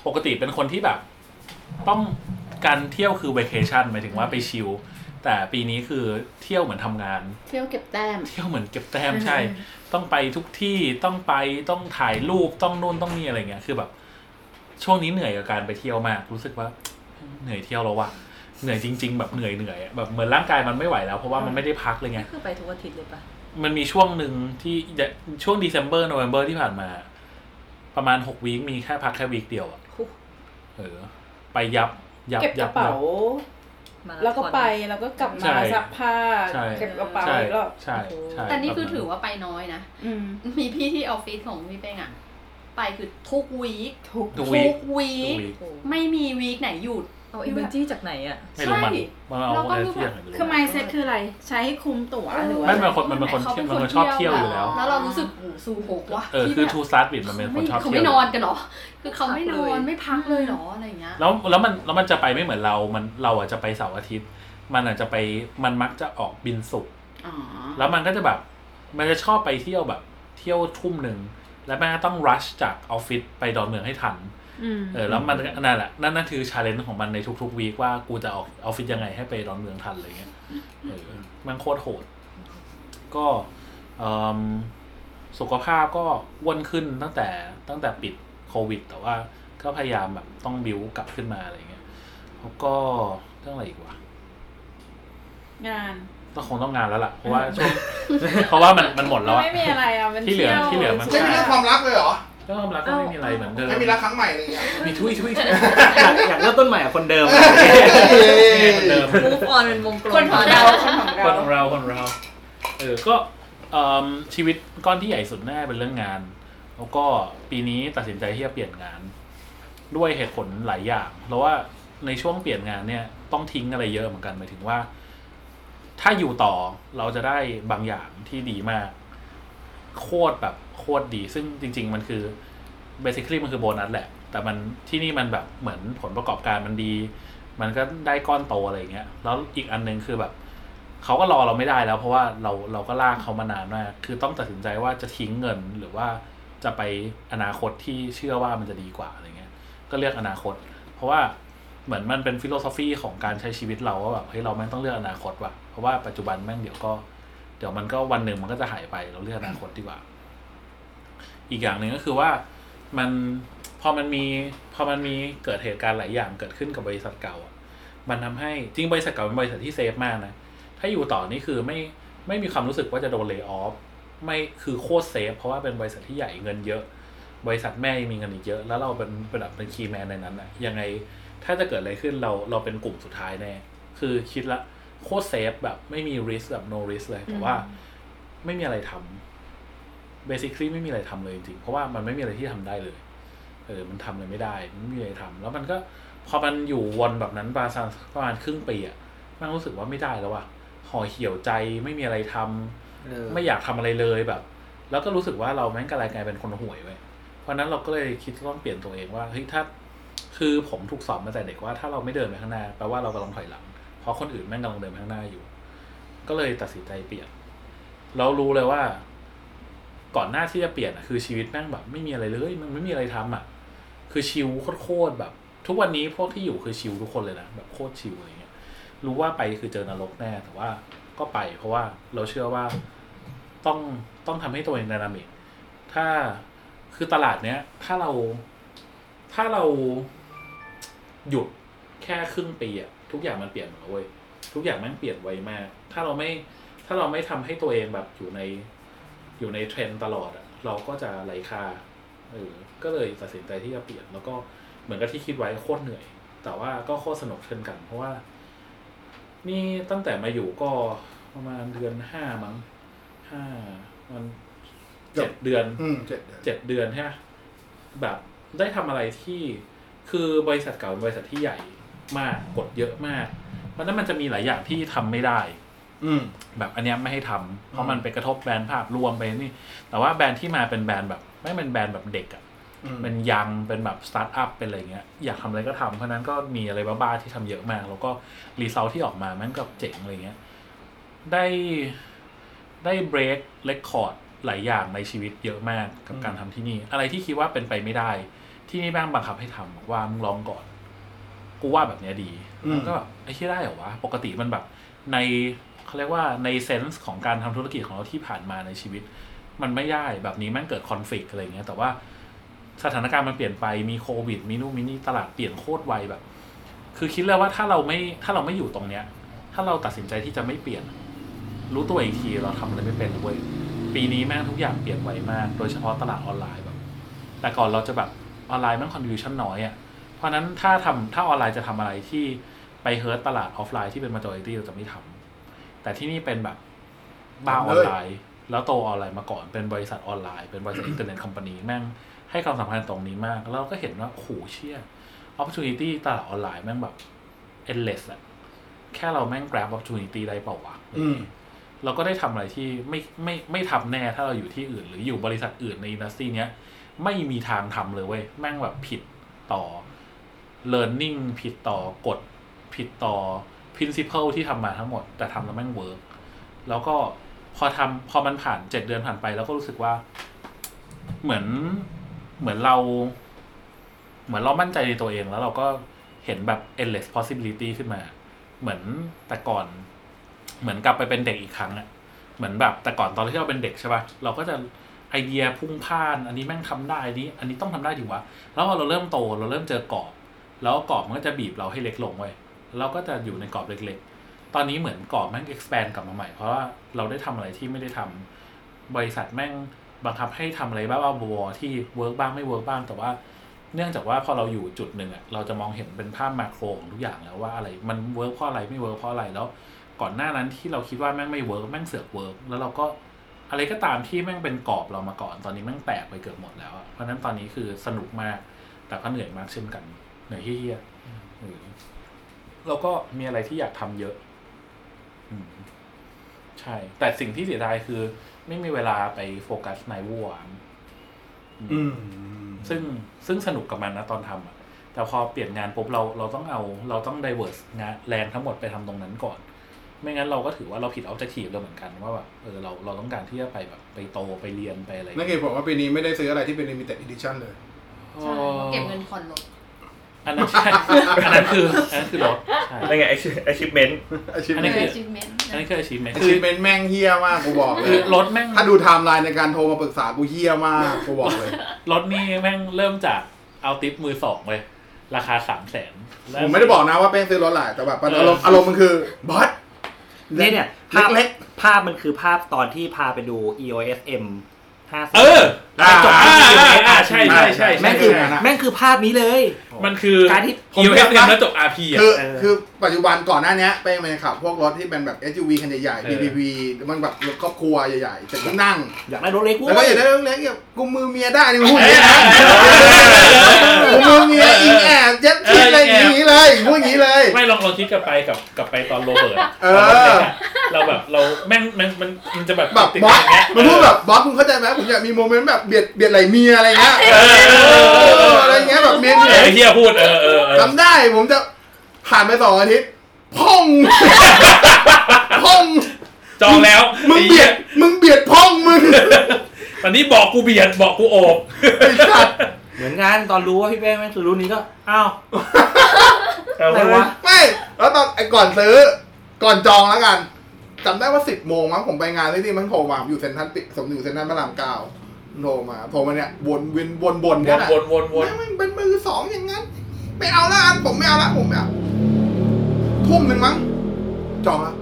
Speaker 4: ปกติเป็นคนที่แบบ ต้องการเที่ยวคือ vacation หมายถึงว่าไปชิลแต่ปีนี้คือเที่ยวเหมือนทำงาน
Speaker 6: เที่ยวเก็บแต้ม
Speaker 4: เที่ยวเหมือนเก็บแต้มใช่ ต้องไปทุกที่ต้องไปต้องถ่ายรูปต้องนู่นต้องนี่อะไรเงี้ยคือแบบ ช่วงนี้เหนื่อยกับการไปเที่ยวมาก รู้สึกว่า เหนื่อยเที่ยวแล้วว่ะเหนื่อยจริง ๆ แบบเหนื่อยเหนื่อยๆอะแบบเหมือนร่างกายมันไม่ไหวแล้วเพราะว่ามันไม่ได้พักเลยไง
Speaker 3: คือไปทุกอาทิตย์เลยปะ
Speaker 4: มันมีช่วงหนึ่งที่ช่วง December November ที่ผ่านมา ประมาณหกวีคมีแค่พักแค่วีคเดียวอะ
Speaker 3: โอ้
Speaker 4: เออ ไปยับยับ
Speaker 9: เก็บก
Speaker 4: ยั
Speaker 9: ระ
Speaker 4: ยั
Speaker 9: เป๋า
Speaker 3: มา
Speaker 9: แล้วก็
Speaker 3: อน
Speaker 9: ไปแล้วก็กลับ
Speaker 4: ใช่
Speaker 9: มาซักผ้า
Speaker 4: ใช่
Speaker 9: เก็บกระเป๋า
Speaker 4: ใช่
Speaker 9: อีกรอบ
Speaker 4: ใช่ใช่
Speaker 8: แต่นี่คือถือว่าไปน้อยนะ
Speaker 9: อืม
Speaker 8: มีพี่ที่ออฟฟิศของพี่เป้งอะไปคือทุกวีค
Speaker 9: ทุก
Speaker 4: ทุกวี
Speaker 8: ทุ
Speaker 4: คทุ
Speaker 8: กวี
Speaker 4: ก
Speaker 8: ค
Speaker 4: วีค
Speaker 3: โอ้โห
Speaker 8: ไม่มีวีคไหนหยุด
Speaker 3: เอาเอเวนจี้จากไหนอ่ะ
Speaker 4: ไม่รู้มัน
Speaker 9: ใช่
Speaker 4: มันเอา
Speaker 8: เราก็
Speaker 4: อะไร
Speaker 8: รู้
Speaker 4: เที่ยง
Speaker 8: แบบ
Speaker 4: ไม่รู้
Speaker 9: คือไมเซ็ตคืออะไร ใช้ให้คุ้มตั๋วหรือว่า
Speaker 4: ไม่เป็นคนมันเป็นคน
Speaker 8: ขา
Speaker 4: มันเป็นคนชอบเที่ยวอยู่แล้ว
Speaker 8: แล้วเรารู้สึกโอ้โหสูหกว่ะ
Speaker 4: เออ
Speaker 8: ที่
Speaker 4: คือ
Speaker 8: แบบ
Speaker 4: ทูซาร์ดบิดมันเป็นคนชอบ
Speaker 8: เขา
Speaker 4: เที่ย
Speaker 8: ไม่
Speaker 4: วน
Speaker 8: อนกันเหรอ คือเขาไม่นอ
Speaker 3: พัก
Speaker 8: น
Speaker 3: เลย
Speaker 8: ไม่พักเลยเหรออะไรอย่างเงี้ย
Speaker 4: แล้วแล้วมันแล้วมันจะไปไม่เหมือนเรา มันเราอาจจะไปเสาร์อาทิตย์ มันอาจจะไปมันมักจะออกบินสุกร์
Speaker 6: อ๋อ
Speaker 4: แล้วมันก็จะแบบ มันจะชอบไปเที่ยวแบบ เที่ยวทุ่มหนึ่ง และแม่ก็ต้องรัชจากออฟฟิศไปดอนเมืองให้ทัน
Speaker 3: อืม
Speaker 4: เออแล้วมันนั่นแหละนั่นนั่นคือชาเลนจ์ของมันในทุกๆวีคว่ากูจะออกออฟฟิศยังไงให้ไปดอนเมืองทันอะไรเงี้ยเออแมันโคตรโหด ก็เอิ่มสุขภาพก็อ้วนขึ้นตั้งแต่ตั้งแต่ปิดโควิด แต่ว่าก็พยายามแบบต้องบิวกลับขึ้นมาอะไรเงี้ยแล้วก็เรื่องอะไรอีกวะ
Speaker 9: งาน
Speaker 4: ก็คงต้องงานแล้วล่ะ เพราะว่าช่วงเพราะว่ามันมันหมดแล้วอะ
Speaker 9: ไม่มีอะไรอ่ะมัน
Speaker 4: ที่เหลือ
Speaker 9: ที่ยว
Speaker 4: ที่เหลือมัน
Speaker 1: ไม่มีเรื่องความรักเลยเหรอ
Speaker 4: ก็ความรักก็ไม่มีอะไรเหมือนเดิม
Speaker 1: ไม่มีรักครั้งใหม่เลยเหรอ
Speaker 4: มีทุยทุยทุย
Speaker 5: อยากอยากเริ่มต้นใหม่กับคนเดิม
Speaker 4: เหมือนเดิม
Speaker 3: move on เป็นวงกลม
Speaker 9: คนของเราคนของ
Speaker 4: ค
Speaker 9: เรา
Speaker 4: นของเราคนของเรา เออ ก็เอิ่มชีวิตก้อนที่ใหญ่สุดแน่าเป็นเรื่องงาน แล้วก็ปีนี้ตัดสินใจที่จะเปลี่ยนงาน ด้วยเหตุผลหลายอย่าง เพราะว่าในช่วงเปลี่ยนงานเนี่ยต้องทิ้งอะไรเยอะเหมือนกันหมายถึงว่า ถ้าอยู่ต่อเราจะได้บางอย่างที่ดีมาก โคตรแบบโคตรดี ซึ่งจริง ๆ มันคือ basically มันคือโบนัสแหละ แต่มันที่นี่มันแบบเหมือนผลประกอบการมันดี มันก็ได้ก้อนโตอะไรอย่างเงี้ย แล้วอีกอันหนึงคือแบบเขาก็รอเราไม่ได้แล้ว เพราะว่าเราเราก็ลากเขามานานมาก คือต้องตัดสินใจว่าจะทิ้งเงินหรือว่าจะไปอนาคตที่เชื่อว่ามันจะดีกว่าอะไรเงี้ย ก็เลือกอนาคต เพราะว่าเหมือนมันเป็นฟิโลโซฟีของการใช้ชีวิตเราว่าแบบเฮ้ยเราแม่งต้องเลือกอนาคตว่ะ เพราะว่าปัจจุบันแม่งเดี๋ยวก็ เดี๋ยวมันก็วันหนึ่งมันก็จะหายไปเราเลือกอนาคตดีกว่า อีกอย่างหนึ่งก็คือว่ามันพอมันมีพอมันมีเกิดเหตุการณ์หลายอย่างเกิดขึ้นกับบริษัทเก่าอะมันทำให้จริงบริษัทเก่าเป็นบริษัทที่เซฟมากนะ ถ้าอยู่ต่อนี่คือไม่ไม่มีความรู้สึกว่าจะโดนเล y o ออฟไม่คือโคตรเซฟเพราะว่าเป็นบริษัทที่ใหญ่เงินเยอะ บริษัทแม่ยังมีเงินอีกเยอะ แล้วเราเป็นระดับเป็นคีย์แมนในนั้นนะยังไงถ้าจะเกิดอะไรขึ้นเราเราเป็นกลุ่มสุดท้ายแน่ คือคิดละโคตรเซฟแบบไม่มี risk แบบ no risk เลยแต่ว่าไม่มีอะไรทำ basically ไม่มีอะไรทำเลยจริงๆเพราะว่ามันไม่มีอะไรที่ทำได้เลย เออ มันทำอะไรไม่ได้ มันไม่มีอะไรทำแล้วมันก็พอมันอยู่วนแบบนั้นประมาณสักประมาณครึ่งปีอะมันรู้สึกว่าไม่ได้แล้วอะห่อเหี่ยวใจไม่มีอะไรทำ ไม่อยากทำอะไรเลยแบบ แล้วก็รู้สึกว่าเราแม่งกลายกลายเป็นคนห่วยเว้ยเพราะฉะนั้นเราก็เลยคิดว่าต้องเปลี่ยนตัวเองว่าเฮ้ยถ้า คือผมถูกสอนมาแต่เด็กว่าถ้าเราไม่เดินไปข้างหน้าแปลว่าเรากำลังถอยหลัง เพราะคนอื่นแม่งกำลังเดินไปข้างหน้าอยู่ ก็เลยตัดสินใจเปลี่ยน เรารู้เลยว่า ก่อนหน้าที่จะเปลี่ยนอะคือชีวิตแม่งแบบ ไม่มีอะไรเลยมันไม่มีอะไรทำอ่ะ คือชิลโคตรๆแบบ ทุกวันนี้พวกที่อยู่คือชิลทุกคนเลยนะแบบโคตรชิลอะไรเงี้ย รู้ว่าไปคือเจอนรกแน่แต่ว่าก็ไปเพราะว่าเราเชื่อว่าต้องต้องทำให้ตัวเองด y นามิกถ้าคือตลาดเนี้ย ถ้าเราถ้าเราหยุดแค่ครึ่งปีอะทุกอย่างมันเปลี่ยนหมดเลยเว้ยทุกอย่างมันเปลี่ยนไวมาก ถ้าเราไม่ถ้าเราไม่ทำให้ตัวเองแบบอยู่ในอยู่ในเทรนด์ตลอดอะเราก็จะไร้ค่าเออก็เลยตัดสินใจที่จะเปลี่ยน แล้วก็เหมือนกับที่คิดไว้โคตรเหนื่อย แต่ว่าก็โคตรสนุกเช่นกัน เพราะว่า นี่ตั้งแต่มาอยู่ก็ประมาณเดือนห้ามั้งห้ามันเจ็ดเดือน
Speaker 1: อืมเจ็ดเดือน
Speaker 4: เจ็ดเดือนใช่ไหมแบบได้ทำอะไรที่คือบริษัทเก่าเป็นบริษัทที่ใหญ่มากกดเยอะมากเพราะฉะนั้นมันจะมีหลายอย่างที่ทำไม่ได้
Speaker 1: อืม
Speaker 4: แบบอันเนี้ยไม่ให้ทำเพราะมันไปกระทบแบรนด์ภาพรวมไปนี่ แต่ว่าแบรนด์ที่มาเป็นแบรนด์แบบ ไม่เป็นแบรนด์แบบเด็กอะ
Speaker 1: อืม
Speaker 4: เป็นยังเป็นแบบสตาร์ทอัพเป็นอะไรเงี้ยอยากทำอะไรก็ทำเพราะฉะนั้นก็มีอะไรบ้าๆที่ทำเยอะมาก แล้วก็รีซอลที่ออกมามันก็เจ๋งอะไรเงี้ยได้ได้เบรกเรคคอร์ดหลายอย่างในชีวิตเยอะมากกับการทำที่นี่ อะไรที่คิดว่าเป็นไปไม่ได้ ที่นี่แม่งบังคับให้ทำบอกว่ามึงลองก่อน กูว่าแบบเนี้ยดี
Speaker 1: อืม
Speaker 4: แล้วก็แบบไอ้ที่ได้เหรอวะ ปกติมันแบบในเขาเรียกว่าในเซนส์ของการทำธุรกิจของเราที่ผ่านมาในชีวิต มันไม่ได้แบบนี้แม่งเกิดคอนฟ lict อะไรอย่างเงี้ย แต่ว่าสถานการณ์มันเปลี่ยนไปมีโควิดมีนู่นมีนี่ตลาดเปลี่ยนโคตรไวแบบ คือคิดเลยว่าถ้าเราไม่ถ้าเราไม่อยู่ตรงเนี้ย ถ้าเราตัดสินใจที่จะไม่เปลี่ยน รู้ตัวอีกทีเราทำอะไรไม่เป็นเว้ยปีนี้แม่งทุกอย่างเปลี่ยนไวมาก โดยเฉพาะตลาดออนไลน์แบบ แต่ก่อนเราจะแบบออนไลน์แม่งคอนดิวชั่นน้อยอะ่ะ เพราะฉะนั้นถ้าทำถ้าออนไลน์จะทำอะไรที่ไปเฮิร์ตตลาดออฟไลน์ที่เป็นมาจอริตี้เราจะไม่ทำแต่ที่นี่เป็นแบบบ้าออนไลน์ แล้วโตออนไลน์มาก่อนเป็นบริษัทออนไลน์เป็นบริษัทอินเทอร์เน็ตคอมพานีแม่งให้ความสำคัญตรงนี้มาก แล้วเราก็เห็นว่าโอ้โหเชี่ยออป portunity ตลาดออนไลน์แม่งแบบ endless อะแค่เราแม่ง grab opportunity ได้เปล่าวะ
Speaker 1: อืม
Speaker 4: เราก็ได้ทำอะไรที่ไม่ไม่ไม่ทำแน่ถ้าเราอยู่ที่อื่น หรืออยู่บริษัทอื่นในอินดัสทรีเนี้ย ไม่มีทางทำเลยเว้ย แม่งแบบผิดต่อ learning ผิดต่อกฎผิดต่อ principle ที่ทำมาทั้งหมด แต่ทำแล้วแม่งเวิร์กแล้วก็พอทำพอมันผ่านเจ็ดเดือนผ่านไป แล้วก็รู้สึกว่า เหมือนเหมือนเรา เหมือนเรามั่นใจในตัวเองแล้วเราก็เห็นแบบ endless possibility ขึ้นมา เหมือนแต่ก่อน เหมือนกลับไปเป็นเด็กอีกครั้งอะเหมือนแบบแต่ก่อนตอนที่เราเป็นเด็กใช่ปะ่ะเราก็จะไอเดียพุ่งพ่าน อันนี้แม่งทำได้อันนี้ อันนี้ต้องทำได้ดีวะแล้วพอเราเริ่มโตเราเริ่มเจอกรอบ แล้วกรอบมันก็จะบีบเราให้เล็กลงเว้ยเราก็จะอยู่ในกรอบเล็กๆ ตอนนี้เหมือนกรอบแม่ง expand กลับมาใหม่ เพราะว่าเราได้ทำอะไรที่ไม่ได้ทำบริษัทแม่งบังคับให้ทำอะไรบ้าๆบอๆที่เวิร์กบ้างไม่เวิร์กบ้างแต่ว่า เนื่องจากว่าพอเราอยู่จุดหนึ่งอะเราจะมองเห็นเป็นภาพมาโครของทุกอย่างแล้วว่าอะไรมันเวิร์กเพราะอะไรไม่เวิร์กเพราะอะไรแล้ว ก่อนหน้านั้นที่เราคิดว่าแม่งไม่เวิร์กแม่งเสือกเวิร์กแล้วเราก็อะไรก็ตามที่แม่งเป็นกรอบเรามาก่อนตอนนี้แม่งแตกไปเกือบหมดแล้วอะเพราะฉะนั้นตอนนี้คือสนุกมากแต่ก็เหนื่อยมากเช่นกัน เหนื่อยเฮี้ยๆเออแล้วก็มีอะไรที่อยากทำเยอะ อืม ใช่ แต่สิ่งที่เสียดายคือ ไม่มีเวลาไปโฟกัสในวัวานอืม ซึ่งซึ่งสนุกกับมันนะตอนทำอ่ะ แต่พอเปลี่ยนงานปุ๊บเราเราต้องเอา เราต้องไดเวอร์สงานแรงทั้งหมดไปทำตรงนั้นก่อน ไม่งั้นเราก็ถือว่าเราผิดออบเจกตีฟเราเหมือนกันว่าแบบเออเราเราต้องการที่จะไปแบบไปโตไปเรียนไปอะไร
Speaker 1: นั่นคือผมว่าปีนี้ไม่ได้ซื้ออะไรที่เป็น limited edition เลย
Speaker 8: ใช่เพราะเก็บเงินผ่อนรถ
Speaker 4: อันนั้นใช่ อันนั้นคืออันนั้นคือรถใช่
Speaker 7: นั่นไง achievement
Speaker 1: อาชีพ
Speaker 4: อันนี้
Speaker 1: นี้
Speaker 8: achievement
Speaker 4: อันนี้คืออาชีพไหม
Speaker 1: อา
Speaker 4: คื
Speaker 1: ชี
Speaker 4: อ
Speaker 1: พเป็นแม่งเฮี้ยมากกูบอกเล
Speaker 4: คือย รถแม่ง
Speaker 1: ถ้าดูไทม์ไลน์ในการโทรมาปรึกษากูเฮี้ยมากกูบอกเลย
Speaker 4: รถนี่แม่งเริ่มจากเอาติปมือสองเลยราคาสามแสน
Speaker 1: ผมไม่ได้บอกนะว่าแป้งซื้อรถหลายแต่แบบ
Speaker 4: เอออ
Speaker 1: อารมณ์อารมณ์มันคือบอส
Speaker 5: เนี่ยเนี่ยภาพ
Speaker 1: เล็ก
Speaker 5: ภาพมันคือภาพตอนที่พาไปดู EOS M ห้าสิบ
Speaker 4: เออ
Speaker 1: อ่า
Speaker 4: จบอ่าอ่าอ่าใช่ใช่ใช่
Speaker 5: แม่
Speaker 4: ใช่
Speaker 5: งคือ
Speaker 1: ใช่ใช่
Speaker 5: แม่งคือภาพนี้เลย
Speaker 4: มันคือ
Speaker 5: การที่
Speaker 4: ผมเรียกเต็มแล้วจบ RP
Speaker 1: ๆ
Speaker 4: อ่ะ
Speaker 1: คือ
Speaker 5: เออ
Speaker 1: คือปัจจุบันก่อนหน้าเนี้ยแป้งมันจะขับพวกรถที่เป็นแบบ SUV คันใหญ่
Speaker 4: เอ
Speaker 1: ๆ
Speaker 4: อ
Speaker 1: PPV มันแบบรถครอบครัวใหญ่ๆแต่ที่นั่ง
Speaker 5: อยากได้รถเล็กเว้
Speaker 1: แล้วก็
Speaker 5: ย
Speaker 1: อย่าได้เรื่องเล็กอย่างกูมือเมียได้นี่มึงพูดอย่างนี้นะกูมือเมียอิงแอบเจ็ดทิศอะไรอย่างนี้เลยพูดอย่างนี้เลย
Speaker 4: ไม่ลองลองคิดกลับไปกับกลับไปตอนโรเบิร์ต
Speaker 1: เออ
Speaker 4: ตนด็กะเราแบบเราแม่งมันมันมันจะแบบ
Speaker 1: แบบ
Speaker 4: ติด
Speaker 1: บอ
Speaker 4: อ
Speaker 1: ส
Speaker 4: ย่างเงี้ย
Speaker 1: มันพูดแบบบอสมึงเข้าใจไหมผมอยากมีโมเมนต์แบบเบียดเบียดไหลเมียอะไรเงี้ย
Speaker 4: เออเอ
Speaker 1: เอ
Speaker 4: อเออเอ
Speaker 1: อ
Speaker 4: อ
Speaker 1: อะไรเงี้ยแบบเมียเหนื่
Speaker 4: เอ
Speaker 1: อย
Speaker 4: อไอ้เฮียพูดเออเออเออ
Speaker 1: จำได้ผมจะผ่านไปสองอาทิตย์พ่ อง พ่อง
Speaker 4: จองแล้ว
Speaker 1: มึงเบียดมึงเบียดพ่อง มึง
Speaker 4: ตอนนี้บอกกูเบียดบอกกูโอบ
Speaker 1: ไอ้สัตว์
Speaker 5: เหมือนกันตอนรู้ว่าพี่แป้งแม่งคือรุ่นนี้ก็ อ้าว อะไรวะ
Speaker 1: ไม่แล้วตอนไอ้ก่อนซื้อ ก่อนจองแล้วกันจำได้ว่าสิบโมงมั้งผมไปงานที่นี่มันโทรมาผมอยู่เซ็นทรัลปิสมอยู่เซ็นทรัลพระรามเก้าโทรมาโทรมาเนี่ยวนเวียนวนบน
Speaker 4: ว
Speaker 1: เนี่ย
Speaker 4: น
Speaker 1: แหละ
Speaker 4: วนวนวน
Speaker 1: แม่งมันเป็นมือสองอย่างนั้น ไม่เอาละอันผมไม่เอาละผมไม่เอาทุ่มหนึ่งมั้งจองละ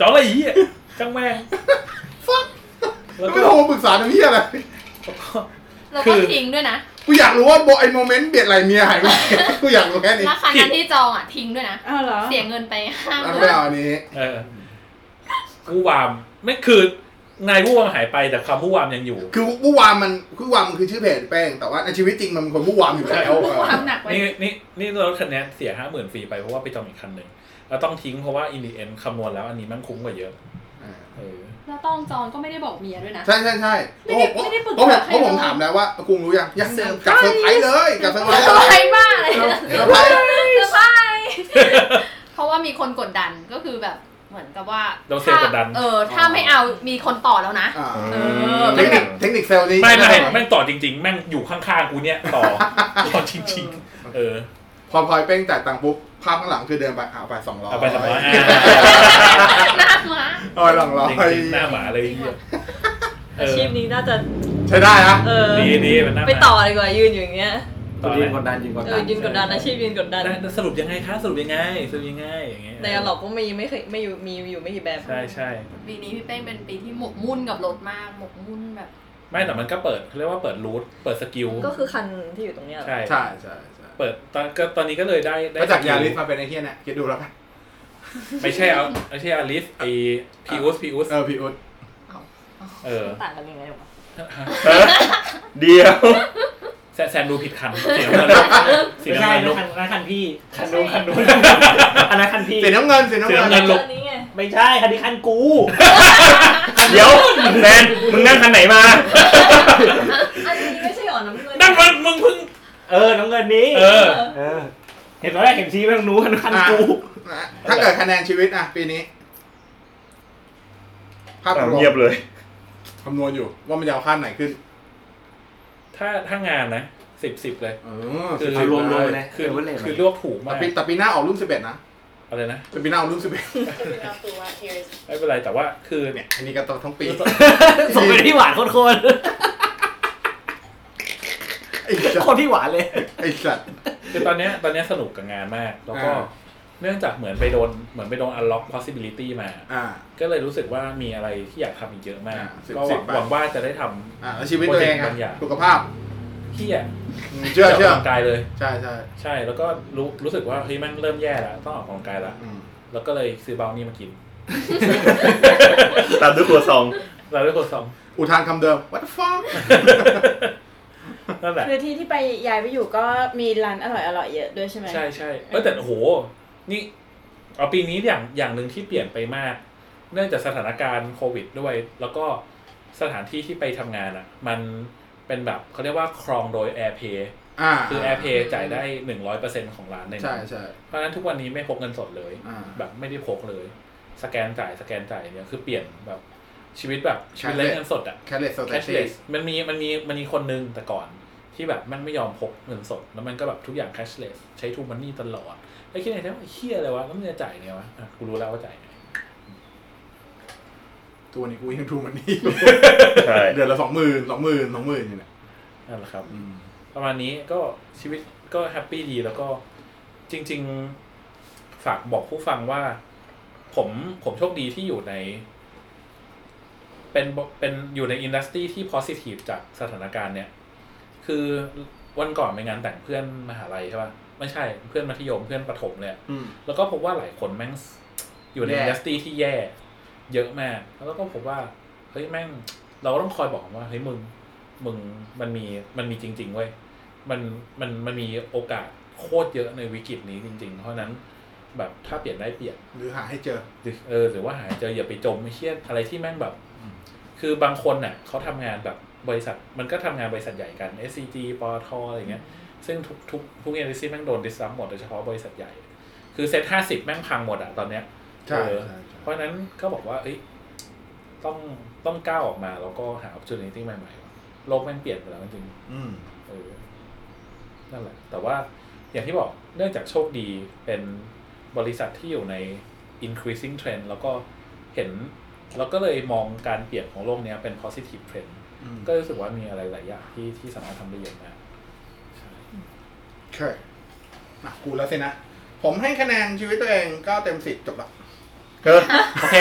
Speaker 4: จองอะไรอีกอ่ะจังแม่ง
Speaker 1: fuck
Speaker 4: แล้วก็
Speaker 1: ไม่โทรมาปรึกษาทำเพี้ยอะไร
Speaker 8: แล้ว
Speaker 4: คื
Speaker 8: ก็
Speaker 4: อ
Speaker 8: ทิ้งด้วยนะ
Speaker 1: กูอยากรู้ว่าโบไอโมเมนต์เบียดไหลเมียหายไปไหน กูอยากรู้แค่นี้
Speaker 8: ราคานั้นที่จองอ่ะทิ้งด้วยนะ
Speaker 9: อ้าวเหรอ
Speaker 8: เสียเงินไปห้าห
Speaker 1: อัน
Speaker 8: มื่
Speaker 1: ไม่
Speaker 8: น
Speaker 1: เอาอันนี้
Speaker 4: เออผู้วามไม่คือนายผู้วามหายไปแต่คำผู้วามยังอยู่
Speaker 1: คือผู้วามมันคือวามมันคือชื่อเพจแป้ง แต่ว่าในชีวิตจริงมันเป็นคนผู้วามอยู่แล้วเออ
Speaker 8: ความหนักไว้
Speaker 4: นี่นี่นี่รถคันเนี้ยเสียห้าหมื่นฟรีไปเพราะว่าไปจองอีกคันหนึ่งแล้วต้องทิ้งเพราะว่าอินดีเอ็นคำนวณแล้วอันนี้มันคุ้มกว่าเยอะเออ
Speaker 8: แล้วต้องจองก็ไม่ได้บอกเมียด้วยนะ
Speaker 1: ใช่ใช่ใช่
Speaker 8: ไม่ได้ไม่ได้ปรึก
Speaker 1: เพราะผม
Speaker 8: ษาใคร
Speaker 1: เพราะผม
Speaker 8: เลย
Speaker 1: ถามแล้วว่ากูรู้ยังยังกลับเซอร์ไพรส์เลยกลับเซอร์ไพรส์
Speaker 8: ส
Speaker 1: เลย
Speaker 8: บายมากเลย
Speaker 1: เซอร์ไพรส์
Speaker 8: สบาย เพราะว่ามีคนกดดันก็คือแบบเหมือนกับว่า
Speaker 4: เราเซลกดดัน
Speaker 8: เออ ถ้าไม่เอามีคนต่อแล้วนะ
Speaker 1: อ่า
Speaker 8: เออ
Speaker 1: เทคนิคเทคนิคเซลล์นี้
Speaker 4: ไม่ไม่แม่งต่อจริง ๆ แม่งอยู่ข้างๆกูเนี่ยต่อ ต่อจริง ๆ เออ
Speaker 1: พอพลอยเป้งจ่ายตังค์ปุ๊บภาพข้างหลังคือเดินไปเอาไปสองร้อย
Speaker 4: เอาไปสองร้อยอ่า
Speaker 8: หน้ามา
Speaker 1: เอาไปสองร้อย
Speaker 4: จริงๆหน้าหมาเลยเอ
Speaker 3: อา
Speaker 4: อ
Speaker 3: ชีพนี้น่าจะ
Speaker 1: ใช้ได้นะ
Speaker 3: เออ
Speaker 4: ดีดีมันหน้าหมา
Speaker 3: ไปต่อดีกว่ายืนอยู่อย่างเงี้ย
Speaker 4: ต่อ
Speaker 5: ยื
Speaker 4: เลย
Speaker 5: นกดดันยืนกด
Speaker 3: เอ
Speaker 5: ดั
Speaker 3: อน ยืนกดดันอาชีพยืนกดดัน
Speaker 4: แล้วสรุปยังไงคะสรุปยังไงสรุปยังไงอย่างเงี้ย
Speaker 3: ในกระหลอกก็มีไม่เคยไม่อยู่มีอยู่ไม่กี่แบบ
Speaker 4: ใช่ใช่
Speaker 8: ปีนี้พี่เป้งเป็นปีที่หมกมุ่นกับรถมากหมกมุ่นแบบ
Speaker 4: ไม่แต่มันก็เปิดเขาเรียกว่าเปิดรูทเปิดสกิล
Speaker 3: ก็คือคันที่อยู่ตรงเนี้ยเหรอ
Speaker 4: ใช่
Speaker 1: ใช่ใช่ใช่
Speaker 4: เปิดตอนก็ตอนนี้ก็เลยได้ได้
Speaker 1: ก็จากยาลิส
Speaker 4: สกิล
Speaker 1: มาเป็นไอ้เฮี้ยเนี่ยคิดดูแล้วกัน
Speaker 4: ไม่ใช่เอาไม่ใช่อาลิสไอพีอุสพีอุส
Speaker 1: เออพี่อุ๊ด
Speaker 4: เออ
Speaker 3: ต่างกันยังไงวะ
Speaker 7: เดียว
Speaker 4: แซแซมดูผิดคันเสียงมันสี
Speaker 5: ไม่
Speaker 4: น้ำ
Speaker 5: ใช่
Speaker 4: เงินล
Speaker 5: นะ
Speaker 4: บ
Speaker 5: คันนะคันพี่คันนู้นคันนู้นอันนั้นคันพี่
Speaker 1: สีน้ำเงินสีน้ำ
Speaker 4: สี
Speaker 1: เงิน
Speaker 4: น้ำเงินลบ
Speaker 3: อันนี้ไง
Speaker 5: ไม่ใช่คันนี้คันกู
Speaker 7: เดี๋ยวแมนมึงนั่งคันไหนมา
Speaker 3: อันนี้ไม่ใช่หรอน้ำเงิน
Speaker 4: นั่นมันมึงเพิ่ง
Speaker 5: เออน้ำเงินนี้
Speaker 4: เออ
Speaker 5: เออ เห็นไหมเห็นชี้ไปทางนู้นคันคันกู
Speaker 1: นะถ้าเกิดคะแนนชีวิตอ่ะ ปีนี้ ภาพรวม
Speaker 7: เงียบเลย
Speaker 1: คำนวณอยู่ว่ามันจะเอาค่าไหนขึ้น
Speaker 4: ถ้าถ้างานนะสิบสิบเลย
Speaker 1: เออ
Speaker 4: คือ
Speaker 5: เอารวมๆ
Speaker 1: ได้
Speaker 5: ไปเลย
Speaker 4: คือ
Speaker 5: เออว่าเลย
Speaker 4: คือลวกถูกมา
Speaker 1: แต่
Speaker 4: ก
Speaker 1: ปีแต่ปีหน้าออกรุ่นสิบเอ็ดนะ
Speaker 4: อะไรนะ
Speaker 1: แต่ปีหน้าออกรุ่น สิบเอ็ด
Speaker 4: ไม่เป็นไรแต่ว่าคือ
Speaker 1: เนี่ยอันนี้ก็ต้องทั้งปี
Speaker 5: ส่งไปที่หวานโคตร
Speaker 1: ไอ้สั
Speaker 5: ๆโค
Speaker 1: ตว์
Speaker 5: ตรที่หวานเลย
Speaker 1: ไอ้สัตว์
Speaker 4: คือตอนเนี้ยตอนเนี้ยสนุกกับงานมาก แล้วก็
Speaker 1: อ่า
Speaker 4: เนื่องจากเหมือนไปโดนเหมือนไปโดน unlock possibility มา
Speaker 1: อ่า
Speaker 4: ก็เลยรู้สึกว่ามีอะไรที่อยากทำอีกเยอะมาก
Speaker 1: อ่าสิบ
Speaker 4: ก็หวัง
Speaker 1: สิบไป
Speaker 4: หวังว่าจะได้ท
Speaker 1: อ่าแล้ว
Speaker 4: ำ
Speaker 1: ชีวิตตัวเอง
Speaker 4: โป
Speaker 1: อะ
Speaker 4: รจกบางอย่าง
Speaker 1: สุขภาพ
Speaker 4: ที่อยาก
Speaker 1: อืมเชื่อเชื่อ
Speaker 4: ออกกำลังกายเลย
Speaker 1: ใช่ใช่
Speaker 4: ใช่แล้วก็รู้รู้สึกว่าเฮ้ยแมันเริ่มแย่แล้วต้องออกกำลังกายแล้ว
Speaker 1: อืม
Speaker 4: แล้วก็เลยซื้อบราวนี่มากิน
Speaker 7: ตามด้วยครัวซอง
Speaker 4: เราได้กดสอง
Speaker 1: อุทานคำเดิม what the fuck
Speaker 4: นั่นแหละ
Speaker 9: คือที่ที่ไปย้ายไปอยู่ก็มีร้านอร่อยอร่อยๆเยอะด้วยใช่ไหม
Speaker 4: ใช่ใช่เออแต่โอ้โห นี่เอาปีนี้อย่างอย่างหนึ่งที่เปลี่ยนไปมาก เนื่องจากสถานการณ์โควิดด้วย แล้วก็สถานที่ที่ไปทำงานอ่ะ มันเป็นแบบเขาเรียกว่าครองโดย AirPay
Speaker 1: อ่า
Speaker 4: คือ AirPay จ่ายได้หนึ่งร้อยเปอร์เซ็นของร้านใน
Speaker 1: ใช่
Speaker 4: นั้น
Speaker 1: ใช่
Speaker 4: เพราะฉะนั้นทุกวันนี้ไม่พกเงินสดเลย
Speaker 1: อ่า
Speaker 4: แบบไม่ได้พกเลย สแกนจ่ายสแกนจ่ายเนี่ยคือเปลี่ยนแบบชีวิตแบบชีวิตไร้เงินสดอ่ะ
Speaker 1: แค s เลสโซ
Speaker 4: แค
Speaker 1: เซ
Speaker 4: ช
Speaker 1: ตี้
Speaker 4: เลสมันมีมันมีมันมีคนนึงแต่ก่อนที่แบบมันไม่ยอมพกเงินสด แล้วมันก็แบบทุกอย่างแคชเลสใช้ทูมันนี่ตลอดไอ้คิดในใจว่าไอ้เฮียอะไรวะแล้วมันจะจ่ายไงวะอ่ะกูรู้แล้วว่าจ่ายไง
Speaker 1: ตัวนี้กูยังทูมันนี่ อยู่
Speaker 7: ใช่
Speaker 1: เดือนละสองหมื่นสองหมื่นสองหมื่นเนี่ย
Speaker 4: นั่นแหละครับ
Speaker 1: อืม
Speaker 4: ประมาณนี้ก็ชีวิตก็แฮปปี้ดีแล้วก็จริง ๆ ฝากบอกผู้ฟังว่า ผมผมโชคดีที่อยู่ใน เป็นเป็นอยู่ในอินดัสตรีที่ positive จากสถานการณ์เนี่ย คือวันก่อนไปงานแต่งเพื่อนมหาลัยใช่ป่ะ ไม่ใช่เพื่อนมัธยมเพื่อนประถมเนี่ย
Speaker 1: อืม
Speaker 4: แล้วก็พบว่าหลายคนแม่งสอยู่ใน
Speaker 1: แย่
Speaker 4: อินดัสตรีที่แย่เยอะมาก แล้วก็พบว่าเฮ้ยแม่ง เราก็ต้องคอยบอกว่าเฮ้ยมึงมึงมันมีมันมีจริง ๆ เว้ยมันมันมันมีโอกาสโคตรเยอะในวิกฤตนี้จริง ๆ เพราะฉะนั้นแบบถ้าเปลี่ยนได้เปลี่ยน
Speaker 1: หรือหาให้เจอ
Speaker 4: หรือเออหรือว่าหาเจออย่าไปจมไม่เครียดอะไรที่แม่งแบบ คือบางคนน่ะเขาทำงานแบบบริษัทมันก็ทำงานบริษัทใหญ่กัน SCG ปอทอะไรเงี้ย ซึ่งทุกทุกทุกเอเจนซี่แม่งโดนดิสซัมหมดโดยเฉพาะบริษัทใหญ่ คือเซ็ตห้าสิบแม่งพังหมดอะตอนเนี้ย
Speaker 1: ใช่
Speaker 4: เออ
Speaker 1: ใช่ใช่
Speaker 4: เพราะฉะนั้นก็บอกว่าเอ้ยต้องต้องก้าวออกมาแล้วก็หา opportunity ใหม่ๆ โลกแม่งเปลี่ยนไปแล้วจริงๆ
Speaker 1: อืม
Speaker 4: เออนั่นแหละ แต่ว่าอย่างที่บอกเนื่องจากโชคดีเป็นบริษัทที่อยู่ใน increasing trend แล้วก็เห็น แล้วก็เลยมองการเปลี่ยนของโลกเนี้ยเป็น positive trend
Speaker 1: อืม
Speaker 4: ก็รู้สึกว่ามีอะไรหลายอย่างที่ที่สามารถทำได้เยอะมากใช่
Speaker 1: โอเคอ่ะกูแล้วสินะ ผมให้คะแนนชีวิตตัวเองก็เต็มสิบจบละ
Speaker 4: โอเค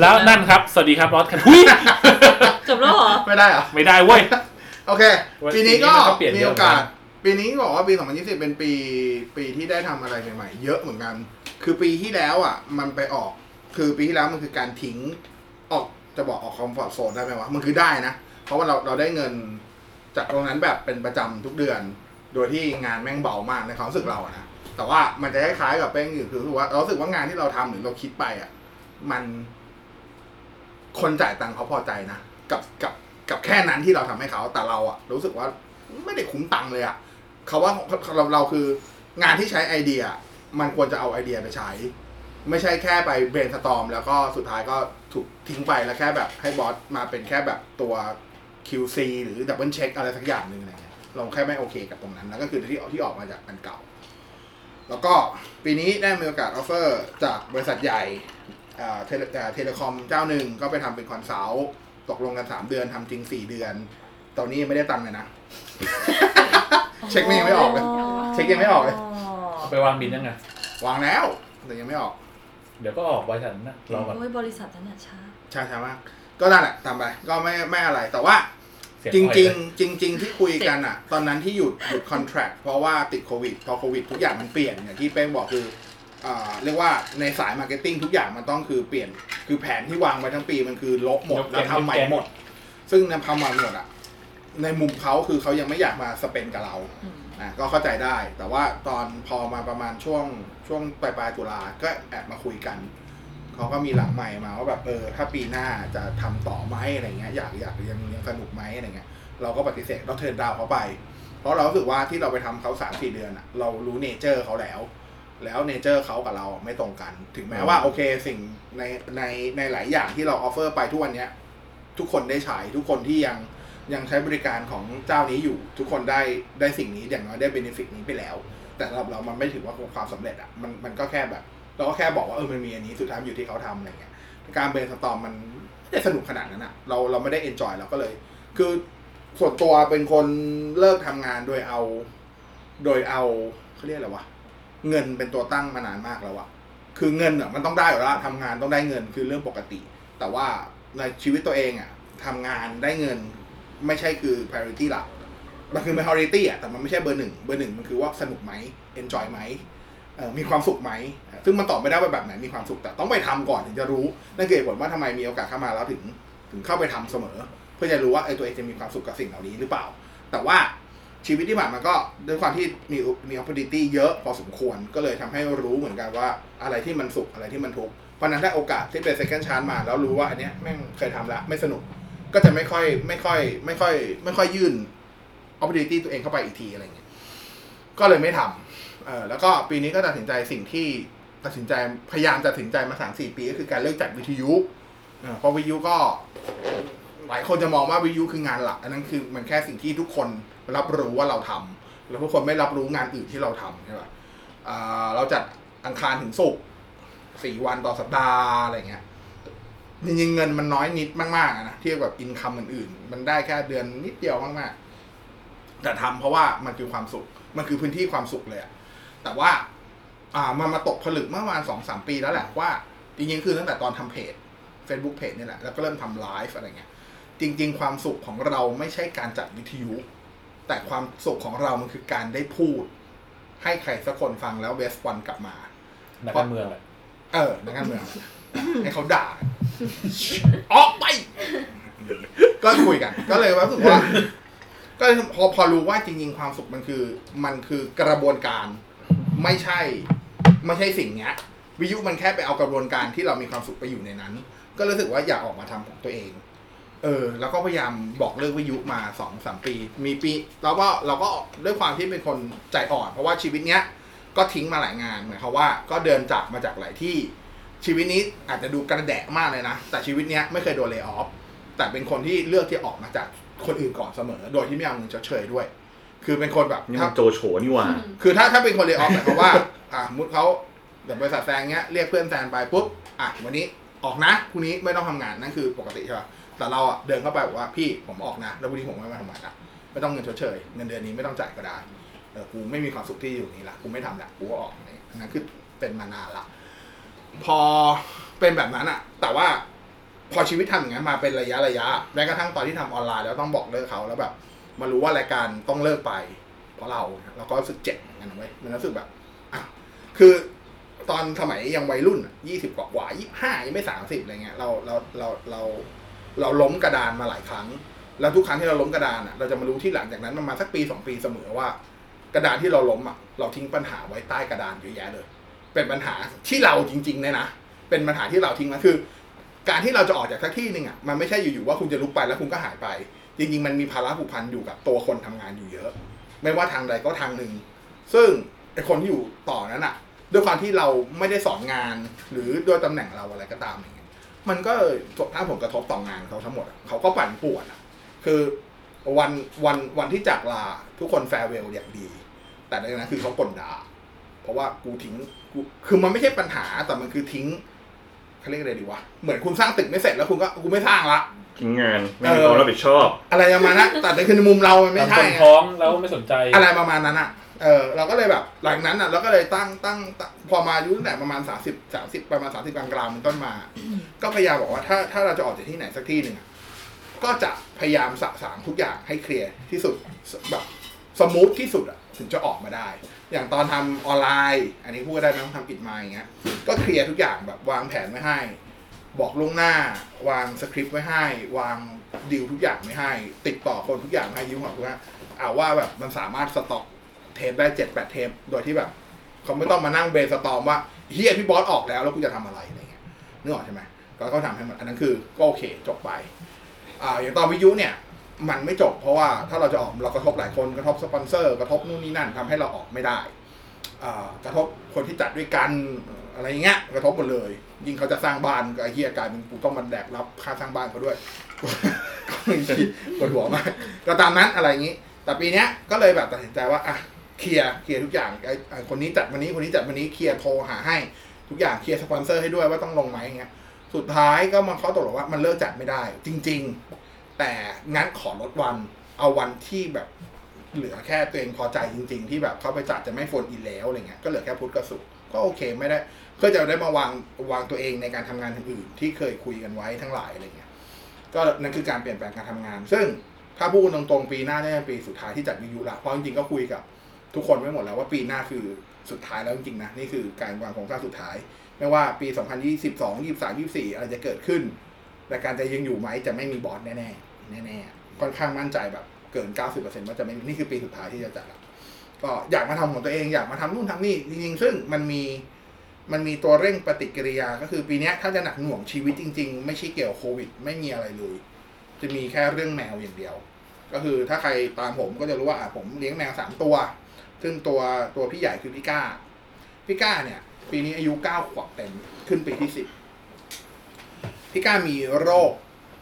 Speaker 4: แล้วนั่นครับ สวัสดีครับรอสคันทุย
Speaker 3: จบแล้วเหรอ
Speaker 1: ไม่ได้เหรอ
Speaker 4: ไม่ได้เว้ย
Speaker 1: โอเค
Speaker 4: วัน
Speaker 1: ปีนี้
Speaker 4: ปีนี้
Speaker 1: ก็
Speaker 4: มันก็เปลี่ยน
Speaker 1: มี
Speaker 4: เยอะ
Speaker 1: โอกาส
Speaker 4: นะ
Speaker 1: ปีนี้บอกว่าปี 2020 เป็นปีปีที่ได้ทำอะไรใหม่ๆ เยอะเหมือนกัน คือปีที่แล้วอ่ะ มันไปออก คือปีที่แล้วมันคือการทิ้งออกจะบอกออกคอมฟอร์ z โซนได้ไหมวะ มันคือได้นะ เพราะว่าเราเราได้เงินจากตรงนั้นแบบเป็นประจำทุกเดือน โดยที่งานแม่งเบามากในความรู้สึกเราอะนะ แต่ว่ามันจะคล้ายๆกับแป้งอื่นคือรู้สึกว่าเรารู้สึกว่างานที่เราทำหรือเราคิดไปอ่ะ มัน คนจ่ายตังค์เขาพอใจนะกับกับกับแค่นั้นที่เราทำให้เขาแต่เราอะรู้สึกว่าไม่ได้คุ้มตังค์เลยอะเขาว่าเราเราคืองานที่ใช้ไอเดีย มันควรจะเอาไอเดียไปใช้ ไม่ใช่แค่ไปเบรนสตอมแล้วก็สุดท้ายก็ถูกทิ้งไปแล้วแค่แบบให้บอสมาเป็นแค่แบบตัว QC หรือดับเบิลเช็คอะไรสักอย่างหนึ่งอะไรเงี้ยเราแค่ไม่โอเคกับตรงนั้นแล้วก็คือที่ที่ออกมาจากอันเก่า แล้วก็ปีนี้ได้มีโอกาสออฟเฟอร์จากบริษัทใหญ่ เอ่อเทเลเอ่อเทเลคอมเจ้าหนึ่งก็ไปทำเป็นคอนซัลท์ตกลงกัน 3 เดือนทำจริง 4 เดือน ตอนนี้ยังไม่ได้ตังค์เลยนะ เช็คมันยังไม่ออกเลย เช็คยังไม่ออกเลย
Speaker 4: เอาไปวางบินยังไง
Speaker 1: วางแล้ว แต่ยังไม่ออก
Speaker 4: เดี๋ยวก็ออกบริษัทนั้นนะรอก่อน
Speaker 3: โอ้ยบริษัทนั้นน่ะช้า
Speaker 1: ช้าช้ามากก็นั่นแหละตามไป ก็ไม่ไม่อะไรแต่ว่า
Speaker 4: เสีย
Speaker 1: จริง
Speaker 4: อ้อ
Speaker 1: จ
Speaker 4: ย
Speaker 1: ริง
Speaker 4: เลย
Speaker 1: จริง ๆ ที่คุยกันอะตอนนั้นที่หยุดหยุดคอนแท c t เพราะว่าติดโควิด พอโควิดทุกอย่างมันเปลี่ยนอย่างที่เป้งบอกคือเอ่อเรียกว่าในสายมาร์เก็ตติ้งทุกอย่างมันต้องคือเปลี่ยนคือแผนที่วางไว้ทั้งปีมันคือลบหมดแล้วทำใหม่หมด ซึ่งนำทำใหม่หมดอะในมุมเขาคือเขายังไม่อยากมาสเปนกับเรา
Speaker 3: อืม
Speaker 1: อ่ะก็เข้าใจได้ แต่ว่าตอนพอมาประมาณช่วงช่วงปลายปลายๆตุลา ก็แอบมาคุยกัน เขาก็มีหลังใหม่มาว่าแบบเออถ้าปีหน้าจะทำต่อไหมอะไรเงี้ยอยากอยากยังยังสนุกไหมอะไรเงี้ยเราก็ปฏิเสธเราเทิร์นดาวน์เขาไป เพราะเรารู้สึกว่าที่เราไปทำเขาสามสี่เดือนอะเรารู้เนเจอร์เขาแล้ว แล้วเนเจอร์เขากับเราไม่ตรงกัน ถึงแม้ว่าโอเคสิ่งในในในหลายอย่างที่เราออฟเฟอร์ไปทุกวันเนี้ย ทุกคนได้ใช้ทุกคนที่ยังยังใช้บริการของเจ้านี้อยู่ ทุกคนได้ได้สิ่งนี้อย่างน้อยได้เบนฟิตนี้ไปแล้ว แต่สำหรับเรามันไม่ถือว่าเป็นความสำเร็จอ่ะมันมันก็แค่แบบ เราก็แค่บอกว่าเออมันมีอันนี้สุดท้ายมันอยู่ที่เขาทำอะไรเงี้ยการเบรนสตอมมันไม่ได้สนุกขนาดนั้นอ่ะเราเราไม่ได้เอนจอยเราก็เลย คือส่วนตัวเป็นคนเลิกทำงานโดยเอา โดยเอาเขาเรียกอะไรวะเงินเป็นตัวตั้งมานานมากแล้วอะคือเงินอะมันต้องได้อยู่แล้วอะทำงานต้องได้เงินคือเรื่องปกติ แต่ว่าในชีวิตตัวเองอะทำงานได้เงินไม่ใช่คือ priority หลักมันคือ priority อะแต่มันไม่ใช่เบอร์หนึ่งเบอร์หนึ่งมันคือว่าสนุกไหม enjoy ไหมเอ่อมีความสุขไหมเอ่อซึ่งมันตอบไม่ได้ว่าแบบไหนมีความสุขแต่ต้องไปทำก่อนถึงจะรู้นั่นคือเหตุผลว่าทำไมมีโอกาสเข้ามาแล้วถึงถึงเข้าไปทำเสมอ เพื่อจะรู้ว่าไอ้ตัวเองจะมีความสุขกับสิ่งเหล่านี้หรือเปล่า แต่ว่าชีวิตที่ผ่านมาก็ด้วยความที่มีมีโอกาสเยอะพอสมควรก็เลยทำให้รู้เหมือนกันว่าอะไรที่มันสุขอะไรที่มันทุกข์เพราะฉะนั้นถ้าโอกาสที่เป็น second chance มาแล้วรู้ว่าอันเนี้ยแม่งเคยทำละไม่สนุกก็จะไม่ค่อยไม่ค่อย ไม่ค่อย ไม่ค่อยยื่น opportunity ตัวเองเข้าไปอีกทีอะไรเงี้ยก็เลยไม่ทำเออแล้วก็ปีนี้ก็ตัดสินใจสิ่งที่ตัดสินใจพยายามตัดสินใจมาสามสี่ปี ก็คือการเลิกจัดวิทยุเออเพราะวิทยุก็ หลายคนจะมองว่าวิทยุคืองานหลัก อันนั้นคือมันแค่สิ่งที่ทุกคนรับรู้ว่าเราทำแล้วทุกคนไม่รับรู้งานอื่นที่เราทำใช่ปะอ่าเราจัดอังคารถึงศุกร์สี่วันต่อสัปดาห์อะไรเงี้ยจริงๆเงินมันน้อยนิดมากๆอะนะเทียบกับอินคัมอื่นๆ มันได้แค่เดือนนิดเดียวมากๆ แต่ทำเพราะว่ามันคือความสุข มันคือพื้นที่ความสุขเลยอะแต่ว่า อ่ามันมาตกผลึกเมื่อประมาณสองสามปีแล้วแหละว่า จริงๆคือตั้งแต่ตอนทำเพจ Facebook เพจนี่แหละแล้วก็เริ่มทำไลฟ์อะไรเงี้ย จริงๆ ความสุขของเราไม่ใช่การจัดวิทยุ แต่ความสุขของเรามันคือการได้พูด ให้ใครสักคนฟังแล้วเวสปอนกลับมา
Speaker 4: นักการเมืองแหละ
Speaker 1: เออนักการเมือง ให้เขาด่า ออกไป ก็คุยกัน ก็เลยรู้สึกว่า ก็เลยพอพอรู้ว่าจริง ๆ ความสุขมันคือ มันคือกระบวนการไม่ใช่ ไม่ใช่สิ่งเนี้ย วิทยุมันแค่ไปเอากระบวนการที่เรามีความสุขไปอยู่ในนั้น ก็รู้สึกว่าอยากออกมาทำของตัวเอง เออ แล้วก็พยายามบอกเลิกวิทยุมาสองสามปี มีปี แล้วก็เราก็ด้วยความที่เป็นคนใจอ่อน เพราะว่าชีวิตเนี้ย ก็ทิ้งมาหลายงานหมายความว่าก็เดินจากมาจากหลายที่ ชีวิตนี้อาจจะดูกระแดะมากเลยนะ แต่ชีวิตเนี้ยไม่เคยโดนเล y o ออฟแต่เป็นคนที่เลือกที่ออกมาจากคนอื่นก่อนเสมอ โดยที่ไม่เอาเงินชดเชยด้วย คือเป็นคนแบบ
Speaker 7: นี่
Speaker 1: ถ้า
Speaker 7: มันโจโฉนี่หว่า
Speaker 1: คือถ้าถ้าเป็นคนเล y o ออฟหมายความว่า อ่ะมุดเขาแบบบริษัทแซงเงี้ยเรียกเพื่อนแซนไปปุ๊บ อ่ะวันนี้ออกนะพรุ่งนี้ไม่ต้องทำงานนั่นคือปกติใช่ป่ะแต่เราอ่ะเดินเข้าไปบอกว่าพี่ผมออกนะ แล้วพรุ่งนี้ผมไม่มาทำงานละไม่ต้องเงินชดเชยเงินเดือนนี้ไม่ต้องจ่ายก็ได้เออกูไม่มีความสุขที่อยู่นี้ละกูไม่ทำละกูก็ออกนี่อันนั้นคือเป็นมานานละพอเป็นแบบนั้นอ่ะ แต่ว่าพอชีวิตทำอย่างนั้นมาเป็นระยะระยะแม้กระทั่งตอนที่ทำออนไลน์แล้วต้องบอกเลิกเขาแล้วแบบ มารู้ว่ารายการต้องเลิกไป เพราะเราเราก็รู้สึกเจ็บเหมือนกันนะเว้ยมันรู้สึกแบบอ่ะคือตอนสมัยยังวัยรุ่นยี่สิบกว่ายี่ห้ายังไม่สามสิบอะไรเงี้ยเราเราเราเราเราล้มกระดานมาหลายครั้ง แล้วทุกครั้งที่เราล้มกระดานอ่ะเราจะมารู้ที่หลังจากนั้นประมาณสักปีสองปีเสมอว่า กระดานที่เราล้มอ่ะเราทิ้งปัญหาไว้ใต้กระดานเยอะแยะเลย เป็นปัญหาที่เราจริงๆเนี่ยนะเป็นปัญหาที่เราทิ้งมาคือ การที่เราจะออกจากสักที่หนึ่งอ่ะมันไม่ใช่อยู่ๆว่าคุณจะลุกไปแล้วคุณก็หายไป จริงๆ มันมีภาระผูกพันอยู่กับตัวคนทำงานอยู่เยอะ ไม่ว่าทางใดก็ทางหนึ่ง ซึ่งไอคนที่อยู่ต่อนั้นอะด้วยความที่เราไม่ได้สอนงาน หรือด้วยตำแหน่งเราอะไรก็ตามอย่างเงี้ยมันก็ส่งท้ายผลกระทบต่องานเขาทั้งหมดอะเขาก็ปั่นป่วนอะคือวันวันวันที่จากลาทุกคนแฟร์เวลอย่างดี แต่ในนั้นคือเขากลด่าเพราะว่ากูทิ้งกูคือมันไม่ใช่ปัญหาแต่มันคือทิ้งเขาเรียกอะไรดีวะเหมือนคุณสร้างตึกไม่เสร็จแล้วคุณก็กูไม่สร้างละ
Speaker 7: ทิ้งงานไม่มีความรับผิดชอบ
Speaker 1: อะไรประมาณนั้นแต่ในคือในมุมเรามันไม่
Speaker 4: ทำ
Speaker 1: ใช่
Speaker 4: คน
Speaker 1: ไง
Speaker 4: ท้องแล้วไม่สนใจ
Speaker 1: อะไรประมาณนั้นอ่ะ เออเราก็เลยแบบหลังนั้นอ่ะเราก็เลยตั้งตั้งตั้งพอมาอายุตั้งแต่ประมาณสามสิบสามสิบประมาณสามสิบกลางกลางๆเป็นต้นมา ก็พยายามบอกว่าถ้าถ้าเราจะออกจากที่ไหนสักที่หนึ่งอะก็จะพยายามสะสางทุกอย่างให้เคลียร์ที่สุดแบบสมูทที่สุดอ่ะถึงจะออกมาได้ อย่างตอนทำออนไลน์ อันนี้พูดได้ไหมต้องทำปิดไมค์อย่างเงี้ย ก็เคลียร์ทุกอย่างแบบวางแผนไว้ให้ บอกล่วงหน้าวางสคริปต์ไว้ให้ วางดีลทุกอย่างไว้ให้ ติดต่อคนทุกอย่างให้ยิ้มหัวว่า เอาว่าแบบมันสามารถสต็อกเทปได้เจ็ดแปดเทป โดยที่แบบเขาไม่ต้องมานั่งเบรนสตอมว่าเฮียพี่บอสออกแล้วแล้วกูจะทำอะไรอะไรเงี้ยนึกออกใช่ไหมก็ก็ทำให้มันอันนั้นคือก็โอเคจบไปอ่าอย่างตอนวิทยุเนี่ย มันไม่จบเพราะว่าถ้าเราจะออกเรากระทบหลายคนกระทบสปอนเซอร์กระทบนู่นนี่นั่นทำให้เราออกไม่ได้อ่ากระทบคนที่จัดด้วยกัน อะไรอย่างเงี้ยกระทบหมดเลย ยิ่งเขาจะสร้างบ้านก็ไอ้เฮียกลายเป็นกูต้องมาแดกรับค่าสร้างบ้านเขาด้วย ก็เลยคิดปวดหัวมากก็ตามนั้นอะไรอย่างงี้ แต่ปีเนี้ยก็เลยแบบตัดสินใจว่าอ่ะเคลียร์เคลียร์ทุกอย่างไอ้ไอ้คนนี้จัดวันนี้คนนี้จัดวันนี้เคลียร์โทรหาให้ทุกอย่างเคลียร์สปอนเซอร์ให้ด้วยว่าต้องลงไหมอย่างเงี้ย สุดท้ายก็มันเขาตกลงว่ามันเลิกจัดไม่ได้ จริง ๆ แต่งั้นขอลดวันเอาวันที่แบบเหลือแค่ตัวเองพอใจจริง ๆ ที่แบบเขาไปจัดจะไม่โฟนอินแล้วอะไรเงี้ยก็เหลือแค่พุธกับศุกร์ก็โอเคไม่ได้ก็จะได้มาวางวางตัวเองในการทำงานอื่นๆที่เคยคุยกันไว้ทั้งหลายอะไรเงี้ยก็นั่นคือการเปลี่ยนแปลงการทำงาน ซึ่งถ้าพูดตรงๆปีหน้าน่าจะเป็นปีสุดท้ายที่จัดวิวละเพราะจริงๆก็คุยกับ ทุกคนไว้หมดแล้วว่าปีหน้าคือสุดท้ายแล้วจริงๆนะนี่คือการวางโครงสร้างสุดท้าย ไม่ว่าปี 2022 23 24 อะไรจะเกิดขึ้น แต่การจะยังอยู่ไหมจะไม่มีบอสแน่ๆ แน่ๆ ค่อนข้างมั่นใจแบบเกิน 90%ว่าจะไม่มีนี่คือปีสุดท้ายที่จะจัดละก็อยากมาทำของตัวเองอยากมาทำนู่นทำนี่จริงๆ ซึ่งมันมีมันมีตัวเร่งปฏิกิริยาก็คือปีเนี้ยถ้าจะหนักหน่วงชีวิตจริง ๆ ไม่ใช่เกี่ยวโควิด ไม่มีอะไรเลย จะมีแค่เรื่องแมวอย่างเดียว ก็คือถ้าใครตามผมก็จะรู้ว่าอ่ะผมเลี้ยงแมวสามตัว ซึ่งตัวตัวพี่ใหญ่คือพี่ก้า พี่ก้าเนี่ย ปีนี้อายุเก้าขวบเต็มขึ้นปีที่สิบพี่ก้ามีโรค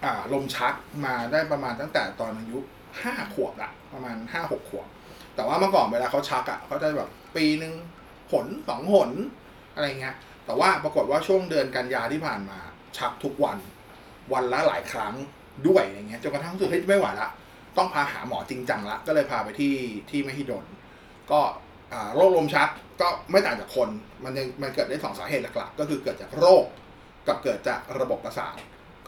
Speaker 1: อ่าลมชักมาได้ประมาณตั้งแต่ตอนอายุห้าขวบละประมาณห้าหกขวบ แต่ว่าเมื่อก่อนเวลาเขาชักอะ่ะเขาจะแบบปีหนึ่งหนสองหนอะไรเงี้ย แต่ว่าปรากฏว่าช่วงเดือนกันยาที่ผ่านมา ชักทุกวัน วันละหลายครั้งด้วยอย่างเงี้ยจนกระทั่งรู้สึกเฮ้ยไม่ไหวละ ต้องพาหาหมอจริงจังละก็เลยพาไปที่ที่มหิดล ก็อ่าโรคลมชักก็ไม่ต่างจากคน มันยังมันเกิดได้สองสาเหตุหลักๆ ก็คือเกิดจากโรค กับเกิดจากระบบประสาท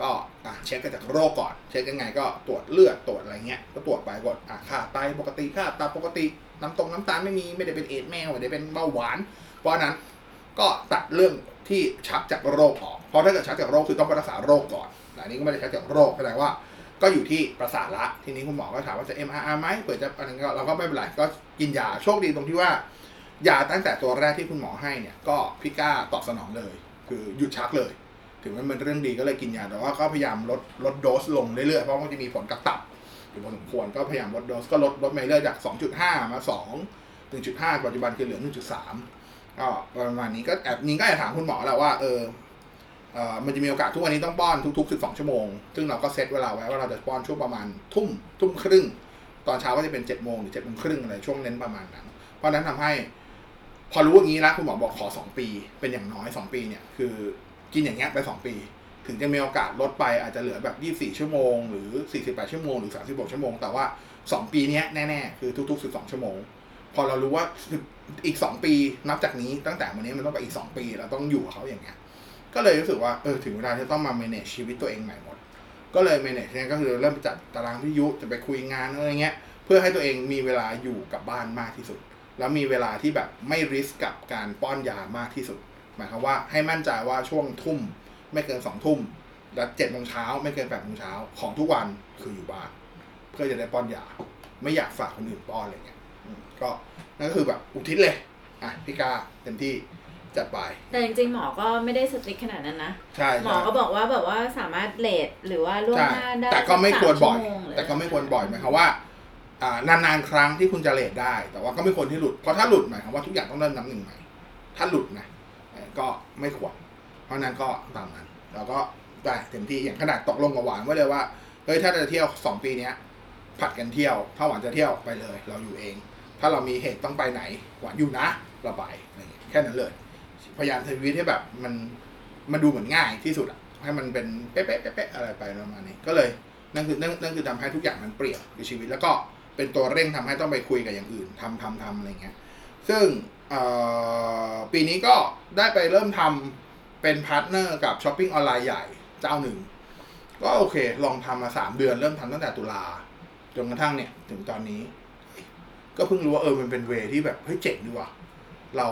Speaker 1: ก็อ่ะเช็คกันจากโรคก่อน เช็คยังไงก็ตรวจเลือดตรวจอะไรเงี้ย ก็ตรวจไปก่อนอ่ะค่าไตปกติค่าตาปกติ น้ำตรงน้ำตาลไม่มีไม่ได้เป็นเอดส์แมวไม่ได้เป็นเบาหวาน เพราะฉะนั้นก็ตัดเรื่องที่ชักจากโรคออก เพราะถ้าเกิดชักจากโรคคือต้องไปรักษาโรคก่อนแต่อันนี้ก็ไม่ได้ชักจากโรคแสดงว่า ก็อยู่ที่ประสาทละ ทีนี้คุณหมอก็ถามว่าจะ MRR ไหมเผื่อจะอะไรก็เราก็ไม่เป็นไร ก็กินยา โชคดีตรงที่ว่า ยาตั้งแต่ตัวแรกที่คุณหมอให้เนี่ย ก็พี่ก้าตอบสนองเลย คือหยุดชักเลย ถึงมันเป็นเรื่องดีก็เลยกินยา แต่ว่าก็พยายามลดลดโดสลงเรื่อยๆ เพราะมันจะมีผลกับตับอยู่พอสมควร ก็พยายามลดโดส ก็ลดลดมาเรื่อยๆจาก 2.5 มา 2 1.5 ปัจจุบันคือเหลือ 1.3 ก็ประมาณนี้ก็แอบนิงก็แอบถามคุณหมอแหละว่าเออ เอ่อมันจะมีโอกาสทุกวันนี้ต้องป้อนทุก ๆ 12 ชั่วโมง ซึ่งเราก็เซตเวลาไว้ว่าเราจะป้อนช่วงประมาณทุ่มทุ่มครึ่ง ตอนเช้าก็จะเป็น7จ็ดโมงหรือเจ็ดโมงครึ่งอะไรช่วงเน้นประมาณนั้น เพราะฉะนั้นทำให้ พอรู้อย่างนี้แล้วคุณหมอบอกขอ 2 ปี เป็นอย่างน้อย 2 ปีเนี่ยคือกินอย่างเงี้ยไป 2 ปี ถึงจะมีโอกาสลดไปอาจจะเหลือแบบ 24 ชั่วโมง หรือ 48 ชั่วโมงหรือ 36 ชั่วโมง แต่ว่า 2 ปีเนี้ยแน่ๆ คือทุก ๆ 12 ชั่วโมง พอเรารู้ว่าอีก 2 ปีนับจากนี้ตั้งแต่วันนี้มันต้องไปอีก 2 ปีเราต้องอยู่กับเขาอย่างเงี้ย ก็เลยรู้สึกว่าเออถึงเวลาที่ต้องมา manage ชีวิตตัวเองใหม่หมด ก็เลย manage เนี่ยก็คือเริ่มจัดตารางพิทยุจะไปคุยงานอะไรเงี้ย เพื่อให้ตัวเองมีเวลาอยู่กับบ้านมากที่สุด แล้วมีเวลาที่แบบไม่ริสกับการป้อนยามากที่สุด หมายความว่าให้มั่นใจว่าช่วงทุ่มไม่เกินสองทุ่ม และเจ็ดโมงเช้าไม่เกินแปดโมงเช้าของทุกวันคืออยู่บ้าน เพื่อจะได้ป้อนยา ไม่อยากฝากคนอื่นป้อนอะไรเงี้ยอืมก็นั่นก็คือแบบอุทิศเลยอ่ะพี่กาเต็มที่จัดไป
Speaker 9: แต่จริงๆหมอก็ไม่ได้สตริกขนาดนั้นนะ
Speaker 1: ใช่ใช่
Speaker 9: หมอก็บอกว่าแบบว่าสามารถเลทหรือว่าล่วง
Speaker 1: ใช่
Speaker 9: หน้าได้
Speaker 1: แต่ก็ไม่ควรบ่อย
Speaker 9: สาชั่วโมงห
Speaker 1: แต่ก็ไม่ควรบ่อยหมายความว่าอ่านานๆครั้งที่คุณจะเลทได้ แต่ว่าก็ไม่ควรที่หลุด เพราะถ้าหลุดหมายความว่าทุกอย่างต้องเริ่มนับหนึ่งใหม่ ถ้าหลุดนะเอ่อก็ไม่ควร เพราะฉะนั้นก็ตามนั้นเราก็ได้เต็มที่อย่างขนาดตกลงกับหวานไว้เลยว่า เฮ้ยถ้าจะเที่ยวสองปีเนี้ยผัดกันเที่ยว ถ้าหวานจะเที่ยวไปเลย เราอยู่เอง ถ้าเรามีเหตุต้องไปไหน หวานอยู่นะเราไปอะไรอย่างเงี้ยแค่นั้นเลย พยายามทำชีวิตให้แบบมันมันดูเหมือนง่ายที่สุดอะให้มันเป็นเป๊ะๆเป๊ะๆอะไรไปประมาณนี้ก็เลย นั่นคือนั่นนั่นคือทำให้ทุกอย่างมันเปลี่ยนในชีวิต แล้วก็เป็นตัวเร่งทำให้ต้องไปคุยกับอย่างอื่นทำทำทำอะไรเงี้ย ซึ่งเอ่อปีนี้ก็ได้ไปเริ่มทำเป็นพาร์ทเนอร์กับช้อปปิ้งออนไลน์ใหญ่เจ้าหนึ่ง ก็โอเค ลองทำมาสามเดือนเริ่มทำตั้งแต่ตุลาจนกระทั่งเนี่ย ถึงตอนนี้ ก็เพิ่งรู้ว่าเออมันเป็นเวที่แบบเฮ้ยเจ๋งดีว่ะเรา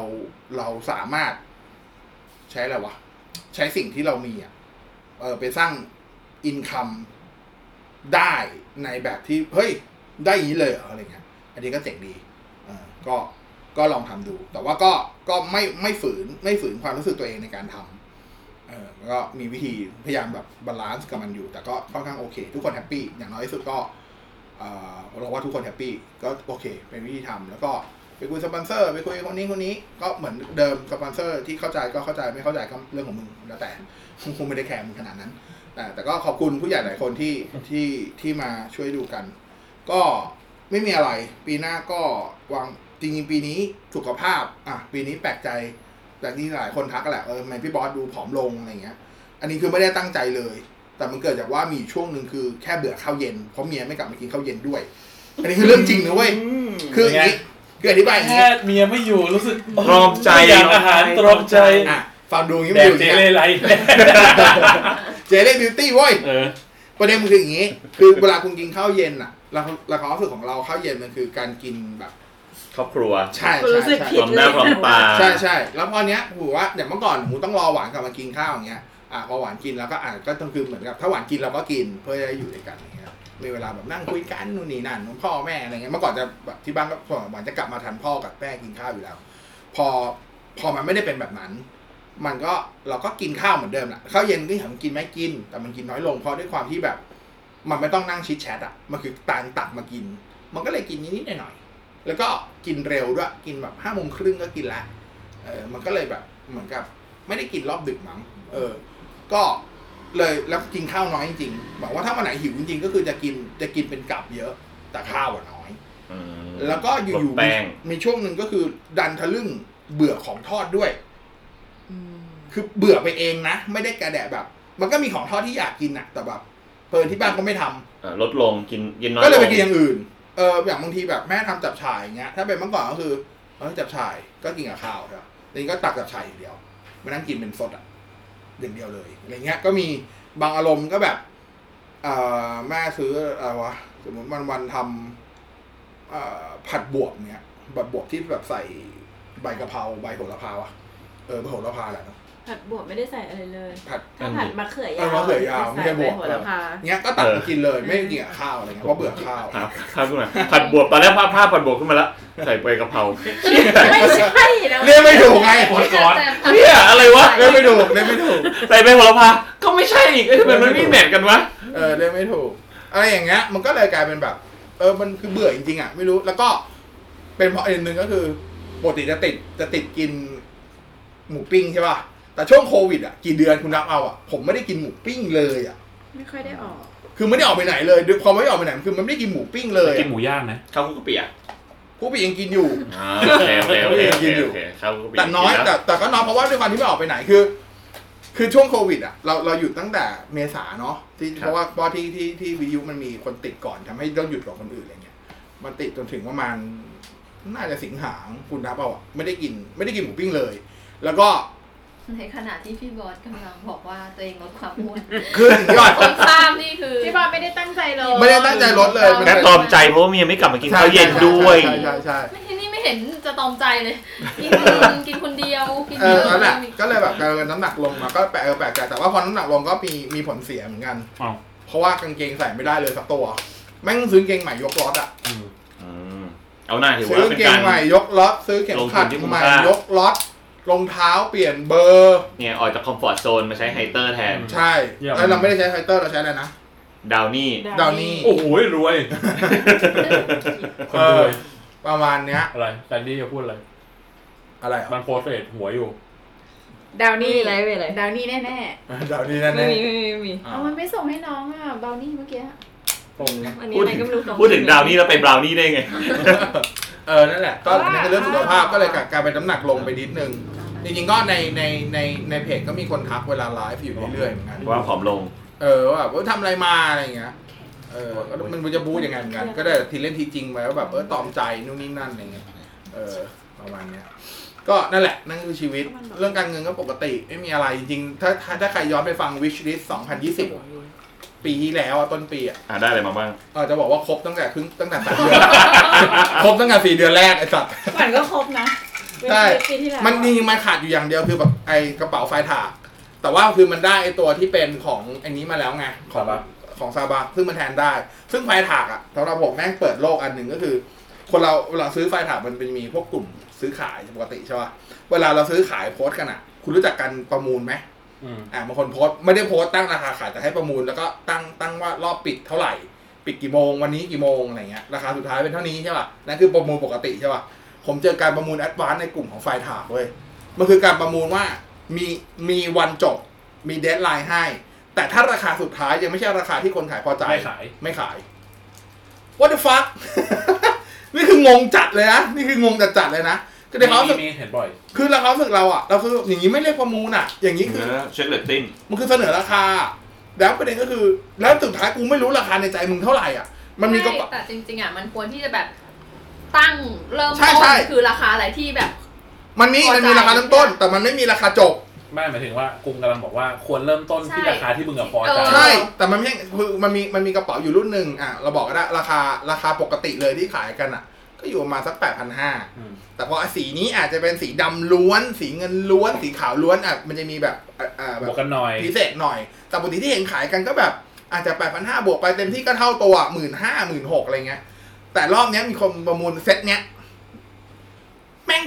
Speaker 1: เราสามารถใช้อะไรวะ ใช้สิ่งที่เรามีอ่ะเออไปสร้างอินคัม ได้ในแบบที่เฮ้ยได้อย่างนี้เลยเหรออะไรเงี้ยอันนี้ก็เจ๋งดีเออก็ก็ลองทำดู แต่ว่าก็ก็ไม่ไม่ฝืนไม่ฝืนความรู้สึกตัวเองในการทำเออแล้วก็มีวิธีพยายามแบบบาลานซ์กับมันอยู่ แต่ก็ค่อนข้างโอเค ทุกคนแฮปปี้อย่างน้อยที่สุดก็เออเราว่าทุกคนแฮปปี้ก็โอเค เป็นวิธีทำแล้วก็ ไปคุยสปอนเซอร์ไปคุยคนนี้คนนี้ก็เหมือนเดิมสปอนเซอร์ที่เข้าใจก็เข้าใจไม่เข้าใจก็เรื่องของมึงแล้วแต่มึงคงไม่ได้แคร์มึงขนาดนั้น แต่แต่ก็ขอบคุณผู้ใหญ่หลายคนที่ที่ที่มาช่วยดูกัน ก็ไม่มีอะไร ปีหน้าก็วางจริงๆปีนี้สุขภาพอ่ะปีนี้แปลกใจแต่ที่หลายคนทักกันแหละเออทำไมพี่บอสดูผอมลงอะไรเงี้ย อันนี้คือไม่ได้ตั้งใจเลย แต่มันเกิดจากว่ามีช่วงหนึ่งคือแค่เบื่อข้าวเย็นเพราะเมียไม่กลับมากินข้าวเย็นด้วย อันนี้คือเรื่องจริงนะเว้ยคืออย่างนี้คืออธิบายอย่างนี้
Speaker 4: แค่เมียไม่อยู่รู้สึก
Speaker 7: ตรอมใจ
Speaker 4: อยากอาหารตรอมใจ
Speaker 1: อ่ะฟังดูอย่างนี้
Speaker 4: แด
Speaker 1: มัน
Speaker 4: ก
Speaker 1: อยู่
Speaker 4: เจ
Speaker 1: อย่าง
Speaker 4: เล
Speaker 1: เงี้ย
Speaker 4: ไร
Speaker 1: เจ เล่บิวตี้เว้ย
Speaker 4: เออ
Speaker 1: ประเด็นมันคืออย่างนี้ คือเวลาคุณกินข้าวเย็นอ่ะหลักหลักความรู้สึกของเราข้าวเย็นมันคือการกินแบบ
Speaker 7: ครอบครัว
Speaker 1: ใช่
Speaker 9: คุณ
Speaker 1: ใช่
Speaker 9: รู้สึก
Speaker 1: ใช่
Speaker 9: ผิ
Speaker 7: พ
Speaker 9: ด
Speaker 7: ร้อมหน้าพร้อมตา
Speaker 1: ใช่ใช่แล้วพอเนี้ยหูว่าเดี๋ยวเมื่อก่อนหนูต้องรอหวานกลับมากินข้าวอย่างเงี้ยอ่ะพอหวานกินแล้วก็อ่ะก็ต้องคือเหมือนกับถ้าหวานกินเราก็กินเพื่อจะอยู่ด้วยกันอย่างเงี้ยมีเวลาแบบนั่งคุยกันนู่นนี่นั่นพ่อแม่อะไรเงี้ยเมื่อก่อนจะแบบที่บ้านก็หวานจะกลับมาทันพ่อกับแม่กินข้าวอยู่แล้ว พอพอมันไม่ได้เป็นแบบนั้น มันก็เราก็กินข้าวเหมือนเดิมแหละข้าวเย็นก็ถามนกินไหมกิน แต่มันกินน้อยลงเพราะด้วยความที่แบบ มันไม่ต้องนั่งชิดแชทอ่ะมันคือตางตักมากิน มันก็เลยกินนิดๆหน่อยๆแล้วก็กินเร็วด้วยกินแบบห้าโมงครึ่งก็กินละเออมันก็เลยแบบเหมือนกับ ไม่ได้กินรอบดึกมั้งเออ ก็เลยแล้วกินข้าวน้อยจริงๆบอกว่าถ้าวันไหนหิวจริงๆก็คือจะกินจะกินเป็นกับเยอะ แต่ข้าวอะน้อย แล้วก็อ
Speaker 7: ล
Speaker 1: ยู่
Speaker 7: ดแป้ง
Speaker 1: ๆมีช่วงหนึ่งก็คือดันทะลึ่งเบื่อของทอดด้วย คือเบื่อไปเองนะ ไม่ได้กระแดะแบบ มันก็มีของทอดที่อยากกินอะแต่แบบเพลินที่บ้านก็ไม่ทำ
Speaker 7: อ่าลดลงกินเย็นน้อย
Speaker 1: ก็เลยไปกิน
Speaker 7: ง
Speaker 1: อย่างอื่นเอออย่างบางทีแบบแม่ทำจับฉ่ายอย่างเงี้ยถ้าเป็นเมื่อก่อนก็คือเออจับฉ่ายก็กินกับข้าวครับทีนี้ก็ตักจับฉ่ายอย่างเดียวมานั่งกินเป็นสดอะอย่างเดียวเลยอะไรเงี้ย ก็มีบางอารมณ์ก็แบบเออแม่ซื้ออะไรวะสมมติวันวันๆทำเอ่อผัดบวบเนี้ยแบบบวบที่แบบใส่ใบกะเพราใบโหระพาอะเออใบโหระพาแหละเนอะ
Speaker 3: ผัดบวบไม่ได้ใส่อะไรเลย
Speaker 1: ผัด
Speaker 3: ถ้าผัดมะเขือยาว
Speaker 1: เออมะเขือยาวไม่ใช่บวบ
Speaker 3: ใส่โหระพา
Speaker 1: เงี้ยก็ตัด
Speaker 7: เออ
Speaker 1: มากินเลยไม่ได้กินกับข้าวอะไรเงี้ยเพราะเบื่อข้าว
Speaker 7: หาข้าวขึ้นมาผัดบวบตอนแรกภาพภาพผัดบวบขึ้นมาแล้วใส่ใบกะเพรา
Speaker 9: ไม่ใช่นะ
Speaker 1: เรียกไม่ถูกไง
Speaker 4: คนก่อน
Speaker 8: แต่
Speaker 7: เฮียอะไรวะ
Speaker 1: เรียกไม่ถูกเรียกไม่ถูก
Speaker 7: ใส่ใบโหระพาก็ไม่ใช่อีกเอ้ยทำไมมันไม่แมทกันวะ
Speaker 1: เออเรียกไม่ถูกอะไรอย่างเงี้ย มันก็เลยกลายเป็นแบบ เออมันคือเบื่อจริงๆอ่ะไม่รู้แล้วก็เป็นเพราะอีกหนึ่งก็คือปกติจะติดจะติดกินหมูปิ้งใช่ป่ะแต่ช่วงโควิดอ่ะกี่เดือนคุณนับเอาอ่ะผมไม่ได้กินหมูปิ้งเลยอ่ะ
Speaker 9: ไม่ค่อยได้ออก
Speaker 1: คือไม่ได้ออกไปไหนเลยด้วยความไม่ได้ออกไปไหนคือมันไม่ได้กินหมูปิ้งเลย
Speaker 4: กินหมูย่างนะ
Speaker 7: ข้าวคลุกกะปิอ่ะ
Speaker 1: ผู้ปียังกินอยู่
Speaker 7: อ่าโอเคโอเคโอเคโอเคโอเคข้าวคลุกกะปิ
Speaker 1: แต่น้อย
Speaker 7: กิล้ว
Speaker 1: แต่แต่ก็น้อยเพราะว่าด้วยความที่ไม่ออกไปไหนคือ คือช่วงโควิดอ่ะเราเราหยุดตั้งแต่เมษาเนาะที่
Speaker 7: ครับ
Speaker 1: เพราะว่าเพราะที่ที่ที่วิทยุมันมีคนติดก่อนทำให้ต้องหยุดก่อนคนอื่นอะไรเงี้ยมันติดจนถึงประมาณน่าจะสิงหาคุณนับเอาอะไม่ได้กินไม่ได้กินหมูปิ้งเลย แล้วก็
Speaker 8: ในขณะที่พี่บอสกำลังบอกว่าตัวเองลดความอ้วน
Speaker 1: คือสุดยอด
Speaker 8: คนสร้างนี่คือ
Speaker 9: พี่บอลไม่ได้ตั้งใจเลย
Speaker 1: ไม่ได้ตั้งใจลดเลย
Speaker 7: แค่ตอมใจเพราะว่าเมียไม่กลับมากินข้าวเย็นด้วย
Speaker 1: ใช่ใช่ใช่
Speaker 8: ไม่นี่ไม่เห็นจะตอมใจเลย กินกินคนเดียวกิน
Speaker 1: เอ
Speaker 8: เย
Speaker 1: อ
Speaker 8: อะ
Speaker 1: นั่นแหละก็เลยแบบกลายเป็นน้ำหนักลงมาก็แปลกเออแปลกใจแต่ว่าพอน้ำหนักลงก็มีมีผลเสียเหมือนกัน
Speaker 4: อ้าว
Speaker 1: เพราะว่ากางเกงใส่ไม่ได้เลยสักตัวแม่งซื้อกางเกงใหม่ยกล็อตอะ
Speaker 4: อืม
Speaker 7: อืมเอาหน้าถือ
Speaker 1: ซื้
Speaker 7: ว่า
Speaker 1: อา
Speaker 7: กเป็
Speaker 1: ง
Speaker 7: น
Speaker 1: เก
Speaker 7: กาง ร
Speaker 1: ใหม่ยกล็อตซื้อเข็มขัด
Speaker 7: ลงทุนที่คุ้ม
Speaker 1: ใหม่
Speaker 7: ค่า
Speaker 1: ยกล็อตรองเท้าเปลี่ยนเบอร์
Speaker 7: เนี่ยออกจากคอมฟอร์ตโซนมาใช้ไฮเตอร์แทน
Speaker 1: ใช่แล้วเราไม่ได้ใช้ไฟเตอร์เราใช้อะไรนะ
Speaker 7: ดาวนี่
Speaker 1: ดาวนี่
Speaker 4: โอ้โหรวย คนรวย
Speaker 1: ประมาณเนี้ย
Speaker 4: อะไรแซนดี้จะพูดอะไร
Speaker 1: อะไรเหรอ
Speaker 4: มันโพสเฟตหัวอยู่
Speaker 9: ดาวนี่
Speaker 3: ไม่มีอะไรไม่มีอะไร
Speaker 9: ดาวนี่แน่
Speaker 1: ดาวนี่แน่
Speaker 3: ไม่
Speaker 1: แน่
Speaker 3: มีไม่มีไม่มี
Speaker 9: ๆเอามันไม่ส่งให้น้องอ่ะบาวนี่เมื่อกี้
Speaker 3: วันนี้
Speaker 7: พูด
Speaker 3: อะไร
Speaker 7: ถึ
Speaker 3: ก็
Speaker 7: ง
Speaker 3: ไม่รู้อง
Speaker 7: พูดถึงดาวนี่แล้วไปบราวนี่ได้ไง
Speaker 1: เออนั่นแหละก็อันนี่คือเรื่องสุขภาพก็เลยกลายเป็นน้ำหนักลงไปนิดนึงจริงๆก็ในในในในเพจก็มีคนทักเวลาไลฟ์อยู่เรื่อยๆเหมือนกัน
Speaker 7: ว่าผอมลง
Speaker 1: เออว่าแบบเออทำอะไรมาอะไรอย่างเงี้ยเออก็มันจะบู๊ยังไงเหมือนกัน ก็ได้ทีเล่นทีจริงไปว่าแบบเออตอมใจนู่นนี่นั่นอะไรเงี้ย เออประมาณเนี้ยก็นั่นแหละ นั่นคือชีวิต เรื่องการเงินก็ปกติไม่มีอะไรจริงๆถ้าถ้าถ้าใครย้อนไปฟัง wish list 2020 ปีที่แล้วอะต้นปีอะ
Speaker 7: อ่าได้อะไรมาบ้าง
Speaker 1: เออจะบอกว่าครบตั้งแต่ครึ่งตั้งแต่สามเดือน ครบตั้งแต่สี่เดือนแรกไอ้สัตว์
Speaker 9: ขวัญก็ครบนะ
Speaker 1: ใช่
Speaker 9: เป็นปีที่แล้ว
Speaker 1: มันจริงๆมันขาดอยู่อย่างเดียวคือแบบไอ้กระเป๋าไฟถากแต่ว่าคือมันได้ไอ้ตัวที่เป็นของอันนี้มาแล้วไงของ
Speaker 4: ซาบะ
Speaker 1: ของซาบะซึ่งมันแทนได้ ซึ่งไฟถากอะสำหรับผมแม่งเปิดโลกอันหนึ่งก็คือ คนเราเวลาซื้อไฟถากมันเป็นมีพวกกลุ่มซื้อขายปกติใช่ป่ะเวลาเราซื้อขายโพสต์กันอะคุณรู้จักการประมูลไหม
Speaker 4: อืม
Speaker 1: อ่าบางคนโพสต์ไม่ได้โพสต์ตั้งราคาขายแต่ให้ประมูลแล้วก็ตั้งตั้งว่ารอบปิดเท่าไหร่ ปิดกี่โมงวันนี้กี่โมงอะไรเงี้ยราคาสุดท้ายเป็นเท่านี้ใช่ป่ะนั่นคือประมูลปกติใช่ป่ะ ผมเจอการประมูลแอดวานในกลุ่มของไฟถากเว้ยมันคือการประมูลว่ามีมีวันจบมีเดทไลน์ให้ แต่ถ้าราคาสุดท้ายยังไม่ใช่ราคาที่คนขายพอใจ
Speaker 4: ไม่ขาย
Speaker 1: ไม่ขาย what the fuck นี่คืองงจัดเลยนะ นี่คืองงจัดจัดๆเลยนะคือในความรู้สึก
Speaker 4: มีเห็นบ่อย
Speaker 1: คือเราความรู้สึกเราอะเราคืออย่างนี้ไม่เรียกประมูลอะอย่างนี้คือ
Speaker 7: เช็คเลตติ้ง
Speaker 1: มันคือเสนอราคา แล้วประเด็นก็คือ แล้วสุดท้ายกูไม่รู้ราคาในใจมึงเท่าไหร่อ่ะ มันมีก็
Speaker 8: ใช่แต่จริงๆอ่ะมันควรที่จะแบบตั้งเริ่ม
Speaker 1: ใช่
Speaker 8: ต้
Speaker 1: ใช่
Speaker 8: นคือราคาอะไรที่แบบ
Speaker 1: มันมี
Speaker 8: พอใจ
Speaker 1: มันมีราคาเริ่มต้น แต่มันไม่มีราคาจบ
Speaker 4: ไม่หมายถึงว่ากรุงกำลังบอกว่าควรเริ่มต้นที่
Speaker 8: ใช่
Speaker 4: ราคาที่มึงกับพอใจ
Speaker 8: เออ
Speaker 1: ใช่ แต่มันไม่ใช่คือมันมีมันมีกระเป๋าอยู่รุ่นหนึ่งอ่ะ เราบอกก็ได้ราคาราคาปกติเลยที่ขายกันอ่ะ ก็อยู่ประมาณสักแปดพันห้า
Speaker 4: อืม
Speaker 1: แต่พอสีนี้อาจจะเป็นสีดำล้วน สีเงินล้วน สีขาวล้วนอ่ะ มันจะมีแบบอ่ะอ่ะแบบ บ
Speaker 4: วกกันหน่อย
Speaker 1: พิเศษหน่อย แต่ปกติที่เห็นขายกันก็แบบอาจจะ 8,500 บวกไปเต็มที่ก็เท่าตัวหมื่นห้าหมื่นหกอะไรเงี้ย แต่รอบเนี้ยมีคนประมูลเซ็ตเนี้ย แม่ง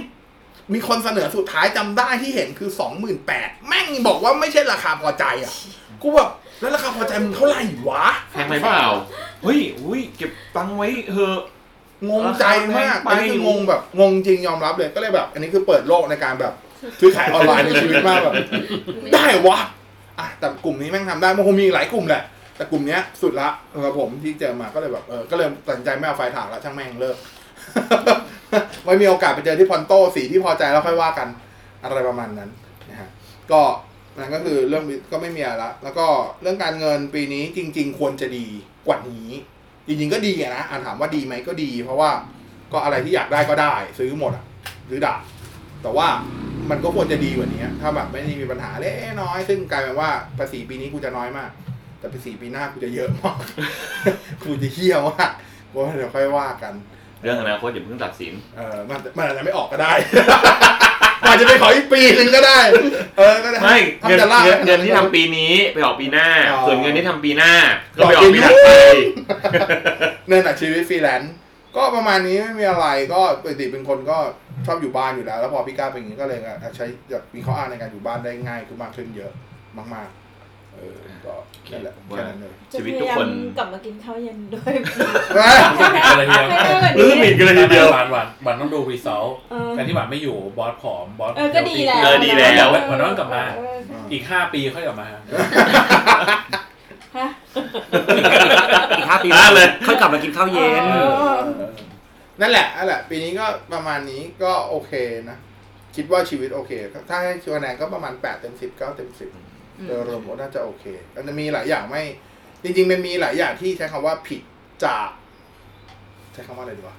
Speaker 1: มีคนเสนอสุดท้ายจำได้ที่เห็นคือ 28,000แม่งบอกว่าไม่ใช่ราคาพอใจอ่ะ กูแบบแล้วราคาพอใจมึงเท่าไหร่วะ
Speaker 7: แพงไหมเปล่า เฮ้ยอุ้ยเก็บตังค์ไว้เถอะ
Speaker 1: งงใจมากอันนี้คืองงแบบงงจริงยอมรับเลยก็เลยแบบ อันนี้คือเปิดโลกในการแบบซื้อขายออนไลน์ในชีวิตมากแบบ ได้วะอ่ะแต่กลุ่มนี้แม่งทำได้มันคงมีอีกหลายกลุ่มแหละ แต่กลุ่มเนี้ยสุดละสำหรับผมที่เจอมาก็เลยแบบเออก็เลยตัดสินใจไม่เอาไฟถากละช่างแม่งเลิก ไว้มีโอกาสไปเจอที่พอนโตสีที่พอใจแล้วค่อยว่ากันอะไรประมาณนั้นนะฮะก็นั่นก็คือเรื่องก็ไม่มีอะไรละแล้วก็เรื่องการเงินปีนี้จริง ๆ ควรจะดีกว่านี้ จริงๆก็ดีอะนะอ่าถามว่าดีไหมก็ดี เพราะว่าก็อะไรที่อยากได้ก็ได้ ซื้อหมดอะซื้อดาบแต่ว่ามันก็ควรจะดีกว่านี้ถ้าแบบไม่ได้มีปัญหาเล็กน้อย ซึ่งกลายเป็นว่าภาษีปีนี้กูจะน้อยมาก แต่ภาษีปีหน้ากูจะเยอะมาก กูจะเฮี้ยวมากกูว่าเดี๋ยวค่อยว่ากัน
Speaker 7: เรื่องอนาคตอย่าเพิ่งตัดสิน
Speaker 1: เออมันมันอาจจะไม่ออกก็ได้ อาจจะไปขออีกปีหนึ่งก็ได้ เออก็ได้
Speaker 7: ไม่
Speaker 1: ทำ
Speaker 7: เงิน
Speaker 1: จะล่า
Speaker 7: เงินเงินที่ทำปีนี้ไปออกปีหน้า
Speaker 1: อ๋อ
Speaker 7: ส่วนเงินที่ทำปีหน้า ก็ไป
Speaker 1: ด
Speaker 7: อ
Speaker 1: อ
Speaker 7: อก ก
Speaker 1: เบี้ย
Speaker 7: ปีถัดไป
Speaker 1: เนี่ยนะชีวิตฟรีแลนซ์ก็ประมาณนี้ไม่มีอะไรก็ปกติเป็นคนก็ชอบอยู่บ้านอยู่แล้ว แล้วพอพี่ก้าวเป็นอย่างนี้ก็เลยอ่ะใช้แบบมีข้ออ้างในการอยู่บ้านได้ง่ายขึ้นมากขึ้นเยอะมากๆเออก็นั่นแหละแค่นั้นเลย
Speaker 7: ชีวิตทุกคน
Speaker 9: กลับมากินข้าวเย็นด้วย
Speaker 4: อะไรเดียว
Speaker 2: รู้สึกผิดกันเลยทีเดียว
Speaker 4: หวานหวานหวานต้องดูรีซอลแต่ที่หวานไม่อยู่บอสผอมบอส
Speaker 9: เออก็ดีแล้ว
Speaker 7: เออดีแล้ว
Speaker 4: หวานต้องกลับมา
Speaker 9: เออ
Speaker 4: อีกห้าปีค่อยกลับมา
Speaker 9: ฮะ
Speaker 5: อีกห้าปี
Speaker 7: อ่ะเลย
Speaker 5: ค่อยกลับมากินข้าวเย็น
Speaker 9: เออ
Speaker 1: นั่นแหละนั่นแหละปีนี้ก็ประมาณนี้ก็โอเคนะ คิดว่าชีวิตโอเค ถ้าให้คะแนนก็ประมาณ8เต็ม10 9เต็ม10 โดยรวมก็น่าจะโอเคอันนั้นมีหลายอย่างไม่ จริงๆมันมีหลายอย่างที่ใช้คำว่าผิดจาก ใช้คำว่าอะไรดีวะ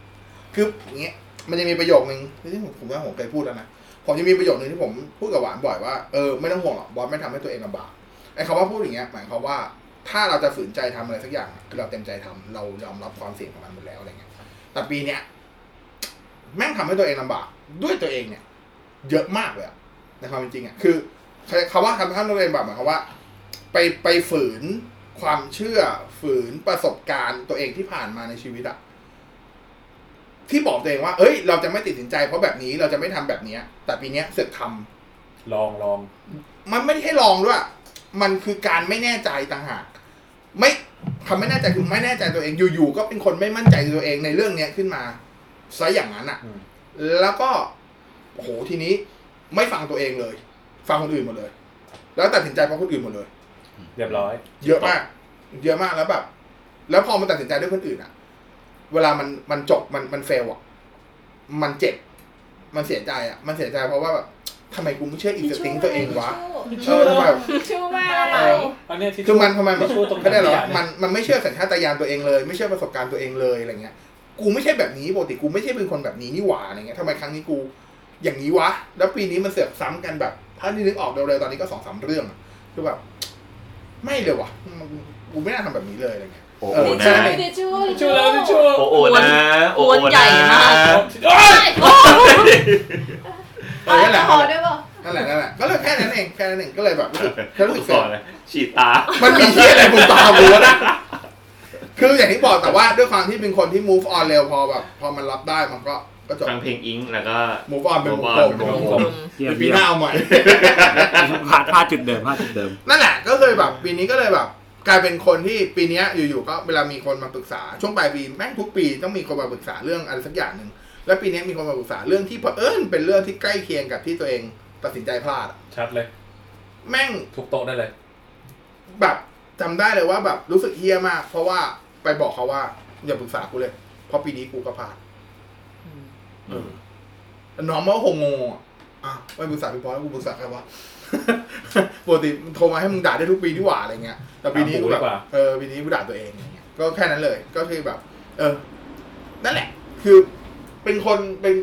Speaker 1: คืออย่างเงี้ย มันจะมีประโยคนึงที่ผมผมว่าผมเคยพูดแล้วนะ ผมจะมีประโยคนึงที่ผมพูดกับหวานบ่อยว่า เออไม่ต้องห่วงหรอกบอสไม่ทำให้ตัวเองลำบาก ไอ้คำว่าพูดอย่างเงี้ยหมายความว่า ถ้าเราจะฝืนใจทำอะไรสักอย่างอะคือเราเต็มใจทำเรายอมรับความเสี่ยงของมันหมดแล้วอะไรเงี้ย แต่ปีเนี้ยแม่งทำให้ตัวเองลำบาก ด้วยตัวเองเนี่ย เยอะมากเลยอะในความเป็นจริงอะคือ คำว่าคำท่านตัวเองแบบหมายความว่า ไปไปฝืนความเชื่อฝืนประสบการณ์ตัวเองที่ผ่านมาในชีวิตอะที่บอกตัวเองว่า เอ้ย เราจะไม่ติดสินใจเพราะแบบนี้เราจะไม่ทำแบบเนี้ย แต่ปีเนี้ยเสือกท
Speaker 4: ลองลอง
Speaker 1: ำมันไม่ได้ให้ลองด้วย มันคือการไม่แน่ใจต่างหากไม่คำไม่แน่ใจคือไม่แน่ใจตัวเองอยู่ๆก็เป็นคนไม่มั่นใจตัวเองในเรื่องเนี้ยขึ้นมาซะอย่างนั้นอะ
Speaker 4: อืม
Speaker 1: แล้วก็โอ้โหทีนี้ไม่ฟังตัวเองเลย ฟังคนอื่นหมดเลย แล้วตัดสินใจเพราะคนอื่นหมดเลย
Speaker 4: เรียบร้อย
Speaker 1: เยอะมาก เยอะมากแล้วแบบ แล้วพอมันตัดสินใจด้วยคนอื่นอะเวลามันมันจบมันมันเฟลอะมันเจ็บ มันเสียใจอะมันเสียใจเพราะว่าแบบทำไมกูไม่เชื่ออินสติ้งตัวเองวะเออทำไมแบบ
Speaker 9: ชื่อว่า
Speaker 1: เอ
Speaker 9: อะไร
Speaker 1: อ
Speaker 4: อันเนี้ยที่
Speaker 1: คือมันทำไมแบบ
Speaker 4: ช่วยตรง
Speaker 1: ไม่ได้หรอ
Speaker 4: ขยะเย
Speaker 1: มันมันไม่เชื่อสัญชาตญาณตัวเองเลยไม่เชื่อประสบการณ์ตัวเองเลยอะไรเงี้ย กูไม่ใช่แบบนี้ปกติกูไม่ใช่เป็นคนแบบนี้นี่หว่าอะไรเงี้ยทำไมครั้งนี้กู อย่างนี้วะ แล้วปีนี้มันเสือกซ้ำกันแบบ ถ้านี่นึกออกเร็วๆตอนนี้ก็สองสามเรื่องอะคือแบบ ไม่เลยว่ะมันกูไม่น่าทำแบบนี้เลยอะไรเงี้ย
Speaker 7: โอ้
Speaker 1: เอ
Speaker 7: โห
Speaker 1: อ
Speaker 7: นะ
Speaker 1: ใช่ไหม
Speaker 9: ทิชชู่
Speaker 4: ทิชชู่แล้วทิชชู่
Speaker 7: โอ้โหนะโอ้โห
Speaker 3: อ้วนใหญ่
Speaker 7: นะ
Speaker 3: มาก
Speaker 4: โอ๊ย
Speaker 1: เออนั่นแหละ
Speaker 9: ขอด้วยป่ะ
Speaker 1: นั่นแหละนั่นแหละก็เลยแค่นั้นเองแค่นั้นเองก็เลยแบบ รู้สึกแค่รู้สึกเสี
Speaker 7: ก่
Speaker 1: ย
Speaker 7: อนเลยฉีดตา
Speaker 1: มันมีที่อะไรบนตาบัวนะ คืออย่างที่บอกแต่ว่าด้วยความที่เป็นคนที่ move on เร็วพอแบบ พอมันรับได้มันก็ก็จบ
Speaker 7: ฟังเพลงอิงแล้วก็
Speaker 1: move on เป็นว
Speaker 7: Move
Speaker 1: ง
Speaker 7: on
Speaker 1: กลม
Speaker 7: เป็นวงกลม
Speaker 5: เยี่ย
Speaker 1: เป็
Speaker 5: ม
Speaker 1: นปี
Speaker 5: เยี่ย
Speaker 1: ห
Speaker 5: ม
Speaker 1: น้าเอาใหม่
Speaker 5: พลาดพลาดจุดเดิมพลาดจุดเดิม
Speaker 1: นั่นแหละก็เลยแบบ ปีนี้ก็เลยแบบ กลายเป็นคนที่ปีเนี้ยอยู่ๆก็เวลามีคนมาปรึกษาช่วงปลายปีแม่งทุกปีต้องมีคนมาปรึกษาเรื่องอะไรสักอย่างหนึ่ง แล้วปีนี้มีคนมาปรึกษาเรื่องที่เผอิญเป็นเรื่องที่ใกล้เคียงกับที่ตัวเองตัดสินใจพลาดอะ
Speaker 4: ชัดเลย
Speaker 1: แม่ง
Speaker 4: ทุกโต๊ะได้เลย
Speaker 1: แบบจำได้เลยว่าแบบรู้สึกเฮี้ยมาก เพราะว่าไปบอกเขาว่า อย่าปรึกษากูเลย เพราะปีนี้กูก็พลาด
Speaker 7: เออ
Speaker 1: น้องมันก็คงงงอะอ่ะไม่ปรึกษาพี่บอสแล้วกูปรึกษาใครวะ ปกติมันโทรมาให้มึงด่าได้ทุกปีนี่หว่าอะไรเงี้ยแต่ปีนี้กูแบบ
Speaker 4: ด่ากูดีกว่า
Speaker 1: เออปีนี้กูด่าตัวเองอะไรเงี้ยก็แค่นั้นเลย ก็คือแบบ เออ นั่นแหละ คือเป็นคนเป็น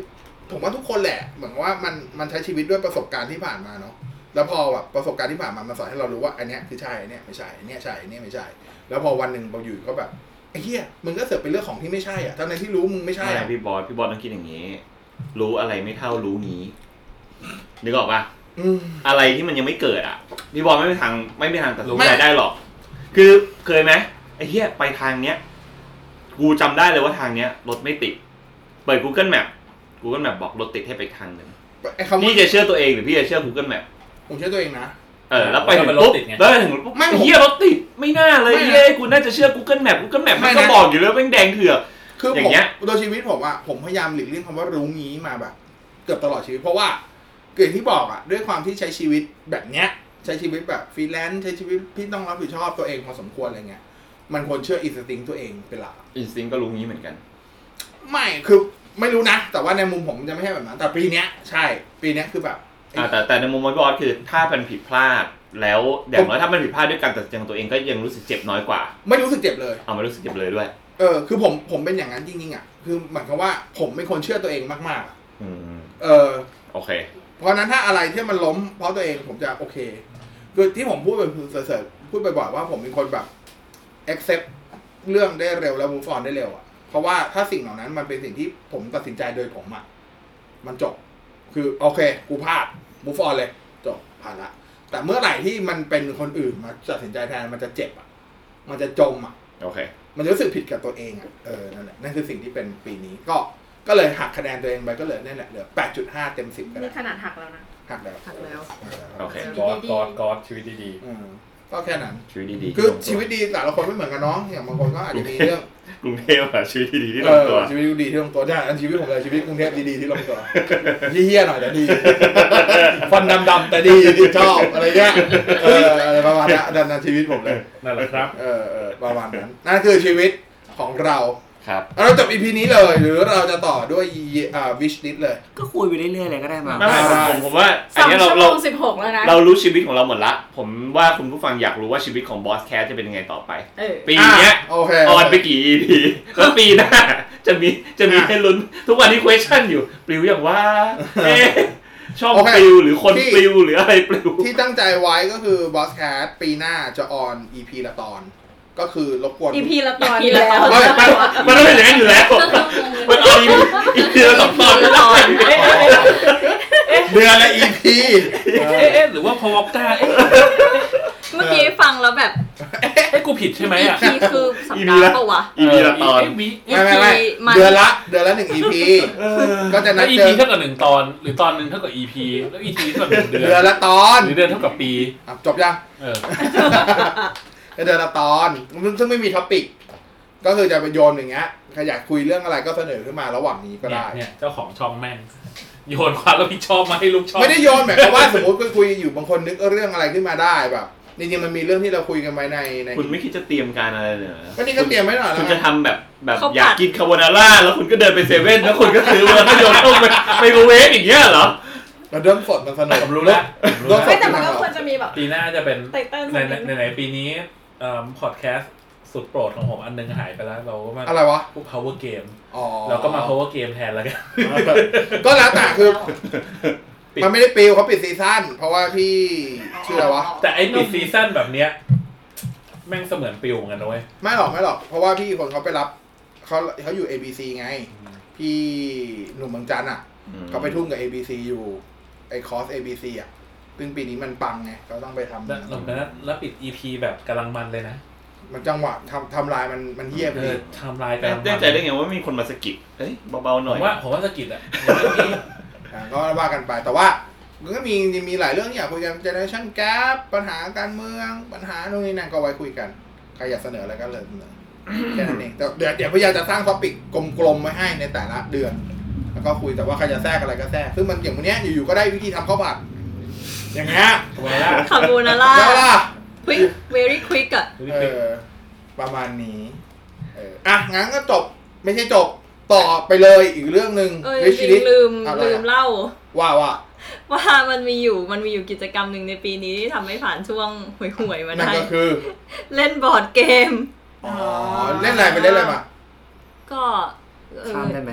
Speaker 1: ผมว่าทุกคนแหละ เหมือนว่ามันมันใช้ชีวิตด้วยประสบการณ์ที่ผ่านมาเนาะ แล้วพอแบบประสบการณ์ที่ผ่านมามันสอนให้เรารู้ว่าอันเนี้ยคือใช่อันเนี้ยไม่ใช่อันเนี้ยใช่อันเนี้ยไม่ใช่ แล้วพอวันหนึ่งเราอยู่ก็แบบไอ้เหี้ยมึงก็เสือกไปเลือกของที่ไม่ใช่อ่ะทั้งในที่รู้มึงไม่ใช่
Speaker 7: ใช่
Speaker 1: อะ
Speaker 7: พี่บอสพี่บอสต้องคิดอย่างนี้ รู้อะไรไม่เท่ารู้งี้นึกออกปะ
Speaker 1: อืม
Speaker 7: อะไรที่มันยังไม่เกิดอ่ะพี่บอสไม่มีทางไม่มีทางตัดสิน
Speaker 1: ไม่
Speaker 7: ใจได้หรอก คือเคยไหมไอ้เหี้ยไปทางเนี้ยกูจำได้เลยว่าทางเนี้ยรถไม่ติดเปิด Google Map Google Map บอกรถติดให้ไปอีกทางหนึ่ง
Speaker 1: ไอ้คำว่า
Speaker 7: พี่จะเชื่อตัวเองหรือพี่จะเชื่อ Google Map
Speaker 1: ผมเชื่อตัวเองนะ
Speaker 7: เออแล้วไป
Speaker 4: แล้ว
Speaker 7: ถึ
Speaker 4: มั
Speaker 7: ง
Speaker 4: นรถ
Speaker 7: ปุ๊บ
Speaker 4: ติดไง
Speaker 7: แล้วไปถึงปุ๊บ
Speaker 1: ไม่
Speaker 7: ไอ้เหี้ยรถติดไม่น่าเลย
Speaker 1: ไม่นะ
Speaker 7: เย้ยกูน่าจะเชื่อ Google Map Google Map มัน
Speaker 1: ไม่
Speaker 7: ก็
Speaker 1: นะ
Speaker 7: บอกอยู่แล้วแม่งแดงเถื่อก
Speaker 1: คือ
Speaker 7: อ
Speaker 1: ผ
Speaker 7: ย่าม งเงี้ย
Speaker 1: โดยชีวิตผมอะผมพยายามหลีกเลี่ยงคำว่ารู้งี้มาแบบ เกือบตลอดชีวิตเพราะว่าเกิดที่บอกอะด้วยความที่ใช้ชีวิตแบบเนี้ย ใช้ชีวิตแบบฟรีแลนซ์ใช้ชีวิตที่ต้องรับผิดชอบตัวเองพอสมควรอะไรเงี้ย มันควรเชื่ออินสติ้งตัวเองเป็นหลัก
Speaker 7: อินสติ้งก็รู้งี้เหมือนกัน
Speaker 1: ไม่ คือไม่รู้นะ แต่ว่าในมุมผมจะไม่ใช่แบบนั้น แต่ปีเนี้ย ใช่ ปีเนี้ยคือแบบ
Speaker 7: อ่าแต่แต่ในมุมมองพี่ออสคือถ้ามันผิดพลาด แล้วอย่างน้อยถ้ามันผิดพลาดด้วยการตัดสินใจของตัวเองก็ยังรู้สึกเจ็บน้อยกว่า
Speaker 1: ไม่รู้สึกเจ็บเลย
Speaker 7: เอามารู้สึกเจ็บเลยด้วย
Speaker 1: เออ คือผม ผมเป็นอย่างนั้นจริงๆอ่ะ คือหมายความว่าผมเป็นคนเชื่อตัวเองมากๆอะ
Speaker 7: อืม
Speaker 1: เออ
Speaker 7: โอเค
Speaker 1: เพราะฉะนั้นถ้าอะไรที่มันล้ม เพราะตัวเองผมจะโอเค คือที่ผมพูดเป็นเสริร์ฟพูดบ่อยๆว่าผมเป็นคนแบบ accept เรื่องได้เร็วแล้ว move on ได้เร็วอ่ะ เพราะว่าถ้าสิ่งเหล่านั้นมันเป็นสิ่งที่ผมตัดสินใจโดยผมอ่ะ มันจบ คือโอเค กูพลาด move on เลย จบผ่านละ แต่เมื่อไหร่ที่มันเป็นคนอื่นมาตัดสินใจแทนมันจะเจ็บอ่ะ มันจะจมอ่ะ
Speaker 7: โอเค
Speaker 1: มันจะรู้สึกผิดกับตัวเองอ่ะ เออ นั่นแหละ นั่นคือสิ่งที่เป็นปีนี้ ก็ ก็เลยหักคะแนนตัวเองไปก็เหลือนั่นแหละเหลือ 8.5 เต็ม 10ก็ได้
Speaker 8: นี่ขนาดหักแล้วนะ
Speaker 1: หักแล้ว
Speaker 3: หักแล้ว
Speaker 7: โอเค
Speaker 4: กอดกอดกอดชีวิตดี
Speaker 1: อืมก็แค่นั้น
Speaker 7: ชีวิตดีๆ
Speaker 1: คือ
Speaker 7: ที่
Speaker 1: ชี
Speaker 7: ลงตัว
Speaker 1: วิตดีแต่ละคนไม่เหมือนกันเน้อง อย่างบางคนก็อาจจะมีเรื่อง
Speaker 7: กรุงเทพอะ ชีวิตดีๆที่
Speaker 1: เอ
Speaker 7: ลง
Speaker 1: อ
Speaker 7: ตัว
Speaker 1: ชีวิตดีที่ลงตัวได้อันชีวิตผมเลยชีวิตกรุงเทพดีๆที่ลง ตัวเฮี้ยๆหน่อยแต่ดีฟันดำๆแต่ดีดีชอบอะไรเงี้ยเอออะไรประมาณเนี้ยนั่นนะชีวิตผมเลย
Speaker 4: ๆ นั่นแหละครับ
Speaker 1: เออเออประมาณนั้นนั่นคือชีวิตของเรา
Speaker 7: ครับ
Speaker 1: เอาเราจบอีพีนี้เลย หรือเราจะต่อด้วยอ่าวิชลิสเลย
Speaker 5: ก็คุยไปเรื่อยๆเลยก็ได้มา
Speaker 7: ไม่ไม่ผมผมผมว่าอั
Speaker 9: สอง
Speaker 7: นเนี้ยเรา
Speaker 9: ชั่วโม
Speaker 7: เรา
Speaker 9: งสิบหกแล้วนะ
Speaker 7: เรารู้ชีวิตของเราหมดละ ผมว่าคุณผู้ฟังอยากรู้ว่าชีวิตของบอสแคสจะเป็นยังไงต่อไป
Speaker 9: เออ
Speaker 7: ปีเนี้ย
Speaker 1: โอเค
Speaker 7: ออนไปกี่ EP แล้วปีหน้า จะมีจะมี
Speaker 1: อ่ะ
Speaker 7: ให้ลุ้น ทุกวันนี้ question อยู่ ปลิวอย่างว่าเอ๊ะช่อง
Speaker 1: โอเค
Speaker 7: ปลิวหรือคน
Speaker 1: ที่
Speaker 7: ปลิวหรืออะไรปลิว
Speaker 1: ที่ตั้งใจไว้ก็คือบอสแคสปีหน้าจะออน EP ละตอน ก็คือรบกวน
Speaker 3: EP ละตอน
Speaker 9: อีพีละตอน
Speaker 1: เฮ้ยแป๊บ
Speaker 7: มันต้องเป็นอย่างนั้นอยู่แล้ว มันเอาอีอีเดือนละตอนไม่ได้
Speaker 1: เดือนละ EP
Speaker 4: เอ๊ะเอ๊ะหรือว่าพอวอกก้าเอ๊ะ
Speaker 3: เมื่อกี้ฟังแล้วแบบ
Speaker 4: เอ๊ะกูผิดใช่ไหมอ่ะ
Speaker 3: EP คือสัปดาห์ปะวะ
Speaker 7: อีพีละตอน
Speaker 4: เะมี
Speaker 1: ไม่ไม่ไม่
Speaker 3: EP มัน
Speaker 1: เดือนละเดือนละหนึ่ง EP ก็จะนั
Speaker 4: แล้
Speaker 1: ด
Speaker 4: ว
Speaker 1: เจ
Speaker 4: EP
Speaker 1: อ
Speaker 4: เท่ากับหนึ่งตอน หรือตอนหนึ่งเท่ากับ EP แล้ว EP เท่ากับหนึ่งเดื
Speaker 1: เดือ
Speaker 4: อน น
Speaker 1: ละตอน
Speaker 4: หรือเดือนเท่ากับปี
Speaker 1: อ่ะจบยัง
Speaker 4: เออ
Speaker 1: ก็เดือนละตอนซึ่งไม่มีท็อปิกก็คือจะไปโยนอย่างเงี้ยใครอยากคุยเรื่องอะไรก็เสนอขึ้นมาระหว่างนี้ก็ได้
Speaker 4: เนี่ยเนี่ยเจ้าของช่องแม่ง โยนความรับผิดชอบมาให้ลูกช่อง
Speaker 1: ไม่ได้โยนหมายความว่าสมมติคุยๆอยู่บางคนนึกเรื่องอะไรขึ้นมาได้แบบจริงๆมันมีเรื่องที่เราคุยกันไว้ในใน
Speaker 7: คุณไม่คิดจะเตรียมการอะไรเลยเหรอ
Speaker 1: ก็นี่ก็เตรียมไว้หน่อยแล้
Speaker 7: คุ
Speaker 1: ว
Speaker 7: ณ
Speaker 1: ไง
Speaker 7: จะทำแบบแบบ
Speaker 3: เขา
Speaker 7: อยาก
Speaker 3: ปัด
Speaker 7: กินคาโบนาร่าแล้วคุณก็เดินไปเซเว่นแล้วคุณก็ซื้อมาแล้วก็โยนเข้าไปไปโกเวฟอย่างเงี้ยเหรอ
Speaker 1: เราเริ่มสดมันสนุก
Speaker 4: ผมรู้แล้วผมรู้แล้ว
Speaker 1: ไม่
Speaker 9: ไม่
Speaker 1: แต่
Speaker 9: แต่มั
Speaker 1: มั
Speaker 9: น น
Speaker 1: ก็
Speaker 9: ก็
Speaker 1: ค
Speaker 9: คว ว
Speaker 1: ร
Speaker 9: ร
Speaker 1: จะ
Speaker 9: จะมี
Speaker 1: มีแบ
Speaker 9: แบบ บ
Speaker 4: ปีหน้าจะเป็น
Speaker 9: ไตเติ้ล
Speaker 4: ในในในปีนี้พอดแคสต์สุดโปรดของผมอันหนึงหายไปแล้ว เราก็มา
Speaker 1: อะไรวะ
Speaker 4: พวก power game
Speaker 1: อ๋อ
Speaker 4: เราก็มา power game แทนแล้วกัน
Speaker 1: ก็แล้วแต่คือมันไม่ได้ปิวเขาปิดซีซั่นเพราะว่าพี่ชื่ออะไรวะ
Speaker 4: แต่ไอ้ปิดซีซั่นแบบเนี้ย แม่งเสมือนปิวเหมือนกันนะเว้ย
Speaker 1: ไม่หรอกไม่หรอกเพราะว่าพี่คนเขาไปรับเขาเขาอยู่ ABC ไง พี่หนุ่มเมืองจันทร์อ่ะเขาไปทุ่มกับ ABC อยู่ไอคอร์ส ABC อ่ะซึ่งปีนี้มันปังไงเขาต้องไปทำ
Speaker 4: แล้วหลังจากนั้นแล้วปิด EP แบบกำลังมันเลยนะ
Speaker 1: มันจังหวะทำทำลายมันมันเหี้ยไป
Speaker 4: เอ
Speaker 1: เล
Speaker 4: อย ไทำลายกำลังมั
Speaker 7: แน่
Speaker 4: น
Speaker 7: ใจได้ไงว่ามีคนมาสะกิดเอ้ยเบาๆห
Speaker 4: ผ
Speaker 7: น่อย
Speaker 4: มว่าผมว่าสะกิดอ่ะเดี๋ยวนี้
Speaker 1: อ่ะก็ว่ากันไปแต่ว่ามันก็มีมีหลายเรื่องที่อยากคุยกันเจเนอเรชั่นแกปปัญหาการเมืองปัญหาโน่นนี่นั่นก็ไว้คุยกันใครอยากเสนออะไรก็เลยเสนอแค่นั้นเองแต่เดี๋ยวเดี๋ยวพยายามจะสร้างท็อปิกกลมๆไว้ให้ในแต่ละเดือน แล้วก็คุยแต่ว่าใครจะแทรกอะไรก็แทรกซึ่งมันอย่างวันเนี้ยอยู่ๆก็ได้วิธีทำข้าวผัดอย่างเงี้ย
Speaker 4: ถูกไหมล่ะ
Speaker 3: คาโบนาร่า
Speaker 1: แล้วล่ะ
Speaker 3: quick very quick อ่ะ
Speaker 4: ดูดิ
Speaker 1: เออประมาณนี้เอออ่ะงั้นก็จบไม่ใช่จบต่อไปเลยอีกเรื่องหนึ่ง
Speaker 3: เออ
Speaker 1: ใน
Speaker 3: จริงๆลืม
Speaker 1: อะไร
Speaker 3: ลืมเล่า
Speaker 1: ว่าว่า
Speaker 3: ว่ามันมีอยู่มันมีอยู่กิจกรรมหนึ่งในปีนี้ที่ทำให้ผ่านช่วงห่วยๆมา
Speaker 1: นั่น
Speaker 3: ได้
Speaker 1: ก็คือ
Speaker 3: เล่นบอร์ดเกม
Speaker 1: อ๋อเล่นอะไรไปเล่นอะไรมา
Speaker 3: ก็เออ
Speaker 5: ข้ามได้ไหม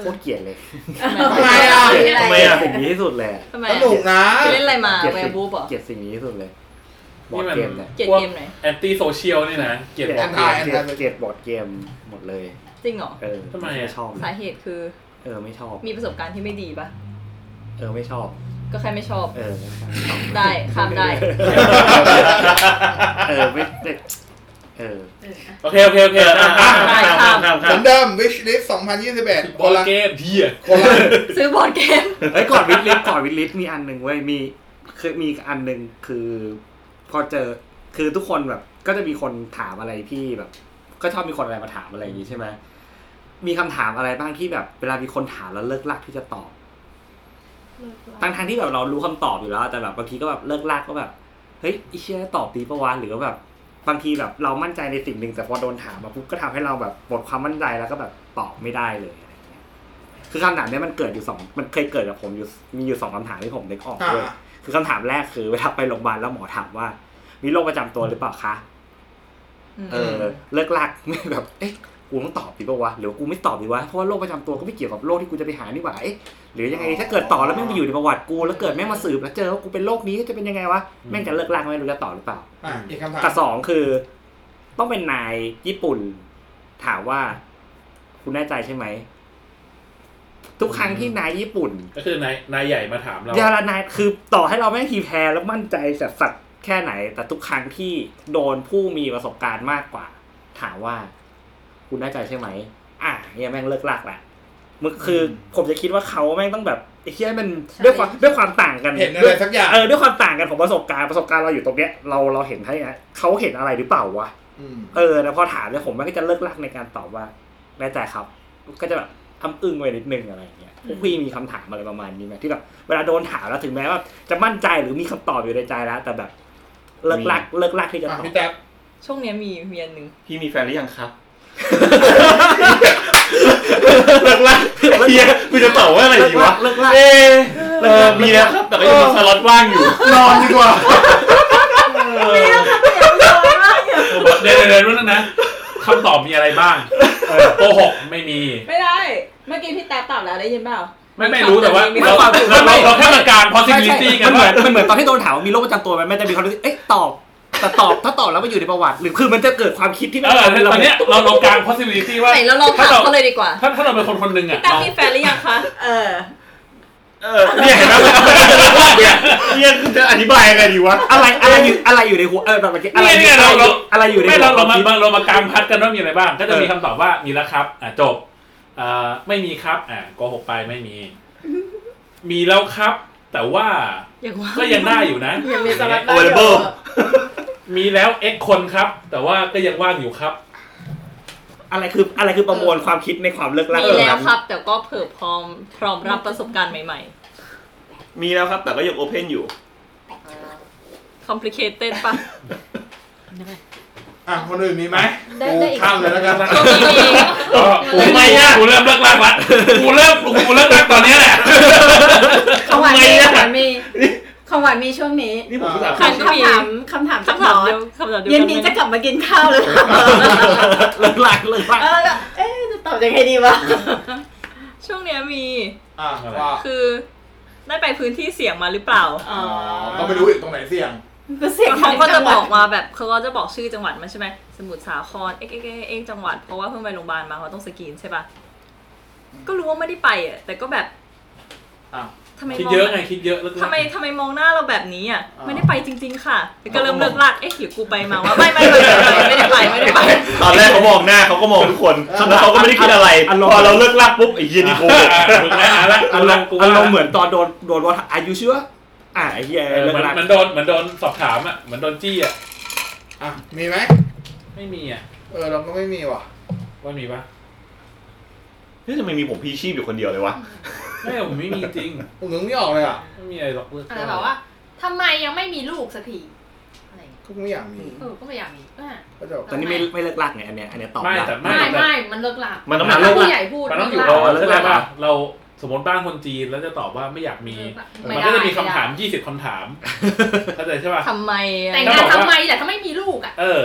Speaker 5: โคตรเกลียดเลย
Speaker 1: ทำไมอ่ะ
Speaker 5: เกลียด
Speaker 7: ทำไมอ่ะ
Speaker 5: สิ่งนี้ที่สุดเลยอะ
Speaker 3: ทำไม
Speaker 1: สนุกนะ
Speaker 3: เล่นอะไรมา
Speaker 5: เกลียด
Speaker 3: แว
Speaker 5: สิ่ง
Speaker 3: ร์บูบเหรอ
Speaker 5: เกลียดสิ่งนี้ที่สุดเลยบอ
Speaker 4: นี่มั
Speaker 5: ร์ด
Speaker 4: น
Speaker 5: เกมเนี่ย
Speaker 3: เกลียดเกมไหน
Speaker 4: แอนตี้โซเชียลนี่นะเกลียด
Speaker 5: เกลียด
Speaker 1: แอนทาย
Speaker 5: เกลียด
Speaker 1: แอนทาย
Speaker 5: เกลียดบอร์ดเกมหมดเลย
Speaker 3: จริงเหรอ
Speaker 5: เออ
Speaker 4: ทำไมอะ
Speaker 5: ชอบเล
Speaker 3: สาย เหตุคือ
Speaker 5: เออไม่ชอบ
Speaker 3: มีประสบการณ์ที่ไม่ดีปะ
Speaker 5: เออไม่ชอบ
Speaker 3: ก็แค่ไม่ชอบ
Speaker 5: เออไม่ชอบ
Speaker 3: ได้ข้ามได้
Speaker 5: เออไม่ไม่เออ
Speaker 4: โอเคโอเคโอเคอ่ะอ่ะ
Speaker 3: ได้
Speaker 7: ข้าม
Speaker 3: ข้าม
Speaker 1: เห
Speaker 7: ข้าม
Speaker 1: มื
Speaker 7: ข้า
Speaker 1: อน
Speaker 7: ม
Speaker 1: เดิม wish list 2021
Speaker 4: บ
Speaker 1: ค
Speaker 4: อน ล
Speaker 1: ละ
Speaker 4: เกมเพีย
Speaker 1: คนละ
Speaker 3: ซื้อบอร์ดเกม
Speaker 5: เอ้ยก่อนวิดลิฟต์ก่อนวิดลิฟต์มีอันหนึ่งเว้ยมีเคยมีอันหนึ่งคือ พอเจอคือทุกคนแบบ ก็จะมีคนถามอะไรพี่แบบ ก็ชอบมีคนอะไรมาถามอะไรอย่างนี้ใช่ไหมมีคำถามอะไรบ้างที่แบบ เวลามีคนถามแล้วเลิกลากที่จะตอบทั้งทางๆที่แบบเรารู้คำตอบอยู่แล้ว แต่แบบบางทีก็แบบเลิกลากก็แบบเฮ้ยไอีเชี่ยตอบดีปะวะหรือว่าแบบ บางทีแบบเรามั่นใจในสิ่งหนึ่งแต่พอโดนถามมาปุ๊บก็ทำให้เราแบบหมดความมั่นใจแล้วก็แบบตอบไม่ได้เลยอะไรอย่างเงี้ย คือคำถามเนี้ยมันเกิดอยู่สองมันเคยเกิดกับผมอยู่มีอยู่สองคำถามที่ผมนึกออกเลย
Speaker 1: อ่า
Speaker 5: คือคำถามแรกคือเวลาไปโรงพยาบาลแล้วหมอถามว่า มีโรคประจำตัวหรือเปล่าคะเออเลิกลากไม่แบบเอ๊ะกูต้องตอบดีป่าวะหรือว่ากูไม่ตอบดีวะเพราะว่าโรคประจำตัวก็ไม่เกี่ยวกับโรคที่กูจะไปหานี่หว่าเอ๊ะหรือยังไงถ้าเกิดต่อบแล้วแม่งไปอยู่ในประวัติกูแล้วเกิดแม่งมาสืบแล้วเจอว่ากูเป็นโรคนี้จะเป็นยังไงวะแม่งจะเลิกลากไม่รู้จะตอบหรือเปล่า
Speaker 1: อ่ะอีกคำถาม
Speaker 5: กับสองคือ ต้องเป็นนายญี่ปุ่น ถามว่า คุณแน่ใจใช่ไหม ทุกครั้งที่นายญี่ปุ่น
Speaker 4: ก็คือนายนายใหญ่มาถามเรา
Speaker 5: เดี๋ยาลนายคือต่อให้เราแม่งทีแพ้แล้วมั่นใจสัสักแค่ไหน แต่ทุกครั้งที่โดนผู้มีประสบการณ์มากกว่า ถามว่า คุณแน่ใจใช่ไหม อ่ะเนี่ยแม่งเลิกลากละมันคือผมจะคิดว่าเขาแม่งต้องแบบไอ้เหี้ยมันด้วยความด้วยความต่างกัน
Speaker 1: เห็นอะไรสักอย่าง
Speaker 5: เออด้วยความต่างกันของประสบการณ์ประสบการณ์เราอยู่ตรงเนี้ยเราเราเห็นให้อะเขาเห็นอะไรหรือเปล่าวะ
Speaker 1: ม
Speaker 5: เออแต่พอถามเนี่ยผมมันก็จะเลิกลักในการตอบว่าแน่ใจครับ ก็จะแบบทำอึ้งไปนิดนึงอะไรอย่างเงี้ยพวกพี่มีคำถามอะไรประมาณนี้ไหมที่แบบเวลาโดนถามแล้วถึงแม้ว่าจะมั่นใจหรือมีคำตอบอยู่ในใจแล้ว แต่แบบเลิกลักเลิกลักที่จะ
Speaker 1: อ่ะ
Speaker 5: ตอบ
Speaker 1: พี่แจ๊บ
Speaker 3: ช่วงเนี้ยมีเมียนหนึ่ง
Speaker 7: พี่มีแฟนหรือยังครับ
Speaker 2: เลิกละเฮียกูจะตอบว่าอะไร
Speaker 5: เลิ
Speaker 2: ดี
Speaker 5: กลั
Speaker 2: วะ
Speaker 5: กเลิกลัก
Speaker 2: เออเออมีนะครับแต่ก็ยังมีสล็อตว่างอยู่
Speaker 1: นอนดีกว่า
Speaker 4: เดี๋ยวเดี๋ยวรู้แล้วนะคำตอบมีอะไรบ้างโกหกไม่มี
Speaker 3: ไม่ได้ เมื่อกี้พี่แต๊บตอบแล้วได้ยินเปล่า
Speaker 4: ไม่ไม่รู้แต่ว่า
Speaker 3: ไม่
Speaker 4: เรา
Speaker 3: ความ
Speaker 4: เราเราเราแค่ประการ possibility กั
Speaker 5: มัน นเห
Speaker 4: ว่า
Speaker 5: มือนมันเหมือนตอนที่โดนถามว่ามีโรคประจำตัวไหมมันจะมีความรู้สึกเอ๊ะตอบ แต่ตอบถ้าตอบแล้วมันอยู่ในประวัติ หรือคือมันจะเกิดความคิดที่
Speaker 4: เอ
Speaker 5: มัน
Speaker 4: อตอนเนี้ยเราเรากลาง possibility ว่า
Speaker 3: ไหนเราลองถามเขาเลยดีกว่า
Speaker 4: ถ้าถ้าเราเป็นคนคนหนึ่งอ่ะ
Speaker 3: ตั้ง
Speaker 4: เรา
Speaker 3: มีแฟนหรือยังคะ
Speaker 9: เออ
Speaker 7: เออ
Speaker 2: เนี่ยเห็นไหมเนี่ย
Speaker 7: เนี่ยคือจะอธิบายยังไงดีวะ
Speaker 5: อะไรอะไรอยู่อะไรอยู่ในหัวเออแบบเมื่อกี้อะไร
Speaker 4: เนี่ยเนี่ยเราเรา
Speaker 5: อะไรอยู่ใน
Speaker 4: ไม่เราเรา
Speaker 5: หัว
Speaker 4: มา
Speaker 5: คิด
Speaker 4: เราเรามากลางพัดกันว่ามีอะไรบ้าง ก็จะ
Speaker 5: เออ
Speaker 4: มีคำตอบว่ามีแล้วครับอ่ะจบอ่าไม่มีครับอ่ะโกหกไปไม่มี มีแล้วครับ แต่ว่า
Speaker 3: อย่างว่า
Speaker 4: ก็ยังได้อยู่นะ
Speaker 9: ยังมีสลัดได้
Speaker 7: available
Speaker 4: มีแล้ว x คนครับ แต่ว่าก็ยังว่างอยู่ครับ
Speaker 5: อะไรคืออะไรคือประมวลความคิดในความเลิกลัก
Speaker 3: มี
Speaker 5: เห
Speaker 3: แล้
Speaker 5: ล่าว นั้น
Speaker 3: ครับ แต่ก็เผื่อพร้อมพร้อมรับประสบการณ์ใหม่
Speaker 7: มีแล้วครับ แต่ก็ยังโอเพนอยู่
Speaker 3: ๆ complicated ปะ
Speaker 1: อ่ะคนอื่นมีไหม
Speaker 9: ได้
Speaker 1: กู
Speaker 9: ได้อีก
Speaker 1: ข้ามเลยแล้วกัน
Speaker 3: ก็ มีเอง
Speaker 4: กูไม่ยากกูเริ่มเลิกลากละกูเริ่มกูเริ่มลากตอนเนี้ยแหละ
Speaker 9: ของหวานมีของหวานมีของหวานมีช่วงนี้
Speaker 7: นี่ผมก็ถาม
Speaker 9: คำถามคำถาม
Speaker 3: คำถาม
Speaker 9: จากหมอ
Speaker 3: เดียวคำถามเดียว
Speaker 9: เย็น
Speaker 3: กั
Speaker 9: นี้
Speaker 3: ไหม
Speaker 9: จะกลับมากินข้าวหรือเปล่า
Speaker 5: เลิกลักเลิกลัก
Speaker 9: เออแล้วเอ๊ะจะตอบยังไงดีวะ
Speaker 3: ช่วงเนี้ยมี
Speaker 1: อ่ะว่า
Speaker 3: คือได้ไปพื้นที่เสี่ยงมาหรือเปล่า
Speaker 9: อ๋อ
Speaker 1: ก็ไม่รู้อีกตรงไหนเสี่ยง
Speaker 9: ก็เสียง
Speaker 3: เขาก็จะบอกมาแบบเขาก็จะบอกชื่อจังหวัดมันใช่ไหมสมุทรสาครเอ็กเอ็กเอ็กเอ็กจังหวัดเพราะว่าเพิ่งไปโรงพยาบาลมาเขาต้องสกรีนใช่ปะก็รู้ว่าไม่ได้ไปอ่ะแต่ก็แบบ
Speaker 1: อ้าว
Speaker 3: ทำไม
Speaker 4: คิด
Speaker 3: มอง
Speaker 4: เยอะไงคิดเยอะแล้วก็
Speaker 3: ทำไมทำไมมองหน้าเราแบบนี้อ่ะ
Speaker 1: อ่า
Speaker 3: ไม่ได้ไปจริง ๆ ค่ะแล้วก็เริ่มเลิกลากเอ๊ะหรือกูไปมาว่าไม่ไม่ไม่ไม่ได้ไปไม่ได้ไป
Speaker 7: ตอนแรกเขามองหน้าเขาก็มองทุกคนแล้วเขาก็ไม่ได้คิดอะไร พอเราเลิกลากปุ๊บไอ้เหี้ยนี่โกหก
Speaker 4: อ่ะมึงแล้วอ่ะละ
Speaker 5: อารมณ์อารมณ์เหมือนตอนโดนโดนว่าอายุเชื่ออ่ะไอ้เหี้ย
Speaker 4: เออ
Speaker 5: เลิ
Speaker 4: เหมือก น
Speaker 5: ลัก
Speaker 4: เหมันโดนเหมือนโดนสอบถามอ่ะเหมือนโดนจี้อ่ะ
Speaker 1: อ่ะมีไหม
Speaker 4: ไม่มีอ่ะ
Speaker 1: เออเราก็ไม่มีว่ะ
Speaker 4: ว่ามีปะ
Speaker 7: เฮ้ยทำไมมีผมพีชีพอยู่คนเดียวเลยวะ
Speaker 4: ไม่ผมไม่มีจริง
Speaker 1: ผมนึกไม่ออกเลยอ่ะ
Speaker 4: ไม่มีอะไรหรอกเพื่อน
Speaker 8: อะไรแบบว่าทำไมยังไม่มีลูกสักทีอะไรอย่างเงี้ย
Speaker 1: ก็ไม่อยากมี
Speaker 8: เออก็ไม่อยากมีอ่ะ
Speaker 1: ก็จะ
Speaker 5: ตอนนี้ไม่ไม่เลิกลักไงอันเนี้ยอันเนี้ยตอบ
Speaker 4: ไม่
Speaker 5: ด้
Speaker 4: แต่ไม่
Speaker 8: ไม่
Speaker 4: แต่
Speaker 8: ไม่มันเลิกลาก
Speaker 7: มันต้องหาโลก
Speaker 8: ผู้ใหญ่พูด
Speaker 4: มันต้องอยู่
Speaker 8: เลิ
Speaker 4: เรา
Speaker 8: กลาก
Speaker 4: เข้าใจป่ะเราสมมติบ้านคนจีนแล้วจะตอบว่าไม่อยากมี
Speaker 8: เลิ
Speaker 4: มั
Speaker 8: กลาก
Speaker 4: น
Speaker 8: ไได้
Speaker 4: ก็จะมีคำถาม 20คำถ ามเข้าใจใช่ป่ะ
Speaker 3: ทำไมอะ
Speaker 8: แต่งงาน
Speaker 4: ถ้าบอกว่า
Speaker 8: ทำไมแหละถ้าไม่มีลูกอ่ะ
Speaker 4: เออ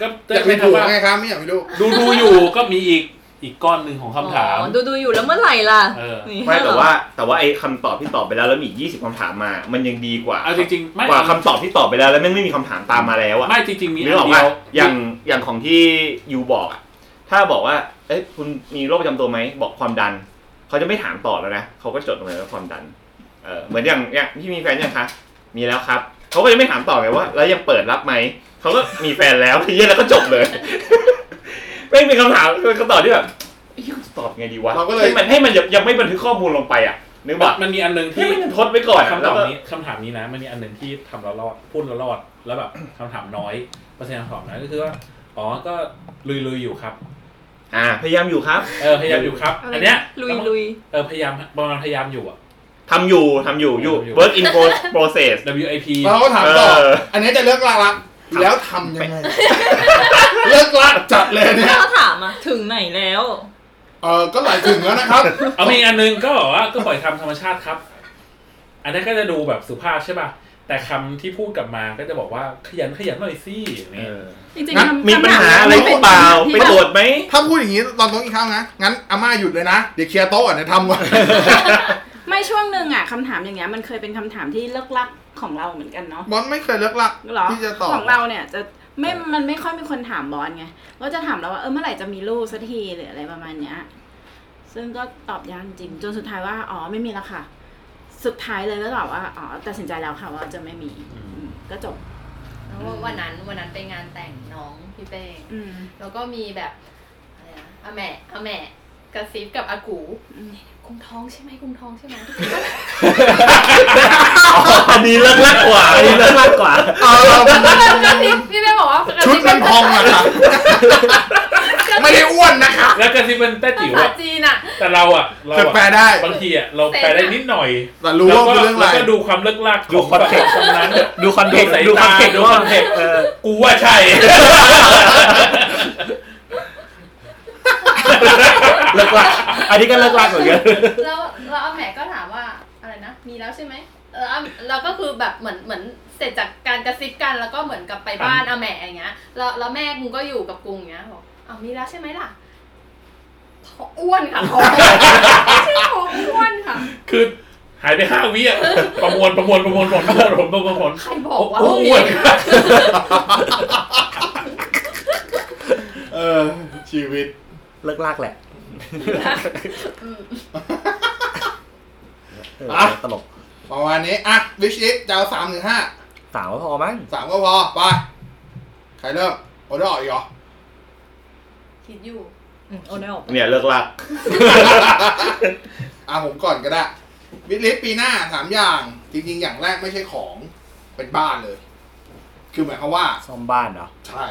Speaker 4: ก็
Speaker 1: อ
Speaker 4: จะ
Speaker 1: ยากมี
Speaker 4: เป็น
Speaker 1: ผั
Speaker 4: คำ
Speaker 1: ว
Speaker 4: ว่า
Speaker 1: ไงครับไม่อยากมีลูก
Speaker 4: ดูดูอยู่ก็มีอีกอีกก้อนหนึ่งของคำถาม
Speaker 3: อ๋อดูดูอยู่แล้วเมื่อไหร่ล่ะ
Speaker 4: เออ
Speaker 3: นี่
Speaker 7: ไม่
Speaker 3: เห
Speaker 7: แต่
Speaker 3: รอ
Speaker 7: ว่าแต่ว่าไอ้คำตอบที่ตอบไปแล้วแล้วมีอีกยี่สิบคำถามมา มันยังดีกว่า
Speaker 4: เอาจริงๆไม่
Speaker 7: กว่าคำตอบที่ตอบไปแล้วแล้วแม่งไม่มีคำถามตามมาแล้วอะ
Speaker 4: ไม่จริงๆมี
Speaker 7: นึกออก
Speaker 4: น
Speaker 7: ว่า
Speaker 4: เดียว
Speaker 7: อย่างอย่างของที่ยูบอกอะถ้าบอกว่า เอ้ยคุณมีโรคประจำตัวไหมบอกความดัน เขาจะไม่ถามต่อแล้วนะเขาก็จดลงไปว่าความดันเออเหมือนอย่างอย่างที่มีแฟนยังคะมีแล้วครับเขาก็จะไม่ถามต่อไงว่า แล้วยังเปิดรับไหมเขาก็มีแฟนแล้วเหี้ยแล้วก็จบ เลย ไม่มีคำถามเป็นคำตอบที่แบบเอ้ยจะตอบไงดีวะ
Speaker 1: เราก็เลย
Speaker 7: ให้มันให้มันยังยังไม่บันทึกข้อมูลลงไปอ่ะนึกว่า
Speaker 4: มันมีอันหนึ่ง
Speaker 7: ที่
Speaker 4: ที่
Speaker 7: มันทดไว้ก่อน
Speaker 4: คำตอบนี้คำถามนี้นะ มันมีอันหนึ่งที่ทำเรารอดพูดเรารอดแล้วแบบคำถามน้อยเปอร์เซ็นต์คำตอบน้อยก็คือว่าอ๋อก็ลุยๆอยู่ครับ
Speaker 7: อ่า พยายามอยู่ครับ
Speaker 4: เออพยายามอยู่ครับ อันเนี้ย
Speaker 3: ลุยลุย
Speaker 4: เออพยายามประมาณพยายามอยู่อะ
Speaker 7: ทำอยู่ ทำอยู่ อยู่
Speaker 4: อยู่
Speaker 7: work in pro- process
Speaker 4: WIP
Speaker 1: เราก็ถามต่อ
Speaker 7: เออ
Speaker 1: อันนี้จะเลิกรักละแล้วทำยังไง เลิกรักจัดเลย
Speaker 3: ๆ
Speaker 1: เนี่ย
Speaker 3: ถ้าเราถามอะถึงไหนแล้ว
Speaker 1: เออก็หลายถึงแล้วนะครับ
Speaker 4: เอามีอันนึงก็บอกว่าก็ปล่อยตามธรรมชาติครับ อันนั้นก็จะดูแบบสุภาพใช่ป่ะ แต่คำที่พูดกลับมาก็จะบอกว่าขยันขยันหน่อยสิอย่าง
Speaker 7: เอ
Speaker 4: นี้
Speaker 7: อ
Speaker 3: จริง
Speaker 1: นะ
Speaker 3: ๆคำ
Speaker 7: มีปัญหาอะไรหรือเปล่า ไปตรวจไหม
Speaker 1: ถ้าพูดอย่างนี้ตอนต้องอีกครั้งนะ งั้นอาม่าหยุดเลยนะ เดี๋ยวเคลียร์โต๊ะก่อนเดี๋ยวทำก่อน
Speaker 6: ไม่ช่วงหนึ่งอ่ะคำถามอย่างเงี้ยมันเคยเป็นคำถามที่เลิกลักของเราเหมือนกันเนาะ
Speaker 1: บอลไม่เคยเลิกรัก
Speaker 6: หรอ
Speaker 1: ที่จะตอบ
Speaker 6: ของเราเนี่ยจะไม่มันไม่ค่อยมีคนถามบอลไงก็จะถามเราว่าเออเมื่อไหร่จะมีลูกสักทีหรืออะไรประมาณเนี้ยซึ่งก็ตอบยากจริงจนสุดท้ายว่าอ๋อไม่มีแล้วค่ะ สุดท้ายเลยก็ตอบว่าอ๋อตัดสินใจแล้วค่ะว่าจะไม่มีอืมก็จบ
Speaker 8: แล้วว่าวันนั้นวันนั้นไปงานแต่งน้องพี่เป้ง
Speaker 6: อืม
Speaker 8: แล้วก็มีแบบอะไรนะอาแหม่อาแหม่กระซิบกับอากู
Speaker 6: อืม
Speaker 8: กุมท้องใช่ไหมกุมท้องใช่ไหม
Speaker 7: อันนี้เลิกลักกว่าอันนี้เลิกลักกว่า
Speaker 1: เอาเรา
Speaker 8: กระซิบพี่เป้งบอกว่ากระ
Speaker 1: ชุด
Speaker 8: ซิบ
Speaker 1: มันพองอะค่ะ ไม่ได้อ้วนนะคะ
Speaker 4: แล้วกระซิบเป็นแต้จิ๋ว
Speaker 8: ภาษา
Speaker 4: อะ
Speaker 8: จีนอ่ะ
Speaker 4: แต่เราอะเรา
Speaker 1: แต่
Speaker 4: อะ
Speaker 1: แปลได้
Speaker 4: บางทีอะเราแปลได้นิดหน่อย
Speaker 1: แต่รู้ว่าคื
Speaker 4: แล้
Speaker 1: อเรื่องอะไร
Speaker 4: แล้วก็ดูความเลิกลาก
Speaker 7: ดูคอนเทกต์
Speaker 4: ตรงนั้นอะ
Speaker 7: ดูคอนเทกต์ดู
Speaker 4: ดูค
Speaker 7: ค
Speaker 4: อ
Speaker 7: อน นเทก
Speaker 4: เทกต์
Speaker 7: ต์
Speaker 4: ดูค
Speaker 7: ว่า
Speaker 4: อนเทกต์กูว่าใช่
Speaker 7: เลิกลักอันนี้ก็เลิกลักเหมือนกัน
Speaker 8: แล้วแล้วอาแหม่ก็ถามว่าอะไรนะ มีแล้วใช่ไหมแล้วอาแล้วก็คือแบบเหมือนเหมือนเสร็จจากการกระซิบกันแล้วก็เหมือนกับไปบ้านอาแหม่อย่างเงี้ยแล้วแล้วแม่กูก็อยู่กับกูอย่างเงี้ยบอกอ้าวมีแล้วใช่ไหมล่ะท้องอ้วนค่ะท้อง ชื่อท้องอ้วนค่ะ
Speaker 4: คือหายไปห้าวิอะประมวลประมวลประมวลผลประมวลผลประมวลผล
Speaker 8: ใครบอกว่า
Speaker 4: โอ้อ้วน
Speaker 1: เออ ชีวิต
Speaker 5: เลิกลากแหละ
Speaker 8: อืม
Speaker 5: เออ
Speaker 1: อ่ะ
Speaker 5: ตลก
Speaker 1: ประมาณนี้ อ่ะ วิชิตจะเอาสามหรือห้า
Speaker 5: สาวก็พอมั้ง
Speaker 1: สามก็พอ ไป ใครเริ่มโอเดอร์ออกอีกเหรอ
Speaker 8: คิดอยู่
Speaker 3: อืมโอ้ได้ออกไป
Speaker 7: เนี่ยเลิกลัก
Speaker 1: อ่ะผมก่อนก็ได้ วิลิสปีหน้าสามอย่าง จริง ๆ อย่างแรกไม่ใช่ของเป็นบ้านเลย คือหมายความว่า
Speaker 5: ซ่อมบ้านเหรอ
Speaker 1: ใช่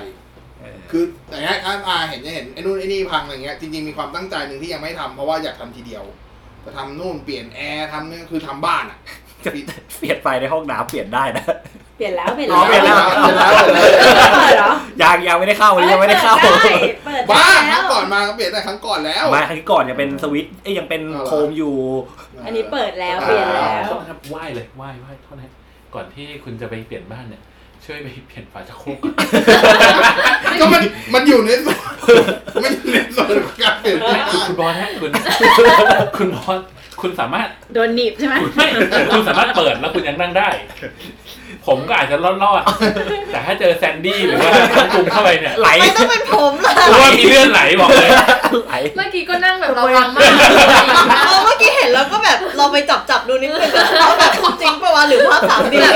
Speaker 1: คืออย่างเงี้ยถ้าอาเห็นจะเห็นไอ้นู่นไอ้นี่พังอะไรเงี้ยจริงๆมีความตั้งใจหนึ่งที่ยังไม่ทำเพราะว่าอยากทำทีเดียวจะทำนู่นเปลี่ยนแอร์ทำนี่คือทำบ้านอ่ะ
Speaker 5: จะเปลี่ยนไฟในห้องน้ำเปลี่ยนได้นะ
Speaker 6: เปลี่ยนแล้วเปลี่ยน
Speaker 5: อ๋อเปลี่ยนแล้ว
Speaker 1: เปลี่ยนแล้วเปลี่ยนแล้ว
Speaker 6: เหรอ
Speaker 5: ยังยังไม่ได้เข้าวันนี้ยังไม่ได้เข้า
Speaker 6: เปิดได้เปิด
Speaker 1: บ้า
Speaker 6: ได้
Speaker 1: ค
Speaker 6: แล้
Speaker 1: รั้ง
Speaker 6: ว
Speaker 1: ก่อนมาก็เปลี่ยนแต่ครั้งก่อนแล้ว
Speaker 5: มาครั้งที่ก่อนยังเป็นสวิตช์เอ้ยยังเป็น
Speaker 1: เอาเหรอ
Speaker 5: โคมอยู่
Speaker 6: อันนี้เปิดแล้วเปลี่ยนแล้ว
Speaker 4: โทษนะครับไหวเลยไหวไหวโทษนะครับก่อนที่คุณจะไปเปลี่ยนบ้านเนี่ย ช่วยไปเปลี่ยนฝาชักโครกก่อน
Speaker 1: ก็มันมันอยู่ในส่วน มันอยู่ในส่วนของการเปลี่ยนแปลง
Speaker 4: คุณบอสฮะคุณ คุณบอสคุณสามารถ
Speaker 6: โดนหนีบใช่ไหม
Speaker 4: ไม่คุณสามารถเปิดแล้วคุณยังนั่งได้ ผมก็อาจจะรอดๆแต่ถ้าเจอแซนดี้หรือว่าจุ่มเข้าไป เนี่ย
Speaker 5: ไหล
Speaker 3: ไม่ต้องเป็นผมล่ะ
Speaker 4: เพราะว่ามีเลื่อนไหลบอกเลย
Speaker 5: ไหล
Speaker 8: เมื่อกี้ก็นั่งแบบระวังมาก
Speaker 3: เอาเมื่อกี้เห็นแล้วก็แบบเราไปจับจับๆดูนิดนึงเขาแบบจริงปะวะหรือภาพสามเดือน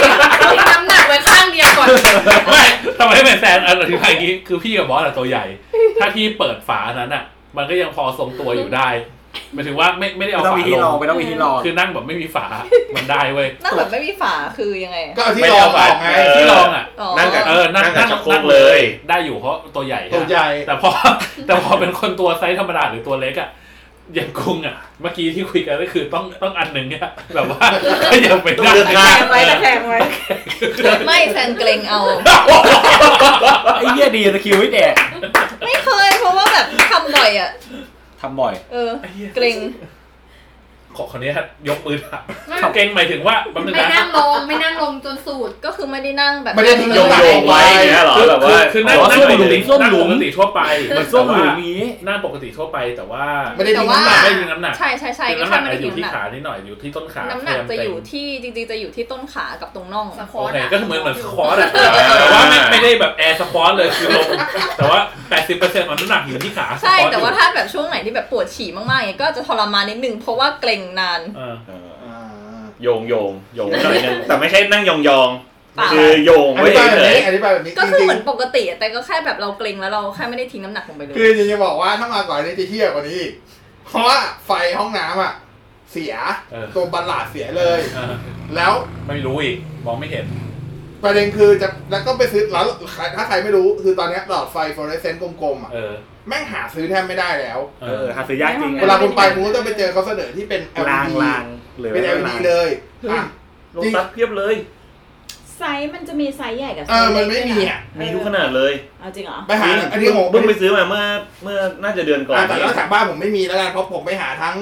Speaker 8: ทิ้งน้ำหนักไว้ข้างเดียวก่อน
Speaker 4: ไม่ทำไมไม่เป็นแซนอันนี้อย่างนี้คือพี่กับบอสอะตัวใหญ่ ถ้าพี่เปิดฝานั้นอะมันก็ยังพอทรงตัวอยู่ได้หมายถึงว่าไม่ไม่ได้
Speaker 5: ไม่
Speaker 4: เอา
Speaker 5: ต้อง
Speaker 4: ฝา
Speaker 5: มี
Speaker 4: ล
Speaker 5: ที่รอง
Speaker 4: ง
Speaker 5: ไม่ต้องมีที่รอง
Speaker 4: คือนั่งแบบไม่มีฝามันได้เว้ย
Speaker 3: นั่งแบบไม่มีฝาคือยังไง
Speaker 1: ก็เอาที่
Speaker 7: ไม่
Speaker 1: รอง
Speaker 7: เอา
Speaker 1: อ
Speaker 7: ฝา
Speaker 1: อกไง
Speaker 7: เออ
Speaker 4: ที่รองอะ
Speaker 3: อ๋อ
Speaker 7: นั่งกับ
Speaker 4: เออ นั่ง
Speaker 7: นั่งกับ
Speaker 4: นั่ง
Speaker 7: ชักโครก
Speaker 4: นั่ง
Speaker 7: เล
Speaker 4: เลย ย ได้อยู่เพราะตัวใหญ่
Speaker 1: ตัวใหญ่
Speaker 4: แต่พอ แต่พอเป็นคนตัวไซส์ธรรมดาหรือตัวเล็กอ่ะอย่างกุ้งอ่ะ เมื่อกี้ที่คุยกันก็คือต้องต้องอันหนึ่งเนี่ยแบบว่า อย่าไป
Speaker 7: ต้อ
Speaker 4: นั่ง
Speaker 7: งเลือกข้าง
Speaker 9: ไว้ตะแคงไว้
Speaker 3: ไม่แฟนเกรงเอา
Speaker 5: ไอ้เหี้ยดีตะคริวไม่แดก
Speaker 3: ไม่เคย เพราะว่าแบบทำบ่อยอ่ะ
Speaker 5: ทำบ่อย
Speaker 3: เออ เกรง
Speaker 4: ขอคนนี้ยกมือถ่ะ
Speaker 8: ไม่
Speaker 4: เก่งหมายถึงว่าแป๊บนึง
Speaker 8: ไม่
Speaker 4: นะ
Speaker 8: นั่งลงไม่นั่งลงจนสูด
Speaker 3: ก็คือไม่ได้นั่งแบบ
Speaker 1: ไม่ได้ทิ้ง
Speaker 7: โยง
Speaker 1: หลั
Speaker 7: โยงไว้อย่างเงี้ยเหรอ
Speaker 4: คือ
Speaker 7: แบบ
Speaker 4: คือ
Speaker 7: ว่า
Speaker 4: คือนั่ง
Speaker 7: อ๋อ
Speaker 4: นั่ง
Speaker 7: ส้ม
Speaker 4: ป
Speaker 7: ห
Speaker 4: ก
Speaker 7: ลุ
Speaker 4: ติ
Speaker 7: ม
Speaker 5: ส้มหลุม
Speaker 4: นั่งปกติทั่วไป
Speaker 5: เหมือนส้มหลุม
Speaker 4: แต่ว่า
Speaker 5: นี้
Speaker 4: นั่งปกติทั่วไปแต่ว่า
Speaker 1: ไม่ได้
Speaker 3: แต่
Speaker 1: ทิ้ง
Speaker 3: ว่า
Speaker 1: น้ำหนัก
Speaker 4: ไม่มีน้ำหนัก
Speaker 3: ใช่ใช่ใช่
Speaker 4: คือ
Speaker 3: ก็แค่
Speaker 4: น้ำหนัก
Speaker 3: ไม่
Speaker 4: อะ
Speaker 3: ได้
Speaker 4: อ
Speaker 3: ถึ
Speaker 4: ยู่
Speaker 3: ง
Speaker 4: ที่
Speaker 3: น้ำห
Speaker 4: ขา
Speaker 3: นัก
Speaker 4: นิดหน่อยอยู่ที่ต้นขา
Speaker 3: น้ำหนักจะ
Speaker 4: เต็มๆ
Speaker 3: อยู่ที่จริงๆจะอยู่ที่ต้นขากับตรงน่อง
Speaker 8: สะโค
Speaker 4: โอ
Speaker 8: ต
Speaker 4: เค
Speaker 8: อะ
Speaker 4: ก็คือเหมือนเหมือนสควอตอะแต่ว่าไม่ไม่ได้แบบแอร์สควอตเลยคือ ลงแต่ว่า 80%ของน้ำหนักอยู่ที่ขา
Speaker 3: ใช่
Speaker 4: สควอ
Speaker 3: แต่ว่า
Speaker 4: อยู่
Speaker 3: ถ้าแบบช่วงไหนที่แบบปวดฉี่มากๆอย่างเงี้ยก็จะทรมานนิดนึงเพราะว่าเกรงนาน
Speaker 4: เออ
Speaker 7: เออ
Speaker 1: อ่า
Speaker 7: โยงโยงโยงไว้หน่อยนึงแต่ไม่ใช่นั่งยองยองๆ
Speaker 3: เปล่า
Speaker 7: คือโยง
Speaker 1: อ
Speaker 7: ไว้
Speaker 1: ธิบายแบบ
Speaker 7: เฉย
Speaker 1: นี้อธิบายแบบนี้
Speaker 3: ก็คือเหมือน
Speaker 1: จริง
Speaker 3: ปกติอะแต่ก็แค่แบบเราเกรงแล้วเราแค่ไม่ได้ทิ้งน้ำหนักลงไป
Speaker 1: ๆ
Speaker 3: เลย
Speaker 1: คือจะบอกว่าถ้ามาก่อนนี้จะเที่ยวกว่านี้อีกเพราะว่าไฟห้องน้ำอ่ะ เสีย
Speaker 4: เออ
Speaker 1: ตัวบัลลาดเสียเลย
Speaker 4: เออ
Speaker 1: แล้ว
Speaker 4: ไม่รู้อีกมองไม่เห็น
Speaker 1: ประเด็นคือจะแล้วก็ไปซื้อแล้วถ้าใครไม่รู้คือตอนเนี้ยหลอดไฟฟลูออเรสเซนต์กลมๆอ่ะ
Speaker 4: เออ
Speaker 1: แม่งหาซื้อแทบไม่ได้แล้ว
Speaker 5: เออหาซื้อยากจริง
Speaker 1: เวลาคุณไปคุณก็ต้องไปเจอเขาเสนอที่เป็น
Speaker 5: ลาง
Speaker 1: LED
Speaker 5: ลางหรือ
Speaker 1: เป็น LED เลยอ่ะ
Speaker 7: ลงตัดเพียบเลย
Speaker 9: ไซส์มันจะมีไซส์ใหญ่กับไซ
Speaker 1: เออ
Speaker 9: ส์
Speaker 1: มั
Speaker 9: เล็
Speaker 1: น
Speaker 9: ก
Speaker 1: ไม่
Speaker 9: ด้วยะ
Speaker 1: มีอ่ะ
Speaker 7: มีทุกขนาดเลย
Speaker 9: เอาจริงเหรอ
Speaker 1: ไปหาอันนี้ผม
Speaker 7: เพิ่งไปซื้อมาเมื่อเมื่อน่าจะเดือนก่อน
Speaker 1: อ่ะแต่แล้วแถวบ้านผมไม่มีแล้วกันเพราะผมไปหาทั้ง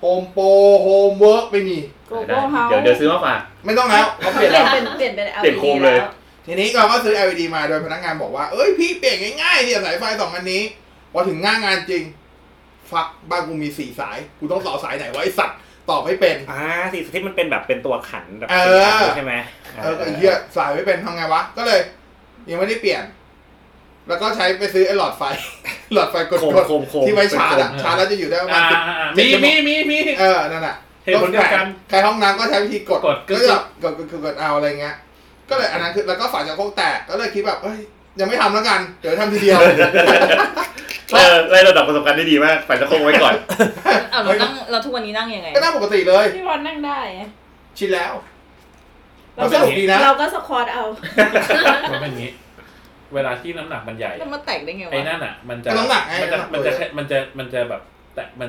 Speaker 1: โฮมโปรโฮมเวิร์กไม่มี
Speaker 9: Global House
Speaker 7: เดี๋ยวเดี๋ยวซื้อมาฝาก
Speaker 1: ไม่ต้องแล้วเขา
Speaker 9: เป
Speaker 1: เป
Speaker 9: ลี่
Speaker 1: ลี่
Speaker 9: ยน
Speaker 1: ยนแล้ว
Speaker 9: เป็นเปลี่ยนเป็น LED
Speaker 7: เปลี่ยนโคมเลย
Speaker 9: แว
Speaker 1: ทีนี้เราก็ซื้อ LED มาโดยพนักงานบอกว่า เอ้ยพี่เปลี่ยนง่ายๆดิสายไฟสองอันนี้พอถึงหน้างานจริง ฟักบ้านกูมีสี่สาย กูต้องต่อสายไหนวะไอสัตว์ต่อไม่เป็น
Speaker 5: อ่าสีสที่มันเป็นแบบเป็นตัวขันแบบ
Speaker 1: เออ
Speaker 5: สีขาวใช่ไหม
Speaker 1: เออไอ้เหี้ยสายไม่เป็นทำไงวะ ก็เลย ยังไม่ได้เปลี่ยน แล้วก็ใช้ไปซื้อไอ้หลอดไฟ หลอดไฟกด
Speaker 5: โคมโคมโคม
Speaker 1: ที่ไว้ชาร์จอะ
Speaker 4: เป็นกลม
Speaker 1: ชาร์จแล้วจะอยู่ได้ประมา
Speaker 4: อ่า
Speaker 1: ณสิบ
Speaker 4: ๆๆมีมีมีมี
Speaker 1: เออ นั่นแหละ
Speaker 4: เหตุผลเดียวกัน
Speaker 1: ใครห้องน้ำก็ใช้วิธีกด
Speaker 4: กดกึ๊
Speaker 1: ก็
Speaker 4: ก
Speaker 1: แบบกดกดกดกดเอาอะไรเงี้ย ก็เลยอันนั้นคือแล้วก็ฝาจะโคกแตก ก็เลยคิดแบบเอ้ยยังไม่ทำแล้วกัน เดี๋ยวทำทีเดี ยว
Speaker 7: เออไล่ระดับประสบการณ์ได้ดีมากฝ่ายตะโคงไว้ก่อน
Speaker 3: เอาเรานั่งเราทุกวันนี้นั่งยังไง
Speaker 1: ก็น่าปกติเลย
Speaker 9: พี่วันนั่งได้อะ
Speaker 1: ชินแล้วเราสนุกดีนะ
Speaker 9: เราก็สควอตเอา
Speaker 4: มันเป็นอย่างนี้ เวลาที่น้ำหนักมันใหญ่
Speaker 3: แล้วมันแตกได้ไงวะ
Speaker 4: ไอ้นั่นอ่ะ มันจะ
Speaker 1: ก็น้ำหนักไง
Speaker 4: มันจะ
Speaker 1: น้ำหนัก
Speaker 4: มันจะ
Speaker 1: เออ
Speaker 4: มันจะมันจะแบบ แต่มัน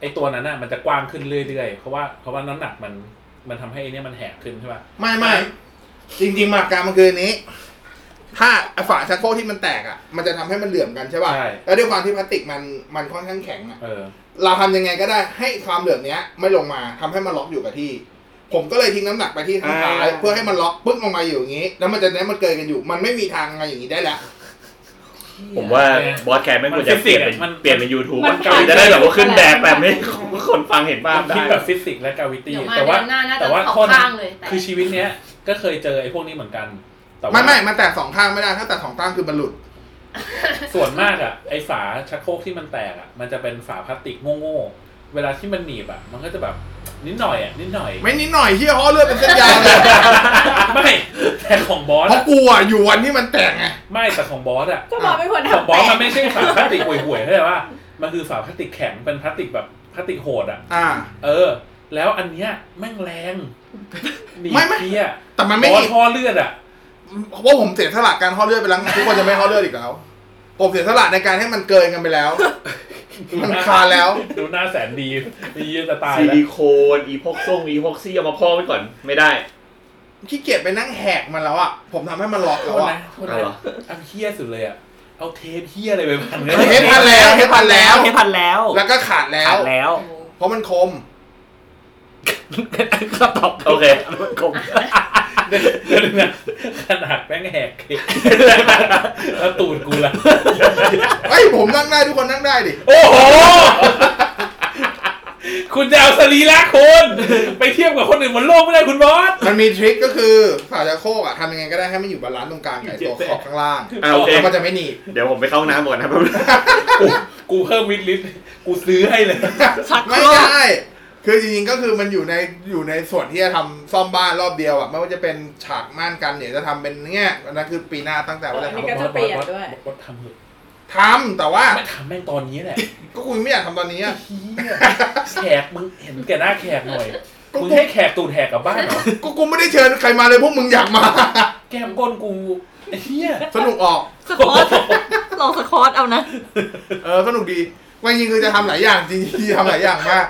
Speaker 4: ไอ้ตัวนั้นอ่ะ มันจะกว้างขึ้นเรื่อยๆเพราะว่าเพราะว่าน้ำหนักมัน มันทำให้ไอ้เนี่ยมันแหกขึ้นใช่ป่ะ
Speaker 1: ไม่ไม่จริง ๆ มากการมันคืออันนี้ ถ้าฝาชักโครกที่มันแตกอ่ะ มันจะทำให้มันเหลื่อมกันใช่ป่ะ
Speaker 4: ใช่
Speaker 1: แล้วด้วยความที่พลาสติกมันมันค่อนข้างแข็งอ่ะ
Speaker 4: เออ
Speaker 1: เราทำยังไงก็ได้ให้ความเหลื่อมเนี้ย ไม่ลงมาทำให้มันล็อกอยู่กับที่ ผมก็เลยทิ้งน้ำหนักไปที่ท้างซ้ายเพื่อให้มันล็อกปึ๊กลงมาอยู่อย่างนี้ แล้วมันจะเนี้ยมันเกยกันอยู่ มันไม่มีทางมาอย่างนี้ได้แล้ว
Speaker 7: ผมว่าบอสแคร์ไม่ควรจะเปลี่ยนเป็น
Speaker 4: มัน
Speaker 7: เปลี่ยนเป็นยูทูบ
Speaker 4: มันผ่าน
Speaker 7: จะได้แบบว่าขึ้นแบบแบบไม่คนฟังเห็นภาพ
Speaker 4: มัน
Speaker 7: ได้
Speaker 4: คิดแบบฟิสิกส์และกาวิตี้
Speaker 8: เดี๋ยวมา
Speaker 4: แต่ว่า
Speaker 8: เดือนหน้าน่า
Speaker 4: แต่
Speaker 8: จะ
Speaker 4: ว่า
Speaker 8: สอ
Speaker 4: ข้อง นั้
Speaker 8: ข้าง
Speaker 4: น
Speaker 8: เลยแต่
Speaker 4: คือชีวิตเนี้ย ก็เคยเจอไอ้พวกนี้เหมือนกัน แต่
Speaker 1: ไม่
Speaker 4: ว่า
Speaker 1: ไม่มันแตกสองข้างไม่ได้ ถ้าแตกสองข้างคือมันหลุด
Speaker 4: ส่วนมากอ่ะ ไอ้ฝาชักโครกที่มันแตกอ่ะ มันจะเป็นฝาพลาสติกโง่ๆ เวลาที่มันหนีบอ่ะ มันก็จะแบบนิดหน่อยอ่ะนิดหน่อย
Speaker 1: ไม่นิดหน่อยเฮียห่อเลือดเป็นเส้นยาวเลย
Speaker 4: ไม่แต่ของบอส
Speaker 1: เพราะ
Speaker 4: อะ
Speaker 1: กลัวอยู่วันที่มันแตกไง
Speaker 4: ไม่แต่ของบอสอ่ะ
Speaker 9: ก็บอกไม่ควร
Speaker 4: ของ
Speaker 9: ทำ
Speaker 4: บอสมัน
Speaker 9: แต
Speaker 4: ไม่ใช่ฝาพลาสติกห่วยๆเข้าใจป่ะมันคือฝาพลาสติกแข็งเป็นพลาสติกแบบพลาสติกโหดอ่ะ
Speaker 1: อ่า
Speaker 4: เออ แล้วอันเนี้ยแม่งแรงหนี
Speaker 1: ไม่ไม่
Speaker 4: เพี้ย
Speaker 1: แต่มันไม่
Speaker 4: บอส
Speaker 1: มี
Speaker 4: ท่อเลือดอ่ะ
Speaker 1: เพราะว่าผมเสียสละการห่อเลือดไปแล้วไงทุกคนจะไม่ห่อเลือดอีกแล้ว ผมเสียสละในการให้มันเกยกันไปแล้ว มันคาแล้ว
Speaker 4: ดูหน้าแสนดีดีจะตาย
Speaker 7: ซิ
Speaker 4: แล้ว
Speaker 7: ลิโคนอีพอกซ่งอีพอกซี่เอามาพอกไว้ก่อนไม่ได้
Speaker 1: ขี้เกียจไปนั่งแหกมันแล้วอ่ะ ผมทำให้มันล็อก
Speaker 4: โท
Speaker 1: แล้ว
Speaker 4: ษ
Speaker 1: อ่ะ
Speaker 4: นะโทษ
Speaker 7: เอาเหร
Speaker 4: นะ
Speaker 7: อ
Speaker 4: เอาเฮี้ยสุดเลยอ่ะ เอาเทปเฮี้ยอะไรไปพันเลย
Speaker 1: เทปพันแล้วเทปพันแล้ว
Speaker 5: เทพันแล้ว
Speaker 1: แล้วก็ขาดแล้ว
Speaker 5: ขาดแล้ว
Speaker 1: เพราะมันคม
Speaker 5: ก็ตอบ
Speaker 7: โอเค
Speaker 5: คม
Speaker 4: เดี๋ยวเดี๋ยวนะขนาดแม่งแหกเทปแล้วตูดกูละ
Speaker 1: เฮ้ย ผมนั่งได้ทุกคนนั่งได้ดิ
Speaker 4: โอ้โห คุณจะเอาสรีระคน ไปเทียบกับคนอื่นบนโลกไม่ได้คุณบอส
Speaker 1: มันมีทริคก็คือฝ่าจะโคกอ่ะทำยังไงก็ได้ให้มันอยู่บาลานซ์ตรงกลางไก่ตัวขอบข้างล่าง
Speaker 7: อ่าโอเค
Speaker 1: แล้วมันจะไม่หนีบ
Speaker 7: เดี๋ยวผมไปเข้าห้องน้ำก่อนนะ
Speaker 4: กูกูเพิ่มวิดลิสต์กูซื้อให้เลย
Speaker 1: ไม่ได้คือจริงๆก็คือมันอยู่ในอยู่ในส่วนที่จะทำซ่อมบ้านรอบเดียวอ่ะไม่ว่าจะเป็นฉากม่านกันเดี๋ยวจะทำเป็นเงี้ยอันนั้นคือปีหน้าตั้งแต่ว่าจะ
Speaker 9: ่
Speaker 1: ท
Speaker 9: ก็จะเปลี่ยนด้วย
Speaker 4: บอสทำเลย
Speaker 1: ำทำแต่ว่า
Speaker 4: ไม่ทำแม่งตอนนี้แหละ
Speaker 1: ก็กูไม่อยากทำตอนนี้อะ
Speaker 4: เหี้ยแขกมึงเห็นแก่หน้าแขกหน่อย
Speaker 1: กู
Speaker 4: มึงให้แขกตูดแหกกลับบ้านเหรอ
Speaker 1: กูกูไม่ได้เชิญใครมาเลยพวกมึงอยากมา
Speaker 4: แก้มก้นกู เฮีย
Speaker 1: สนุกออก
Speaker 3: สคอตลองสคอตเอานะ
Speaker 1: เออสนุกดีวันจริงคือจะทำหลายอย่างจ ริงๆทำหลายอย่างมาก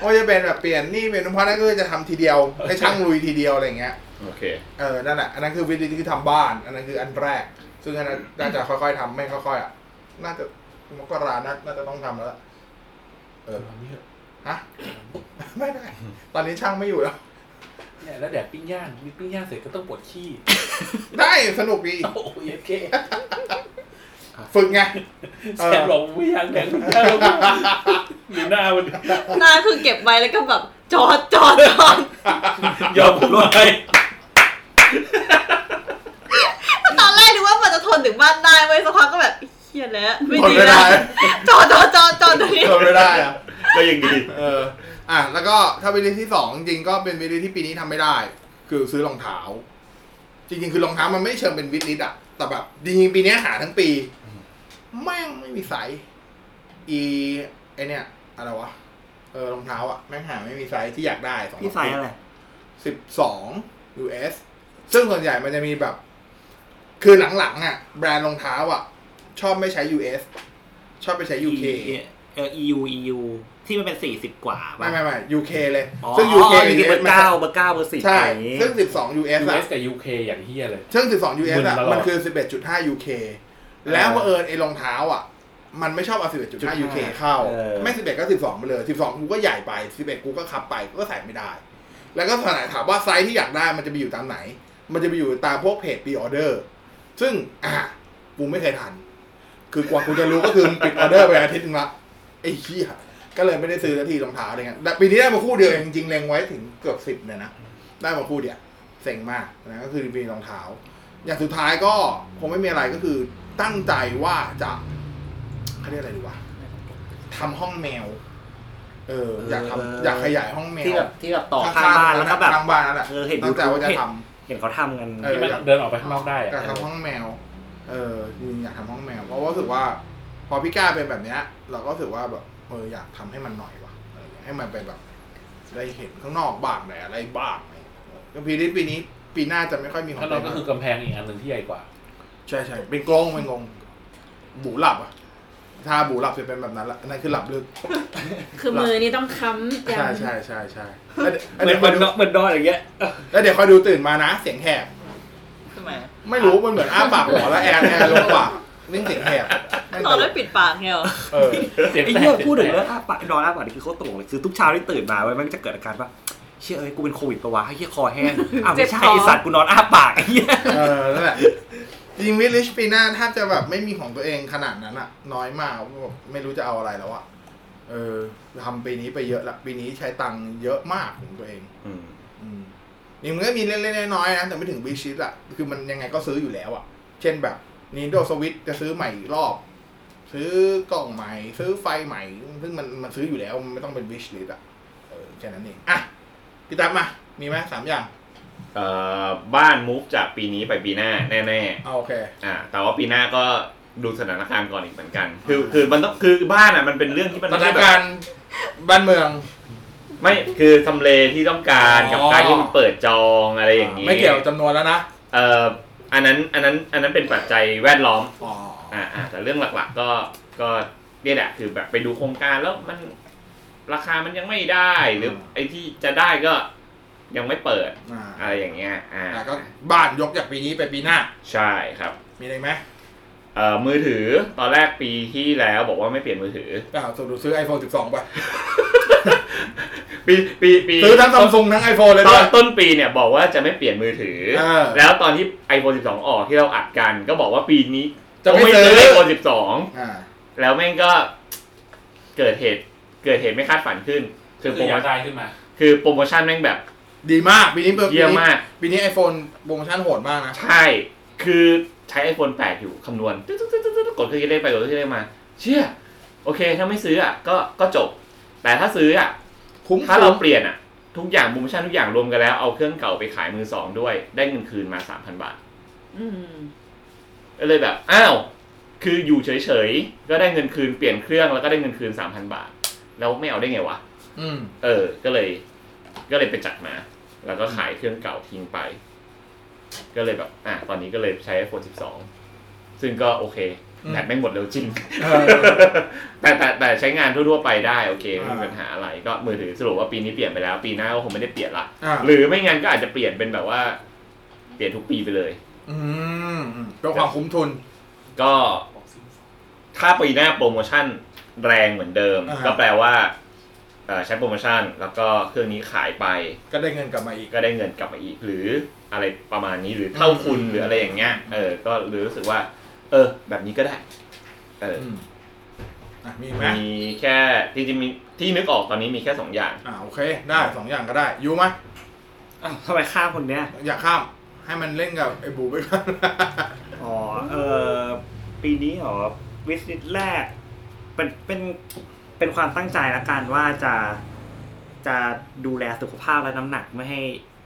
Speaker 1: ก็จะเป็นแบบเปลี่ยนนี่เป็นนพัฒน์นั่นก็จะทำทีเดียวให้ช่างลุยทีเดียวอะไรอย่างเงี้ย
Speaker 7: โอเค
Speaker 1: เออนั่นแหละอันนั้นคือวิธีที่ทำบ้าน อันนั้นคืออันแรก ซึ่งอันนั้นน่าจะค่อยๆทำไม่ค่อยๆอ่ะน่าจะมกราน่าน่าจะต้องทำแล้วล่ะเออฮะ ไม่ได้ตอนนี้ช่างไม่อยู่แล้ว
Speaker 4: เนี่ยแล้วแดดปิ้งย่างมีปิ้งย่างเสร็จก็ต้องปวดขี้
Speaker 1: ได้สนุกดี
Speaker 4: โอ้ยเอฟเค
Speaker 1: ฝึ กไง
Speaker 4: แซมบอกไม่อยากแดดปิ้งย่างหรอกอยู่หน้ามัน
Speaker 3: หน้าคือเก็บไว้แล้วก็แบบจอดจอดจอด
Speaker 4: ยอมผมไป
Speaker 3: ตอนแรกนึกว่ามันจะทนถึงบ้านได้เว้ยสักพักก็แบบเฮียแล้วไม่
Speaker 1: ท
Speaker 3: ดี
Speaker 1: นไม่ได้
Speaker 3: แล้วจอดจอดจอดจอดตรงนี้
Speaker 1: ทำไม่ได้อะ
Speaker 7: ก็ยังดี
Speaker 1: เออ อ่ะ แล้วก็ถ้าวิธีที่สองจริงๆก็เป็นวิธีที่ปีนี้ทำไม่ได้ คือซื้อรองเท้า จริง ๆ คือรองเท้ามันไม่เชิงเป็นวิธีอะแต่แบบจริงๆปีนี้หาทั้งปีแม่งไม่มีไซส์อีไอเนี่ยอะไรวะเออรองเท้าอะแม่งหาไม่มีไซส์ที่อยากได้สอง
Speaker 5: พี่ไซอะไร
Speaker 1: สิบสอง US ซึ่งส่วนใหญ่มันจะมีแบบ คือหลังๆอะแบรนด์รองเท้าอะชอบไม่ใช้ US ชอบไปใช้ UK
Speaker 5: E- เออ EU EU ที่มันเป็นสี่สิบกว่าป่ะ
Speaker 1: ไม่ไม่ไม่ UK เลย
Speaker 5: อ๋อ
Speaker 1: ซึ่ง UK
Speaker 5: นี่คือเบอร์เก้าเบอร์เก้าเบอร์สิบ
Speaker 1: ใช่
Speaker 5: อย่างงี้
Speaker 1: ซึ่ง 12 US
Speaker 4: ยู
Speaker 1: อ
Speaker 4: เอ
Speaker 1: ะ
Speaker 4: สกับยูเคอย่างเฮียเลย
Speaker 1: ซึ่ง 12 US อะ
Speaker 4: มึนตลอด
Speaker 1: มันคือ 11.5 UK แล้วบังเอิญไอ้รองเท้าอ่ะ มันไม่ชอบเอา 11.5 UK เข้า ไม่ 11 ก็ 12 ไปเลย 12 กูก็ใหญ่ไป 11 กูก็ขับไป ก็ใส่ไม่ได้ แล้วก็ถามถามว่าไซส์ที่อยากได้มันจะไปอยู่ตามไหน มันจะไปอยู่ตามพวกเพจ pre order ซึ่ง อ่ะกูไม่เคยทัน คือกว่ากูจะรู้ก็คือมึงปิดออเดอร์ไปอาทิตย์นึงละ ไอ้เหี้ยก็เลยไม่ได้ซื้อสักทีรองเท้าอะไรเงี้ยแต่ปีนี้ได้มาคู่เดียวเองจริงๆเล็งไว้ถึงเกือบสิบเนี่ยนะ ได้มาคู่เดียวเซ็งมากนะก็คือมีรองเท้า อย่างสุดท้ายก็คงไม่มีอะไรก็คือตั้งใจว่าจะเขาเรียกอะไรดีวะทำห้องแมว เออ อยากทำอยากขยายห้องแมว
Speaker 5: ที่แบบที่แบบต่อข้างบ้านแล้วก็แบบ
Speaker 1: ข้างบ้านนั่นแหละ
Speaker 5: เออเห็น
Speaker 1: ตั้งใจว่าจะทำ
Speaker 5: เห็นเขาทำกัน
Speaker 1: เออ
Speaker 4: ที่มันเดินออกไปข้างนอกได้
Speaker 1: อ
Speaker 4: อะ
Speaker 1: ยากทำห้องแมว เออจริงๆอยากทำห้องแมว เพราะว่ารู้สึกว่า พอพี่ก้าเป็นแบบเนี้ย เราก็รู้สึกว่าแบบเอออยากทำให้มันหน่อยว่ะอะไรอย่างเงี้ยให้มันเป็นแบบได้เห็นข้างนอกบ้างแหละอะไรบ้างอะไรอย่างเงี้ยก็ปีนี้ปีนี้ปีหน้าจะไม่ค่อยมีของ
Speaker 4: ข้างนอก
Speaker 1: เล่
Speaker 4: ก็
Speaker 1: น
Speaker 4: คือกำแพงอีกอันหนึ่งที่ใหญ่กว่า
Speaker 1: ใช่ใช่เป็นกลงเป็นกลงบูหลับอ่ะ ถ้าบูหลับจะเป็นแบบนั้นละอันนั่นคือหลับลึก
Speaker 9: คือมือนี่ต้องค้ำยั
Speaker 1: ใช่
Speaker 9: น
Speaker 1: ใช่ใช่ใช่
Speaker 2: เห
Speaker 1: แล้ว
Speaker 2: มือ
Speaker 1: เดี๋
Speaker 2: ย น
Speaker 1: ว
Speaker 2: เห
Speaker 1: ค
Speaker 2: มือย
Speaker 1: อ
Speaker 2: น
Speaker 1: ดู
Speaker 2: เหมือนนอนอย่างเงี้ย
Speaker 1: แล้วเดี๋ยวคอยดูตื่นมานะเสียงแหบ
Speaker 3: ทำไม
Speaker 1: ไม่รู้มันเหมือนอ้าปากหัวแล้วแอนแอนลงปากนิ่งเสียงแหบนั่น
Speaker 3: ตอนแล้วปิดปากไงเหรอ
Speaker 1: เออ
Speaker 4: เสียง
Speaker 5: ไอ้
Speaker 4: แต
Speaker 5: เหี้ย
Speaker 4: ก
Speaker 5: พูดถึงเรื่องอ้าปากนอนอ้าปากนี่คือเขาตลกเลยคือทุกเช้าที่ตื่นมาเว้ยมันจะเกิดอาการว่าเชี่ยเอ้ยกูเป็นโควิดปะวะไอ้เหี้ยคอแห้ งอ้าวไม่ใช่ไอ้สัตว์กูนอนอ้าปาก ไอ้เหี้ย
Speaker 1: เออนั่นแหละจริงวิลิชปีหน้าแทบจะแบบไม่มีของตัวเองขนาดนั้นอะน้อยมากแบบไม่รู้จะเอาอะไรแล้วอะเออทำปีนี้ไปเยอะละปีนี้ใช้ตังค์เยอะมากของตัวเอง
Speaker 7: อืม
Speaker 1: อืมนี่มันก็มีเล็กๆน้อยๆนะแต่ไม่ถึงวิชิตอะคือมันยังไงก็ซื้ออยู่แล้วอะเช่นแบบนีโดสวิตจะซื้อใหม่อีกรอบ ซื้อกล่องใหม่ ซื้อไฟใหม่ ซึ่งมันมันซื้ออยู่แล้วมันไม่ต้องเป็นวิชลิสอะเออแค่นั้นเองอ่ะพี่ตั๊บมา มีไหมสามอย่าง
Speaker 7: เอ่อบ้านมูฟจากปีนี้ไปปีหน้าแน่ๆ
Speaker 1: เอาโอเค
Speaker 7: อ่าแต่ว่าปีหน้าก็ดูสถานการณ์ก่อนอีกเหมือนกัน คือคือมันต้องคือบ้านอ่ะมันเป็นเรื่องที่มัน
Speaker 1: ส
Speaker 7: ไม่
Speaker 1: ถา
Speaker 7: ใช่
Speaker 1: น
Speaker 7: แบ
Speaker 1: การ
Speaker 7: บ
Speaker 1: ณ์บ้านเมือง
Speaker 7: ไม่คือทำเลที่ต้องการกับ
Speaker 1: อ๋อ
Speaker 7: การที่มันเปิดจองอะไรอย่างนี้
Speaker 1: ไม่เกี่ยวจำนวนแล้วนะ
Speaker 7: เอ่ออันนั้นอันนั้นอันนั้นเป็นปัจจัยแวดล้อม
Speaker 1: อ๋อ
Speaker 7: อ่าอ่าแต่เรื่องหลักๆก็ก็เนี่ยแหละคือแบบไปดูโครงการแล้วมันราคามันยังไม่ได้หรืออ
Speaker 1: ม
Speaker 7: ไอ้ที่จะได้ก็ยังไม่เปิด
Speaker 1: อ่า
Speaker 7: อะไรอย่างเงี้ยอ่า
Speaker 1: แล้วก็บ้านยกจากปีนี้ไปปีหน้า
Speaker 7: ใช่ครับ
Speaker 1: มีอะไรไหม
Speaker 7: เอ่อมือถือตอนแรกปีที่แล้วบอกว่าไม่เปลี่ยนมือถื อ
Speaker 1: อ่าสรุปซื้อ iPhone 12 ไป
Speaker 7: ปีปีปี
Speaker 1: ซื้อทั้งซัมซุงทั้ง iPhone เลย
Speaker 7: ตอ
Speaker 1: ด้วย
Speaker 7: นต้นปีเนี่ยบอกว่าจะไม่เปลี่ยนมือถือ
Speaker 1: เออ
Speaker 7: แล้วตอนที่ iPhone 12 ออกที่เราอัดกัน ก็บอกว่าปีนี้
Speaker 1: จะไม่ซื้อ
Speaker 7: iPhone
Speaker 1: อ่า
Speaker 7: 12 แล้วแม่งก็เกิดเหตุเกิดเหตุไม่คาดฝันขึ้น คือโปร
Speaker 4: คือ
Speaker 7: โม
Speaker 4: อยาก
Speaker 7: ชั่น
Speaker 4: ได้ขึ้นมา
Speaker 7: คือโปรโมชั่นแม่งแบบ
Speaker 1: ดีมาก ปีนี้เปิด
Speaker 7: เยี่ยมมาก
Speaker 1: ปีนี้ iPhone โปรโมชั่นโหดมากนะ
Speaker 7: ใช่ คือใช้ iPhone 8 อยู่คำนวณตึ๊ดตึ๊ดตึ๊ดตึ๊ดกดเครื่องคิดเลขไปกดเครื่องคิดเลขมา เชื่อ โอเค ถ้าไม่ซื้ออ่ะก็ก็จบ แต่ถ้าซื้ออ่ะ
Speaker 1: คุ้ม
Speaker 7: ถ้าเราเปลี่ยนอ่ะ ทุกอย่างโปรโมชั่นทุกอย่างรวมกันแล้วเอาเครื่องเก่าไปขายมือสองด้วย ได้เงินคืนมา3,000บาท
Speaker 9: อืม
Speaker 7: ก็เลยแบบ อ้าว คืออยู่เฉยๆ ก็ได้เงินคืนเปลี่ยนเครื่องแล้วก็ได้เงินคืน 3,000 บาท แล้วไม่เอาได้ไงวะ
Speaker 1: อืม
Speaker 7: เออ ก็เลย ก็เลยไปจัดมา แล้วก็ขายเครื่องเก่าทิ้งไป ก็เลยแบบอ่ะตอนนี้ก็เลยใช้ iPhone 12 ซึ่งก็โอเคแบตไม่งหมดเร็วจริง
Speaker 1: เออ
Speaker 7: แต่แต่แต่ใช้งานทั่วๆไปได้โอเคไม่มี
Speaker 1: อ่า
Speaker 7: ปัญหาอะไรก็มือถือสรุปว่าปีนี้เปลี่ยนไปแล้ว ปีหน้าก็คงไม่ได้เปลี่ยนละ
Speaker 1: อ่า
Speaker 7: หรือไม่งั้นก็อาจจะเปลี่ยนเป็นแบบว่าเปลี่ยนทุกปีไปเลย
Speaker 1: อืมเพื่อความคุ้มทุน
Speaker 7: ก็ถ้าปีหน้าโปรโมชั่นแรงเหมือนเดิม
Speaker 1: อ่า
Speaker 7: ก็แปลว่าเอ่อใช้โปรโมชั่น แล้วก็เครื่องนี้ขายไป
Speaker 1: ก็ได้เงินกลับมาอีก
Speaker 7: ก็ได้เงินกลับมาอีก หรืออะไรประมาณนี้หรือเท่าคุณ
Speaker 1: อืม
Speaker 7: หรืออะไรอย่างเงี้ยเออ ก็หรือรู้สึกว่า เออ แบบนี้ก็ได้ เออ
Speaker 1: อืมอ่ะมีไหม
Speaker 7: มีแค่จริงๆมีที่นึกออกตอนนี้มีแค่สองอย่าง
Speaker 1: อ่าโอเค ได้สองอย่างก็ได้ยูไหม
Speaker 5: อ้าวทำไมฆ่าคนเนี้ย
Speaker 1: อยากข้าม ให้มันเล่นกับไอ้บูไปก่อน
Speaker 5: อ๋อ เออปีนี้เหรอวิสิตแรก เป็น เป็น เป็นความตั้งใจละกันว่าจะ จะดูแลสุขภาพและน้ำหนักไม่ให้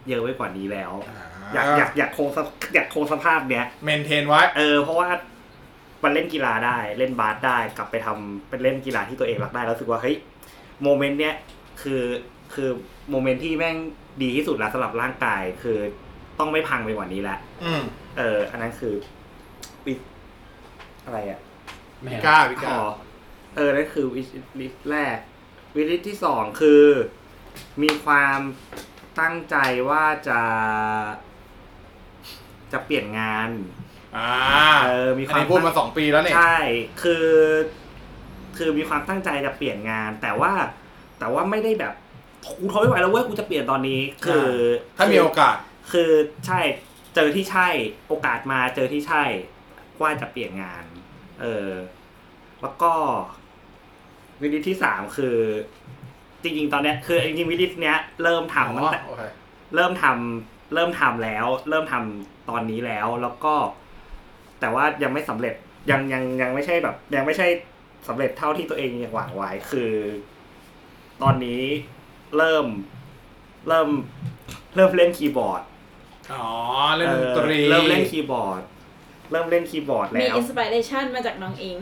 Speaker 5: เยอะไว้กว่านี้แล้ว อยาก อยาก อยากคงสภอยากคงสภาพเนี้ย
Speaker 1: เมนเทนไว้
Speaker 5: เออ เพราะว่ามันเล่นกีฬาได้ เล่นบาสได้ กลับไปทำเป็นเล่นกีฬาที่ตัวเองรักได้แล้วรู้สึกว่า เฮ้ย โมเมนต์เนี้ย คือ คือ โมเมนต์ที่แม่งดีที่สุดแล้วสำหรับร่างกาย คือ ต้องไม่พังไปกว่านี้แล้ว
Speaker 1: อืม
Speaker 5: เออ อันนั้นคือวิอะไรอ่ะ
Speaker 4: แหม
Speaker 1: พิก้าพิก้า
Speaker 5: อ๋อเออ นั่นคือวิลิสแรก วิลิสที่สองคือ มีความตั้งใจว่าจะ จะเปลี่ยนงาน
Speaker 1: อ่า
Speaker 5: เออ มีค
Speaker 1: อัน
Speaker 5: วาม
Speaker 1: นี้พูดมาสองปีแล้วเนี่ย
Speaker 5: ใช่ คือ คือมีความตั้งใจจะเปลี่ยนงาน แต่ว่า แต่ว่าไม่ได้แบบกูทนไม่ไหวแล้วเว้ย กูจะเปลี่ยนตอนนี้ คือ
Speaker 1: ถ้ามีโอกาส
Speaker 5: คือใช่เจอที่ใช่โอกาสมาเจอที่ใช่ว่าจะเปลี่ยนงาน เออแล้วก็วิธีที่สามคือ จริงๆ ตอนเนี้ยคือจริงๆวิธีเนี้ยเริ่มทำตั้งแต่
Speaker 1: อ๋อโอเค
Speaker 5: เริ่มทำเริ่มทำแล้ว เริ่มทำตอนนี้แล้วแล้วก็ แต่ว่ายังไม่สำเร็จยังยังยังไม่ใช่แบบ ยังไม่ใช่สำเร็จเท่าที่ตัวเองยังหวังไว้คือ ตอนนี้เริ่มเริ่มเริ่มเล่นคีย์บอร์ด
Speaker 1: อ๋อ เล่นดนตรี
Speaker 5: เออเริ่มเล่นคีย์บอร์ด เริ่มเล่นคีย์บอร์ด
Speaker 3: มี
Speaker 5: แล้ว
Speaker 3: อินสปิเรชันมาจากน้องอิง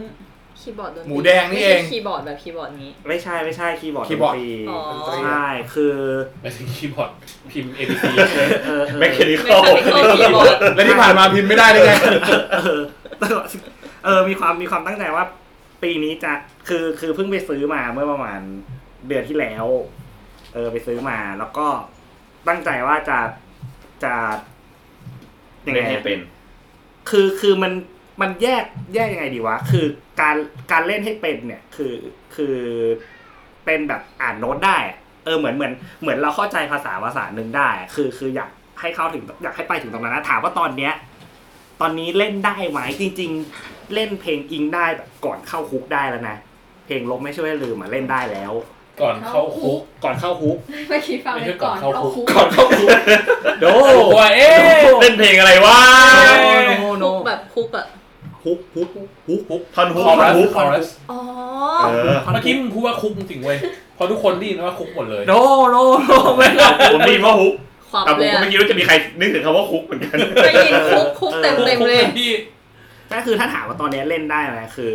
Speaker 3: คีย์บอร์ดดนตรี
Speaker 1: หมูแดงนี่เอง
Speaker 3: ไม่ใช่คีย์บอร์ดแบบคีย์บอร์ดนี้
Speaker 5: ไม่ใช่ไม่ใช่คีย์บอร์ด
Speaker 1: คีย์บอร์ด
Speaker 5: ดน
Speaker 1: ดนต
Speaker 3: อ๋อ
Speaker 5: ตรี
Speaker 1: รี
Speaker 5: ใช่คือ
Speaker 4: ไปถึงคีย์บอร์ดพิมพ์ ABC
Speaker 5: เออเออ
Speaker 7: ไม่เคยได้
Speaker 3: ไม่ใช่ไม่
Speaker 7: เข้า
Speaker 3: ใช่คีย์บอร์ด
Speaker 1: และที่ผ่านมาพิมพ์ไม่ได้เลยไง
Speaker 5: เออเออ มีความมีความตั้งใจว่า ปีนี้จะคือคือเพิ่งไปซื้อมาเมื่อประมาณเดือนที่แล้ว เออไปซื้อมาแล้วก็ตั้งใจว่าจะจะยัง
Speaker 7: เล่
Speaker 5: ไง
Speaker 7: นให้เป็น
Speaker 5: คือคือมันมันแยกแยกยังไงดีวะคือการการเล่นให้เป็นเนี่ย คือคือเป็นแบบอ่านโน้ตได้อะเออเหมือนเหมือนเหมือนเราเข้าใจภาษาภาษาหนึ่งได้อะคือคืออยากให้เข้าถึงอยากให้ไปถึงตรงนั้นนะถามว่าตอนเนี้ย ตอนนี้เล่นได้ไหมจริง ๆ เล่นเพลงอิงได้แบบก่อนเข้าคุกได้แล้วนะ เพลงลบไม่ช่วยให้ลืมอ่ะเล่นได้แล้ว
Speaker 4: ก่อนเข้าคุก
Speaker 5: ก่อนเข้าคุก
Speaker 8: เมื่อกี้ฟังไว้ก่อน
Speaker 4: ไม่ใช่ก่อนเข้า
Speaker 8: เข้า
Speaker 4: คุ
Speaker 8: คุ
Speaker 4: ก
Speaker 8: ก
Speaker 7: ก่อนเข้าคุก
Speaker 5: โด
Speaker 4: ว่าเอ๊ะ
Speaker 7: เล่นเพลงอะไรวะ
Speaker 5: โนโน
Speaker 3: คุกแบบคุกอะ
Speaker 5: คุกคุกคุกคุก
Speaker 7: ทอนฮุก
Speaker 4: คอ
Speaker 7: ทอ
Speaker 4: รั
Speaker 7: น
Speaker 4: ส
Speaker 7: ฮุก
Speaker 4: คอรัส
Speaker 3: อ๋อ
Speaker 7: เออ
Speaker 4: เมื่อกี้มึงพูดว่าคุกจริงๆเว้ยเพราะทุกคนได้ยินว่าคุกหมดเลย
Speaker 5: โนโนโนไม่ได้
Speaker 7: ผมได้ยินว่าฮุก
Speaker 3: ความ
Speaker 7: แต่ผม
Speaker 3: เลย
Speaker 7: ก็
Speaker 3: อะ
Speaker 7: ไม่คิดว่าจะมีใครนึกถึงคำว่าคุกเหมือนกัน
Speaker 3: ได้ยินคุกคุกเต็มเต็มๆเลย
Speaker 4: ที่
Speaker 5: ก็คือถ้าถามว่าตอนนี้เล่นได้ไหมคือ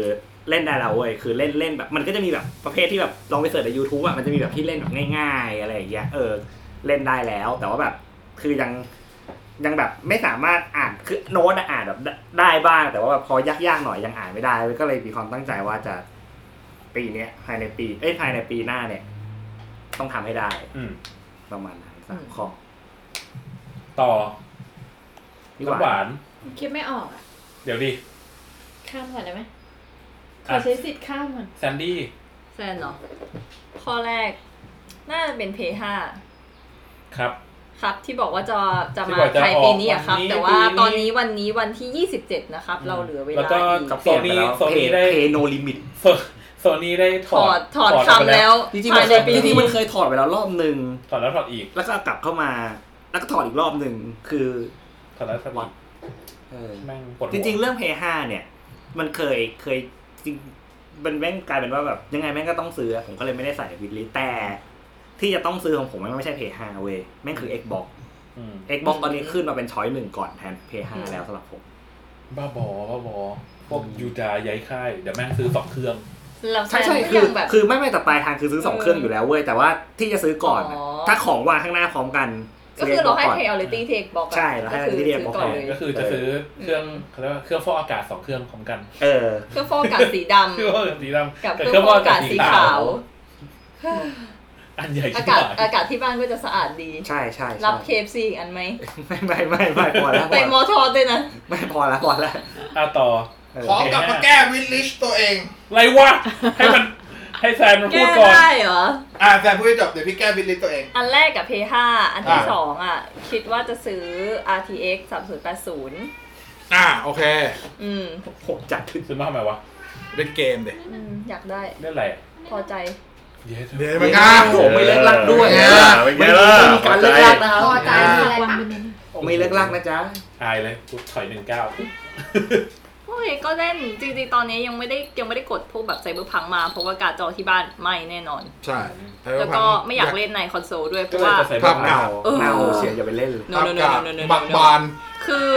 Speaker 5: เล่นได้แล้วเว้ยคือเล่นเล่นแบบ มันก็จะมีแบบประเภทที่แบบลองไปเสิร์ชใน YouTube อ่ะมันจะมีแบบที่เล่นแบบง่าย ๆ อะไรอย่างเงี้ยเออเล่นได้แล้ว แต่ว่าแบบคือยังยังแบบไม่สามารถอ่านคือโน้ตอะอ่านแบบได้บ้าง แต่ว่าแบบพอยากๆหน่อยยังอ่านไม่ได้ ก็เลยมีความตั้งใจว่าจะปีเนี้ยภายในปีเอ้ยภายในปีหน้าเนี่ย ต้องทำให้ได้
Speaker 4: อืม
Speaker 5: ประมาณนั้นสาม
Speaker 3: อืม
Speaker 5: ข้อ
Speaker 4: ต่อ
Speaker 5: นี่
Speaker 4: น้ำ
Speaker 5: หว่าว
Speaker 4: หาน
Speaker 9: คิดไม่ออกอะ
Speaker 4: เดี๋ยวดิ
Speaker 9: ข้ามก่อนได้ไหมขอ
Speaker 4: อ่ะ
Speaker 9: ใช้สิทธิ์ข้ามก่อน
Speaker 4: แซนดี้
Speaker 3: แฟนเหรอ ข้อแรก น่าจะเป็นเพย์ห้า
Speaker 4: ครับ
Speaker 3: ครับ ที่บอกว่าจะจะ
Speaker 4: ที่
Speaker 3: มา
Speaker 4: บอกจะ
Speaker 3: ไทยปีนี้อะครับ
Speaker 4: ออกวันนี้
Speaker 3: แต่ว่าต
Speaker 4: ปีนี้
Speaker 3: อนนี้วันนี้วันที่ 27 นะครับ เราเหลือเวลา
Speaker 4: แล้วก็
Speaker 3: อีก
Speaker 4: กับโซ
Speaker 5: เปลี่
Speaker 4: นี่
Speaker 5: ยนไปแล้ว
Speaker 4: โซนี่ได้
Speaker 5: เพโนลิมิต
Speaker 4: โซโซนี่ได้ถ
Speaker 3: ถ
Speaker 4: อ
Speaker 3: อ
Speaker 4: ด
Speaker 3: ดถอด
Speaker 4: กไป
Speaker 3: คำแล้ว
Speaker 5: จริงๆ
Speaker 3: ภา
Speaker 5: มั
Speaker 3: ย
Speaker 5: น
Speaker 3: ใน
Speaker 5: เคย
Speaker 3: ปี
Speaker 5: จริ
Speaker 3: นี้
Speaker 5: งๆมันเคยถอดไปแล้วรอบหนึ่ง
Speaker 4: ถอดแล้วถอดอีก
Speaker 5: แล้วก็เอากลับเข้ามา แล้วก็ถอดอีกรอบหนึ่งคือ
Speaker 4: ถอดแล้วถอด
Speaker 5: วั
Speaker 4: อี
Speaker 5: ด
Speaker 4: ก
Speaker 5: เออ
Speaker 4: แม่งปวดหัว
Speaker 5: จริง ๆ เรื่อง p 5เนี่ย มันเคยเคยจริงมันแม่งกลายเป็นว่าแบบยังไงแม่งก็ต้องซื้อ ผมก็เลยไม่ได้ใส่วิลลี่แต่ ที่จะต้องซื้อของผมมันไม่ใช่ p 5เว้ยแม่งคือ Xbox
Speaker 4: อืม
Speaker 5: Xbox ตอนนี้ขึ้นมาเป็นช้อยหนึ่งก่อนแทน p 5แล้วสำหรับผม
Speaker 4: บ้าบอบ้าบอพวกยูดาย้ายค่ายเดี๋ยวแม่งซื้อสองเครื่อง
Speaker 3: เราแฟ
Speaker 5: ใช่
Speaker 3: น
Speaker 5: ใช่
Speaker 3: ก็
Speaker 5: คือ
Speaker 3: ยังแบบ
Speaker 5: คือไม่ไม่แต่ปลายทางคือซื้อสอง
Speaker 3: เออ
Speaker 5: เครื่องอยู่แล้วเว้ยแต่ว่าที่จะซื้อก่อนน่ะ
Speaker 3: อ๋อ
Speaker 5: ถ้าของวางข้างหน้าพร้อมกัน
Speaker 3: ก็คือเราให้
Speaker 5: ก่น
Speaker 3: priority take box อะ
Speaker 5: ใช่เราให้
Speaker 3: ก็คือ
Speaker 5: priority
Speaker 3: ซื้
Speaker 5: box
Speaker 3: ก่อนเลย
Speaker 4: ก็คือจะซื้อเครื่องเขาเรียกว่าเครื่องฟอกอากาศสองเครื่องพร้อมกัน
Speaker 5: เออ
Speaker 3: เครื่องฟอกอากาศสีด
Speaker 4: เครื่องฟอกอากาศสีดำ
Speaker 3: ำกับ
Speaker 4: แต่
Speaker 3: เครื่องฟอกอากาศสีขาว
Speaker 4: อันใหญ่
Speaker 3: อา
Speaker 4: ที่สุ
Speaker 3: กาศ
Speaker 4: ด
Speaker 3: อากาศที่บ้านก็จะสะอาดดี
Speaker 5: ใช่ใช่ใช่
Speaker 3: รับเคฟซีอีกอันไหม
Speaker 5: ไม่ไม่ไม่ไม่พอแล้วพ
Speaker 3: ไป
Speaker 5: อ
Speaker 3: มอทอด้วยนะ
Speaker 5: ไม่พอแล้วพอแล้ว
Speaker 4: อ่ะต่อ
Speaker 5: เออ
Speaker 1: ขอกลับมาแก้วิลลิชตัวเอง
Speaker 4: อะไรวะให้มันให้แซนมันพู
Speaker 3: แก้
Speaker 4: ดก่อน
Speaker 3: ได้เหรอ
Speaker 1: อ่าแต่พูดให้จบเดี๋ยวพี่แก้วิลลิชตัวเอง
Speaker 3: อันแรกกับ P5 อันที่
Speaker 1: อ่า
Speaker 3: สองอ่ะ คิดว่าจะซื้อ RTX 3080
Speaker 1: อ่าโอเค
Speaker 3: อืม
Speaker 5: โหดจัดขึ้น
Speaker 4: ซื้อมาทำไมวะ
Speaker 1: เล่นเกมเด็
Speaker 3: อืม อยากได้
Speaker 4: เรื่องอะไรอะ
Speaker 3: พอใจ
Speaker 4: เย้
Speaker 1: เดี๋ยวมันก้า
Speaker 5: โอ้โหไม่เลิกรักด้วย
Speaker 1: เออ
Speaker 7: ไม่เยอะ
Speaker 5: ไม่มีการเลิกลากนะครับ
Speaker 9: พอใจมีอะไรปะ
Speaker 5: ไม่เลิกลากนะจ๊ะ
Speaker 4: อายเลยกูถอยหนึ่งเก้า
Speaker 3: โอเคก็เล่น จริงๆ ตอนนี้ยังไม่ได้ยังไม่ได้กดพวกแบบไซเบอร์พังมา เพราะว่าการดจอที่บ้านไม่แน่นอน
Speaker 1: ใช่
Speaker 3: แล้วก็ไม่อยากเล่นในคอนโซลด้วยเพ
Speaker 4: ก็
Speaker 3: ราะ
Speaker 4: เลย
Speaker 3: ว่า
Speaker 4: จะใส่
Speaker 1: ภาพ
Speaker 4: บ้าง
Speaker 1: เก่า
Speaker 3: เออ
Speaker 5: เน่าเสียอย่าไปเล่นเลย
Speaker 3: no
Speaker 1: ภาพ
Speaker 3: no no
Speaker 1: เก่า
Speaker 3: no no no no
Speaker 1: บัก
Speaker 3: no
Speaker 1: บาน
Speaker 3: คือ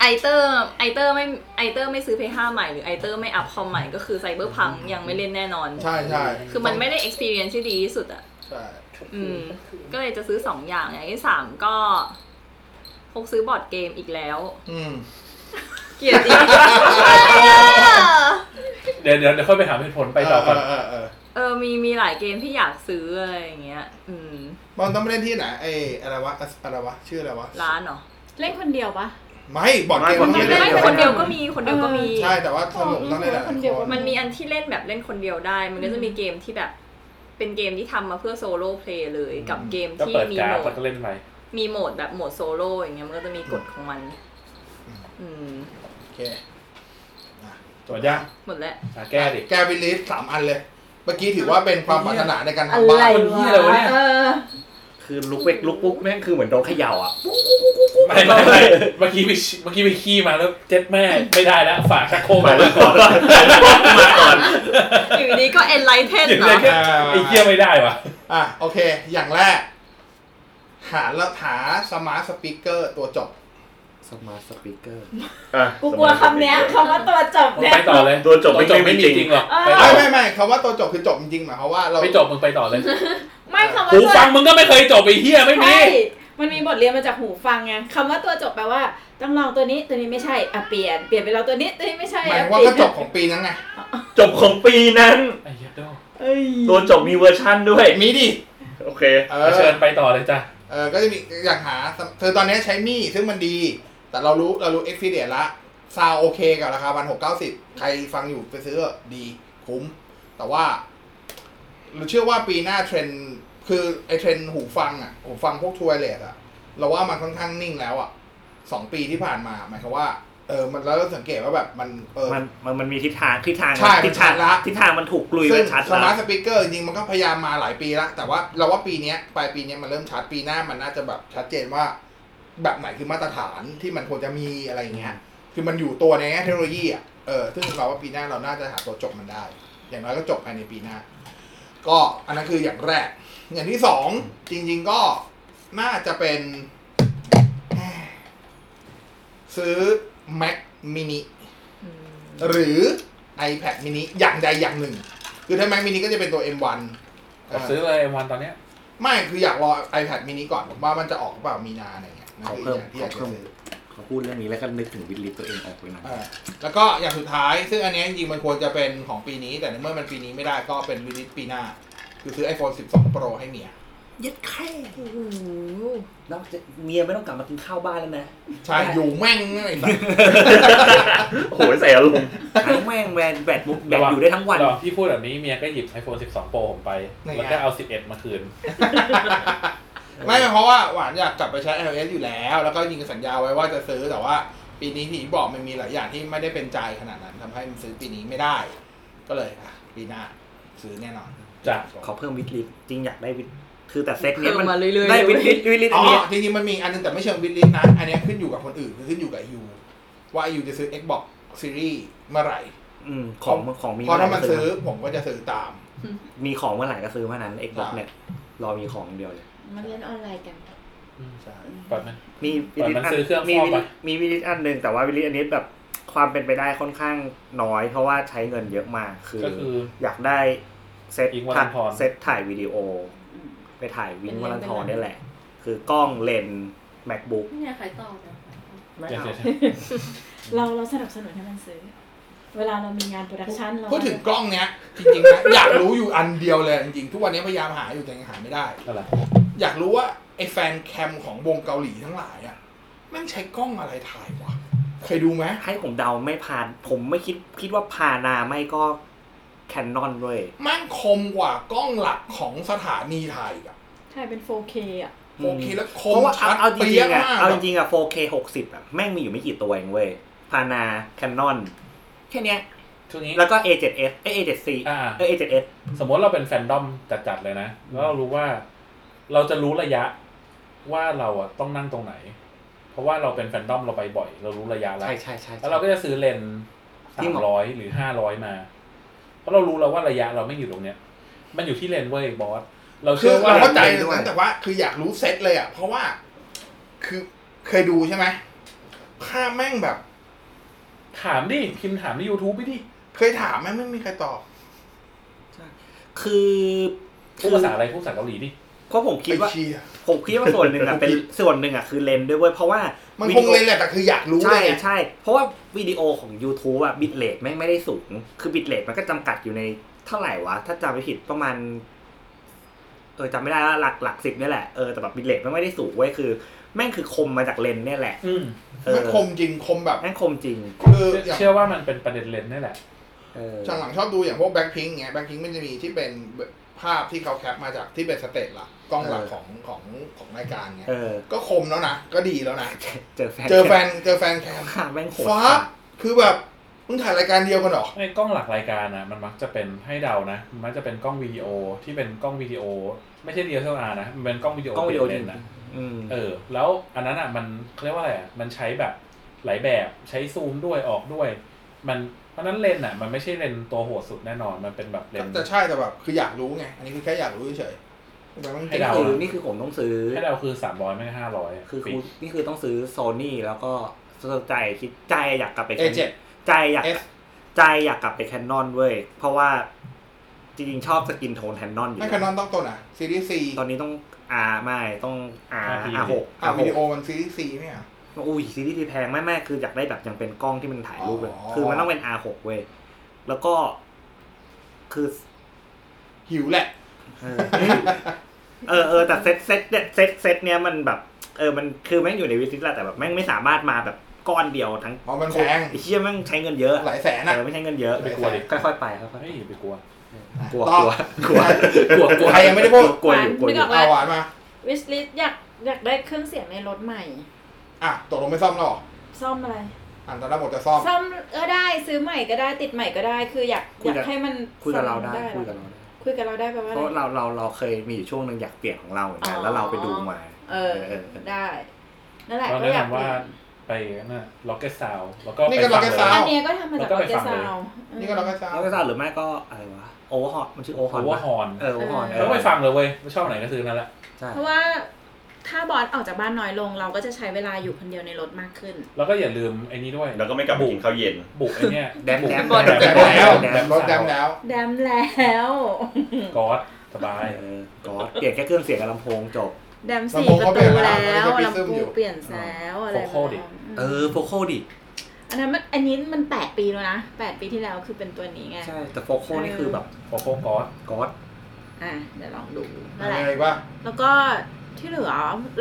Speaker 3: ไอเตอร์ไอเตอร์ไม่ไอเตอร์ไม่ซื้อ P5 ใหม่หรือไอเตอร์ไม่อัพคอมใหม่ก็คือไซเบอร์พังยังไม่เล่นแน่นอน
Speaker 1: ใช่ใช่
Speaker 3: คือมันไม่ได้ experience ที่ดีที่สุดอะ
Speaker 1: ใช่
Speaker 3: อืมก็เลยจะซื้อสองอย่างอย่างที่สามก็คงซื้อบอร์ดเกมอีกแล้ว
Speaker 1: อืม
Speaker 3: เกลียดอีกอะไรอ่ะ
Speaker 4: เดี๋ยวเดี๋ยวเดี๋ยวค่อยไปหาเหตุผลไปต่อก่อน
Speaker 1: เเเออ
Speaker 3: เออมีมีหลายเกมที่อยากซื้ออะไรอย่างเงี้ย อืม
Speaker 1: บอลต้องไปเล่นที่ไหนไอ้อะไรวะอะไรวะชื่ออะไรวะ
Speaker 3: ร้านเหรอ
Speaker 9: เล่นคนเดียวปะ
Speaker 1: ไม่บอร์ดเกม
Speaker 5: บอร์ดเก
Speaker 1: ไม่
Speaker 3: ไม่
Speaker 1: ได้
Speaker 3: แต่คนเดียวก็มีคนเดียวก็มี
Speaker 1: ใช่แต่ว่าสนุกต้องเล่นหลายๆ
Speaker 9: คนเดียวก็
Speaker 1: ค
Speaker 3: มัน นมีอันที่เล่นแบบเล่นคนเดียวได้ มันก็จะมีเกมที่แบบ เป็นเกมที่ทำมาเพื่อโซโล่เพลย์เลยกับเกม
Speaker 4: ก็
Speaker 3: ที่
Speaker 4: เปิด
Speaker 3: มี
Speaker 4: การ์
Speaker 3: โหมด
Speaker 4: ดแล้วก็เล่นไป
Speaker 3: มีโหมดแบบโหมดโซโล่อย่างเงี้ยมันก็จะมีกฎของมัน
Speaker 1: อืม
Speaker 3: อืม
Speaker 1: โอเคอ่ะ
Speaker 4: จบยาก
Speaker 3: หมดแล้ว
Speaker 4: อ่ะแก้ดิ
Speaker 1: แกวิลลิสสามอันเลย เมื่อกี้ถือว่าเป็นความปรารถนาในการ
Speaker 3: อะ
Speaker 1: ทำบ้า
Speaker 3: ไร
Speaker 1: น
Speaker 4: คนเหี้ยอะไรวะ
Speaker 3: วะ
Speaker 4: เนี่ย
Speaker 3: เออ
Speaker 5: คือลุกเวกลุกปุ๊บแม่งคือเหมือนโดนเขย่าอ่ะ
Speaker 4: ไม่ไม่ไม่เมื่อกี้ไปเมื่อกี้ไปขี้มาแล้วเจ็บแม่ไม่ได้แล้วฝากชักโครกมาไว้ก่อน
Speaker 7: มาก่อน
Speaker 3: อยู่ดีก็ enlighten
Speaker 4: อย่าง
Speaker 3: เหร
Speaker 4: ไร
Speaker 3: อ
Speaker 4: แค่ไอ้เหี้ยไม่ได้ว่ะ
Speaker 1: อ่ะโอเค อย่างแรก หาแล้วหาสมาร์ทสปีกเกอร์ตัวจบ
Speaker 5: สมาร์ทสปีกเกอร์
Speaker 7: อ่ะ
Speaker 9: กูกลัวคำเนี้ยคำว่าตัวจบ
Speaker 4: มึง
Speaker 9: เนี่ย
Speaker 4: ไปต่อเลย
Speaker 7: ตัวจบ
Speaker 4: ตัว
Speaker 7: ไม่
Speaker 4: จบ
Speaker 7: ไม่
Speaker 4: ไม่
Speaker 7: มีจ
Speaker 4: มีจ
Speaker 7: ริ
Speaker 4: ริ
Speaker 7: ง
Speaker 4: งหรอกไปต่อ
Speaker 1: ไม่ไม่ไม่คำว่าตัวจบคือจบจริงๆหมายความว่าเรา
Speaker 4: ไม่จบมึงไปต่อเลย
Speaker 9: ไม่คำว่า
Speaker 4: หู
Speaker 9: ตัว
Speaker 4: ฟังมึงก็ไม่เคยจบไอ้เหี้ยไม่มี
Speaker 9: ใช่ มันมีบทเรียนมาจากหูฟังไงคำว่าตัวจบแปลว่า ต้องลองตัวนี้ ตัวนี้ไม่ใช่ อ่ะเปลี่ยน เปลี่ยนไปแล้วตัวนี้ ตัวนี้ไม่ใช่
Speaker 1: หมาย
Speaker 9: อ่ะ
Speaker 1: ความ
Speaker 9: เป
Speaker 1: ว่า
Speaker 9: ลี่ยน
Speaker 1: ก็จบของปีนั้นไง
Speaker 7: จบของปีนั้น
Speaker 4: ไอ้เหี้ยโด
Speaker 9: เอ้ย
Speaker 7: ตัวจบมีเวอร์ชั่นด้วย
Speaker 1: มีดิ
Speaker 7: โอเค
Speaker 1: เออ
Speaker 4: เอาเชิญไปต่อเลยจ้ะ
Speaker 1: เออก็จะมีอยากหาเธอตอนนี้ใช้มี่ซึ่งมันดี แต่เรารู้เรารู้เอ็กซ์เดียละซาวโอเคกับราคาพันหกเก้าสิบใครฟังอยู่ไปซื้อดีคุ้ม แต่ว่าเราเชื่อว่าปีหน้าเทรนด์คือไอเทรนด์หูฟังอ่ะ หูฟังพวกทัวร์เลสอ่ะ เราว่ามันค่อนข้างนิ่งแล้วอ่ะสองปีที่ผ่านมาหมายความว่า เออมันแล้วเราสังเกตว่าแบบมันเออ
Speaker 5: มันมันมันมีทิศทางทิศทาง
Speaker 1: ใช่
Speaker 5: ทิศทาง
Speaker 1: มันชัดละ
Speaker 5: ทิศทางมันถูกกลุย
Speaker 1: ซึ่
Speaker 5: ไว้
Speaker 1: ง
Speaker 5: ชัด
Speaker 1: สมา
Speaker 5: ละ
Speaker 1: ร์ทสปีกเกอร์จริงๆมันก็พยายามมาหลายปีแล้ว แต่ว่าเราว่าปีเนี้ยปลายปีเนี้ยมันเริ่มชัดปีหน้ามันน่าจะแบบชัดเจนว่า แบบไหนคือมาตรฐานที่มันควรจะมีอะไรอย่างเงี้ย คือมันอยู่ตัวในแง่เทคโนโลยีอ่ะเออซึ่งเราว่าปีหน้าเราน่าจะหาตัวจบมันได้ อย่างน้อยก็จบภายในปีหน้า ก็อันนั้นคืออย่างแรก อย่างที่สองจริง ๆก็น่าจะเป็น ซื้อ Mac mini หรือ iPad mini อย่างใดอย่างหนึ่ง คือถ้า Mac mini ก็จะเป็นตัว M1
Speaker 4: เอาซื้อเลยวันตอนเนี้ย
Speaker 1: ไม่คืออยากรอ iPad mini ก่อนผมว่ามันจะออกหรือเปล่ามีนาอะไรเงี้ยนั่น
Speaker 5: เขา
Speaker 1: คือ
Speaker 5: เพิ่ม
Speaker 1: อย่างที่อยากจะ
Speaker 5: เขาเพิ่ม
Speaker 1: ซื้อ
Speaker 5: เขาพูดเรื่องนี้แล้วก็นึกถึงวิลลิตตัวเองออกเลยนะ
Speaker 1: เออแล้วก็อย่างสุดท้าย ซึ่งอันเนี้ยจริงๆมันควรจะเป็นของปีนี้ แต่ในเมื่อมันปีนี้ไม่ได้ก็เป็นวิลิตปีหน้า คือซื้อ iPhone 12 Pro ให้เมีย
Speaker 5: ยัดแค่นอกจากเมียไม่ต้องกลับมากินข้าวบ้านแล้วนะ
Speaker 1: ใช่อยู่แม่งไอ้สัส
Speaker 7: โอ้โหใส่อารมณ์
Speaker 5: ทั้งแม่งแบตแบตบุ๊กแบต
Speaker 4: ระวัง
Speaker 5: อยู่ได้ทั้งวัน
Speaker 4: ตอนที่พูดแบบนี้เมียก็หยิบ iPhone 12 Pro ผมไป
Speaker 1: นี่ไง
Speaker 4: แล้วก็เอา 11 มาคืน
Speaker 1: ไม่เพราะว่าหวานอยากกลับไปใช้ iOS อยู่แล้ว แล้วก็ยิงสัญญาไว้ว่าจะซื้อแต่ว่า ปีนี้ที่บอกมันมีหลายอย่างที่ไม่ได้เป็นใจขนาดนั้นทำให้มันซื้อปีนี้ไม่ได้ ก็เลยอ่ะปีหน้าซื้อแน่นอน
Speaker 4: จ้ะ
Speaker 5: เขาเพิ่มวิลลิตจริงอยากได้วิลคือแต่เซ็ตเนี้ย
Speaker 3: เพิ่
Speaker 5: มั
Speaker 3: ม
Speaker 5: น
Speaker 3: มาเรื่อยๆ
Speaker 5: ได้
Speaker 3: เลย
Speaker 5: วิลลิตวิลลิต
Speaker 1: อ๋อ
Speaker 5: อั
Speaker 1: น
Speaker 5: เนี้ย
Speaker 1: จริงๆมันมีอีกอันนึงแต่ไม่เชิงวิลลิสนะอันเนี้ยขึ้นอยู่กับคนอื่นคือขึ้นอยู่กับไอยูว่าไอยูจะซื้อ Xbox Series เมื่อไหร่
Speaker 5: อืมของของมี
Speaker 1: เพราะถ้ามัน
Speaker 5: ก็
Speaker 1: ซื้อผมก็จะซื้อตาม
Speaker 5: มีของเมื่อไหร่ก็ซื้อเมื่อนั้นเอกบอก
Speaker 1: อ่า
Speaker 5: เนี่ยรอมีของอย่างเดียวเลย
Speaker 9: มันเรียนออนไลน์กัน
Speaker 1: ใช่
Speaker 4: ปล่อยมัน
Speaker 5: มีวิลิต
Speaker 4: เปิดมันซื้อเครื่อง
Speaker 5: มี
Speaker 4: ฟอก
Speaker 5: วิ
Speaker 4: ไป
Speaker 5: ลิตมีวิลิตอันหนึ่งแต่ว่าวิลิตอันนี้แบบความเป็นไปได้ค่อนข้างน้อย เพราะว่าใช้เงินเยอะมากคือ
Speaker 4: ก็คือ
Speaker 5: อยากได้เซต
Speaker 4: อิงค์วรันธร
Speaker 5: เซตถ่ายวิดีโอ ไปถ่ายวิงค์วรันทรเนี่ยแหละ คือกล้องเลนส์ macbook
Speaker 8: เนี่ยใครตอบเนี่ย
Speaker 5: ไม่
Speaker 4: ใช่
Speaker 5: เอา
Speaker 4: ใช่ใช่
Speaker 3: เราเราสนับสนุนให้มันซื้อ เวลาเรามีงานโปรดักชันเรา
Speaker 1: พูดถึงกล้องเนี้ยจริงๆนะ อยากรู้อยู่อันเดียวเลยจริงๆ ทุกวันนี้พยายามหาอยู่แต่ยังหาไม่ได้
Speaker 4: อะไร
Speaker 1: อยากรู้ว่าไอ้แฟนแคมของวงเกาหลีทั้งหลายอ่ะแม่งใช้กล้องอะไรถ่ายวะเคยดูไหม
Speaker 5: ให้ผมเดาไม่ผ่าน ผมไม่คิดคิดว่าพานาไม่ก็แคนนอนเว้ย
Speaker 1: แม่งคมกว่ากล้องหลักของสถานีถ่ายอีกอ่ะ
Speaker 3: ถ่ายเป็น 4K อ่ะ
Speaker 1: โอเคแล้วค
Speaker 5: เพราะ
Speaker 1: ม
Speaker 5: ว่า
Speaker 1: ชัด
Speaker 5: เอาจริ
Speaker 1: เปี้ย
Speaker 5: งๆอะ
Speaker 1: มาก
Speaker 5: เอาจริงๆอะ 4K 60อะแม่งมีอยู่ไม่กี่ตัวเองเว้ยพานาแคนนอนแค่เนี้ย
Speaker 4: ช่วงนี้
Speaker 5: แล้วก็ A7S เอ้ย A7C
Speaker 4: อ่า
Speaker 5: เอ้ย A7S
Speaker 4: สมมติเราเป็นแฟนดอมจัดๆเลยนะ แล้วเรารู้ว่า เราจะรู้ระยะว่าเราอะต้องนั่งตรงไหน เพราะว่าเราเป็นแฟนดอมเราไปบ่อย เรารู้ระยะแล้ว
Speaker 5: ใช่ใช่ใช่
Speaker 4: แล้วเราก็จะซื้อเลน
Speaker 5: ที่
Speaker 4: สาม
Speaker 5: เหมาะ
Speaker 4: ร้อยหรือห้าร้อยมา เพราะเรารู้แล้วว่าระยะเราไม่อยู่ตรงเนี้ย มันอยู่ที่เลนเว้ยบอส เรา
Speaker 1: คื
Speaker 4: เชื่
Speaker 1: อ
Speaker 4: อว่า
Speaker 1: เราเข้าใจ
Speaker 5: ด้วย
Speaker 1: นะแต่ว่าคืออยากรู้เซตเลยอ่ะเพราะว่า คือเคยดูใช่ไหมภาพแม่งแบบ
Speaker 4: ถามดิพิมพ์ถามใน YouTube ไปดิ
Speaker 1: เคยถามไหมไม่มีใครตอบ
Speaker 5: คือ
Speaker 4: พูดภาษาอะไรพูดภาษาเกาหลีดิ
Speaker 5: เพราะผมคิด
Speaker 1: ไอ้
Speaker 5: ว่า
Speaker 1: เชีย
Speaker 5: ผมคิดว่าส่วนห นึ่งอะเป็
Speaker 1: ผ
Speaker 5: น
Speaker 1: มคิด
Speaker 5: ส่วนหนึ่งอะคือเลนส์ด้วยเว้ยเพราะว่า
Speaker 1: มัน
Speaker 5: วิ
Speaker 1: ค
Speaker 5: ดี
Speaker 1: ง
Speaker 5: โอ
Speaker 1: เลยแหละแต่คืออยากรู้
Speaker 5: ใช่
Speaker 1: เลยอะ
Speaker 5: ใช่ เพราะว่าวิดีโอของ YouTube อะบิตเลทแม่งไม่ได้สูง คือบิตเลทมันก็จำกัดอยู่ในเท่าไหร่วะ ถ้าจำไม่ผิดประมาณ เออจำไม่ได้ละหลักหลักสิบเนี่ยแหละเออแต่แบบบิตเลทมันไม่ได้สูงเว้ยคือ แม่งคือคมมาจากเลนส์เนี่ยแหละ
Speaker 4: อืม
Speaker 5: เอ
Speaker 1: มั
Speaker 5: อน
Speaker 1: คมจริงคมแบบ
Speaker 5: แม่งคมจริง
Speaker 1: คืออย่าง
Speaker 4: เชื่อว่ามันเป็นประเด็นเลนนี่แหละ
Speaker 5: เออ
Speaker 1: ช่างหลังชอบดูอย่างพวกแบงค์พิงค์เงี้ยแบงค์พิงค์มันจะมีที่เป็นภาพที่เขาแคปมาจากที่เป็นสเตจหลักกล้องหลักของของของรายการเงี้ย
Speaker 5: เออ
Speaker 1: ก็คมแล้วนะก็ดีแล้วนะ
Speaker 5: เจอแฟน
Speaker 1: เจอแฟนเจอแฟนแคม
Speaker 5: ค่ะแม่งโหด
Speaker 1: ฟ้า
Speaker 5: จัด
Speaker 1: คือแบบมึงถ่ายรายการเดียวกันเหรอ
Speaker 4: ไอ้กล้องหลักรายการนะมันมักจะเป็นให้เดานะมันมักจะเป็นกล้องวิดีโอที่เป็นกล้องวิดีโอ ไม่ใช่เดียร์เซอาร์นะมันเป็นกล้องวิดีโอก
Speaker 5: ล้องวิดีโอ
Speaker 4: เป
Speaker 5: จ
Speaker 4: ลี่ย
Speaker 5: ริ
Speaker 4: น
Speaker 5: ง
Speaker 4: เลนส์นะ
Speaker 5: อืม
Speaker 4: เออ แล้วอันนั้นอ่ะมันเขาเรียกว่าอะไรอ่ะมันใช้แบบหลายแบบใช้ซูมด้วยออกด้วย มันเพราะฉะนั้นเลนส์อ่ะ มันไม่ใช่เลนส์ตัวโหดสุดแน่นอนมันเป็นแบบเลนส์
Speaker 1: แต่ใช่แต่แบบคืออยากรู้ไง อันนี้คือแค่อยากรู้เฉยๆแต่มัน
Speaker 4: ให้
Speaker 1: เจ๋ง
Speaker 4: เดา
Speaker 5: คือนี่คือผมต้องซื้อ
Speaker 4: ให้เดาคือสามร้อยไม่ห้าร้อย
Speaker 5: คือคุณนี่คือต้องซื้อโซนี่แล้วก็ใจคิดใจอยากกลับไป
Speaker 1: เอ
Speaker 5: แคน
Speaker 1: เจ็ด
Speaker 5: ใจอยาก
Speaker 1: S
Speaker 5: ใจอยากกลับไปแคนนอนเว้ย เพราะว่าจริงๆชอบสกินโทนแคนนอนอยู่
Speaker 1: นั่นแคนนอนต้องต้นอ่ะซีรีส์ซี
Speaker 5: ตอนนี้ต้องอาไม่ต้องอาอาหก
Speaker 1: อ่ะวิดีโอมันซีรีส์ซีไหมอ่ะ
Speaker 5: อุ้ยซีรีส์ที่แพงไม่แม่คืออยากได้แบบยังเป็นกล้องที่มันถ่ายรูปเลย
Speaker 1: อ๋อ
Speaker 5: คือมันต้องเป็นอาหกเว้ย แล้วก็ คือ
Speaker 1: หิวแหละ
Speaker 5: เอ อเออเออแต่เซตเซตเนี่ยเซตเซตเนี้ยมันแบบเออมันคือแม่งอยู่ในวิสิตแหละแต่แบบแม่งไม่สามารถมาแบบก้อนเดียวทั้ง
Speaker 1: อ๋อมันแพง
Speaker 5: ไอ้เชี่ยแม่งใช้เงินเยอะ
Speaker 1: หลายแสน
Speaker 5: เอ
Speaker 1: อ่ะ
Speaker 5: อไม่ใช้เงินเยอะ
Speaker 1: ไปกลัวดิ
Speaker 5: ค่อยๆไปค่อย
Speaker 4: เฮ้ยอย่าไปกลัว
Speaker 5: ๆกลัว
Speaker 1: ต่อก
Speaker 5: ลัวกลัวกลัว
Speaker 1: ใครยังไม่ได้พูด
Speaker 5: กลัวอยู่กลัวอ
Speaker 3: นึก
Speaker 5: ยู่
Speaker 3: ออก
Speaker 1: เอาหวานมา
Speaker 3: วิสลิสอยากอยากได้เครื่องเสียงในรถใหม่
Speaker 1: อ่ะตกลงไม่ซ่อมแล้วเหรอ
Speaker 3: ซ่อมอะไร
Speaker 1: อ่านตอนแรกหมดจะซ่อม
Speaker 3: ซ่อมก็ได้ซื้อใหม่ก็ได้ติดใหม่ก็ได้ คืออยากอยากให้มัน
Speaker 5: คุยกับเรา
Speaker 3: ซ่อม
Speaker 5: ได้คุยกับ
Speaker 3: หรอ
Speaker 5: เราได้
Speaker 3: คุยกับเราได้แปลว่า
Speaker 5: เพ
Speaker 3: อะไร
Speaker 5: ราะเราเราเราเคยมีอยู่ช่วงหนึ่งอยากเปลี่ยนของเราเหมือนกัน
Speaker 3: อ๋อ
Speaker 5: แล้วเราไปดูมา
Speaker 3: เออ
Speaker 5: เออเออ
Speaker 3: ได้นั่นแหละ
Speaker 4: เรา
Speaker 3: ก็
Speaker 4: แนะ
Speaker 3: อยาก
Speaker 4: นำ
Speaker 3: เป
Speaker 4: ว่า
Speaker 3: ลี่ยน
Speaker 4: ไปน่ะล็อกเก็ตซาวแล้วก็
Speaker 1: นี่
Speaker 4: ไป
Speaker 1: ก็
Speaker 4: ฟัง
Speaker 1: Rocket Sound
Speaker 3: อันเนี้ยก็ทำมาจาก
Speaker 4: แล้วก็
Speaker 3: โอ
Speaker 4: ไป
Speaker 3: เค
Speaker 4: ฟัง
Speaker 3: ซา
Speaker 4: เลย
Speaker 3: วด์อืม
Speaker 1: นี่ก็เราก็ซ่อม
Speaker 5: แล้วก็ซาหรือไม่ก็อะไรวะโอเวอร์ฮอตมันชื่อโอเวอร์ฮ
Speaker 4: โอ
Speaker 5: อต
Speaker 4: เวอร์ฮอน
Speaker 5: เออโอเวอร์ฮอต
Speaker 3: เ
Speaker 4: แล้วไปฟังเลยเว้ยชอบไหนก็ซื้อนั่นแหละ
Speaker 5: ใช่
Speaker 3: เพราะว่าถ้าบอสออกจากบ้านน้อยลง เราก็จะใช้เวลาอยู่คนเดียวในรถมากขึ้น
Speaker 4: แล้วก็อย่าลืมไอ้นี้ด้วย
Speaker 7: แล้วก็ไม่กลับไปกินข้าวเย็น
Speaker 4: บุกไอเนี่ย
Speaker 5: แดม
Speaker 4: บุก
Speaker 5: แดม
Speaker 1: แดมแล้วแดมรถแดมแล้ว
Speaker 3: แดมแล้ว
Speaker 4: กอดสบาย
Speaker 5: เออก็เปลี่ยนแค่เครื่องเสียงกับลำโพงจบ
Speaker 3: แดมสี่
Speaker 1: ลำโพง
Speaker 3: ประ
Speaker 1: ก็เปลี่ยนแล้ไม่ได้
Speaker 3: ตูแล้ววลำ
Speaker 1: ไป
Speaker 3: โพ
Speaker 1: ซื้ออยู่
Speaker 3: งเปลี่ยนแล้วอะไรแบบนั้น
Speaker 5: เออโฟโคดิ
Speaker 3: อันนั้นมันอันนี้มันแปดปีแล้วนะแปดปีที่แล้วคือเป็นตัวนี้ไง
Speaker 5: ใช่ แต่โฟโคนี่คือแบบ
Speaker 4: โฟโคกอด
Speaker 5: ก๊อด
Speaker 3: อ่ะเดี๋ยวลองดูนั่น
Speaker 1: อะไร
Speaker 3: แหละ
Speaker 1: ว่า
Speaker 3: แล้วก็ที่เหลือ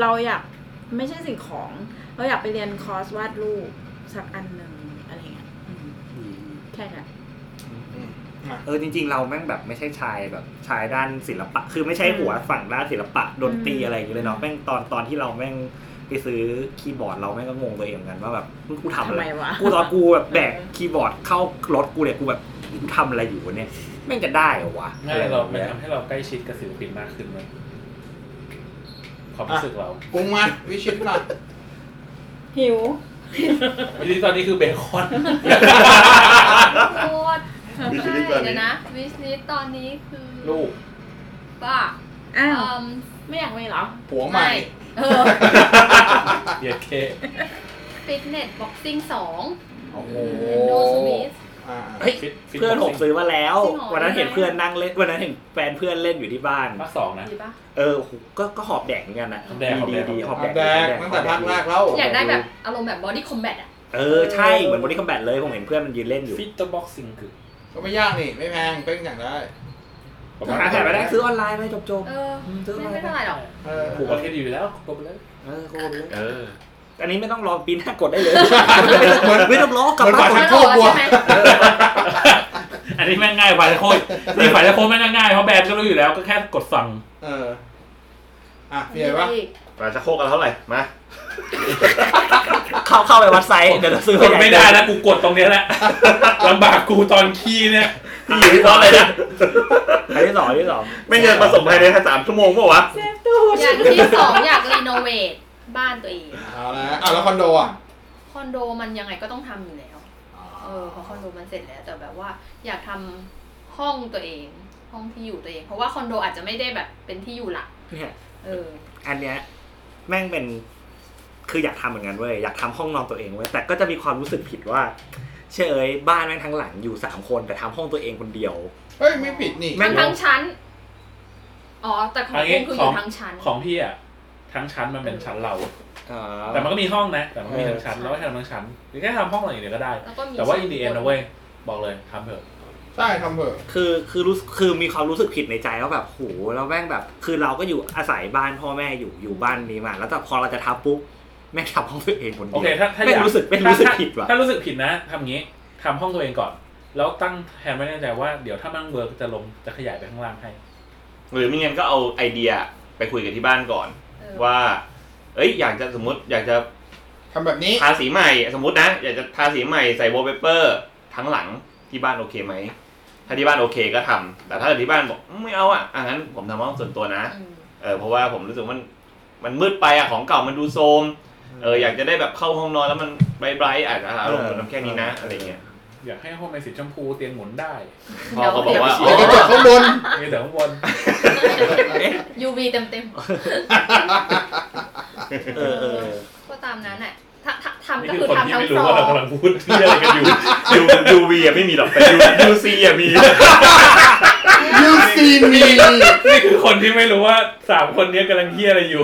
Speaker 3: เราอยากไม่ใช่สิ่งของ เราอยากไปเรียนคอร์สวาดรูปสักอันหนึ่งอะไรเงี้ยอืมแค่นั้น
Speaker 5: เออจริง ๆ เราแม่งแบบไม่ใช่ชายแบบชายด้านศิลปะ คือไม่ใช่หัวฝั่งด้านศิลปะดนตรีอะไรอย่างเงี้ยเลยเนาะแม่งตอนตอนที่เราแม่งไปซื้อคีย์บอร์ดเราแม่งก็งงตัวเองเหมือนกันว่าแบบมึงกูทำอะไร
Speaker 3: ทำไมวะ
Speaker 5: กูตอนกูแบบแบกคีย์บอร์ดเข้ารถกูเนี่ยกูแบบกูทำอะไรอยู่วะเนี่ยแม่งจะได้เหรอวะ
Speaker 4: ง่ายเรามันทำให้เราใกล้ชิดกับศิลปินมากขึ้นเลยความรู้สึกเรา
Speaker 1: กุ้งมาวิชิตมา
Speaker 3: หิว
Speaker 4: วิธีตอนนี้คือเบคอน
Speaker 8: โคตร
Speaker 7: วิชลิ
Speaker 8: ใช่
Speaker 7: สตอนนี้
Speaker 8: เดี๋ยวนะ วิชลิสตอนนี้คือ
Speaker 4: ลูก
Speaker 8: ป้า
Speaker 3: อ้าว
Speaker 8: เอิ่ม
Speaker 3: ไม่อยากมีเหรอ
Speaker 1: ผัวใหม่
Speaker 8: เออ
Speaker 4: เยเค
Speaker 8: ฟิตเนสบ็อกซิ่งสอง
Speaker 1: โอ้โห
Speaker 8: โนสมิธ
Speaker 1: อ่า
Speaker 5: เฮ้ย
Speaker 4: ฟิต
Speaker 5: เพื่อนผม
Speaker 4: บ็กซิ่ง
Speaker 5: ซื้อมาแล้ว
Speaker 8: จริงเหรอ
Speaker 5: วันนั้นเห็นเพื่อนนั่งเล่นวันนั้นเห็นแฟนเพื่อนเล่นอยู่ที่บ้าน
Speaker 4: ภาคสองนะ
Speaker 8: ดีปะ
Speaker 5: เออโอ้โหก็ก็หอบแดกเหมือนกันอ่ะ
Speaker 4: หอบแดกหอบ
Speaker 5: ดี
Speaker 4: แดก
Speaker 5: ดีๆหอบ
Speaker 1: อัพ
Speaker 5: แด
Speaker 1: แด
Speaker 5: ก
Speaker 1: กตั้งแต่ภาคแรกแล้ว
Speaker 8: อยากได้แบบอารมณ์แบบบอดี้คอมแบทอะ
Speaker 5: เออใช่เหมือนบริคอมแบทเลยผมเห็นเพื่อนมันยืนเล่นอยู่
Speaker 4: ฟิตบ็อกซิ่งคือ
Speaker 1: ก็ไม่ยากนี่ ไม่แพงก็อย่างได้
Speaker 5: หาแผ่นมาได้ซื้อออนไลน์ไปจบ
Speaker 8: เออ
Speaker 5: ๆมซื้อออนไล
Speaker 8: ไม่ไม่
Speaker 5: น์ไป
Speaker 8: เป็นไรหรอก
Speaker 1: เออ
Speaker 4: ผูกประเทศอยู่แล้วครบแล้ว
Speaker 5: เออโคตรเลย
Speaker 7: เออ
Speaker 5: อันนี้ไม่ต้องรอปีหน้ากดได้เลยไม่ต้องไม่ต้องรอกลับบ้าน
Speaker 8: เหมือนฝาชักโครกบัว
Speaker 4: อันนี้แม่งง่ายฝ่ายตะโคนนี่ฝ่ายตะโคนแม่งง่ายเพราะแบรนด์ก็รู้อยู่แล้วก็แค่กดสั่ง
Speaker 1: เอออ่ะเปลี่ยนปะ
Speaker 7: ปลาชักโครกกันเท่าไหร่ มา
Speaker 5: เข้าเข้าไปเวัดไซต์เดี๋ยวเราซื้อก ป
Speaker 4: ด
Speaker 5: ใหญ่
Speaker 4: ไม่ได้แล้วกูกดตรงเนี้ย แหละลำบากกูตอนขี้เนี่ย
Speaker 7: ที่อยู่ที่ร้อนเลยนะ
Speaker 5: อันที่สองอันที่สอง
Speaker 7: ไม่เงินผสมภายในสามชั่วโมงเปล่าวะ
Speaker 8: อย่างที่สองอยากรีโนเวทบ้านตัวเอง
Speaker 1: เอาละอ่ะแล้วคอนโดอ่ะ
Speaker 8: คอนโดมันยังไงก็ต้องทำอยู่แล้ว เออเพราะคอนโดมันเสร็จแล้ว แต่แบบว่าอยากทำห้องตัวเอง ห้องที่อยู่ตัวเอง เพราะว่าคอนโดอาจจะไม่ได้แบบเป็นที่อยู่หลัก
Speaker 5: เนี่ย
Speaker 8: เออ
Speaker 5: อันเนี้ยแม่งเป็นคืออยากทำเหมือนกันเว้ยอยากทำห้องนอนตัวเองเว้ยแต่ก็จะมีความรู้สึกผิดว่า เชื่อเอ้ยบ้านแม่งทั้งหลังอยู่สามคนแต่ทำห้องตัวเองคนเดียว
Speaker 1: เฮ้ย ไม่ผิดนี่
Speaker 8: มันทั้งชั้น อ๋อ แต่ของ
Speaker 4: เา
Speaker 8: คุ
Speaker 4: งี้
Speaker 8: ณคือ
Speaker 4: ข
Speaker 8: อ
Speaker 4: อง
Speaker 8: ยู่ทั้งชั้น
Speaker 4: ของพี่อะทั้งชั้นมันเป็นชั้นเรา
Speaker 5: อ๋อ
Speaker 4: แต่มันก็มีห้องนะ แต่มันก็มี
Speaker 5: เออ
Speaker 4: ทั้งชั้นแล้วก็ทำทั้งชั้นหรือแค่ทำห้องอะไรอย่างเดียวก็ได้
Speaker 8: แล้วก็มี
Speaker 4: แต่ว่า
Speaker 8: ชั้
Speaker 4: อินดีเอ็น
Speaker 8: บ
Speaker 4: นะเว้ยบอกเลยทำเถอะ
Speaker 1: ใช่ทำเถอะ
Speaker 5: คือคือรู้สึกคือมีความรู้สึกผิดในใจว่าแบบโหเราแม่งแบบ คือเราก็อยู่อาศัยบ้านพ่อแม่อยู่อยู่บ้านนี้มา แล้วแต่พอเราจะทับปุ๊บแม่งทำห้องตัวเองคน
Speaker 4: โอ
Speaker 5: เดียว
Speaker 4: เค ถ้าถ้าอ
Speaker 5: แม่
Speaker 4: ยาง ก
Speaker 5: รู้สึกแม่ง
Speaker 4: ถ้า
Speaker 5: รู้สึก
Speaker 4: ถ้า
Speaker 5: ผิดว่ะ
Speaker 4: ถ้ารู้สึกผิดนะทำงี้ทำห้องตัวเองก่อน แล้วตั้งแผนไว้ในใจว่าเดี๋ยวถ้ามันเวิร์กจะลงจะขยายไปข้างล่างให้
Speaker 7: หรือไม่งั้นก็เอาไอเดียไปคุยกับที่บ้านก่อน
Speaker 8: เออ
Speaker 7: ว่า เอ้ย อยากจะสมมติอยากจะ
Speaker 1: ทำแบบนี้
Speaker 7: ทาสีใหม่ สมมตินะ อยากจะทาสีใหม่ใส่วอลเปเปอร์ ทั้งหลังที่บ้านโอเคไหม ถ้าที่บ้านโอเคก็ทำ แต่ถ้าที่บ้านบอกอืมไม่เอาอ่ะอ่ะงั้นผมทำห้องส่วนตัวนะ
Speaker 8: อืม
Speaker 7: เออเพราะว่าผมรู้สึกว่ามันมันมืดไปอะของเก่ามันดูโทรมเอออยากจะได้แบบเข้าห้องนอนแล้วมันไบรท์ไบรท์อาจจะอารมณ์เหมือนน้ำแค่นี้นะอะไรเงี้ย
Speaker 4: อยากให้ห้องในสีชมพูเตียงหมุนได้
Speaker 7: พ่อก็บอกว่า
Speaker 1: เดี๋ยวกระจกข้างบน
Speaker 4: มีแต่ข้างบน
Speaker 8: UV เต็มเต็ม
Speaker 5: เออเออ
Speaker 8: ๆก็ตามนั้นแหละถ้าถ้าทำ
Speaker 4: นี่
Speaker 8: ก็
Speaker 4: คือ
Speaker 8: คือ
Speaker 4: คนที่
Speaker 8: ทำทั้ง
Speaker 4: ไม่
Speaker 8: ส
Speaker 4: รู้
Speaker 8: อ
Speaker 4: ว่าเรา
Speaker 8: ง
Speaker 4: กำลังพูดเรื่องอะไรกันอยู่
Speaker 7: ยูยูวีอะไม่มีหรอกแต่ยูซีอะมี
Speaker 1: You see me
Speaker 4: นี่คือคนที่ไม่รู้ว่าสามคนนี้กำลังเฮี้ยอะไรอยู่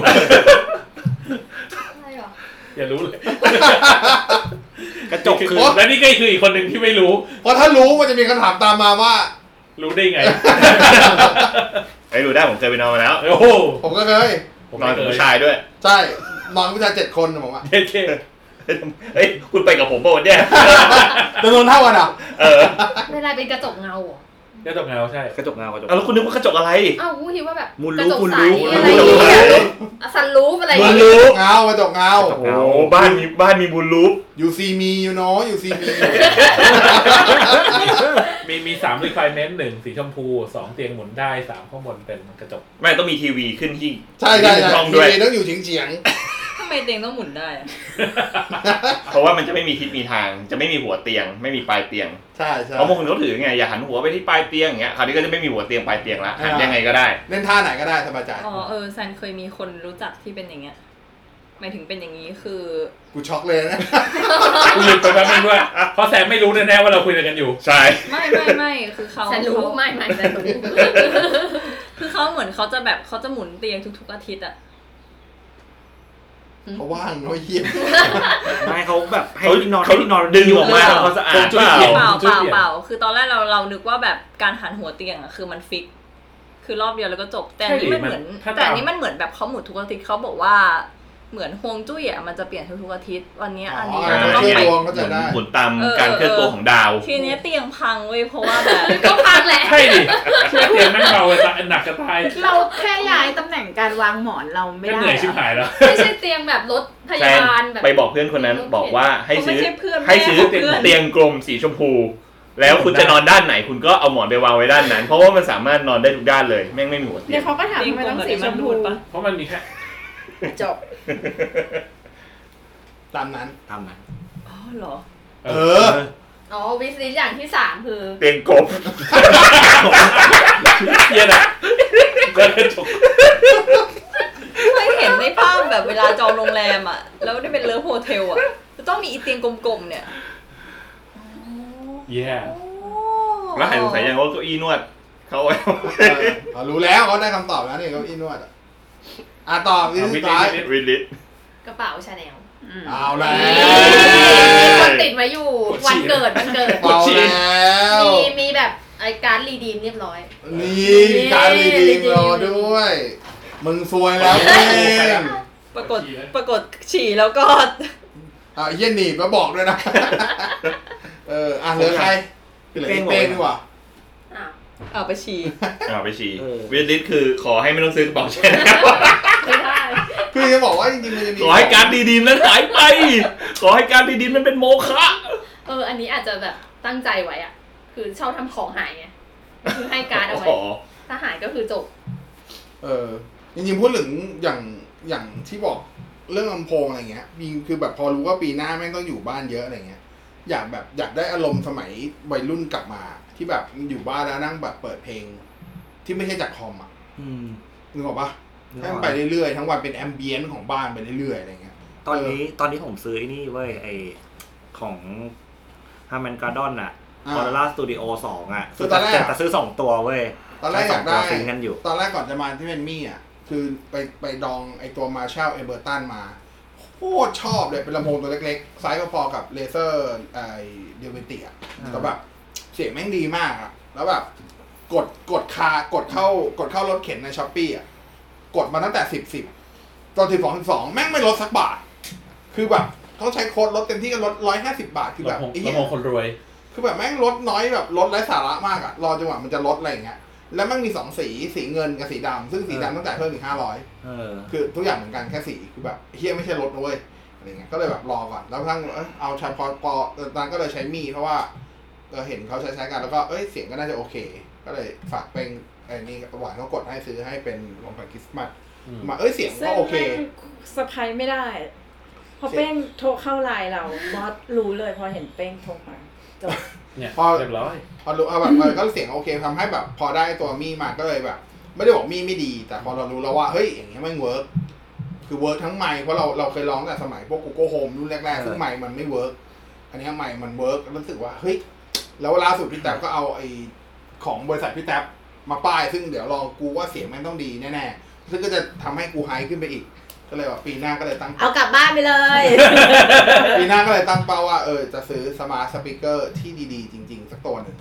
Speaker 8: ใช่หรอ
Speaker 4: อย่ารู้เลย
Speaker 5: กระจกคือ
Speaker 4: และนี่ก็คืออีกคนหนึ่งที่ไม่รู้
Speaker 1: เพราะถ้ารู้มันจะมีคำถามตามมาว่า
Speaker 4: รู้ได้ ไง
Speaker 7: ไอ้ยรู้ได้ผมเคยไปนอนมาแล้ว
Speaker 4: โอ้โห
Speaker 1: ผมก็เคย
Speaker 7: นอนกับผู้ชายด้วย
Speaker 1: ใช่นอนผู้ชายเจ็ดคนผมอ่ะ
Speaker 4: เท่เท่
Speaker 7: เอ้ยคุณไปกับผมป่ะวันเนี้ย
Speaker 1: จำนวนเท่ากันอ่ะ
Speaker 7: เออ
Speaker 8: เวลาเป็นกระจกเงาเหรอ
Speaker 4: ๆแล้วตกงานเราใช่
Speaker 5: กระจกเงากระจก
Speaker 7: เอาแล้วคุณนึกว่ากระจกอะไร
Speaker 8: อ้าวกูคิดว่าแบบ
Speaker 5: มุนรู้
Speaker 8: กระจก
Speaker 5: มุน
Speaker 8: ใส
Speaker 5: รู้
Speaker 8: อะไร
Speaker 7: กระจกอะไร
Speaker 8: อะซันรูฟอะไรอย่าง
Speaker 1: บุญ
Speaker 8: เงี้ย
Speaker 1: รู้เงากระจกเงา
Speaker 7: โอ้โหบ้านมีบ้านมีบุญรูป
Speaker 1: You see me you know you see me
Speaker 4: มีมีสามรีควอรี่หนึ่งสีชมพูสองเตียงหมุนได้สามข้างบนเป็นกระจก
Speaker 7: ไม่ต้องมีทีวีขึ้นที่
Speaker 1: ใช่ใช่
Speaker 7: ที่
Speaker 1: ใช่
Speaker 7: ห้อง
Speaker 1: ที
Speaker 7: ด้วย
Speaker 1: วีต้องอยู่เฉียงเฉียง
Speaker 3: ทำไมเตียงต้องหมุนได้อะ
Speaker 7: เพราะว่ามันจะไม่มีทิศมีทางจะไม่มีหัวเตียง ไม่มีปลายเตียง
Speaker 1: ๆใช่ใช่
Speaker 7: เพราะบางคนเขาถือไงอย่าหันหัวไปที่ปลายเตียงอย่างเงี้ยคราวนี้ก็จะไม่มีหัวเตียงปลายเตียงละหัน
Speaker 1: อ่ายั
Speaker 7: ยังไงก็ได้
Speaker 1: เล่นท่าไหนก็ได้สบายใจ
Speaker 3: อ๋อเออซันเคยมีคนรู้จักที่เป็นอย่างเงี้ยหมายถึงเป็นอย่างนี้คือ
Speaker 1: กูช็อกเลยนะ
Speaker 4: กูหลุดไปแป๊บนึงด้วย เพราะแซมไม่รู้แน่ๆว่าเราคุยอะไรกันอยู่
Speaker 7: ใช่
Speaker 3: ไม่ไม่ไม่คือเขา
Speaker 8: ซันรูฟ
Speaker 3: เขา
Speaker 8: ไม่ไม่ซันรูฟ
Speaker 3: คือเขาเหมือนเขาจะแบบเขาจะหมุนเตียงทุกๆอาทิตย์อะ
Speaker 1: เพราะว่างน้อยเหี้ย
Speaker 5: ไม่เขาแบบให้
Speaker 7: เขา
Speaker 5: ที่นอน
Speaker 7: เขา
Speaker 5: ให้ที่นอน
Speaker 7: ดึงออก
Speaker 3: เป
Speaker 7: มา
Speaker 3: ล่า
Speaker 7: ทำความสะอาด
Speaker 4: จุ
Speaker 7: เป
Speaker 4: ด
Speaker 7: ล่า
Speaker 4: เปลี่ยน
Speaker 3: เปล่าเป
Speaker 4: ช่วย
Speaker 3: ล่า
Speaker 4: เปลี่ยน
Speaker 3: เปล่าคือตอนแรกเราเรานึกว่าแบบการหันหัวเตียงอะคือมันฟิก คือรอบเดียวแล้วก็จบ แต่อันนี้มันเหมือน
Speaker 4: ถ้าตาม
Speaker 3: แต่อันนี้มันเหมือนแบบเขาหมุนทุกอาทิตย์เขาบอกว่าเหมือนฮวงจุ้ยอะมันจะเปลี่ยนทุกๆอาทิตย์ วันเนี้ยอันนี้
Speaker 1: อ๋อ
Speaker 3: เราจะ
Speaker 1: เออ
Speaker 3: ต้องไป
Speaker 1: ดวงเข้าใจได้
Speaker 7: หมุนตาม
Speaker 3: เออ
Speaker 7: การเคลื่อนตัวของดาว
Speaker 3: ทีเนี้ยเตียงพังเว้ยเพราะว่าแบบ
Speaker 8: ก็พังแหละ
Speaker 4: ใช่ดิเตียงแม่งเบาเลยตะหนักจะตาย
Speaker 9: เราแค่ย้ายตำแหน่งการวางหมอนเราไม่
Speaker 4: แค่
Speaker 9: ได้
Speaker 4: เหนื่อยชิบหายแล้ว
Speaker 8: ไม่ใช่เตียงแบบรถพ
Speaker 7: แฟ
Speaker 8: ยาน บาลแบบ
Speaker 7: ไปบอกเพื่อนคนนั้น
Speaker 8: ไม่
Speaker 7: บอกว่าให้
Speaker 3: เขาไม่
Speaker 7: ซื้อ
Speaker 3: ใช่เพื่อน
Speaker 7: ให้ซื้อ
Speaker 3: แม่เขาเพื่อน
Speaker 7: เตียงกลมสีชมพู แล้วคุณจะนอนด้านไหนคุณก็เอาหมอนไปวางไว้ด้านนั้น เพราะว่ามันสามารถนอนได้ทุกด้านเลยแม่งไม่มีหัวเตี
Speaker 9: เดี๋
Speaker 7: ย
Speaker 9: ยว
Speaker 7: ง
Speaker 9: เขาก็ถาม
Speaker 3: เตียง
Speaker 9: ทำไมต้อง
Speaker 3: กลมกับ
Speaker 9: สี
Speaker 3: เตียง
Speaker 9: ช
Speaker 3: มั
Speaker 9: ม
Speaker 3: น
Speaker 9: พู
Speaker 3: รูดปะ
Speaker 4: เพราะมันมีแค่
Speaker 9: จบ
Speaker 1: ตามนั้น
Speaker 5: ทำนะ
Speaker 3: อ๋อเหรอ
Speaker 1: เออ
Speaker 8: อ๋อวิสิตอย่างที่สามคือ
Speaker 7: เตียงกลม
Speaker 4: เหี้ยนะแล้วกระจก
Speaker 3: เคยเห็นในภาพแบบเวลาจองโรงแรมอะแล้วได้เป็นเลิฟโฮเทลอะจะต้องมีอีเตียงกลมๆเนี่ย
Speaker 4: แย่
Speaker 3: โอ้
Speaker 7: แล้วหายสงสัยยังว่าเก้าอี้นวดเขาไว้
Speaker 1: เออเอารู้แล้วเขาได้คำตอบแล้วนี่เก้าอี้นวดอะอ่ะตอบที่
Speaker 4: เอา
Speaker 1: สุ
Speaker 4: วิ
Speaker 1: ด
Speaker 4: ธี
Speaker 1: ท้าย
Speaker 4: วิธี
Speaker 7: วิลลิส
Speaker 8: กระเป๋าชาแนล
Speaker 1: เอาแล้ว
Speaker 8: มีคนติดไว้อยู่วันเกิดวันเกิด
Speaker 1: เอาแล้ว
Speaker 8: มีมีแบบไอ้การดรีดีมเรียบร้อย
Speaker 1: นี่การรีดีมรอด้วย มึงซวยแล้วเอง
Speaker 3: ปรากฏปรากฏฉี่แล้วก็
Speaker 1: อ่ะเยี่ยหนีบมาบอกด้วยนะ เอออ่ะเหลือใครเหลือไอ้เป้งดีกว่า
Speaker 8: อ่ะ
Speaker 3: เอาไปฉี่
Speaker 7: อ่าไปฉี่
Speaker 5: เออ
Speaker 7: วิลลิสคือขอให้ไม่ต้องซื้อกระเป๋าแช่น้
Speaker 8: ไม่ได้
Speaker 1: คือจะบอกว่าจริงๆมันจะมี
Speaker 7: ำขอให้การดีดินนั้นหายไป ขอให้การดีดินมันเป็นโมฆะ
Speaker 8: เออ อันนี้อาจจะแบบตั้งใจไว้อะคือชอบทำของหายไงคือให้การดเอาไว้
Speaker 7: อ๋อ
Speaker 8: ถ้าหายก็คือจบ
Speaker 1: เออจริงๆพูดถึงอย่างอย่างที่บอกเรื่องลำโพงอะไรเงี้ยมีคือแบบพอรู้ว่าปีหน้าแม่งต้องอยู่บ้านเยอะอะไรเงี้ย อยากแบบอยากได้อารมณ์สมัยวัยรุ่นกลับมา ที่แบบอยู่บ้านแล้วนั่งแบบเปิดเพลง ที่ไม่ใช่จากคอมอ่ะ
Speaker 5: อืม
Speaker 1: นึกออกปะให้มันไปเรื่อยๆทั้งวันเป็นแอมเบียนซ์ของบ้านไปเรื่อยๆอะไรเงี้ย
Speaker 5: ตอนนี้ตอนนี้ผมซื้อไอ้นี่เว้ยไอของฮามันการ์ดอนอะ
Speaker 1: อ่า
Speaker 5: คอร์ล่าสตูดิโอสองอะ
Speaker 1: คือตอนแรกอะ
Speaker 5: แต่ซื้อสองตัวเว้ย
Speaker 1: ตอนแรกอยาก
Speaker 5: ใช้
Speaker 1: ได้
Speaker 5: สงตัวซื้อกันอยู่
Speaker 1: ตอนแรกก่อนจะมาที่เป็นมี่อ่ะคือไปไปดองไอตัวมาเชลเอเบอร์ตันมาโคตรชอบเลยเป็นลำโพงตัวเล็กๆไซส์พอๆกับเลเซอร์ไอเดวิเตีย
Speaker 5: อ่า
Speaker 1: แต่แบบเสียงแม่งดีมากอะแล้วแบบกดกดคากดเข้ากดเข้ารถเข็นในช้อปปี้อ่ะกดมาตั้งแต่สิบสิบจนถึงสองสองแม่งไม่ลดสักบาท คือแบบต้องใช้โค้ดลดเต็มที่ก็ลดร้อยห้าสิบาทคือแบบ
Speaker 4: ลำโพง
Speaker 1: ไอ้
Speaker 4: ลำ
Speaker 1: เหี้ย
Speaker 4: โพงคนรวย
Speaker 1: คือแบบแม่งลดน้อยแบบลดไร้สาระมากอะรอจังหวะมันจะลดอะไรอย่างเงี้ย แล้วแม่งมีสองสี สีเงินกับสีดำซึ่งสีดำต้องจ่ายเพิ่มอีกห้าร้อย
Speaker 5: เออ
Speaker 1: คือทุกอย่างเหมือนกันแค่สีคือแบบเฮียไม่ใช่ลดนะเว้ยอะไรเงี้ย ก็เลยแบบรอก่อน แล้วทั้งเอ้ยเอาชาพอพอตอนก็เลยใช้มีเพราะว่าเออเห็นเขาใช้ใช้กันแล้วก็เอ้ยเสียงก็น่าจะโอเค ก็เลยฝากเป็นไอ้นี่หวานเขากดให้ซื้อให้เป็นของขวัญคริสต์มาส
Speaker 4: อืม
Speaker 1: มาเอ้ยเสียงก็โอเค
Speaker 9: ซึ่งแม่งสะพายไม่ได้เพอเป้งโทรเข้าไลน์เราบอสรู้เลยพอเห็นเป้งโทรมาจบ
Speaker 4: เนี่ย
Speaker 1: พอ
Speaker 4: เรียบร้อย
Speaker 1: พอรู้เอาแบบเออก็เสียงโอเคทำให้แบบ พอได้ตัวมี่มาก็เลยแบบ ไม่ได้บอกมี่ไม่ดี แต่พอเรารู้แล้วว่าเฮ้ยอย่างเงี้ยมันเวิร์กคือเวิร์กทั้งไมค์เพราะเราเราเคยร้องแต่สมัยพวก Google Home รุ่นแรกๆซึ่งไมค์มันไม่เวิร์กอันเนี้ยไมค์มันเวิร์กแล้วรู้สึกว่าเฮ้ยแล้วล่าสุดพี่แท็บก็เอาไอของบริษัทพี่แท็บมาป้ายซึ่งเดี๋ยวลองกูว่าเสียงมันต้องดีแน่ๆซึ่งก็จะทำให้กูไฮขึ้นไปอีก ก็เลยว่าปีหน้าก็เลยตั้ง
Speaker 9: เอากลับบ้านไปเลย
Speaker 1: ปีหน้าก็เลยตั้งเป้าว่าเออจะซื้อสมาร์ทสปีกเกอร์ที่ดีๆ จริง ๆ สักตัวหนึ่ง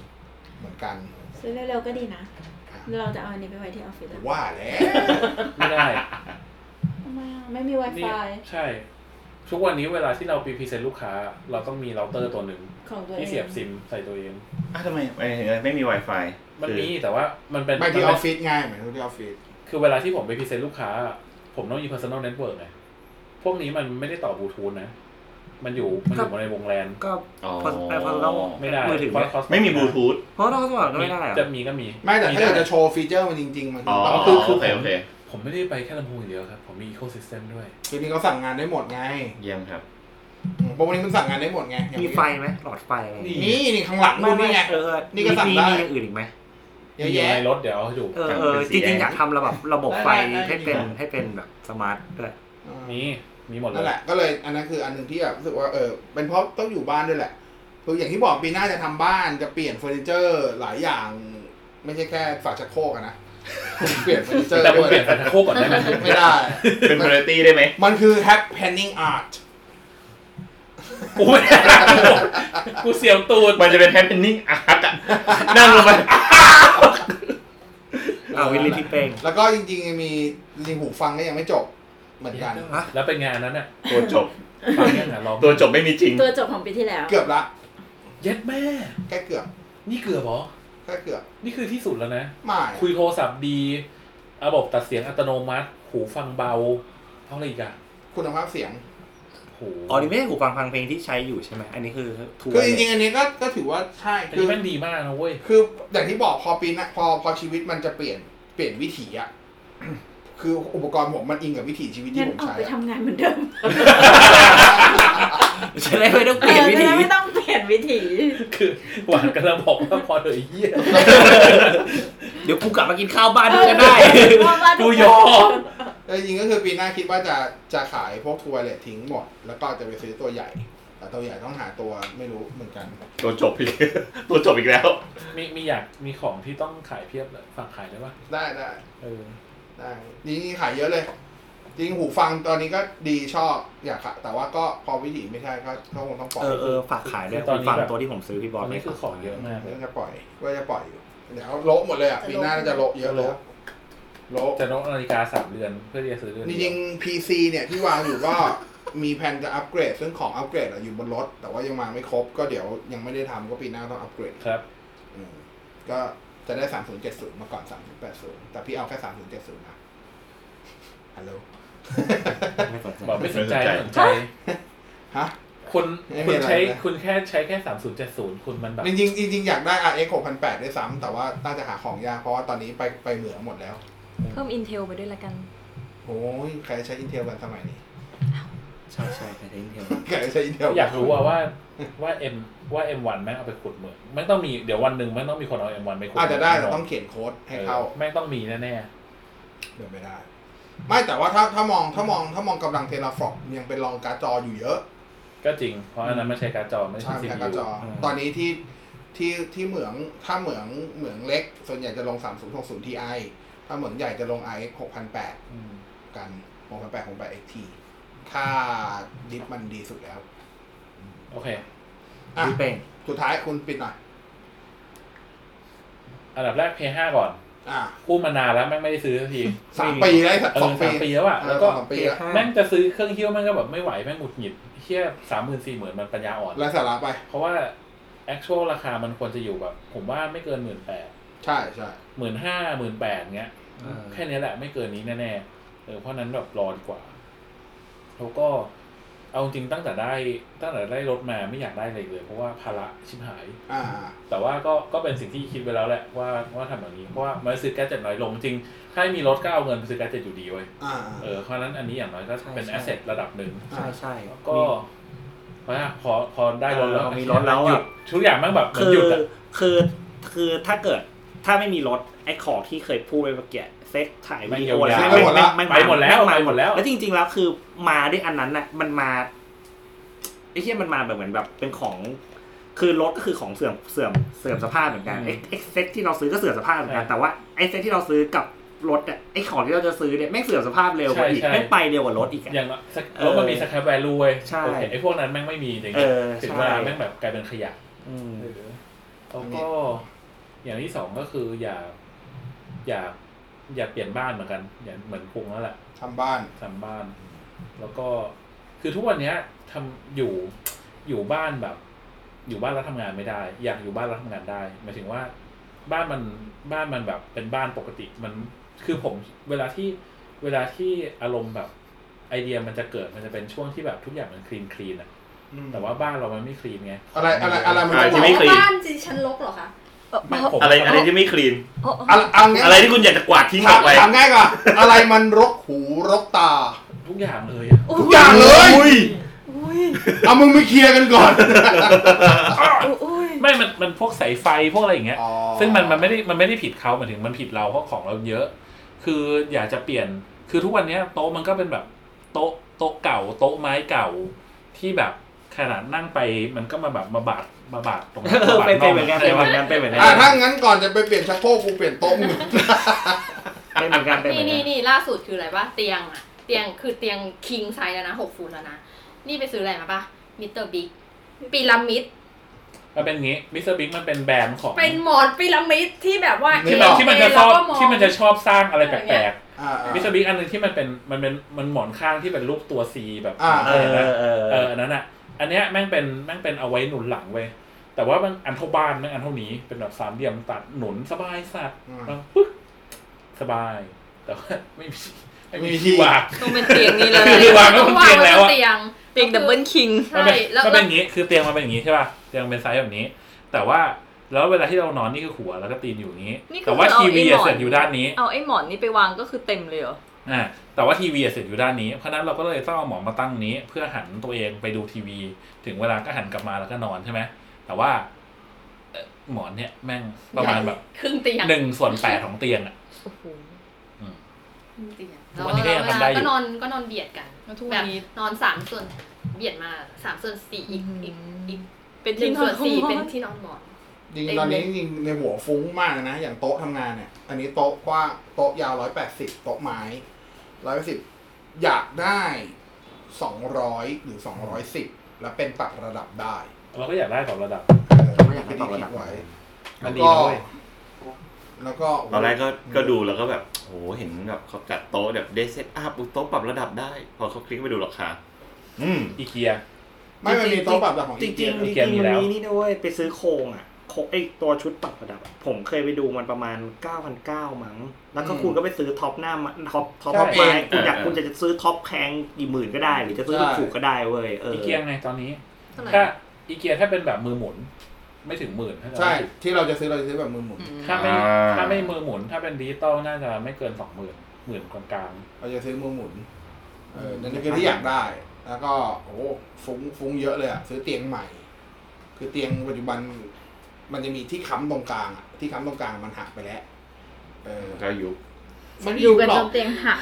Speaker 1: เหมือนกัน
Speaker 9: ซื้อเร็วๆก็ดีนะ เราจะเอาอันนี้ไปไว้ที่ออฟฟิศแล้ว
Speaker 1: ว่าแล้ว
Speaker 4: ไม่ได้
Speaker 9: ทำไมอ่ะไม่มี
Speaker 4: นี่
Speaker 9: Wi-Fi
Speaker 4: ใช่ ทุกวันนี้เวลาที่เราไปพรีเซนต์ลูกค้า เราต้องมีเราเตอร์ตัวหนึ่ง
Speaker 9: ของตัวเอ
Speaker 4: ที่
Speaker 9: ง
Speaker 4: เสียบซิมใส่ตัวเอง
Speaker 7: อ่ะทำไมไม่ไม่มี Wi-Fi
Speaker 4: มัน
Speaker 7: คือ
Speaker 4: มีแต่ว่ามันเป็น
Speaker 1: ไปที่ออ
Speaker 4: มันเป็
Speaker 1: ฟ
Speaker 4: น
Speaker 1: ฟิศง่ายเหมือนที่ออฟฟิศ
Speaker 4: คือเวลาที่ผมไปพรีเซนต์ลูกค้า ผมต้องมี personal network ไงพวกนี้มันไม่ได้ต่อบลูทูธนะ มันอยู่มันอยู่ในวงแลน
Speaker 5: ก็
Speaker 7: อ๋อ
Speaker 5: พอไปพอเรา
Speaker 4: ไม่ได้
Speaker 5: มือถือ
Speaker 4: เพราะ cost
Speaker 7: ไม่มีบลูทูธ
Speaker 5: เพราะเราสมัครก็ไม่ได้อะ
Speaker 4: จะมีก็มี
Speaker 1: ไม่แต่ถ้าเกิด
Speaker 4: ด้
Speaker 1: จะโชว์ฟีเจอร์มันจริง ๆ มัน
Speaker 7: อ๋อ
Speaker 1: ต้อง
Speaker 4: า
Speaker 1: คือ
Speaker 7: โอเคโอเค
Speaker 4: ผมไม่ได้ไปแค่ลำโพงอย่างเดียวครับ ผมมี ecosystem ด้วย
Speaker 1: ทีนี้เขาสั่งงานได้หมดไง
Speaker 7: เยี่ยมครับ
Speaker 1: อืมเพราะวันนี้มันสั่งงานได้หมดไงอย่าง
Speaker 5: มี
Speaker 1: นี้
Speaker 5: ไฟไหมหลอดไฟอะไร
Speaker 4: นี่
Speaker 1: นี่นี่ข้างหลัง
Speaker 5: ไม่
Speaker 1: นู่น
Speaker 5: ไม่
Speaker 1: นี่ไง
Speaker 5: เออ
Speaker 1: นี่ก็สั่งได้
Speaker 5: มีมีอย่างอื่นอีกไหม
Speaker 1: เยอะ
Speaker 4: มีใน
Speaker 1: แยะ
Speaker 4: รถเดี๋ยวเอาให้ดู
Speaker 5: เออ
Speaker 7: สั่ง
Speaker 5: เอ
Speaker 7: เป็น
Speaker 5: อ
Speaker 7: สี
Speaker 5: จริง
Speaker 7: แดง
Speaker 5: ๆอยากทำระบบระบบไฟให้เป็นให้เป็นแบบสมาร์ทด้วย
Speaker 4: มีมีหมดเล
Speaker 1: นั่น
Speaker 4: ย
Speaker 1: แหละก็เลยอันนั้นคืออันหนึ่งที่แบบรู้สึกว่าเออเป็นเพราะต้องอยู่บ้านด้วยแหละคืออย่างที่บอกปีหน้าจะทำบ้านจะเปลี่ยนเฟอร์นิเจอร์หลายอย่าง ไม่ใช่แค่ฝาชักโครกอะนะ เปลี่ยนเฟอร์นิเจอร์
Speaker 4: แต่ผม
Speaker 1: ด้วย
Speaker 4: เปลี่ยนสันโคกก่อน ได้ไหม
Speaker 1: ไม่ได้
Speaker 7: เป็นพาราตี้ได้ไหม
Speaker 1: มันคือ happening art
Speaker 4: กูไม่ ได้กูเสียวตูด
Speaker 7: มันจะเป็นแฮปปิ้งอาร์ตอะ นั่งลงไป
Speaker 5: อ่าวิลลี่ที่เป้ง
Speaker 1: แล้วก็จริงๆมีจริงๆหูฟังก็ยังไม่จบเหมือนกัน
Speaker 4: แล้วเป็นไงาน นั้นน่ะ
Speaker 7: ตัวจบ
Speaker 4: ฟังยังไงลอง
Speaker 7: ตัวจบไม่มีจริง
Speaker 9: ตัวจบของปีที่แล้ว
Speaker 1: เกือบละ
Speaker 4: เย็ดแม่
Speaker 1: แค่เกือบ
Speaker 4: นี่เกือบเหรอ
Speaker 1: แค่เกือบ
Speaker 4: นี่คือที่สุดแล้วนะ
Speaker 1: ไม่
Speaker 4: คุยโทรศัพท์ดี ระบบตัดเสียงอัตโนมัติ หูฟังเบาเท่าไหรอีกอะ
Speaker 1: คุณภาพเสียง
Speaker 4: โห
Speaker 5: อ๋อนี่ไม่ใช่หูฟังฟังเพลงที่ใช้อยู่ใช่ไหมอันนี้คือทัว
Speaker 1: คือ
Speaker 5: ร์
Speaker 1: จริงๆอันนี้ก็ก็ถือว่าใช่
Speaker 4: อัน
Speaker 1: คื
Speaker 4: นี้
Speaker 1: อ
Speaker 4: แม่งดีมากนะเว้ย
Speaker 1: คืออย่างที่บอกพอปีหนะพอพอชีวิตมันจะเปลี่ยนเปลี่ยนวิถีอะ คืออุปกรณ์ผมมันอิงกับวิถีชีวิตที่
Speaker 9: งั้น
Speaker 1: ผม
Speaker 9: ออก
Speaker 1: ใช้
Speaker 9: ไป
Speaker 1: อะ
Speaker 9: ทำงานเหมือนเดิม
Speaker 5: จะได้ไม่ต้องเปลี่ยนวิ
Speaker 9: ออจะ
Speaker 5: ธี
Speaker 9: ได้ไม่ต้องเปลี่ยนวิถี
Speaker 4: คือหวานกำลังบอกว่าพอเถอะไอ้เหี้ย
Speaker 5: เดี๋ยวกูกลับมากินข้าวบ้านด้วยก็ได้
Speaker 9: เพราะว่าทุ
Speaker 4: กู
Speaker 9: ก
Speaker 4: ยอม
Speaker 1: แต่จริงๆก็คือปีหน้าคิดว่าจะจะขายพวกทัวร์เลททิ้งหมด แล้วก็จะไปซื้อตัวใหญ่ แต่ตัวใหญ่ต้องหาตัวไม่รู้เหมือนกัน
Speaker 7: ตัวจบอีก ตัวจบอีกแล้ว
Speaker 4: มีมีอยากมีของที่ต้องขายเพียบเลยฝากขายได้ปะ
Speaker 1: ได้ได้
Speaker 4: เออ
Speaker 1: ได้นี่ขายเยอะเลย จริงหูฟังตอนนี้ก็ดีชอบอยากขายแต่ว่าก็พอวิถีไม่ใช่ก็ก็คงต้องปล่อย
Speaker 5: เออเออฝากขายด้วย
Speaker 4: คือตอนนี้
Speaker 5: ฟัง
Speaker 4: แบบ
Speaker 5: ตัวที่ผมซื้อพี่
Speaker 4: ต
Speaker 5: บอ
Speaker 4: อ
Speaker 5: ล
Speaker 4: นนี้คือของเยอะมากเล
Speaker 1: เรื่
Speaker 4: ย
Speaker 1: องจะปล่อยว่าจะปล่อยอยู่เดี๋ยวโละหมดเลยอ่ะปีหน้าน่าจะโละเยอะเลยอะโละ
Speaker 4: จะนกนาฬิกาสามเดือนเพื่อที่จะซื้อเดือน
Speaker 1: จ
Speaker 4: เดียว
Speaker 1: ริงๆ PC เนี่ยที่วางอยู่ก็ มีแผนจะอัปเกรด ซึ่งของอัปเกรดอะอยู่บนรถ แต่ว่ายังมาไม่ครบก็เดี๋ยวยังไม่ได้ทำก็ปีหน้าต้องอัปเกรด
Speaker 4: ครับ
Speaker 1: อืมก็จะได้ 3070 มาก่อน 3080 แต่พี่เอาแค่ 3070 นะ ฮัลโหล
Speaker 5: ไม่สนใจ
Speaker 4: บอกไม่สนใจ
Speaker 7: ไม่ส
Speaker 4: ไม่ส
Speaker 7: น
Speaker 4: น
Speaker 7: ใจ
Speaker 4: ใจ
Speaker 1: ฮะ
Speaker 4: คุณ
Speaker 1: ไม่มี
Speaker 4: คุณ
Speaker 1: อะไร
Speaker 4: ใช้
Speaker 1: นะ
Speaker 4: คุณแค่ใช้แค่สามศูนย์เจ็ดศูนย์คุณมันแบบ
Speaker 1: จริงๆจริงๆอยากได้ RX 6008 ด้วยซ้ำ แต่ว่าน่าจะหาของยาก เพราะว่าตอนนี้ไปไปเหมืองหมดแล้ว
Speaker 3: เพิ่ม Intel ไปด้วยละกัน
Speaker 1: โอ้ย ใครใช้ Intel กันสมัยนี้
Speaker 5: ใช่ใช่ใครทิ้งเทล
Speaker 1: ใครใช้ Intel
Speaker 4: อยากรู้ว่าว่าว่าเอ็มว่าเอ็มวันแม่งเอาไปขุดเหมืองไม่ต้องมีเดี๋ยววันหนึ่งไม่ต้องมีคนเอาเอ็มวันไปขุด
Speaker 1: อาจจะได้แต่
Speaker 4: เหมื
Speaker 1: ต้องเขียนโค้ดให้
Speaker 4: อ
Speaker 1: เข้า
Speaker 4: อแม่งต้องมีแน่
Speaker 1: เดี๋ยวไม่ได้ ไม่แต่ว่าถ้าถ้ามองถ้ามองถ้ามองกำลังเทราฟอปยังเป็นรองการ์ดจออยู่เยอะ
Speaker 4: ๆก็จริง เพราะอันนั้นไม่ใช่การ์ดจอไม่ใช่
Speaker 1: ใช่
Speaker 4: ซี
Speaker 1: แพ็ก
Speaker 4: พี
Speaker 1: กาจ
Speaker 4: ยู
Speaker 1: อ ตอนนี้ที่ที่ที่เหมืองถ้าเหมืองเหมืองเล็ก ส่วนใหญ่จะลง 3060 Ti ถ้าเหมืองใหญ่จะลง i 6008 กัน6008 6008 XT ค่าดิฟมันดีสุดแล้ว
Speaker 4: โอเค
Speaker 1: อ่ะ
Speaker 5: พี่เป้ง
Speaker 1: สุดท้ายคุณปิดหน่อย
Speaker 4: อันดับแรก P5 ก่อน
Speaker 1: อ่ะ
Speaker 4: คู่มานานแล้วแม่งไม่ได้ซื้อสักที
Speaker 1: สามปีแล้วไอ้สัต
Speaker 4: เอ
Speaker 1: ว์สอง
Speaker 4: อ
Speaker 1: ปี
Speaker 4: สามปีแล้วอ่ะแล้วก็
Speaker 1: เออสองปีแล้ว
Speaker 4: แม่งจะซื้อเครื่องเที่ยวแม่งก็แบบไม่ไหวแม่งหงุดหงิดเที่ยสามหมื่นสี่หมื่นมันปัญญาอ่อน
Speaker 1: แล้วสาระไป
Speaker 4: เพราะว่า actual ราคามันควรจะอยู่แบบ ผมว่าไม่เกินหมื่นแปด
Speaker 1: ใช่ใช่
Speaker 4: หมื่นห้าหมื่นแปดเงี้ย
Speaker 5: เออ
Speaker 4: แค่นี้แหละไม่เกินนี้แน่ๆเออเพราะนั้นแบบรอดีกว่า แล้วก็เอาจริงตั้งแต่ได้ตั้งแต่ได้รถมาไม่อยากได้อะไรเลย เพราะว่าภาระชิบหาย
Speaker 1: อ่า
Speaker 4: แต่ว่าก็ก็เป็นสิ่งที่คิดไปแล้วแหละว่าว่าทำแบบนี้ เพราะว่ามันซื้อแก๊สเจ็ดน้อยลงจริงถ้าไม่มีรถก็เอาเงินไปซื้อแก๊สเจ็ดอยู่ดีเว้ย
Speaker 1: อ่า
Speaker 4: เออเพราะฉะนั้นอันนี้อย่างน้อยก็เป็น
Speaker 5: ใช่
Speaker 4: แอส
Speaker 5: ใช่
Speaker 4: เซทระดับหนึ่ง
Speaker 5: ใช่ใช่
Speaker 4: แล้วก็เพราะว่าพอพอได้รถแล้ว
Speaker 5: เออมีรถแล้ว
Speaker 4: ห
Speaker 5: อะ
Speaker 4: ยุดทุกอย่างมันแบบเหมือน
Speaker 5: คือ
Speaker 4: หยุดอะ
Speaker 5: คือคือถ้าเกิดถ้าไม่มีรถไอ้ของที่เคยพูดไปเมื่อกี้เซ็กถ่ายวิดีโอ
Speaker 4: แม่งยาว
Speaker 1: ไป
Speaker 5: เนี่ย
Speaker 1: หมดละ
Speaker 5: แง
Speaker 4: ไปหมดแล้ว
Speaker 5: งา
Speaker 4: ไปหมดแล้ว
Speaker 5: แล้วจริง ๆ แล้วคือมาด้วยอันนั้นน่ะมันมาไอ้เชี่ยมันมาแบบเหมือนแบบเป็นของ คือรถก็คือของเสื่อมเสื่อมเสื่อมสภาพเหมือนกันไอ้ไอ้เซ็ตที่เราซื้อก็เสื่อมสภาพเหมือนกันแต่ว่าไอ้เซ็ตที่เราซื้อกับรถอะไอ้ของที่เราจะซื้อเนี่ยแม่งเสื่อมสภาพเร็วกว่าอีก
Speaker 4: ใช่ใช่
Speaker 5: แม่งไปเร็วกว่ารถอีกอะ
Speaker 4: อย่างน้อยสัก
Speaker 5: เออ
Speaker 4: รถมันมีสแครปแวลูเว้ย
Speaker 5: ใช่
Speaker 4: โอเคไอ้พวกนั้นแม่งไม่มีจริง
Speaker 5: เออ
Speaker 4: ถึง
Speaker 5: ใช่
Speaker 4: เวลาแม่งแบบกลายเป็นขยะ
Speaker 5: อืม
Speaker 4: แล้วก็อย่างที่สองก็คืออย่าอย่าอย่าเปลี่ยนบ้านเหมือนกัน อย่าเหมือนพุงแล้วแหละ
Speaker 1: ทำบ้าน
Speaker 4: ทำบ้าน แล้วก็คือทุกวันเนี้ยทำอยู่อยู่บ้านแบบ อยู่บ้านแล้วทำงานไม่ได้ อยากอยู่บ้านแล้วทำงานได้หมายถึงว่า บ้านมันบ้านมันแบบเป็นบ้านปกติมันคือผมเวลาที่เวลาที่อารมณ์แบบไอเดียมันจะเกิดมันจะเป็นช่วงที่แบบทุกอย่างมันคลีนคลีนอะแต่ว่าบ้านเรามันไม่คลีนไง
Speaker 1: อะไรอะไรอะไรมัน
Speaker 7: อ่าที่ไม่ clean
Speaker 9: บ้านดิฉันลกเหรอคะ
Speaker 4: ไม่ผม
Speaker 7: อะไรอะไรที่ไม่คลีน
Speaker 3: โอ้โห
Speaker 1: อะไรเอาง่าย
Speaker 7: อะไรที่คุณอยากจะกวาดทิ้งอ
Speaker 1: ถาม
Speaker 7: อกไป
Speaker 1: ถามง่ายกว่าอะไรมันรกหูรกตา
Speaker 4: ทุกอย่างเลยอะ
Speaker 1: ทุกอย่างเลย
Speaker 7: อุ้ย
Speaker 3: อุ้ย
Speaker 1: เอามึงไปเคลียร์กันก่อน
Speaker 3: อุ้ย
Speaker 4: ไม่มันมันพวกสายไฟพวกอะไรอย่างเงี้ย
Speaker 1: อ๋อ
Speaker 4: ซึ่งมันมันไม่ได้มันไม่ได้ผิดเขาหมายถึงมันผิดเราเพราะของเราเยอะ คืออยากจะเปลี่ยนคือทุกวันเนี้ยโต๊ะมันก็เป็นแบบโต๊ะโต๊ะเก่า โต๊ะไม้เก่าที่แบบขนาดนั่งไปมันก็มาแบบมาบาดมาบาดตรง นั้นมาบาด
Speaker 5: เป็นเป็
Speaker 4: ง
Speaker 5: นเหมือนกันเป็นเหมือนกันเป็นเหมือนกั
Speaker 1: อ่ะ
Speaker 5: น
Speaker 1: ถ้างั้นก่อนจะไปเปลี่ยนชักโครกกูเปลี่ยนโต๊ะมึง
Speaker 5: เป็นเหมือนกันเป็นเหมือ
Speaker 8: นี่
Speaker 5: นกัน
Speaker 8: นี่นี่ล่าสุดคืออะไรวะเตียงอะเตียงคือเตียงคิงไซส์แล้วนะหกฟุตแล้วนะ นี่ไปซื้ออะไรมาปะมิสเตอร์บิ๊กพีระมิด
Speaker 4: มันเป็นอย่างงี้มิสเตอร์บิ๊กมันเป็นแบรนด์ของ
Speaker 8: เป็นหมอนพีระมิดที่แบบว่า
Speaker 1: ที่
Speaker 4: ที่มัน
Speaker 8: เอ
Speaker 4: ที่มันจะช
Speaker 8: เอ
Speaker 4: อบ
Speaker 8: แล้วก็หอ
Speaker 4: ที่มันจะชอบสร้างอะไรแปลก
Speaker 1: อ่า
Speaker 4: ๆมิสเตอร์บิ๊กอันหนึงที่มันเป็นมันเป็นมันหมอนข้างที่เป็นรูปตัวซีแบบ
Speaker 1: อ่า
Speaker 5: เออเออ
Speaker 4: เอออันนั้นอ่ะ อันเนี้ยแม่งเป็นแม่งเป็นเอาไว้หนุนหลังเว้ยแต่ว่ามันอันเท่าบ้านแม่งอันเท่านี้เป็นแบบสามเหลี่ยมตัดหนุนสบายสัตว์
Speaker 1: อืม
Speaker 4: เราปึ๊กสบาย แต่ว่า ไม่มีไม่
Speaker 1: ไม่มี
Speaker 4: มี
Speaker 1: ที่
Speaker 4: ที่วาง
Speaker 3: ต้องเป็นเตียงนี้เลย
Speaker 4: คือวางไว้บนเตียงแล้วอะ
Speaker 8: เตียง
Speaker 3: เตียงดับเบิลคิง
Speaker 4: มัน
Speaker 8: ใช่
Speaker 4: เป็น
Speaker 8: แล้ว
Speaker 4: มัน
Speaker 8: แล้
Speaker 4: เป็
Speaker 8: วน
Speaker 4: อย่างนี้คือเตียงมันเป็นอย่างนี้ใช่ป่ะเตียงเป็นไซส์แบบนี้ แต่ว่าแล้วเวลาที่เรานอนนี่คือหัวแล้วก็ตีนอยู่อย่างนี้
Speaker 3: นี่คือ
Speaker 4: แต่ว่า
Speaker 3: เราเอา
Speaker 4: ทีวี
Speaker 3: ไอ้หมอน
Speaker 4: เสียบอยู่ด้านนี้
Speaker 3: เอาไอ้หมอนนี่ไปวางก็คือเต็มเลยเหรอ
Speaker 4: อ่าแต่ว่าทีวีเสียบอยู่ด้านนี้เพราะฉะนั้นเราก็เลยต้องเอาหมอนมาตั้งนี้ เพื่อหันตัวเองไปดูทีวี ถึงเวลาก็หันกลับมาแล้วก็นอนใช่ไหมแต่ว่าเอ่อหมอนเนี่ยแม่งประมาณแบบ
Speaker 8: ครึ่งเตียง
Speaker 4: หนึ่งส่วนแปดของเตียงอ่ะ
Speaker 3: โอ้โห
Speaker 8: ครึ่งเตียง
Speaker 4: ทุกวันนี้ก็ยังทำได้อยู่
Speaker 8: ก็นอนก็นอนเบียดกัน
Speaker 3: แล้วทุกวั
Speaker 8: แบ
Speaker 3: น
Speaker 8: บ
Speaker 3: นี้
Speaker 8: นอนสามส่วน เบียดมาสามส่วนสี่อีกอีกอีก
Speaker 3: เป็น
Speaker 8: หนึ่
Speaker 3: ที่
Speaker 8: ง
Speaker 3: นอ
Speaker 8: ส่วน น
Speaker 3: ของ
Speaker 8: สี่
Speaker 3: หมอ
Speaker 8: เป็นที่นอนหมอน
Speaker 1: จริงๆตอนนี้จริงๆในหัวฟุ้งมากนะ อย่างโต๊ะทำงานเนี่ย อันนี้โต๊ะกว้างโต๊ะยาวร้อยแปดสิบโต๊ะไม้ร้อยแปดสิบอยากได้สองร้อยหรือสองร้อยสิบแล้วเป็นปรับระดับได้
Speaker 4: เราก็อยากได้ของระดับ
Speaker 5: เราก็อยากได้ปรับระดับ
Speaker 1: ที่คิไว้
Speaker 2: มั
Speaker 1: แล้
Speaker 2: น
Speaker 1: ว
Speaker 2: ดี
Speaker 1: ก็
Speaker 2: นะเว้ย
Speaker 1: แล้วก็
Speaker 7: ตอนแรกก็ก็ดูแล้วก็แบบโหเห็นแบบเขาจัดโต๊ะแบบเดซเซตอัพโต๊ะปรับระดับได้ พอเขาคลิกไปดูราคาอืม
Speaker 4: อีเกีย
Speaker 1: ไม่มันมีโต๊ะปรับระดับของ
Speaker 5: จริงๆจริง
Speaker 1: ๆ
Speaker 5: ๆมัน
Speaker 4: เกมมีแล้ว
Speaker 5: มีนี่ด้วยไปซื้อโครงอ่ะโครงไอตัวชุดปรับระดับอะผมเคยไปดูมันประมาณ 9,900มั้ง แล้วก็
Speaker 1: อืม
Speaker 5: คุณก็ไปซื้อท็อปหน้ามาท็อปท็อป
Speaker 4: ใช่
Speaker 5: ท็อปไม้
Speaker 7: เออ
Speaker 5: คุณอยาก
Speaker 7: เออ
Speaker 5: คุณจะซื้อท็อปแพงกี่หมื่นก็ได้ หรือจะซื้อ
Speaker 1: ใช่
Speaker 5: ถูกๆก็ได้เว้ยเออ
Speaker 4: อีเกียไงตอนนี้
Speaker 3: เท่าไหร่
Speaker 4: ถ้าอีเกียถ้าเป็นแบบมือหมุน ไม่ถึงหมื่นถ้าจำ
Speaker 1: ใช่
Speaker 4: ไม่ผิด
Speaker 1: ที่เราจะซื้อเราจะซื้อแบบมือหมุน
Speaker 3: อืม
Speaker 4: ถ้าไม่
Speaker 7: อ่า
Speaker 4: ถ้าไม่มือหมุน ถ้าเป็นดิจิตอลน่าจะไม่เกินสองหมื่นหมื่นกลาง
Speaker 1: เราจะซื้อมือหมุน เออนั่นคือที่อยากได้ แล้วก็โอ้โหฟุ้งฟุ้งเยอะเลยอะซื้อเตียงใหม่ คือเตียงปัจจุบัน มันจะมีที่ค้ำตรงกลางอะที่ค้ำตรงกลางมันหักไปแล้ว เออ
Speaker 7: ก็ยุบ
Speaker 1: มัน
Speaker 3: อยู่กัน
Speaker 1: หร
Speaker 3: จ
Speaker 1: อก
Speaker 3: นเตียงหัก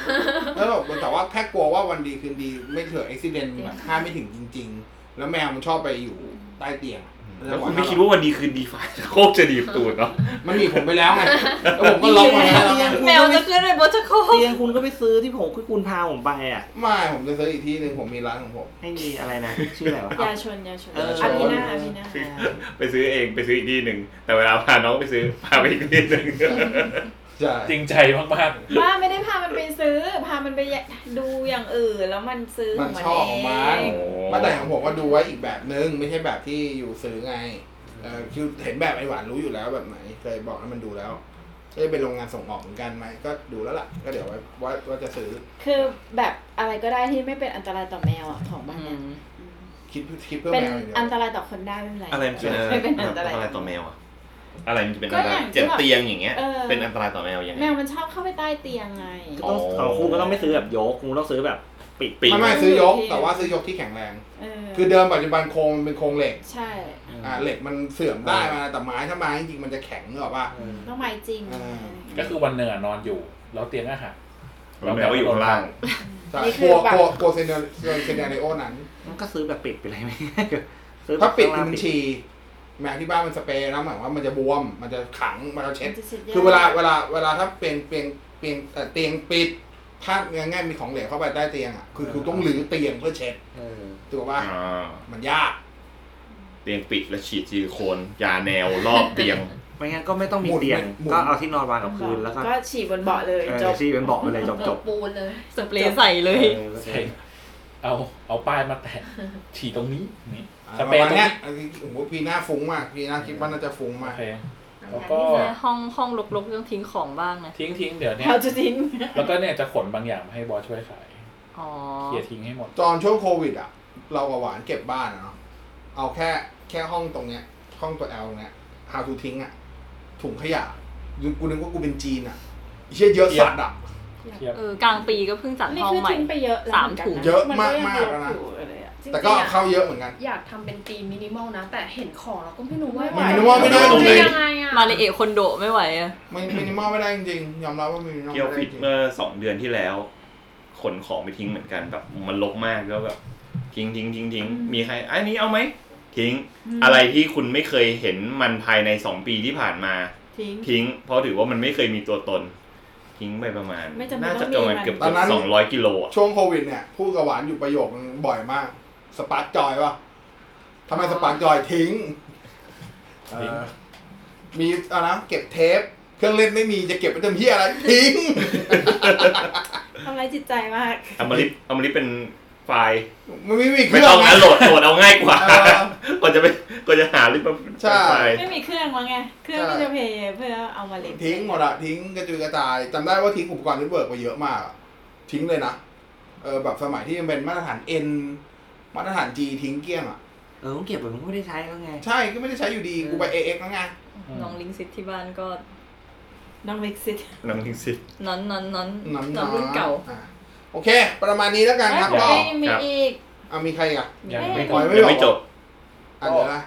Speaker 1: แล้วแบบแต่ว่าแค่กลัวว่าวันดีคืนดีไม่เกิดอุบิเหตุแบบคาดไม่ถึงจริง ๆ แล้วแมวมันชอบไปอยู่ใต้เตียงอะ
Speaker 7: แล้วคุณไม่คิดว่าวันดีคืนดีฝ่ายโคกจะดีบตูดเนาะ
Speaker 1: มันหนีผมไปแล้วไงแล้วผมก็ล็อกมันไว้แล้ว
Speaker 3: แมวจะขึ้นไปบนชักโครก
Speaker 5: เตียงคุณก็ไปซื้อที่ผมคุณพาผมไปอ่ะ
Speaker 1: ไม่ผมจะซื้ออีกที่หนึ่งผมมีร้านของผม
Speaker 5: ให้มีอะไรนะ ชื่ออะไรวะ
Speaker 9: ยาชนยาชน
Speaker 5: เออ
Speaker 1: ช
Speaker 9: อา
Speaker 1: อา น มิ
Speaker 9: มี
Speaker 1: น่า
Speaker 9: นาอามีนา
Speaker 7: ไปซื้อเองไปซื้ออีกที่หนึ่ง แต่เวลาพาน้องไปซื้อ พาไปอีกที่หนึ่ง
Speaker 1: ใช่
Speaker 4: ๆ จริงใจมาก
Speaker 9: ว่าไม่ได้พามันไปซื้อ พามันไปดูอย่างอื่น แล้วมันซื้อ
Speaker 1: มัน
Speaker 9: ข
Speaker 1: ชอบ
Speaker 9: เ
Speaker 1: ของมันมาแต่ของผมก็ดูไว้อีกแบบนึง ไม่ใช่แบบที่อยู่ซื้อไงเออคือเห็นแบบไอหวานรู้อยู่แล้วแบบไหนเคยบอกให้มันดูแล้วเอ้ยเป็นโรงงานส่งออกเหมือนกันไหมก็ดูแล้วล่ะ ก็เดี๋ยวไว้ว่าว่าจะซื้อ
Speaker 9: คือแบบอะไรก็ได้ที่ไม่เป็นอันตรายต่อแมวอ่ะของบ้านเนี่ย
Speaker 1: คิดคิดเพื่อ
Speaker 9: เป็น
Speaker 1: แมวอย่างเดียว
Speaker 9: อันตรายต่อคนได้ไม่เป็นไร
Speaker 7: อะไรมันจะเป็นอะไร
Speaker 9: ไม่เป็นอันตราย
Speaker 7: ต่อแมวอะอะไรมันจะเป็น
Speaker 9: ก็
Speaker 7: อัน
Speaker 9: อ
Speaker 7: ตราย
Speaker 9: ย่างที่
Speaker 7: เจ็บ
Speaker 9: แบบ
Speaker 7: เตียงอย่างเงี้ย
Speaker 9: เออ
Speaker 7: เป็นอันตรายต่อแมวยังไง
Speaker 9: แมวมันชอบเข้าไปใต้เตียงไง
Speaker 5: ก็ต้อง
Speaker 7: อ๋อ
Speaker 5: คุณก็ต้องไม่ซื้อแบบยกคุณต้องซื้อแบบปิด
Speaker 7: ปีก
Speaker 1: ไม่ไม่ซื้อยก
Speaker 9: ที่
Speaker 1: แต่ว่าซื้อยกที่แข็งแรง
Speaker 9: เออ
Speaker 1: คือเดิมปัจจุบันโครงมันเป็นโครงเหล็ก
Speaker 9: ใช่
Speaker 1: อ่าเหล็กมันเสื่อมได้มาแต่ไม้ถ้าไม้จริงๆมันจะแข็งเหรอป่ะ
Speaker 9: ต้องไม้จริง
Speaker 1: อ่า
Speaker 4: ก็คือวันหนึ่งอะนอนอยู่ แล้วเตียงก็หัก
Speaker 7: แล้วแมวก็อยู่ข้างล่าง
Speaker 1: ใช่กลัวกลัวกลัวเซเนอเซเนอเรโอนั้น
Speaker 5: มันก็ซื้อแบบปิดไปเลยไหม ซื้อแบบ
Speaker 1: ถ้าปิด
Speaker 5: ข้งล่ง
Speaker 1: มันฉี่แมวที่บ้านมันสเปรย์แล้วหมายว่ามันจะบวม มันจะขังมันจะเช็ด
Speaker 9: มันจะฉีดย
Speaker 1: คือเวลาเวลาเวลาถ้าเปียงเปียงเปียงเอ่อเตียงปิดถ้าง่ายๆมีของเหลวเข้าไปใต้เตียงอ่ะคือคือต้องรื้อเตียงเพื่อเช็ดถูกป่ะ
Speaker 7: อ่า
Speaker 1: มันยาก
Speaker 7: เตียงปิดแล้วฉีดซิลิโคนยาแนวรอบเตียง
Speaker 5: ไม่งั้นก็ไม่ต้องมี
Speaker 1: หมุน
Speaker 5: เตียง
Speaker 1: หมุน
Speaker 5: ก็เอาที่นอนวางกับพื้นแล้วก็
Speaker 9: ก็ฉีดบนเบาะเลย
Speaker 5: เออ
Speaker 9: จบ
Speaker 5: ที่เป็นเบอกไปเลยจบจบ
Speaker 8: ปูนเลย
Speaker 3: สเปรย์ใส่เลย
Speaker 4: ใช่เอาเอาป้ายมาแตะ ฉี่ตรงนี้นี่
Speaker 1: อ่ะ
Speaker 4: ส
Speaker 1: ป
Speaker 4: เประ รย์
Speaker 1: มาณ
Speaker 4: ตรง
Speaker 1: เนี้
Speaker 4: นี้
Speaker 1: ยอันนี้โอ้โหปีหน้าฟุ้งมากปีหน้าคิดว่าน่าจะฟุ้ง
Speaker 4: โอ
Speaker 1: มาก
Speaker 4: เคแล้วก็
Speaker 3: ห้องห้องรกๆต้องทิ้งของบ้างนะ
Speaker 4: ทิ้งทิ้งเดี๋ยวเนี่ย
Speaker 9: เราจะทิ้ง
Speaker 4: แล้วก็เนี่ยจะขนบางอย่างมาให้บอสช่วยขาย
Speaker 3: อ๋อ
Speaker 4: เคลียร์ทิ้งให้หมด
Speaker 1: ตอนช่วงโควิดอ่ะ เรากับหวานเก็บบ้านอะเนาะเอาแค่แค่ห้องตรงเนี้ย ห้องตัวแอลตรงเนี้ย how to ทิ้งอ่ะถุงขยะกูนึกว่ากูเป็นจีนอ่ะเชี่ยเยอะสัตว์อ่ะ
Speaker 4: เทียบ
Speaker 3: เออกลางปีก็เพิ่งจัด
Speaker 9: นี่
Speaker 3: ห้อง
Speaker 9: คือ
Speaker 3: ใหม่
Speaker 9: ทิ้งไปเยอะแล้ว
Speaker 3: สามถุง
Speaker 1: เยอะมาก
Speaker 9: น
Speaker 1: ๆ
Speaker 9: ยัง
Speaker 1: แล้วนะ
Speaker 9: อยู่อะไรอะ
Speaker 8: จริงๆ
Speaker 1: แต่ก็
Speaker 8: อะ
Speaker 1: เข้าเยอะเหมือนกัน
Speaker 8: อยากทำเป็นธีมมินิมอลนะ แต่เห็นของเราก็ไม่รู้ว่า
Speaker 9: ไม่
Speaker 1: มินิมอลไม่ได้
Speaker 8: จะ
Speaker 7: จริง
Speaker 8: ยังไงอะ
Speaker 3: มาในเอกคอนโดไม่ไหวอะ
Speaker 1: ไม่มินิมอลไม่ได้จริงๆยอมรับว่ามินิมอล
Speaker 7: เที่ยว
Speaker 1: ไม่ได้
Speaker 7: ฟิ
Speaker 1: จ
Speaker 7: ต
Speaker 1: ริง
Speaker 7: เมื่อสองเดือนที่แล้ว ขนของไปทิ้งเหมือนกันแบบมันลกมากแล้วแบบทิ้งทิ้งทิ้งทิ้งมีใครอันนี้เอาไหมทิ้ง อะไรที่คุณไม่เคยเห็นมันภายในสองปีที่ผ่านมา
Speaker 9: ทิ้ง
Speaker 7: ทิ้ง เพราะถือว่ามันไม่เคยมีตัวตน ทิ้งไปประมาณ
Speaker 9: ไม่จำเป็น
Speaker 7: น่า
Speaker 9: ต้
Speaker 7: จะ
Speaker 9: องมี
Speaker 7: ประมาณ
Speaker 9: มัน
Speaker 7: เกือบสองร้อยกิโลอะ
Speaker 1: ช่วงโควิดเนี่ยพูดกับหวานอยู่ประโยคนึงบ่อยมาก สปาร์กจอยป่ะทำไมสปาร์กจอยทิ้งเอ่อมีอะไรนะเก็บเทป เครื่องเล่นไม่มีจะเก็บไปทำเฮียอะไร ทิ้ง
Speaker 9: ทำไรายจิตใจมาก
Speaker 7: อมริตอมริตเป็นไฟล์
Speaker 1: มันไม่มีเค
Speaker 7: ไม่
Speaker 1: รื่อ
Speaker 7: ต้อง งนะโหลดโหลดเอาง่ายกว่า
Speaker 1: เออ
Speaker 7: ก่อนจะไปก่อนจะหาลิปเป็น
Speaker 1: ใช่
Speaker 7: ไฟล์
Speaker 9: ไม่มีเครื่องวะไง เครื่องก็จะเพย์เพื่อเอามาเล่น
Speaker 1: ทิ้งหมดอะทิ้งกระจุยกระจายจำได้ว่าทิ้งอุปกรณ์เน็ตเวิร์กไปเยอะมากอะทิ้งเลยนะเออแบบสมัยที่มันเป็นมาตรฐาน N มาตรฐาน G ทิ้งเกลี้ยงอะ
Speaker 5: เออต้องเก็บไว้มันก็ไม่ได้ใช้แล้วไง
Speaker 1: ใช่ก็ไม่ได้ใช้อยู่ดีกูไป AX แล้วไง
Speaker 3: น้องลิงซิตที่บ้านก็
Speaker 9: น้องเม็กซิต
Speaker 7: น้ำทิ้งสิ
Speaker 3: นอนนอนนอน
Speaker 1: น้ำ
Speaker 3: นอนรุ่นเก่า
Speaker 1: อ่ะโอเค ประมาณนี้แล้วกันครับ
Speaker 4: เอ้ย
Speaker 1: ก็
Speaker 3: ไม่มีอีก
Speaker 1: เอามีใครอีกอ่ะ
Speaker 4: ยังไม่
Speaker 1: ปล่อย
Speaker 4: จบ
Speaker 1: ว้
Speaker 7: ยังไม่จบ
Speaker 1: อันเดียวนะ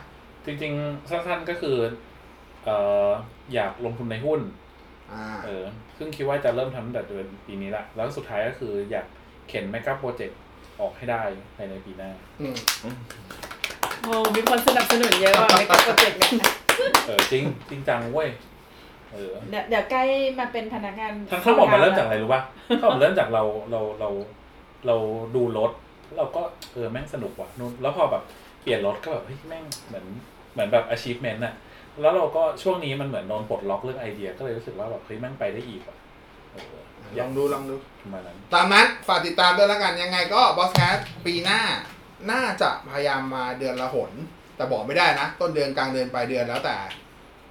Speaker 4: จริงๆ สั้นๆก็คือเอ่ออยากลงทุนในหุ้น
Speaker 1: อ่า
Speaker 4: เออซึ่งคิดว่าจะเริ่มทำตั้งแต่เดือนปีนี้ละ แล้วสุดท้ายก็คืออยากเข็นแมกกาโปรเจกต์ ออกให้ได้ภายในปีหน้า
Speaker 1: อืม
Speaker 9: โอ้มีคนสนับสนุนเยอะว่ะไม่กับโปรเจกต์เนี่ย
Speaker 4: เออจริงจริงจังเว้ยเออ
Speaker 9: เดี๋ยวเดี๋ยวใกล้มาเป็นพนักงาน
Speaker 4: ทั้งข้าวหอมมันเริ่มจากอะไรรู้ป่ะข้าวหอมเริ่มจากเราเราเราเราดูรถเราก็เออแม่งสนุกว่ะนู่นแล้วพอแบบเปลี่ยนรถก็แบบเฮ้ยแม่งเหมือนเหมือนแบบ achievement น่ะแล้วเราก็ช่วงนี้มันเหมือนโดนปลดล็อกเรื่องไอเดีย ก็เลยรู้สึกว่าแบบเฮ้ยแม่งไปได้อีกว่ะเอออ
Speaker 1: ล
Speaker 4: ยา
Speaker 1: อก งดูลองดู
Speaker 4: ประ มาณนั้น
Speaker 1: ตามนั้นฝากติดตามด้วยละกันยังไงก็บอสแคสปีหน้า น่าจะพยายามมาเดือนละหน แต่บอกไม่ได้นะ ต้นเดือนกลางเดือนปลายเดือนแล้วแต่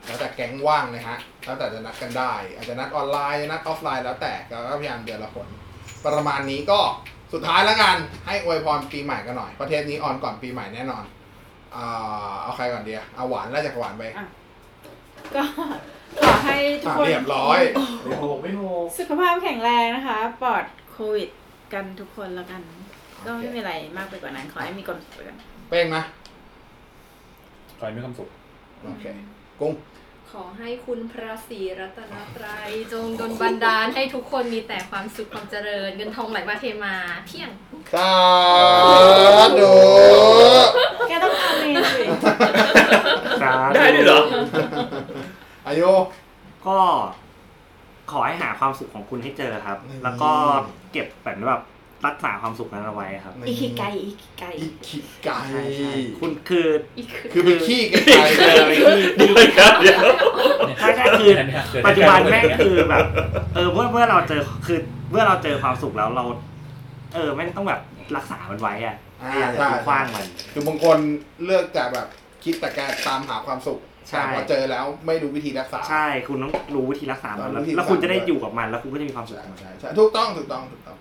Speaker 1: แล้วแต่แก๊งว่างเลยฮะ แล้วแต่จะนัดกันได้ อาจจะนัดออนไลน์นัดออฟไลน์แล้วแต่ก็พยายามเดือนละหน ประมาณนี้ก็สุดท้ายแล้วกัน ให้อวยพรปีใหม่กันหน่อยเพราะเทปนี้ออนก่อนปีใหม่แน่นอนอ่าเอาใครก่อนดีอะเอาหวานแล้วจากหวานไปอ่ะ
Speaker 10: ก็ขอให้ทุกคน
Speaker 1: เรียบร้อย
Speaker 5: ไม่โหไม่โห
Speaker 10: สุขภาพแข็งแรงนะคะ ปลอดโควิดกันทุกคนแล้วกัน ก็ไม่มีอะไรมากไปกว่านั้น ขอให้มีความสุขแล้วกัน
Speaker 1: เป้งนะ
Speaker 4: ขอให้มีความสุข
Speaker 1: โอเคกุ้ง
Speaker 8: ขอให้คุณพระศรีรัตนตรัยจงดลบันดาลให้ทุกคนมีแต่ความสุขความเจริญเงินทองไหลมาเทมาเที่ยง
Speaker 1: สาธุ
Speaker 10: แกต้องอาเมนสิ
Speaker 5: สาธุ
Speaker 7: ได้ด้วยเหรอ
Speaker 1: อายุ
Speaker 5: ก็ขอให้หาความสุขของคุณให้เจอครับ
Speaker 1: อืม
Speaker 5: แล้วก็เก็บแบบว่ารักษาความสุขนั้นเอาไว้ครับ
Speaker 10: อิคิไกอิคิไก
Speaker 1: อิคิไก
Speaker 5: ใช่ใช่คุณคือ
Speaker 1: คือไปขี้ไกลๆเลย
Speaker 2: เดี๋ยวครับเดี๋ยว
Speaker 5: ใช่ใช่คือปัจจุบันแม่งคือแบบ เออเมื่อเมื่อเราเจอคือเมื่อเราเจอความสุขแล้วเรา เออแม่งต้องแบบรักษามันไว้อะ
Speaker 1: อ่า
Speaker 5: อย่า
Speaker 1: ใช่
Speaker 5: คว้างมัน
Speaker 1: คือบางคนเลือกแต่แบบคิดแต่การตามหาความสุข
Speaker 5: ใช่
Speaker 1: แต่พอเจอแล้วไม่รู้วิธีรักษา
Speaker 5: ใช่คุณต้องรู้วิธีรักษามัน
Speaker 1: รู้
Speaker 5: แล้ว
Speaker 1: วิธี
Speaker 5: แล้วคุณจะได้
Speaker 1: รักษามัน
Speaker 5: อยู่กับมัน แล้วคุณก็จะมีความสุข
Speaker 1: ใช่
Speaker 5: กับมัน
Speaker 1: ใช่ใช่ถูกต้องถูกต้องถูกต้อง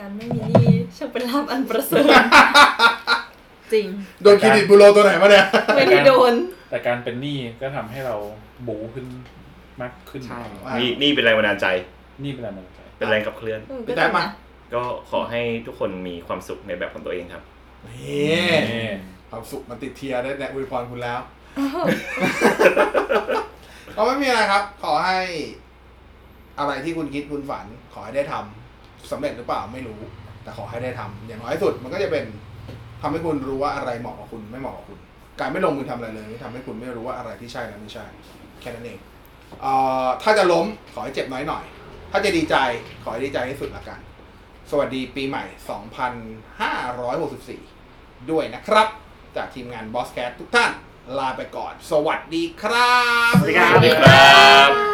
Speaker 3: การไม่มีหนี่ ช่างเป็นลาภอันประเส ริฐจริง
Speaker 1: โดนเครดิตบูโรตัวไหนมาเนี่ย
Speaker 3: ไม่ได้โดน
Speaker 4: แต่การเป็นหนี้ก็ทำให้เราบูขึ้นมากขึ้น
Speaker 5: ใช่
Speaker 7: นี่นี่เป็นแรงบันดาลใจ
Speaker 4: หนี่เป็นอะไรมันดาลใจ
Speaker 7: เป็นแรงกับเคลื่อน
Speaker 1: พี่แต๊บมา
Speaker 7: ก็ขอให้ทุกคนมีความสุขในแบบของตัวเองครับ
Speaker 1: นี่ความสุขมันติดเทียร์ได้แนะอวยพรคุณแล้ว ก็ไม่มีอะไรครับ ขอให้ อะไรที่คุณคิดคุณฝัน ขอให้ได้ทำสำเร็จหรือเปล่าไม่รู้ แต่ขอให้ได้ทำอย่างน้อยที่สุดมันก็จะเป็นทำให้คุณรู้ว่าอะไรเหมาะกับคุณไม่เหมาะกับคุณ การไม่ลงมือทำอะไรเลยทำให้คุณไม่รู้ว่าอะไรที่ใช่และไม่ใช่ แค่นั้นเองเอ่อถ้าจะล้มขอให้เจ็บน้อยหน่อย ถ้าจะดีใจขอให้ดีใจที่สุดละกัน สวัสดีปีใหม่ 2564 ด้วยนะครับ จากทีมงานบอสแคททุกท่าน ลาไปก่อน สวัสดีครับ
Speaker 5: สวัสดีครับ
Speaker 7: ครับ